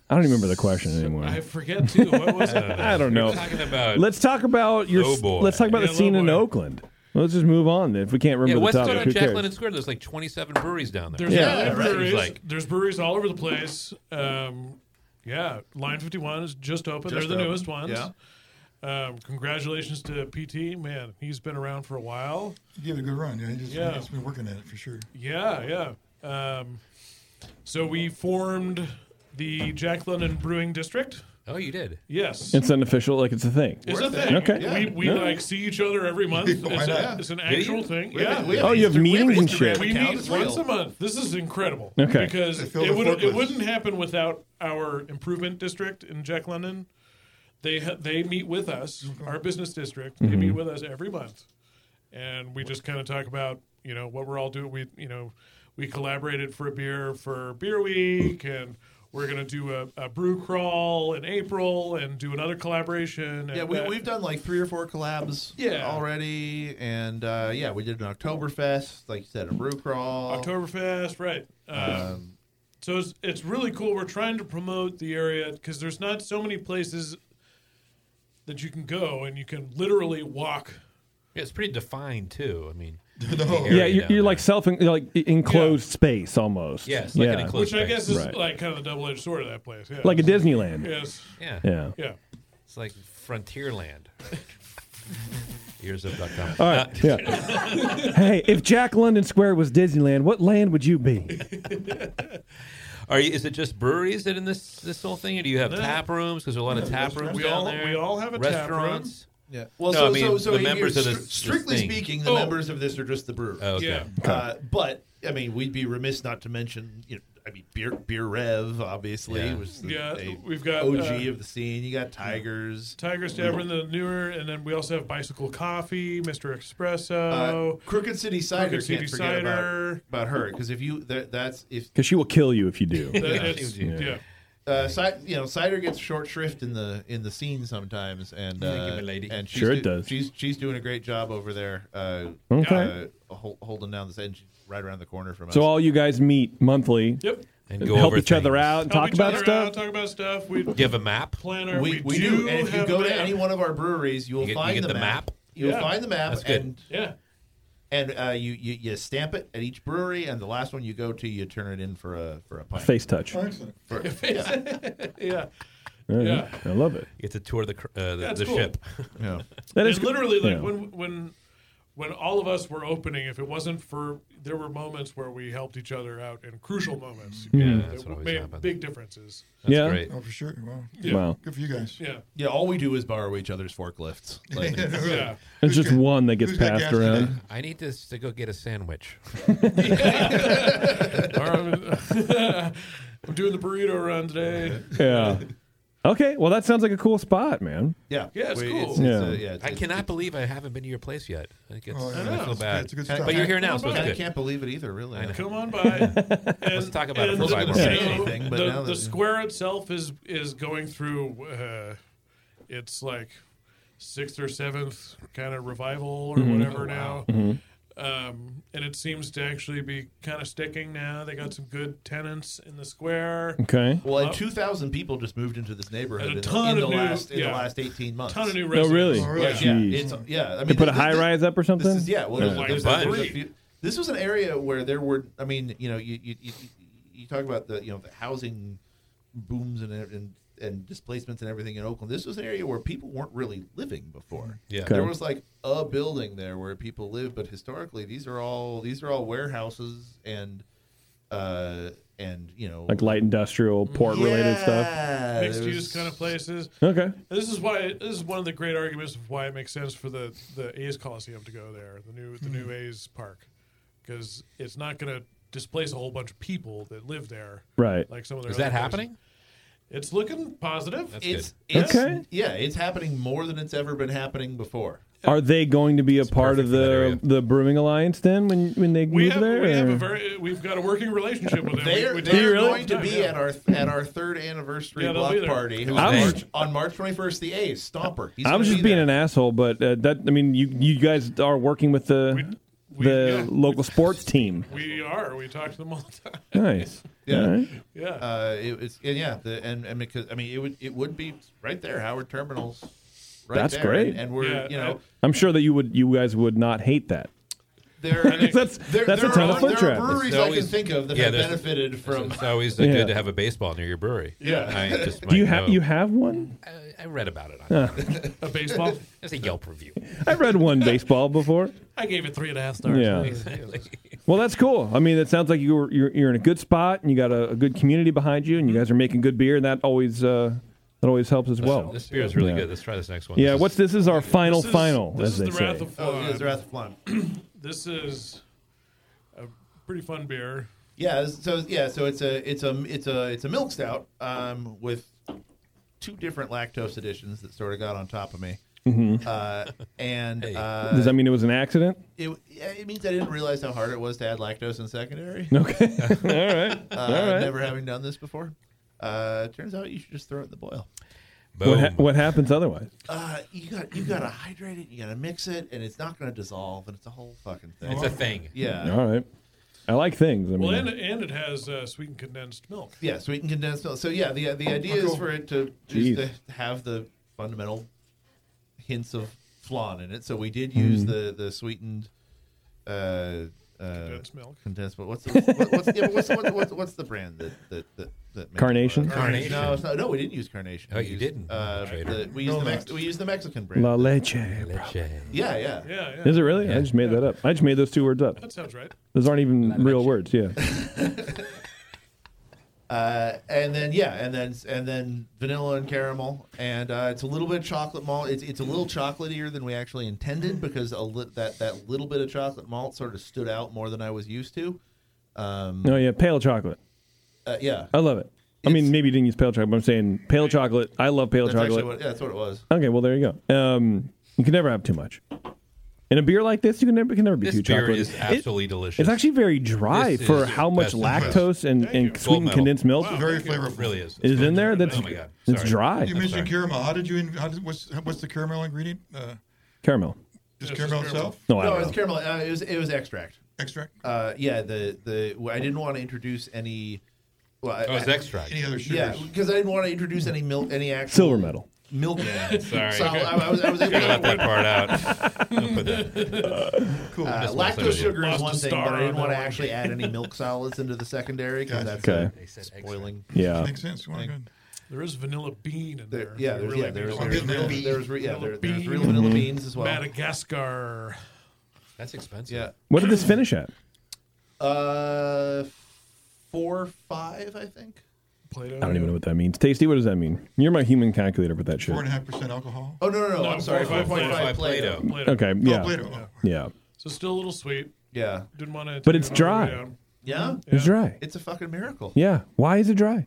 Speaker 1: I don't remember the question anymore.
Speaker 8: I forget too. What was it?
Speaker 1: I don't know.
Speaker 8: We were talking about-
Speaker 1: let's talk about your.
Speaker 7: Oh, boy.
Speaker 1: Let's talk about
Speaker 7: Yeah,
Speaker 1: the scene in Oakland. Let's just move on if we can't
Speaker 7: yeah,
Speaker 1: remember
Speaker 7: what's
Speaker 1: the
Speaker 7: going
Speaker 1: topic.
Speaker 7: on
Speaker 1: Who
Speaker 7: Jack
Speaker 1: cares?
Speaker 7: London Square? There's like 27 breweries down there.
Speaker 8: There's, yeah,
Speaker 7: There's,
Speaker 8: breweries,
Speaker 7: like
Speaker 8: there's breweries all over the place. Um, yeah, Line 51 is just open.
Speaker 3: Just
Speaker 8: They're the
Speaker 3: open,
Speaker 8: newest ones.
Speaker 3: yeah.
Speaker 8: Um, congratulations to PT. Man, he's been around for a while.
Speaker 9: He gave it a good run. Yeah, he just,
Speaker 8: Yeah.
Speaker 9: has been working at it for sure.
Speaker 8: Yeah, yeah. Um, so we formed the Jack London Brewing District.
Speaker 7: Oh, you did?
Speaker 8: Yes.
Speaker 1: It's unofficial, like it's a thing.
Speaker 8: It's a thing.
Speaker 1: Okay.
Speaker 8: We, we
Speaker 1: Yeah.
Speaker 8: like see each other every month. It's,
Speaker 9: Why
Speaker 8: a,
Speaker 9: not?
Speaker 8: it's an
Speaker 9: Do you?
Speaker 8: actual thing.
Speaker 9: We have-
Speaker 8: yeah.
Speaker 9: we
Speaker 1: have Oh, you have Insta- we have meetings and Instagram shit.
Speaker 8: We
Speaker 9: account.
Speaker 8: meet
Speaker 9: It's
Speaker 8: once
Speaker 9: real.
Speaker 8: a month. This is incredible.
Speaker 1: Okay.
Speaker 8: Because
Speaker 9: They
Speaker 8: it,
Speaker 9: fill the
Speaker 8: would, it
Speaker 9: forklifts.
Speaker 8: wouldn't happen without our improvement district in Jack London. They ha- they meet with us, our business district. They
Speaker 1: Mhm.
Speaker 8: meet with us every month, and we just kind of talk about you know what we're all doing. We you know we collaborated for a beer for Beer Week, and we're gonna do a, a brew crawl in April, and do another collaboration. and
Speaker 3: Yeah, we,
Speaker 8: that-
Speaker 3: we've done like three or four collabs
Speaker 8: Yeah.
Speaker 3: already. And uh, yeah, we did an Oktoberfest, like you said, a brew crawl.
Speaker 8: Oktoberfest, right? Um,
Speaker 3: Um,
Speaker 8: so it's it's really cool. We're trying to promote the area because there's not so many places that you can go, and you can literally walk.
Speaker 7: Yeah, it's pretty defined too. I mean,
Speaker 1: Yeah, you're, you're like self like e-, enclosed space almost.
Speaker 7: Yes, like an
Speaker 1: Yeah.
Speaker 7: enclosed
Speaker 8: which I guess is
Speaker 1: Right.
Speaker 8: like kind of the double edged sword of that place. Yeah.
Speaker 1: Like a Disneyland.
Speaker 8: Yes.
Speaker 7: Yeah.
Speaker 1: Yeah.
Speaker 8: Yeah.
Speaker 7: It's like Frontierland. Years of dot com.
Speaker 1: All right.
Speaker 7: Uh,
Speaker 1: Yeah. hey, if Jack London Square was Disneyland, what land would you be?
Speaker 7: Are you, is it just breweries that in this this whole thing, or do you have
Speaker 8: No.
Speaker 7: tap rooms? Because there's a lot of tap rooms
Speaker 8: We
Speaker 7: down
Speaker 8: all-
Speaker 7: there.
Speaker 8: we all have a tap room.
Speaker 7: restaurants.
Speaker 3: Yeah.
Speaker 7: Well,
Speaker 3: Well,
Speaker 7: no,
Speaker 3: so,
Speaker 7: I mean
Speaker 3: so, so
Speaker 7: the
Speaker 3: you-
Speaker 7: members of
Speaker 3: stri-
Speaker 7: this. this
Speaker 3: strictly
Speaker 7: thing.
Speaker 3: speaking, the
Speaker 8: Oh.
Speaker 3: members of this are just the brewers.
Speaker 7: Oh, okay. Yeah.
Speaker 3: Uh, but I mean, we'd be remiss not to mention, you know, I mean, beer, beer Rev, obviously,
Speaker 8: Yeah.
Speaker 3: which is the,
Speaker 8: Yeah,
Speaker 3: a
Speaker 8: we've got,
Speaker 3: OG
Speaker 8: uh,
Speaker 3: of the scene. You got Tigers,
Speaker 8: Tiger's Tavern, the newer, and then we also have Bicycle Coffee, Mr. Espresso,
Speaker 3: Uh, Crooked City Cider.
Speaker 8: Oh. Crooked City
Speaker 3: can't forget about-
Speaker 8: Cider.
Speaker 3: about, her because if you that, that's if
Speaker 1: Because she will kill you if you do.
Speaker 3: That-
Speaker 8: Yeah.
Speaker 3: it's-
Speaker 8: yeah.
Speaker 3: Uh, cider, you know, cider gets short shrift in the in the scene sometimes, and
Speaker 7: Thank you,
Speaker 3: uh,
Speaker 7: my lady.
Speaker 3: and she's
Speaker 1: Sure it
Speaker 3: do-
Speaker 1: does.
Speaker 3: She's she's doing a great job over there. Uh,
Speaker 1: Okay.
Speaker 3: uh, hol- holding down this engine right around the corner from us.
Speaker 1: So all you guys meet monthly.
Speaker 8: Yep.
Speaker 7: And go
Speaker 1: help
Speaker 7: over
Speaker 1: each other
Speaker 7: things.
Speaker 1: out and
Speaker 8: Help
Speaker 1: talk
Speaker 8: each
Speaker 1: about
Speaker 8: other
Speaker 1: stuff.
Speaker 8: out, talk about stuff. We
Speaker 7: Give a map.
Speaker 8: planner.
Speaker 3: we, we do, and if you
Speaker 8: have
Speaker 3: go
Speaker 8: a
Speaker 3: to
Speaker 8: map.
Speaker 3: any one of our breweries, you will
Speaker 7: You get- you
Speaker 3: find
Speaker 7: get
Speaker 3: the,
Speaker 7: the
Speaker 3: map.
Speaker 7: map?
Speaker 3: You will
Speaker 8: Yeah.
Speaker 3: find the map,
Speaker 7: That's good.
Speaker 3: and
Speaker 8: yeah.
Speaker 3: and uh, you, you you stamp it at each brewery, and the last one you go to, you turn it in for a for a pint.
Speaker 1: Face touch.
Speaker 9: Excellent.
Speaker 3: For-
Speaker 8: yeah.
Speaker 1: All right.
Speaker 8: Yeah.
Speaker 1: I love it.
Speaker 7: You get to tour the cr- uh, the,
Speaker 8: That's
Speaker 7: the
Speaker 8: cool.
Speaker 7: ship.
Speaker 3: yeah.
Speaker 1: That
Speaker 8: and
Speaker 1: is
Speaker 8: literally like
Speaker 1: yeah.
Speaker 8: when when when all of us were opening. If it wasn't for there were moments where we helped each other out in crucial moments.
Speaker 1: Yeah,
Speaker 8: you know,
Speaker 7: that's
Speaker 8: that
Speaker 7: what always
Speaker 8: made
Speaker 7: happens.
Speaker 8: big differences.
Speaker 7: That's
Speaker 1: Yeah.
Speaker 7: great.
Speaker 9: Oh, for sure. Wow.
Speaker 8: Yeah.
Speaker 1: Wow.
Speaker 9: Good for you guys.
Speaker 8: Yeah,
Speaker 3: Yeah, all we do is borrow each other's forklifts. Like,
Speaker 8: yeah.
Speaker 1: There's just one that gets
Speaker 9: who's got
Speaker 1: passed
Speaker 9: gas today?
Speaker 1: around.
Speaker 7: I need this to go get a sandwich.
Speaker 8: All right. I'm doing the burrito run today.
Speaker 1: Yeah. Okay. Well, that sounds like a cool spot, man.
Speaker 3: yeah,
Speaker 8: Yeah, it's
Speaker 3: We-
Speaker 8: cool.
Speaker 3: it's,
Speaker 1: Yeah.
Speaker 3: uh, yeah, it's-
Speaker 7: I
Speaker 3: it's-
Speaker 7: cannot believe I haven't been to your place yet. I, think it's,
Speaker 9: Oh, yeah.
Speaker 7: I,
Speaker 9: I know.
Speaker 7: feel bad.
Speaker 9: It's a good
Speaker 3: I-
Speaker 9: stuff.
Speaker 7: but you're here now,
Speaker 8: Come
Speaker 7: so
Speaker 8: on
Speaker 7: it's
Speaker 8: back.
Speaker 3: I
Speaker 7: good.
Speaker 3: can't believe it either. Really, I
Speaker 8: Come on by. And, Let's
Speaker 7: talk about it
Speaker 8: and
Speaker 7: for five
Speaker 8: the,
Speaker 7: minutes.
Speaker 3: Say anything, but
Speaker 8: the,
Speaker 3: now
Speaker 8: the
Speaker 3: that-
Speaker 8: square itself is is going through. Uh,
Speaker 1: Mm-hmm.
Speaker 8: it's like sixth or seventh kind of revival or whatever now. Um, and it seems to actually be kind of sticking now. They got some good tenants in the square.
Speaker 3: Well, and
Speaker 8: Up-
Speaker 3: two thousand people just moved into this neighborhood
Speaker 8: And a
Speaker 3: in, the-
Speaker 8: ton
Speaker 3: in the
Speaker 8: of new-
Speaker 3: last in
Speaker 8: yeah.
Speaker 3: the last eighteen months.
Speaker 8: Ton of new
Speaker 1: No, Oh, really?
Speaker 3: Yeah, yeah.
Speaker 1: Jeez.
Speaker 3: It's, yeah. I mean,
Speaker 1: they put a
Speaker 3: th-
Speaker 1: high
Speaker 3: th-
Speaker 1: rise up or something.
Speaker 3: This is, yeah. Well, there's,
Speaker 1: Yeah.
Speaker 3: there's, a- there's a few- this was an area where there were. I mean, you know, you you, you, you talk about the you know the housing booms and and and displacements and everything in Oakland. This was an area where people weren't really living before.
Speaker 7: Yeah.
Speaker 3: There
Speaker 7: Okay.
Speaker 3: was like a building there where people live, but historically these are all these are all warehouses and uh and you know
Speaker 1: like light industrial, port related stuff.
Speaker 3: Yeah,
Speaker 8: mixed use kind of places.
Speaker 1: Okay.
Speaker 8: This is why this is one of the great arguments of why it makes sense for the the A's Coliseum to go there, the new the
Speaker 7: Hmm.
Speaker 8: new A's Park, because it's not going to displace a whole bunch of people that live there.
Speaker 1: Right.
Speaker 8: Like some of their
Speaker 7: Is that
Speaker 8: other places.
Speaker 7: happening?
Speaker 8: It's looking positive.
Speaker 3: it's, it's yeah, it's happening more than it's ever been happening before.
Speaker 1: Are they going to be a part of the the brewing alliance then when when they
Speaker 8: We
Speaker 1: move
Speaker 8: have,
Speaker 1: there?
Speaker 8: we have
Speaker 1: or-
Speaker 8: a very we've got a working relationship with them. We-
Speaker 3: They're,
Speaker 8: we do
Speaker 3: they're
Speaker 8: it all
Speaker 3: going
Speaker 8: the
Speaker 3: to
Speaker 8: time,
Speaker 3: be
Speaker 8: yeah.
Speaker 3: at our at our third anniversary
Speaker 8: Yeah, they'll be
Speaker 3: block
Speaker 8: there.
Speaker 3: party
Speaker 8: Who's
Speaker 3: on
Speaker 1: they?
Speaker 3: March, on March twenty first. The A's Stomper. He's
Speaker 1: I was
Speaker 3: gonna
Speaker 1: just
Speaker 3: be
Speaker 1: being an asshole, but uh, that I mean, you you guys are working with the the local sports team.
Speaker 8: We are. We talk to them all the time.
Speaker 1: Nice.
Speaker 3: Yeah.
Speaker 1: All right.
Speaker 8: Yeah.
Speaker 3: Uh, it, it's and yeah, the, and and because I mean it would it would be right there Howard Terminals. Right
Speaker 1: That's
Speaker 3: there,
Speaker 1: great.
Speaker 3: And, and we're you know
Speaker 1: I'm sure that you would you guys would not hate that.
Speaker 3: there
Speaker 1: that's
Speaker 3: there,
Speaker 1: that's
Speaker 3: there
Speaker 1: a ton
Speaker 3: are,
Speaker 1: of foot
Speaker 3: there
Speaker 1: traffic.
Speaker 3: Are breweries I can think of that have
Speaker 7: there's-
Speaker 3: benefited from.
Speaker 7: It's always uh,
Speaker 1: Yeah.
Speaker 7: good to have a baseball near your brewery.
Speaker 3: Yeah.
Speaker 7: I just
Speaker 1: Do you
Speaker 7: might
Speaker 1: have
Speaker 7: know.
Speaker 1: you have one?
Speaker 7: I read about it. On
Speaker 1: Uh.
Speaker 8: A baseball?
Speaker 7: It's a Yelp review.
Speaker 1: I read one baseball before.
Speaker 8: I gave it three and a half stars.
Speaker 1: Yeah.
Speaker 7: Exactly.
Speaker 1: Well, that's cool. I mean, it sounds like you were, you're you're in a good spot, and you got a, a good community behind you, and you guys are making good beer, and that always uh, that always helps as well.
Speaker 7: This beer is really
Speaker 1: Yeah.
Speaker 7: good. Let's try this next one.
Speaker 1: Yeah,
Speaker 7: This is-
Speaker 1: what's this is our final
Speaker 8: This is-
Speaker 1: final,
Speaker 8: This
Speaker 1: as
Speaker 8: is
Speaker 1: they
Speaker 8: the
Speaker 1: say.
Speaker 8: Wrath of Flan.
Speaker 3: Oh, yeah, the Wrath of Flan.
Speaker 8: this is a pretty fun beer.
Speaker 3: Yeah, so yeah, so it's a it's a it's a it's a milk stout um, with two different lactose additions that sort of got on top of me.
Speaker 1: Mhm.
Speaker 3: Uh, and uh,
Speaker 1: Does that mean it was an accident?
Speaker 3: It, yeah, it means I didn't realize how hard it was to add lactose in secondary.
Speaker 1: Okay. All right.
Speaker 3: Uh,
Speaker 1: All right.
Speaker 3: Never having done this before. Uh, turns out you should just throw it in the boil.
Speaker 1: What, ha- what happens otherwise?
Speaker 3: Uh, you got you got to hydrate it. You got to mix it, and it's not going to dissolve. And it's a whole fucking thing.
Speaker 7: It's a thing.
Speaker 3: Yeah.
Speaker 1: All right. I like things. I mean,
Speaker 8: Well, and, and it has uh, sweetened condensed milk.
Speaker 3: Yeah, sweet and condensed milk. So yeah, the
Speaker 7: Oh,
Speaker 3: the idea is for it to
Speaker 1: Jeez.
Speaker 3: just to have the fundamental hints of flan in it. So we did use
Speaker 1: Mhm.
Speaker 3: the the sweetened uh, uh, condensed
Speaker 8: milk.
Speaker 3: Condensed milk. What's the what, what's, yeah, what's, what, what's what's the brand that that that, that makes
Speaker 1: Carnation?
Speaker 3: flan?
Speaker 1: Carnation.
Speaker 3: No, it's not, no, we didn't use carnation.
Speaker 7: Oh,
Speaker 3: We
Speaker 7: you
Speaker 3: used,
Speaker 7: didn't,
Speaker 3: Uh,
Speaker 7: traitor.
Speaker 3: the, we used
Speaker 7: No,
Speaker 3: the Mex-
Speaker 7: that's-
Speaker 3: we used the Mexican brand.
Speaker 1: La leche. bro.
Speaker 3: Yeah, yeah,
Speaker 8: yeah,
Speaker 1: Is it really? I just made that up. I just made those two words up.
Speaker 3: That sounds right.
Speaker 1: Those aren't even real words. Yeah.
Speaker 3: Uh, and then yeah, and then and then vanilla and caramel, and uh, it's a little bit of chocolate malt. It's, it's a little chocolatier than we actually
Speaker 1: Mm.
Speaker 3: intended because a li- that that little bit of chocolate malt sort of stood out more than I was used to. Um,
Speaker 1: No, Oh, yeah, pale chocolate.
Speaker 3: uh, yeah,
Speaker 1: I love it. I mean, maybe you didn't use pale chocolate, but I'm saying pale chocolate. I love pale
Speaker 3: that's actually
Speaker 1: chocolate.
Speaker 3: what, yeah, that's what it was.
Speaker 1: Okay, well there you go. Um, you can never have too much. In a beer like this, you can never can never be
Speaker 7: This
Speaker 1: too
Speaker 7: beer
Speaker 1: chocolate.
Speaker 7: is absolutely delicious.
Speaker 1: It's actually very dry
Speaker 7: This
Speaker 1: for
Speaker 7: is
Speaker 1: how much
Speaker 7: best in class.
Speaker 1: lactose and, and sweetened condensed milk
Speaker 9: Very flavorful.
Speaker 7: It really is.
Speaker 1: is in there. That's
Speaker 7: Oh my God.
Speaker 1: it's
Speaker 7: Sorry.
Speaker 1: dry.
Speaker 9: You mentioned caramel. How did you? in- How did, what's what's the caramel ingredient? Uh,
Speaker 1: caramel.
Speaker 9: just caramel itself?
Speaker 1: No, I
Speaker 3: no,
Speaker 1: don't
Speaker 3: it's
Speaker 1: know.
Speaker 3: caramel. Uh, it was it was extract.
Speaker 9: Extract.
Speaker 3: Uh, yeah, the the well, I didn't want to introduce any. Well, I-
Speaker 7: Oh, it's
Speaker 3: I-
Speaker 7: extract. Any other
Speaker 3: Yeah,
Speaker 7: sugars.
Speaker 3: because I didn't want to introduce any milk, any actual
Speaker 1: Silver medal.
Speaker 3: milk.
Speaker 7: Sorry.
Speaker 3: So I, I was I was
Speaker 7: Should've
Speaker 3: able to
Speaker 7: left that part out. Don't put that.
Speaker 3: Cool. Uh,
Speaker 7: Just messing
Speaker 3: lactose
Speaker 7: with you.
Speaker 3: sugar is
Speaker 7: Lost
Speaker 3: one
Speaker 7: a
Speaker 3: thing,
Speaker 7: star
Speaker 3: but I
Speaker 7: on
Speaker 3: didn't
Speaker 7: that
Speaker 3: want to
Speaker 7: one.
Speaker 3: actually add any milk solids into the secondary because that's
Speaker 1: Okay.
Speaker 3: uh, spoiling.
Speaker 1: Yeah.
Speaker 9: Makes sense. Well, good.
Speaker 8: There is vanilla bean in there.
Speaker 3: There- yeah, there's- yeah, there's-
Speaker 8: vanilla
Speaker 3: there's
Speaker 8: bean.
Speaker 3: real- there's re- yeah,
Speaker 8: Vanilla
Speaker 3: there- there's
Speaker 8: bean.
Speaker 3: real vanilla beans as well.
Speaker 8: Madagascar.
Speaker 7: That's expensive.
Speaker 3: Yeah.
Speaker 1: What did this finish at?
Speaker 3: Uh, four five, I think.
Speaker 8: Plato.
Speaker 1: I don't even know what that means. Tasty, what does that mean? You're my human calculator with that shit.
Speaker 9: Four and a half percent alcohol. Oh,
Speaker 3: Oh no, no, no!
Speaker 8: No,
Speaker 3: I'm sorry,
Speaker 8: four
Speaker 3: four
Speaker 8: or
Speaker 3: point
Speaker 8: five
Speaker 3: five Plato.
Speaker 1: Okay, yeah. Yeah.
Speaker 8: So still a little sweet.
Speaker 3: Yeah.
Speaker 8: Didn't want to.
Speaker 1: But it's dry.
Speaker 3: Yeah,
Speaker 1: It's dry.
Speaker 3: It's a fucking miracle.
Speaker 1: Yeah. Why is it dry?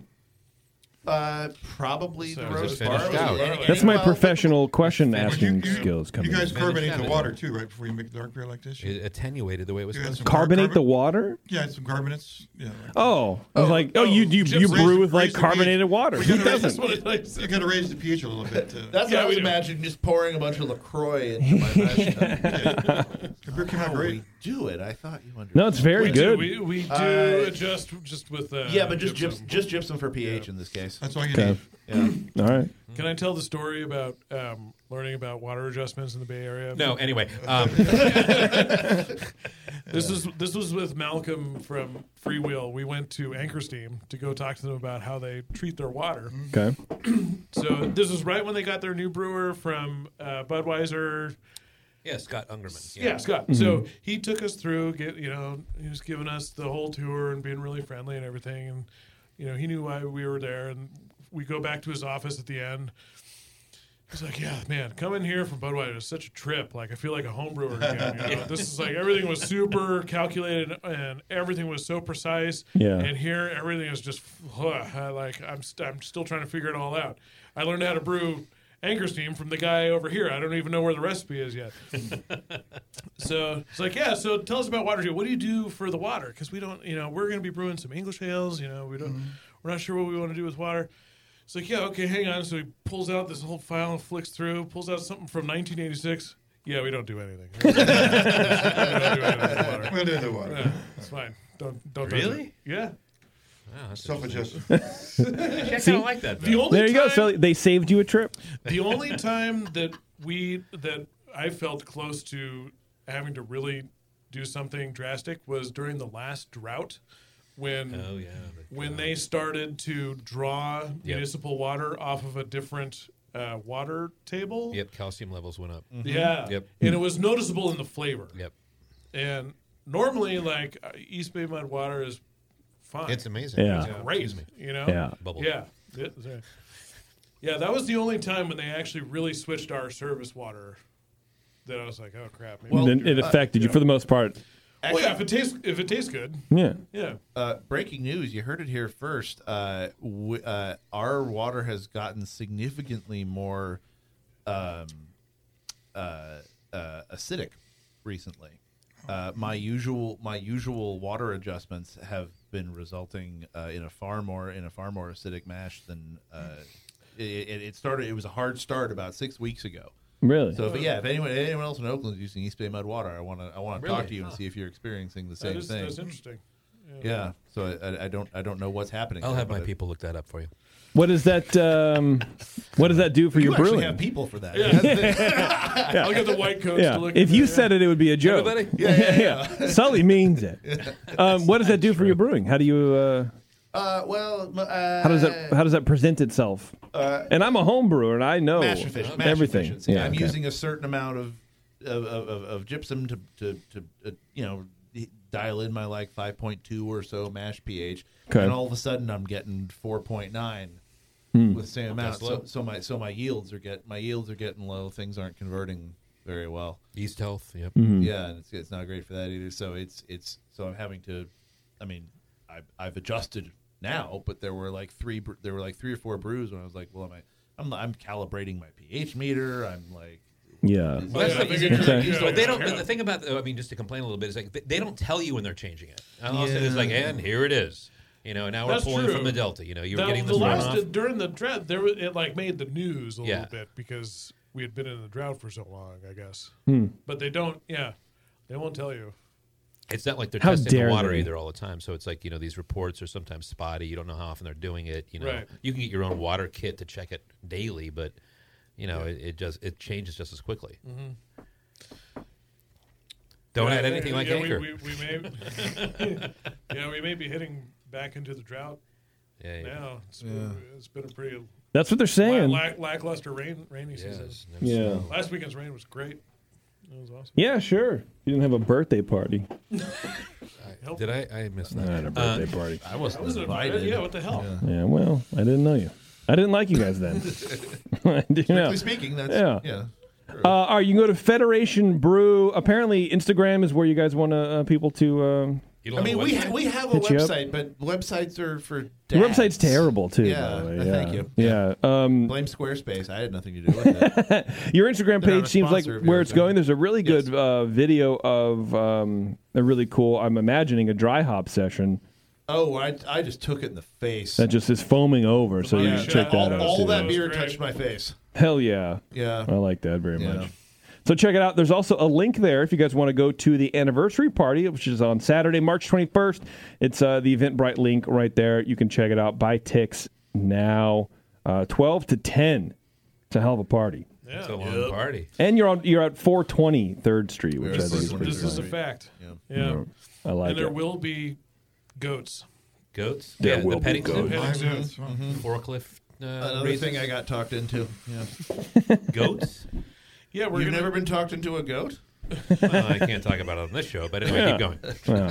Speaker 3: Uh, probably
Speaker 9: So
Speaker 3: gross
Speaker 9: is it finished
Speaker 3: barley.
Speaker 9: out?
Speaker 3: Any-
Speaker 1: That's my
Speaker 3: well,
Speaker 1: professional question asking skills
Speaker 9: You
Speaker 1: coming.
Speaker 9: guys
Speaker 1: in.
Speaker 9: carbonate the
Speaker 7: Seven.
Speaker 9: water too, right? Before you make dark beer like this.
Speaker 7: It attenuated the way it was.
Speaker 9: You had
Speaker 7: supposed
Speaker 9: some
Speaker 7: to.
Speaker 1: Carbonate the water?
Speaker 9: Yeah, some carbonates. Yeah. like-
Speaker 1: Oh, I was like, oh, you you, you
Speaker 9: Jim's
Speaker 1: brew
Speaker 9: raising-
Speaker 1: with like
Speaker 9: raising the
Speaker 1: carbonated
Speaker 9: pH.
Speaker 1: water.
Speaker 9: We
Speaker 1: Who
Speaker 9: gotta raise-
Speaker 1: doesn't?
Speaker 9: You got to raise the pH a little bit. uh, To,
Speaker 3: That's what I was imagining, just pouring a bunch of LaCroix into my restaurant.
Speaker 9: The beer came out
Speaker 3: How
Speaker 9: great.
Speaker 3: we do it. I thought you understood.
Speaker 1: No, it's very
Speaker 8: We do-
Speaker 1: good.
Speaker 8: we- we do adjust just with, uh,
Speaker 3: Uh, yeah, but just gypsum.
Speaker 8: gypsum.
Speaker 3: just gypsum for pH in this case.
Speaker 9: That's all you
Speaker 1: Okay. All right.
Speaker 8: Mm-hmm. Can I tell the story about um, learning about water adjustments in the Bay Area?
Speaker 7: No, anyway, um.
Speaker 8: this was this was with Malcolm from Free Will. We went to Anchor Steam to go talk to them about how they treat their water.
Speaker 3: Mm-hmm.
Speaker 1: Okay.
Speaker 8: So this was right when they got their new brewer from uh, Budweiser.
Speaker 7: Yeah, Scott Ungerman.
Speaker 8: Yeah, Scott. So he took us through. Get you know, he was giving us the whole tour and being really friendly and everything. And you know, he knew why we were there. And we go back to his office at the end. He's like, yeah, man, coming here from Budweiser is such a trip. Like, I feel like a home brewer again. You know?
Speaker 5: Yeah.
Speaker 8: This is like everything was super calculated and everything was so precise.
Speaker 1: Yeah.
Speaker 8: And here, everything is just ugh, like I'm st- I'm still trying to figure it all out. I learned how to brew Anchor Steam from the guy over here. I don't even know where the recipe is yet. so it's like, yeah. So tell us about water. What do you do for the water? Because we don't, you know, we're going to be brewing some English ales. You know, we don't. We're not sure what we want to do with water. It's like, yeah, okay, hang on. So he pulls out this whole file and flicks through, pulls out something from 1986. Yeah, we don't do anything. we don't do anything with water.
Speaker 9: We'll do the water.
Speaker 8: Yeah, it's fine. Don't don't touch it.
Speaker 7: Really?
Speaker 8: Yeah.
Speaker 9: Self-adjusted.
Speaker 1: See?
Speaker 8: The only
Speaker 1: there you go.
Speaker 8: time,
Speaker 1: So they saved you a trip.
Speaker 8: the only time that we that I felt close to having to really do something drastic was during the last drought when
Speaker 7: Oh, yeah,
Speaker 8: when they started to draw municipal water off of a different uh, water table.
Speaker 7: Yep, calcium levels went up.
Speaker 1: Mm-hmm.
Speaker 8: Yeah.
Speaker 7: Yep.
Speaker 8: And it was noticeable in the flavor.
Speaker 7: Yep.
Speaker 8: And normally, like uh, East Bay Mud water is fine.
Speaker 7: It's amazing.
Speaker 1: Yeah.
Speaker 8: It's great.
Speaker 7: Excuse me.
Speaker 8: You know.
Speaker 1: Yeah.
Speaker 7: Bubble.
Speaker 8: Yeah. Yeah, sorry. Yeah, that was the only time when they actually really switched our service water. That I was like, oh crap.
Speaker 1: And
Speaker 8: maybe we'll
Speaker 1: then
Speaker 8: do
Speaker 1: it
Speaker 8: that.
Speaker 1: affected you for the most part.
Speaker 8: Well, yeah, if it tastes if it tastes good.
Speaker 1: Yeah.
Speaker 8: Yeah.
Speaker 3: Uh, breaking news! You heard it here first. Uh, w- uh, our water has gotten significantly more um, uh, uh, acidic recently. Uh, my usual my usual water adjustments have been resulting uh, in a far more in a far more acidic mash than uh, it, it it started. It was a hard start about six weeks ago.
Speaker 1: Really?
Speaker 3: So if, yeah, if anyone anyone else in Oakland is using East Bay Mud Water, I want to I want to talk
Speaker 8: Really?
Speaker 3: to you and
Speaker 8: Huh.
Speaker 3: see if you're experiencing the
Speaker 8: That
Speaker 3: same
Speaker 8: is-
Speaker 3: thing.
Speaker 8: that's interesting.
Speaker 3: Yeah. So I- I, I don't I don't know what's happening.
Speaker 7: I'll
Speaker 3: there,
Speaker 7: have my
Speaker 3: but it-
Speaker 7: people look that up for you.
Speaker 1: What does that? Um, what does that do for
Speaker 3: You
Speaker 1: your
Speaker 3: actually
Speaker 1: brewing?
Speaker 3: have people for that.
Speaker 8: Yeah.
Speaker 3: That's the thing.
Speaker 8: I'll get the white coats
Speaker 1: yeah.
Speaker 8: to look.
Speaker 1: If
Speaker 8: at
Speaker 1: you
Speaker 8: it, yeah.
Speaker 1: said it, it would be a joke.
Speaker 8: Everybody?
Speaker 3: Yeah, yeah, yeah.
Speaker 1: Sully means it. Um, what does that do for your brewing? How do you? Uh,
Speaker 3: Uh, well, m- uh,
Speaker 1: how does that? How does that present itself?
Speaker 3: Uh,
Speaker 1: and I'm a home brewer, and I know
Speaker 3: mash efficient, mash
Speaker 1: everything.
Speaker 3: efficiency.
Speaker 1: Yeah,
Speaker 3: I'm
Speaker 1: okay.
Speaker 3: using a certain amount of of, of, of, of gypsum to to, to uh, you know dial in my like 5.2 or so mash pH,
Speaker 1: Okay.
Speaker 3: and all of a sudden I'm getting 4.9
Speaker 1: Hmm.
Speaker 3: with the same amount.
Speaker 7: That's low.
Speaker 3: So, so my so my yields are get my yields are getting low. Things aren't converting very well.
Speaker 7: Yeast health. Yep.
Speaker 1: Mhm.
Speaker 3: Yeah, and it's, it's not great for that either. So it's it's so I'm having to, I mean, I've, I've adjusted now, but there were like three br- there were like three or four brews when I was like, well, am I? I'm I'm calibrating my pH meter. I'm like,
Speaker 1: Yeah.
Speaker 3: Well,
Speaker 8: Oh,
Speaker 7: Well, that's the easy
Speaker 3: yeah,
Speaker 7: thing.
Speaker 3: yeah,
Speaker 7: So they don't.
Speaker 8: yeah.
Speaker 7: The thing about, the, I mean, just to complain a little bit, is like they- they don't tell you when they're changing it. And all of a sudden, it's
Speaker 3: Yeah.
Speaker 7: like, and here it is. You know, now we're
Speaker 8: That's
Speaker 7: pulling
Speaker 8: true.
Speaker 7: from the delta. You know, you were
Speaker 8: Now,
Speaker 7: getting
Speaker 8: the
Speaker 7: this
Speaker 8: last
Speaker 7: runoff.
Speaker 8: during the drought. There was, it like made the news a
Speaker 7: Yeah.
Speaker 8: little bit because we had been in the drought for so long. I guess,
Speaker 1: Hmm.
Speaker 8: but they don't. Yeah, they won't tell you.
Speaker 7: It's not like they're
Speaker 1: How
Speaker 7: testing the
Speaker 1: dare
Speaker 7: water
Speaker 1: they.
Speaker 7: either all the time. So it's like you know these reports are sometimes spotty. You don't know how often they're doing it. You know,
Speaker 8: Right.
Speaker 7: you can get your own water kit to check it daily, but you know it, it just it changes just as quickly. Don't
Speaker 8: Mm-hmm. Yeah,
Speaker 7: add anything
Speaker 8: yeah,
Speaker 7: like
Speaker 8: yeah,
Speaker 7: anchor.
Speaker 8: We, we, we may, yeah, we may be hitting back into the drought.
Speaker 7: Yeah, yeah.
Speaker 8: Now it's been, it's been a pretty
Speaker 1: That's what they're saying.
Speaker 8: la- lack- lackluster rain rainy season.
Speaker 1: no Yeah. snow.
Speaker 8: last weekend's rain was great. It was awesome.
Speaker 1: Yeah, sure. You didn't have a birthday party.
Speaker 7: Did I? I missed
Speaker 1: I had
Speaker 7: that.
Speaker 1: a birthday party.
Speaker 3: I wasn't,
Speaker 8: I wasn't invited. Yeah, what the hell?
Speaker 1: Yeah, well, I didn't know you. I didn't like you guys then. I do now.
Speaker 3: Strictly speaking, that's- yeah, true.
Speaker 1: Uh, all right, you can go to Federation Brew. Apparently, Instagram is where you guys want uh, people to um,
Speaker 7: You don't
Speaker 3: I
Speaker 7: have
Speaker 3: mean,
Speaker 7: a
Speaker 3: we
Speaker 7: website?
Speaker 3: ha- we have a
Speaker 1: Hit you up.
Speaker 3: website, but websites are for
Speaker 1: The
Speaker 3: dads.
Speaker 1: website's terrible too.
Speaker 3: Yeah,
Speaker 1: by the way.
Speaker 3: uh,
Speaker 1: yeah.
Speaker 3: thank you.
Speaker 1: Yeah. Um,
Speaker 3: Blame Squarespace. I had nothing to do with it.
Speaker 1: your Instagram
Speaker 3: They're
Speaker 1: page
Speaker 3: not a
Speaker 1: seems like
Speaker 3: sponsor of
Speaker 1: where
Speaker 3: yours,
Speaker 1: it's going.
Speaker 3: right?
Speaker 1: There's a really good uh, video of um, a really cool. I'm imagining a dry hop session
Speaker 3: Oh, I, I just took it in the face.
Speaker 1: that just is foaming over. So you should check that
Speaker 3: all,
Speaker 1: out.
Speaker 3: all
Speaker 1: too.
Speaker 3: that beer touched my face.
Speaker 1: Hell yeah.
Speaker 3: Yeah.
Speaker 1: I like that very much. So check it out. There's also a link there if you guys want to go to the anniversary party, which is on Saturday, March 21st. It's uh, the Eventbrite link right there. You can check it out. Buy ticks now, uh, 12 to 10. It's a hell of a party.
Speaker 7: It's a long party.
Speaker 1: And you're on you're at 420 3rd Street, which I
Speaker 8: This,
Speaker 1: think is
Speaker 8: is,
Speaker 1: pretty
Speaker 8: this is a
Speaker 1: funny.
Speaker 8: fact. Yeah.
Speaker 1: I like
Speaker 8: and there
Speaker 1: it.
Speaker 8: will be goats.
Speaker 7: Goats?
Speaker 1: There will
Speaker 7: the
Speaker 1: be
Speaker 7: Pennington-
Speaker 8: goats. Goats.
Speaker 7: Mhm. Forklift. Uh,
Speaker 3: Another
Speaker 7: raisins.
Speaker 3: thing I got talked into. Yeah.
Speaker 7: Goats?
Speaker 3: Yeah, we're You've never been talked into a goat?
Speaker 7: well, I can't talk about it on this show, but anyway, keep going.
Speaker 1: Wow.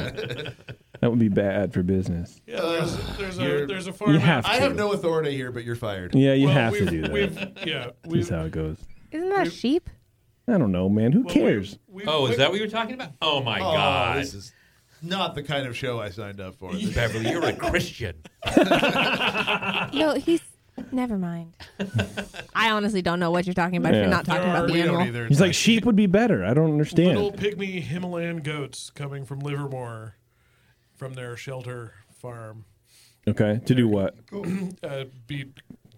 Speaker 1: that would be bad for business.
Speaker 8: Yeah, there's, there's a
Speaker 3: You're-
Speaker 8: there's a farm.
Speaker 1: You have
Speaker 3: I
Speaker 1: to.
Speaker 3: have no authority here, but you're fired.
Speaker 1: Yeah, you
Speaker 8: Well,
Speaker 1: have to
Speaker 8: we've-
Speaker 1: do that.
Speaker 8: we've- yeah,
Speaker 1: That's how it goes.
Speaker 6: Isn't that a sheep?
Speaker 1: I don't know, man. Who cares?
Speaker 7: oh, is that what you were talking about? Oh my
Speaker 3: Oh,
Speaker 7: God!
Speaker 3: this is not the kind of show I signed up for.
Speaker 7: Beverly, you're a Christian.
Speaker 6: No, he's. Never mind. I honestly don't know what you're talking about. If
Speaker 1: Yeah.
Speaker 6: you're not talking about the animal.
Speaker 1: He's like sheep would be better. I don't understand.
Speaker 8: Little pygmy Himalayan goats coming from Livermore, from their shelter farm.
Speaker 1: okay, to do what?
Speaker 8: uh, be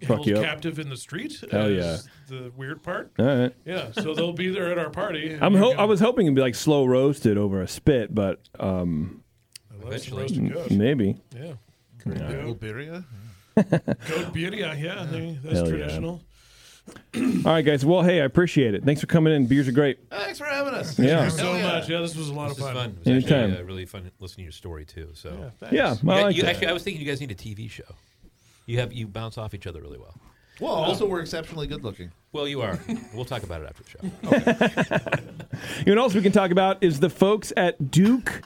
Speaker 1: Fuck
Speaker 8: held
Speaker 1: you up.
Speaker 8: captive in the street.
Speaker 1: Hell
Speaker 8: is The weird part.
Speaker 1: All right.
Speaker 8: Yeah, so they'll be there at our party. and
Speaker 1: I'm
Speaker 8: you
Speaker 1: ho-
Speaker 8: can-
Speaker 1: I was hoping it'd be like slow roasted over a spit, but um,
Speaker 8: Eventually.
Speaker 1: m-
Speaker 8: Roasted goat.
Speaker 1: maybe.
Speaker 8: Yeah.
Speaker 1: Yeah.
Speaker 3: Goat birria?
Speaker 8: Goat birria, yeah, they- that's
Speaker 1: Hell yeah.
Speaker 8: traditional.
Speaker 1: All right, guys. Well, hey, I appreciate it. Thanks for coming in. Beers are great.
Speaker 3: Uh, Thanks for having us.
Speaker 1: Yeah.
Speaker 8: Thank you so much. Yeah, this was a lot
Speaker 7: This
Speaker 8: of
Speaker 7: is
Speaker 8: fun.
Speaker 7: fun. It was actually,
Speaker 1: Anytime.
Speaker 7: uh, really fun listening to your story too. So
Speaker 1: thanks. Yeah,
Speaker 7: You
Speaker 1: I
Speaker 7: got-
Speaker 1: like
Speaker 7: you-
Speaker 1: that.
Speaker 7: actually, I was thinking you guys need a TV show. You have you bounce off each other really well.
Speaker 3: Well, also, we're exceptionally good looking.
Speaker 7: Well, you are. we'll talk about it after the show.
Speaker 1: You know what else we can talk about is the folks at Duke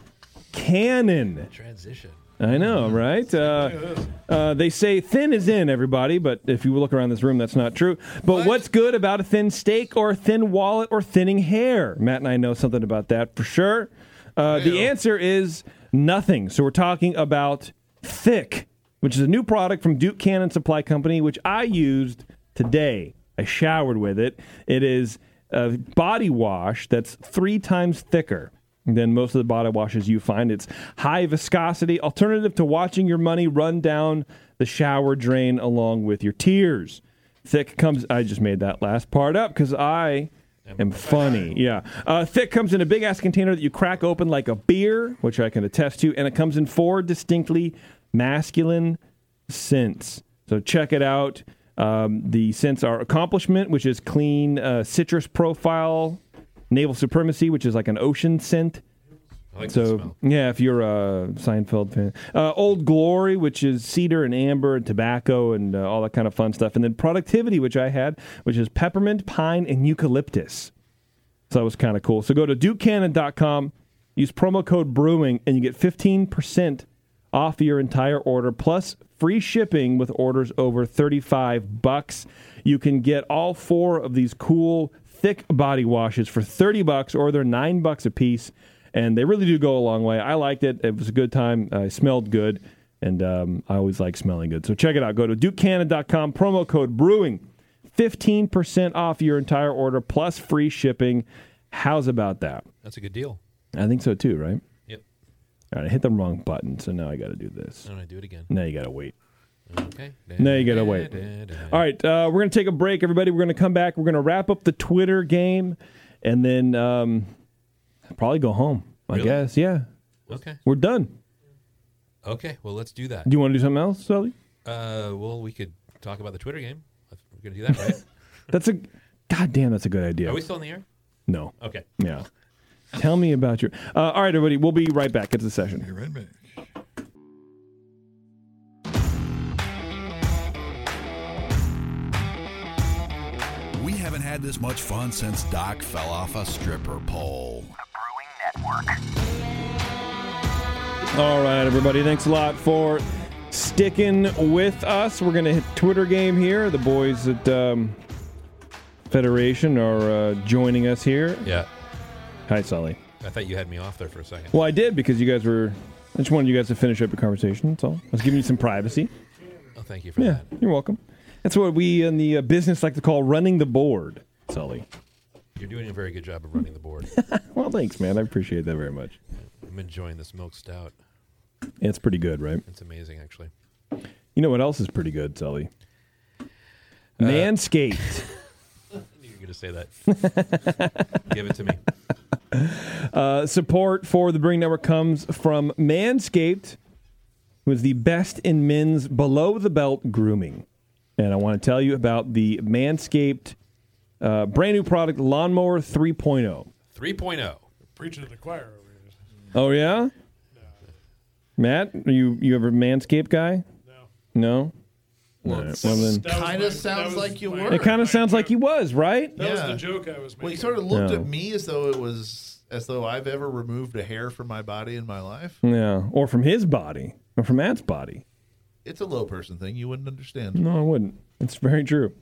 Speaker 1: Cannon.
Speaker 7: Transition.
Speaker 1: I know, right? Uh, uh, they say thin is in, everybody, but if you look around this room, that's not true. But what's good about a thin steak or a thin wallet or thinning hair? Matt and I know something about that for sure. Uh, the answer is nothing. So we're talking about Thick, which is a new product from Duke Cannon Supply Company, which I used today. I showered with it. It is a body wash that's three times thicker than most of the body washes you find. It's high viscosity, alternative to watching your money run down the shower drain along with your tears. Thick comes. I just made that last part up because I am funny. Yeah. Uh, thick comes in a big ass container that you crack open like a beer, which I can attest to, and it comes in four distinctly masculine scents. So check it out. Um, the scents are accomplishment, which is clean uh, citrus profile, naval supremacy, which is like an ocean scent.
Speaker 7: I like that
Speaker 1: so
Speaker 7: smell.
Speaker 1: yeah, if you're a Seinfeld fan, uh, Old Glory, which is cedar and amber and tobacco and uh, all that kind of fun stuff, and then productivity, which I had, which is peppermint, pine, and eucalyptus. So that was kind of cool. So go to DukeCannon.com, use promo code Brewing, and you get 15% off your entire order, plus free shipping with orders over 35 bucks. You can get all four of these cool thick body washes for 30 bucks, or they're nine bucks a piece, and they really do go a long way. I liked it. It was a good time. Uh, it smelled good, and um, I always like smelling good. So check it out. Go to DukeCannon.com, promo code Brewing. 15% off your entire order plus free shipping. How's about that?
Speaker 7: That's a good deal.
Speaker 1: I think so too, right?
Speaker 7: Yep.
Speaker 1: All right, I hit the wrong button, so now I got to do this.
Speaker 7: No, no, do it again.
Speaker 1: Now you got to wait.
Speaker 7: Okay.
Speaker 1: Now you got to wait. All right, uh, we're going to take a break, everybody. We're going to come back. We're going to wrap up the Twitter game and then um, probably go home, I
Speaker 7: Really?
Speaker 1: guess. Yeah.
Speaker 7: Okay.
Speaker 1: We're done.
Speaker 7: Okay. Well, let's do that.
Speaker 1: Do you want to do something else, Sully?
Speaker 7: Uh, well, we could talk about the Twitter game. We're gonna do that, right?
Speaker 1: That's a. God damn, that's a good idea.
Speaker 7: Are we still in the air?
Speaker 1: No.
Speaker 7: Okay.
Speaker 1: Yeah. Tell me about your. Uh, all right, everybody. We'll be right back. It's the session.
Speaker 16: We haven't had this much fun since Doc fell off a stripper pole.
Speaker 1: All right, everybody. Thanks a lot for sticking with us. We're going to hit Twitter game here. The boys at um, Federation are uh, joining us here.
Speaker 7: Yeah.
Speaker 1: Hi, Sully.
Speaker 7: I thought you had me off there for a second.
Speaker 1: Well, I did because you guys were I just wanted you guys to finish up your conversation. That's all. I was giving you some privacy.
Speaker 7: Oh, thank you for
Speaker 1: Yeah, you're welcome. That's what we in the uh, business like to call running the board, Sully.
Speaker 7: that. You're doing a very good job of running the board.
Speaker 1: well, thanks, man. I appreciate that very much.
Speaker 7: I'm enjoying this milk stout.
Speaker 1: Yeah, it's pretty good, right?
Speaker 7: It's amazing, actually.
Speaker 1: You know what else is pretty good, Sully? Manscaped.
Speaker 7: You're going to say that. Give it to me.
Speaker 1: Uh, support for the Bring Network comes from Manscaped, who is the best in men's below the belt grooming. And I want to tell you about the Manscaped uh, brand new product, Lawnmower oh. 3.0.
Speaker 7: 3.0.
Speaker 8: Preaching to the choir.
Speaker 1: Oh, yeah? Matt, are you, you ever Manscaped guy? No. No? All right, well, then-
Speaker 3: Kind of sounds like you were.
Speaker 1: it kind of sounds like he was, right?
Speaker 8: That was the joke I was making.
Speaker 3: Well, you sort of looked
Speaker 1: No.
Speaker 3: at me as though it was as though I've ever removed a hair from my body in my life.
Speaker 1: Yeah. Or from his body, or from Matt's body.
Speaker 3: It's a low person thing. You wouldn't understand.
Speaker 1: No, I wouldn't. It's very true.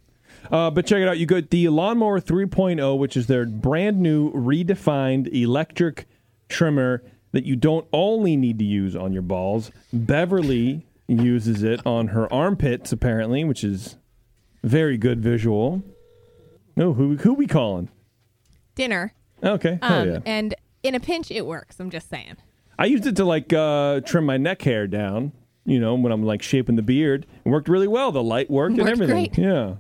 Speaker 1: Uh, but check it out. You got the Lawnmower 3.0, which is their brand new redefined electric trimmer that you don't only need to use on your balls. Beverly uses it on her armpits, apparently, which is very good visual. No, who who we calling?
Speaker 6: Dinner.
Speaker 1: Okay, hell
Speaker 6: Um,
Speaker 1: yeah.
Speaker 6: And in a pinch, it works. I'm just saying.
Speaker 1: I used it to like uh, trim my neck hair down. You know, when I'm like shaping the beard, it worked really well. The light worked, and
Speaker 6: Worked
Speaker 1: everything.
Speaker 6: great.
Speaker 1: Yeah.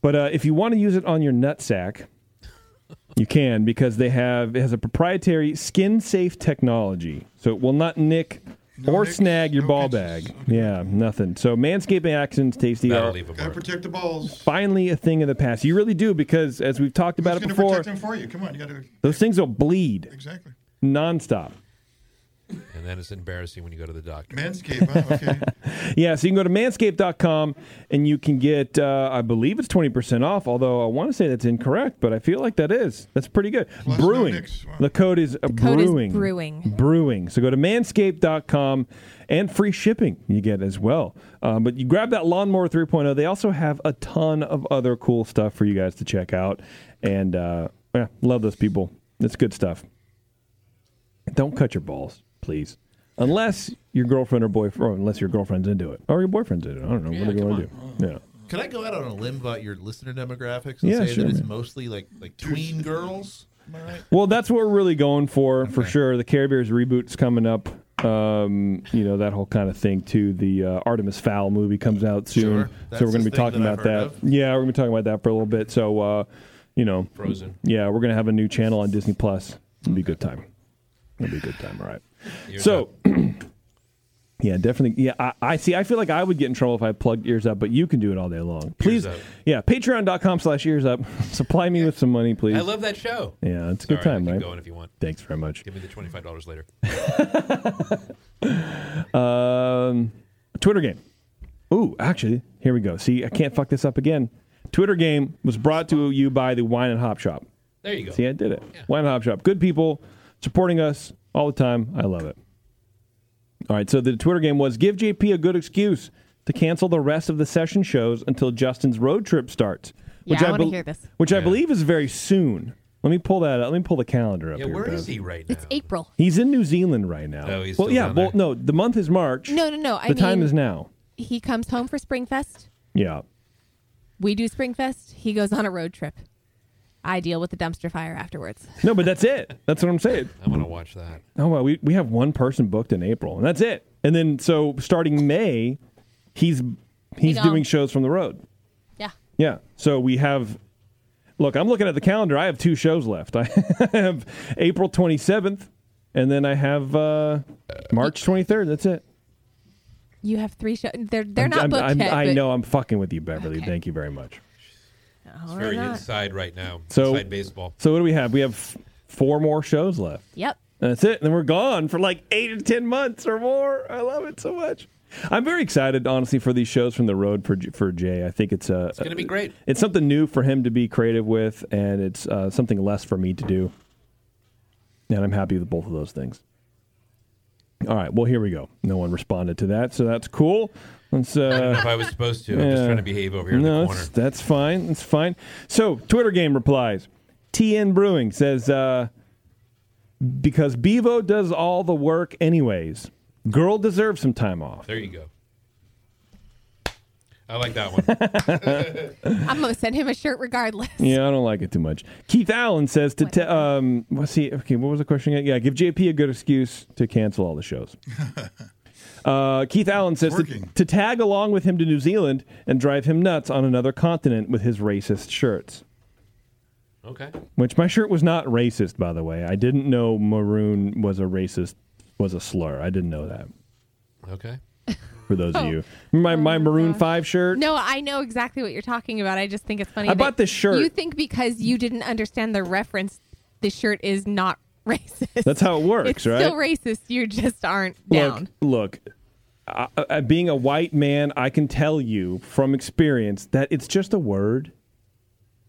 Speaker 1: But uh, if you want to use it on your nutsack, you can because they have it has a proprietary skin safe technology, so it will not nick or snag your ball bag. Yeah, nothing. So manscaping actions, tasty.
Speaker 7: That'll
Speaker 1: are
Speaker 7: leave 'em
Speaker 9: Gotta protect the balls.
Speaker 1: Finally, a thing of the past. You really do because, as we've talked about
Speaker 9: Who's
Speaker 1: it
Speaker 9: gonna
Speaker 1: before,
Speaker 9: protect them for you? Come on, you gotta
Speaker 1: those things will bleed
Speaker 9: exactly.
Speaker 1: nonstop.
Speaker 7: And then it's embarrassing when you go to the doctor.
Speaker 9: Manscaped, huh? Okay.
Speaker 1: yeah, so you can go to manscaped.com and you can get, uh, I believe it's 20% off, although I want to say that's incorrect, but I feel like that is. That's pretty good. brewing. The code is uh,
Speaker 6: code is
Speaker 1: brewing.
Speaker 6: brewing.
Speaker 1: Brewing. So go to manscaped.com and free shipping you get as well. Um, but you grab that Lawnmower 3.0. They also have a ton of other cool stuff for you guys to check out. And uh, yeah, love those people. It's good stuff. Don't cut your balls, please. Unless your girlfriend or boyfriend, or unless your girlfriend's into it, or your boyfriend's into it. I don't know. what are you going to do? Yeah.
Speaker 3: Can I go out on a limb about your listener demographics and
Speaker 1: Yeah,
Speaker 3: say
Speaker 1: sure,
Speaker 3: that it's
Speaker 1: man.
Speaker 3: mostly like like tween girls? Am I right?
Speaker 1: Well, that's what we're really going for, for sure. The Care Bears reboot's coming up. Um, you know that whole kind of thing too. The uh, Artemis Fowl movie comes out soon,
Speaker 3: Sure. That's
Speaker 1: so we're going to
Speaker 3: the
Speaker 1: be
Speaker 3: thing
Speaker 1: talking
Speaker 3: that
Speaker 1: about
Speaker 3: I've heard
Speaker 1: that. Yeah, we're going to be talking about that for a little bit. So, uh, you know,
Speaker 7: Frozen.
Speaker 1: Yeah, we're going to have a new channel on Disney Plus. It'll be a good time. It'll be a good time. All right.
Speaker 7: Ears
Speaker 1: so, yeah, definitely. Yeah, I, I see. I feel like I would get in trouble if I plugged ears up, but you can do it all day long. Please,
Speaker 7: up.
Speaker 1: yeah, Patreon.com/slash ears up. Supply me with some money, please.
Speaker 7: I love that show.
Speaker 1: Yeah, it's a good
Speaker 7: Sorry,
Speaker 1: time,
Speaker 7: I
Speaker 1: right?
Speaker 7: Keep going if you want.
Speaker 1: Thanks very much.
Speaker 7: Give me the twenty-five dollars later.
Speaker 1: Um, Twitter game. Ooh, actually, here we go. See, I can't fuck this up again. Twitter game was brought to you by the Wine and Hop Shop.
Speaker 7: There you go.
Speaker 1: See, I did it. Wine and Hop Shop. Good people supporting us all the time. I love it. All right, so the Twitter game was give JP a good excuse to cancel the rest of the session shows until Justin's road trip starts.
Speaker 6: Yeah, I wanna
Speaker 1: bel-
Speaker 6: hear this.
Speaker 1: Which I believe is very soon. Let me pull that up. Let me pull the calendar up
Speaker 7: Yeah,
Speaker 1: here.
Speaker 7: where is
Speaker 1: Bev.
Speaker 7: he right now?
Speaker 6: It's April.
Speaker 1: He's in New Zealand right now.
Speaker 7: Oh, he's
Speaker 1: well,
Speaker 7: still
Speaker 1: yeah.
Speaker 7: down
Speaker 1: well, no, the month is March.
Speaker 6: No, no, no, I
Speaker 1: the time
Speaker 6: mean-
Speaker 1: is now.
Speaker 6: He comes home for Springfest.
Speaker 1: Yeah.
Speaker 6: We do Springfest. He goes on a road trip. I deal with the dumpster fire afterwards.
Speaker 1: No, but that's it. That's what I'm saying.
Speaker 7: I want to watch that.
Speaker 1: Oh well, we we have one person booked in April, and that's it. And then so starting May, he's he's
Speaker 6: gone.
Speaker 1: doing shows from the road.
Speaker 6: Yeah.
Speaker 1: Yeah. So we have. Look, I'm looking at the calendar. I have two shows left. I have April 27th, and then I have uh, March 23rd. That's it.
Speaker 6: You have three shows. They're they're
Speaker 1: I'm-
Speaker 6: not
Speaker 1: I'm-
Speaker 6: booked
Speaker 1: I'm-
Speaker 6: yet.
Speaker 1: I
Speaker 6: but-
Speaker 1: know I'm fucking with you, Beverly. Thank you very much.
Speaker 6: Oh,
Speaker 7: It's
Speaker 6: why
Speaker 7: very
Speaker 6: not?
Speaker 7: inside right now.
Speaker 1: So
Speaker 7: inside baseball.
Speaker 1: So what do we have? We have f- four more shows left.
Speaker 6: Yep.
Speaker 1: And that's it. And then we're gone for like eight or ten months or more. I love it so much. I'm very excited, honestly, for these shows from the road for J- for Jay. I think it's uh, it's
Speaker 7: gonna be great.
Speaker 1: It's something new for him to be creative with, and it's uh, something less for me to do. And I'm happy with both of those things. All right. Well, here we go. No one responded to that, so that's cool. Let's. Uh,
Speaker 7: I don't know if I was supposed to. I'm just trying to behave over here in the
Speaker 1: no,
Speaker 7: corner.
Speaker 1: it's- That's fine. That's fine. So, Twitter game replies. TN Brewing says, uh, because Bevo does all the work anyways. Girl deserves some time off.
Speaker 7: There you go. I like that one.
Speaker 6: I'm gonna send him a shirt regardless.
Speaker 1: Yeah, I don't like it too much. Keith Allen says to te- um, let's see. Okay, what was the question? again? Yeah, give JP a good excuse to cancel all the shows. Uh, Keith Allen says to, to tag along with him to New Zealand and drive him nuts on another continent with his racist shirts.
Speaker 7: Okay.
Speaker 1: Which my shirt was not racist, by the way. I didn't know maroon was a racist was a slur. I didn't know that.
Speaker 7: Okay.
Speaker 1: For those of
Speaker 6: Oh.
Speaker 1: you, my my maroon five shirt.
Speaker 6: No, I know exactly what you're talking about. I just think it's funny.
Speaker 1: I
Speaker 6: that
Speaker 1: bought this shirt.
Speaker 6: You think because you didn't understand the reference, the shirt is not racist.
Speaker 1: That's how it works,
Speaker 6: it's
Speaker 1: right?
Speaker 6: still racist. You just aren't
Speaker 1: Look,
Speaker 6: down.
Speaker 1: Look, I, I, being a white man, I can tell you from experience that it's just a word.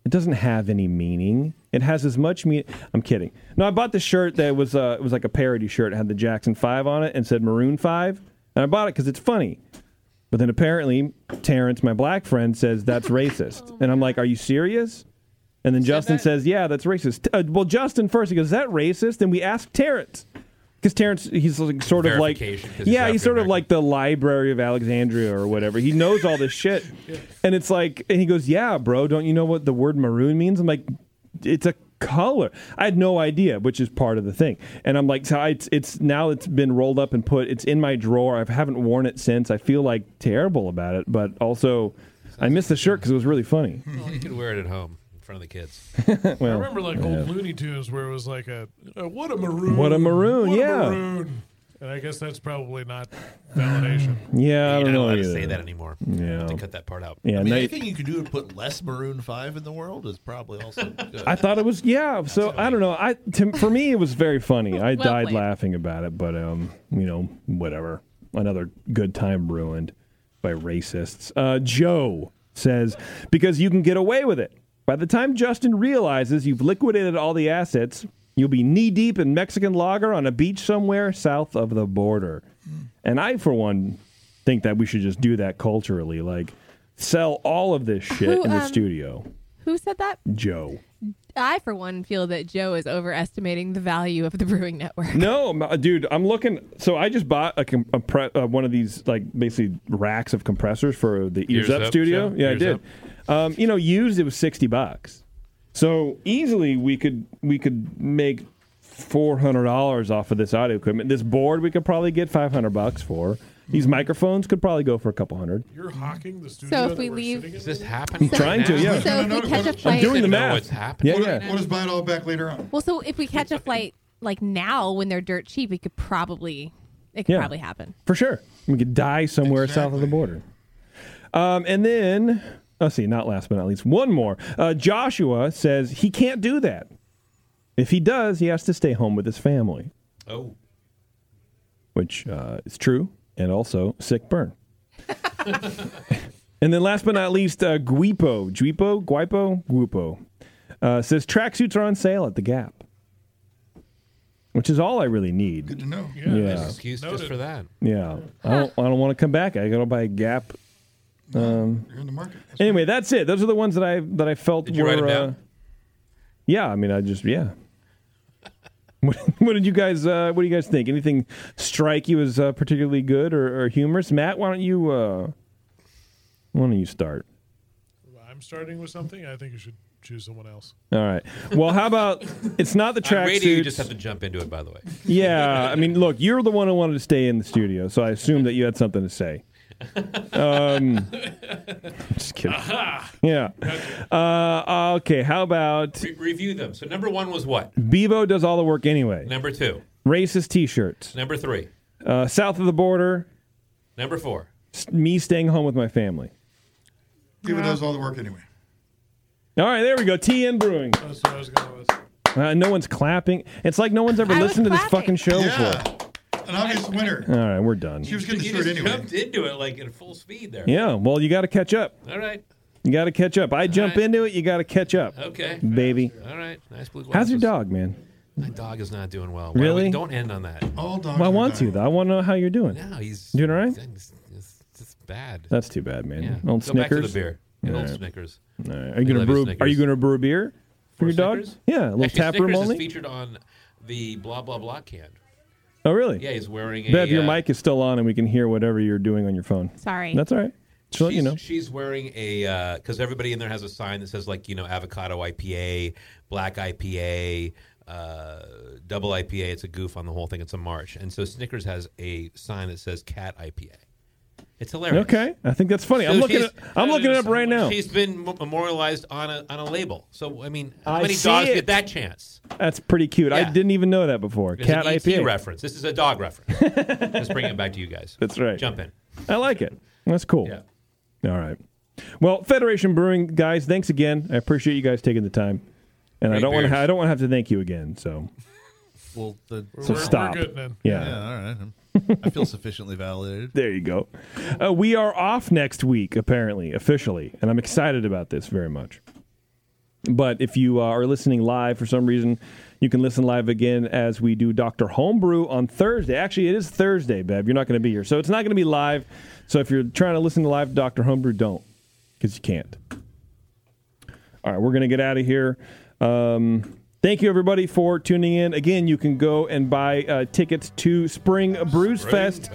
Speaker 1: It doesn't have any meaning. It has as much meaning. I'm kidding. No, I bought this shirt that was uh, it was like a parody shirt. It had the Jackson Five on it and said Maroon Five, and I bought it because it's funny. But then apparently Terrence, my black friend, says that's racist, and I'm like, "Are you serious?" And then Justin says, "Yeah, that's racist." Uh, well, Justin first he goes, "Is that racist?" And we ask Terrence because Terrence he's like, sort of like
Speaker 7: Verification, 'cause he's
Speaker 1: yeah, he's sort of like the Library of Alexandria or whatever. He knows all this shit, and it's like, and he goes, "Yeah, bro, don't you know what the word maroon means?" I'm like, "It's a." color i had no idea which is part of the thing and i'm like so I, it's, it's now it's been rolled up and put it's in my drawer i haven't worn it since i feel like terrible about it but also i missed the shirt because it was really funny
Speaker 7: Well, you can wear it at home in front of the kids.
Speaker 1: well
Speaker 8: I remember like
Speaker 1: yeah.
Speaker 8: old Looney Tunes where it was like a uh, what a maroon,
Speaker 1: What a maroon,
Speaker 8: what a
Speaker 1: yeah.
Speaker 8: maroon. And I guess that's probably not validation.
Speaker 1: Yeah, I don't
Speaker 7: You're not
Speaker 1: know
Speaker 7: allowed to
Speaker 1: either.
Speaker 7: say that anymore.
Speaker 1: Yeah,
Speaker 7: You have to cut that part out.
Speaker 1: Yeah,
Speaker 3: I mean,
Speaker 1: now-
Speaker 3: anything you can do to put less Maroon Five in the world is probably also good.
Speaker 1: I thought it was yeah. So I don't know. I to, for me it was very funny. I
Speaker 3: Well
Speaker 1: died
Speaker 3: played.
Speaker 1: laughing about it, but um, you know, whatever. Another good time ruined by racists. Uh, Joe says because you can get away with it. By the time Justin realizes you've liquidated all the assets, you'll be knee deep in Mexican lager on a beach somewhere south of the border. And I, for one, think that we should just do that culturally, like sell all of this shit
Speaker 6: Who,
Speaker 1: in the
Speaker 6: um,
Speaker 1: studio.
Speaker 6: Who said that?
Speaker 1: Joe.
Speaker 6: I, for one, feel that Joe is overestimating the value of the brewing network.
Speaker 1: No, m- uh, dude, I'm looking. So I just bought a, com- a pre- uh, one of these like basically racks of compressors for the Ears,
Speaker 7: Ears
Speaker 1: Up,
Speaker 7: Up,
Speaker 1: Studio.
Speaker 7: show?
Speaker 1: Yeah,
Speaker 7: Ears
Speaker 1: I did. Um, you know, used it was sixty bucks. So easily we could we could make four hundred dollars off of this audio equipment. This board we could probably get five hundred bucks for. These microphones could probably go for a couple hundred.
Speaker 8: You're hawking the studio.
Speaker 6: So if
Speaker 8: that
Speaker 6: we
Speaker 8: we're
Speaker 6: leave-
Speaker 8: sitting in?
Speaker 7: Is this happening?
Speaker 1: I'm trying to, yeah.
Speaker 6: So if we catch a flight,
Speaker 1: I'm doing the
Speaker 7: Know
Speaker 1: math.
Speaker 7: what's happening.
Speaker 1: Yeah, yeah.
Speaker 9: We'll just buy it all back later on.
Speaker 6: well, so if we catch a flight like now when they're dirt cheap, it could probably it could
Speaker 1: Yeah.
Speaker 6: probably happen.
Speaker 1: For sure. We could die somewhere south of the border. Um, and then, let's see, not last but not least, one more. Uh, Joshua says he can't do that. If he does, he has to stay home with his family,
Speaker 7: Oh.
Speaker 1: which uh, is true and also sick burn. and then last but not least, uh, Guipo, Guipo, Guipo, Guipo uh, says tracksuits are on sale at the Gap, which is all I really need. Good
Speaker 9: to know.
Speaker 1: Yeah.
Speaker 7: Nice excuse just for that.
Speaker 1: Yeah, I don't. I don't want to come back. I gotta buy a Gap. Um,
Speaker 9: You're in the market.
Speaker 1: anyway, that's it. Those are the ones that I that I felt
Speaker 7: Did
Speaker 1: were.
Speaker 7: you write 'em
Speaker 1: Uh,
Speaker 7: down?
Speaker 1: yeah, I mean, I just yeah. what, what did you guys? Uh, what do you guys think? Anything strike you as uh, particularly good or, or humorous? Matt, why don't you? Uh, why don't you start?
Speaker 8: I'm starting with something. I think you should choose someone else.
Speaker 1: All right. Well, how about it's not the
Speaker 7: On radio, you
Speaker 1: tracksuit.
Speaker 7: just have to jump into it. By the way,
Speaker 1: Yeah, I mean, look, you're the one who wanted to stay in the studio, so I assume that you had something to say. Um, just kidding. Yeah. Uh, okay. How about
Speaker 7: Re- review them. So number one was what?
Speaker 1: Bevo does all the work anyway?
Speaker 7: Number two.
Speaker 1: Racist T-shirts.
Speaker 7: Number three.
Speaker 1: Uh, south of the border.
Speaker 7: Number four.
Speaker 1: s- Me staying home with my family.
Speaker 9: People does all the work anyway.
Speaker 1: All right, there we go. TN Brewing.
Speaker 8: That's what I was going with.
Speaker 1: Uh, no one's clapping. It's like no one's ever
Speaker 9: I was
Speaker 1: listened to this fucking
Speaker 9: clapping.
Speaker 1: show
Speaker 9: Yeah.
Speaker 1: before.
Speaker 9: An obvious winner.
Speaker 1: All right, we're done.
Speaker 9: She was getting the
Speaker 7: You
Speaker 9: shirt
Speaker 7: just
Speaker 9: anyway.
Speaker 7: jumped into it like at full speed there.
Speaker 1: Yeah. Well, you got to catch up.
Speaker 7: All right.
Speaker 1: You got to catch up. I jump
Speaker 7: right.
Speaker 1: into it. You got to catch up.
Speaker 7: Okay.
Speaker 1: Baby.
Speaker 7: All right. Nice blue
Speaker 1: Mm. How's your
Speaker 7: glasses.
Speaker 1: dog, man?
Speaker 7: My dog is not doing well. Why
Speaker 1: Really?
Speaker 7: would- Don't end on that.
Speaker 9: All dogs.
Speaker 1: Well, I want to though. I want to know how you're doing.
Speaker 7: No, he's
Speaker 1: doing all right.
Speaker 7: It's, it's, it's bad.
Speaker 1: That's too bad, man.
Speaker 7: Yeah.
Speaker 1: Old
Speaker 7: Go back to
Speaker 1: Snickers.
Speaker 7: the beer. Get
Speaker 1: All
Speaker 7: old
Speaker 1: right.
Speaker 7: Snickers.
Speaker 1: All right. Are you
Speaker 7: I
Speaker 1: gonna
Speaker 7: love your
Speaker 1: brew? Are
Speaker 7: Snickers.
Speaker 1: you gonna brew a beer for your dog? Yeah, a little
Speaker 7: Actually,
Speaker 1: tap room
Speaker 7: Snickers
Speaker 1: only.
Speaker 7: Is featured on the blah blah blah can.
Speaker 1: Oh, really?
Speaker 7: Yeah, he's wearing a.
Speaker 1: Bev, your
Speaker 7: uh,
Speaker 1: mic is still on, and we can hear whatever you're doing on your phone.
Speaker 7: Sorry.
Speaker 1: That's all right. Just to let you know.
Speaker 7: She's wearing a because everybody in there has a sign that says like you know avocado IPA, black IPA, uh, double IPA. It's a goof on the whole thing. It's a march, and so Snickers has a sign that says cat IPA. It's hilarious.
Speaker 1: Okay, I think that's funny. I'm
Speaker 7: So
Speaker 1: looking.
Speaker 7: she's-
Speaker 1: It, I'm looking it up right now.
Speaker 7: She's been mo- memorialized on a on a label. So I mean, how
Speaker 1: I
Speaker 7: many
Speaker 1: see
Speaker 7: dogs
Speaker 1: it.
Speaker 7: get that chance?
Speaker 1: That's pretty cute. I
Speaker 7: Yeah.
Speaker 1: didn't even know that before.
Speaker 7: It's
Speaker 1: Cat
Speaker 7: an E ET
Speaker 1: IPA
Speaker 7: reference. This is a dog reference. Let's bring it back to you guys.
Speaker 1: That's right.
Speaker 7: Jump in.
Speaker 1: I like it. That's cool. Yeah. All right. Well, Federation Brewing guys, thanks again. I appreciate you guys taking the time, and I
Speaker 3: Great
Speaker 1: don't want to.
Speaker 3: beers.
Speaker 1: I don't want to have to thank you again. So.
Speaker 3: Well, the,
Speaker 1: So We're- stop. we're good then. Yeah.
Speaker 3: all right. I feel sufficiently validated.
Speaker 1: There you go. Uh, we are off next week, apparently, officially, and I'm excited about this very much. But if you uh, are listening live for some reason, you can listen live again as we do Dr. Homebrew on Thursday. Actually, it is Thursday, Bev. You're not going to be here. So it's not going to be live. So if you're trying to listen to live Dr. Homebrew, don't, because you can't. All right, we're going to get out of here. Um, thank you, everybody, for tuning in. Again, you can go and buy uh, tickets to Spring Brews Fest.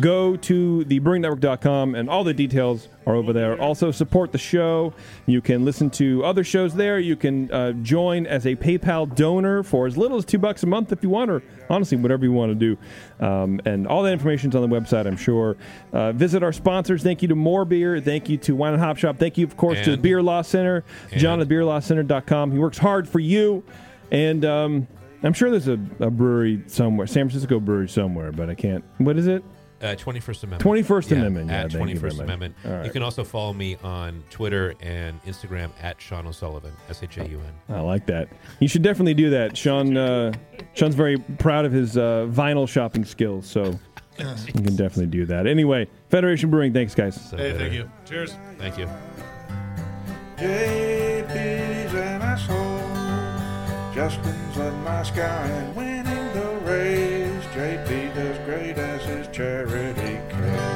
Speaker 1: Go to thebrewingnetwork.com, and all the details are over there. Also, support the show. You can listen to other shows there. You can uh, join as a PayPal donor for as little as two bucks a month if you want, or honestly, whatever you want to do. Um, and all that information is on the website, I'm sure. Uh, visit our sponsors. Thank you to More Beer. Thank you to Wine and Hop Shop. Thank you, of course, to the
Speaker 7: And-
Speaker 1: Beer Law Center, John at beerlawcenter.com. He works hard for you. And um, I'm sure there's a, a brewery somewhere, San Francisco brewery somewhere, but I can't. What is it?
Speaker 7: Uh, 21st Amendment.
Speaker 1: 21st Amendment, yeah,
Speaker 7: at
Speaker 1: thank you
Speaker 7: 21st
Speaker 1: very much.
Speaker 7: Amendment.
Speaker 1: All right.
Speaker 7: You can also follow me on Twitter and Instagram at Sean O'Sullivan, S H A U N.
Speaker 1: I like that. You should definitely do that. Sean uh, Sean's very proud of his uh, vinyl shopping skills, so you can definitely do that. Anyway, Federation Brewing, thanks guys.
Speaker 3: Hey, thank you.
Speaker 8: Cheers.
Speaker 7: Thank you.
Speaker 17: JP's an asshole. Justin's a nice guy and winning the race. JP does great as his charity case.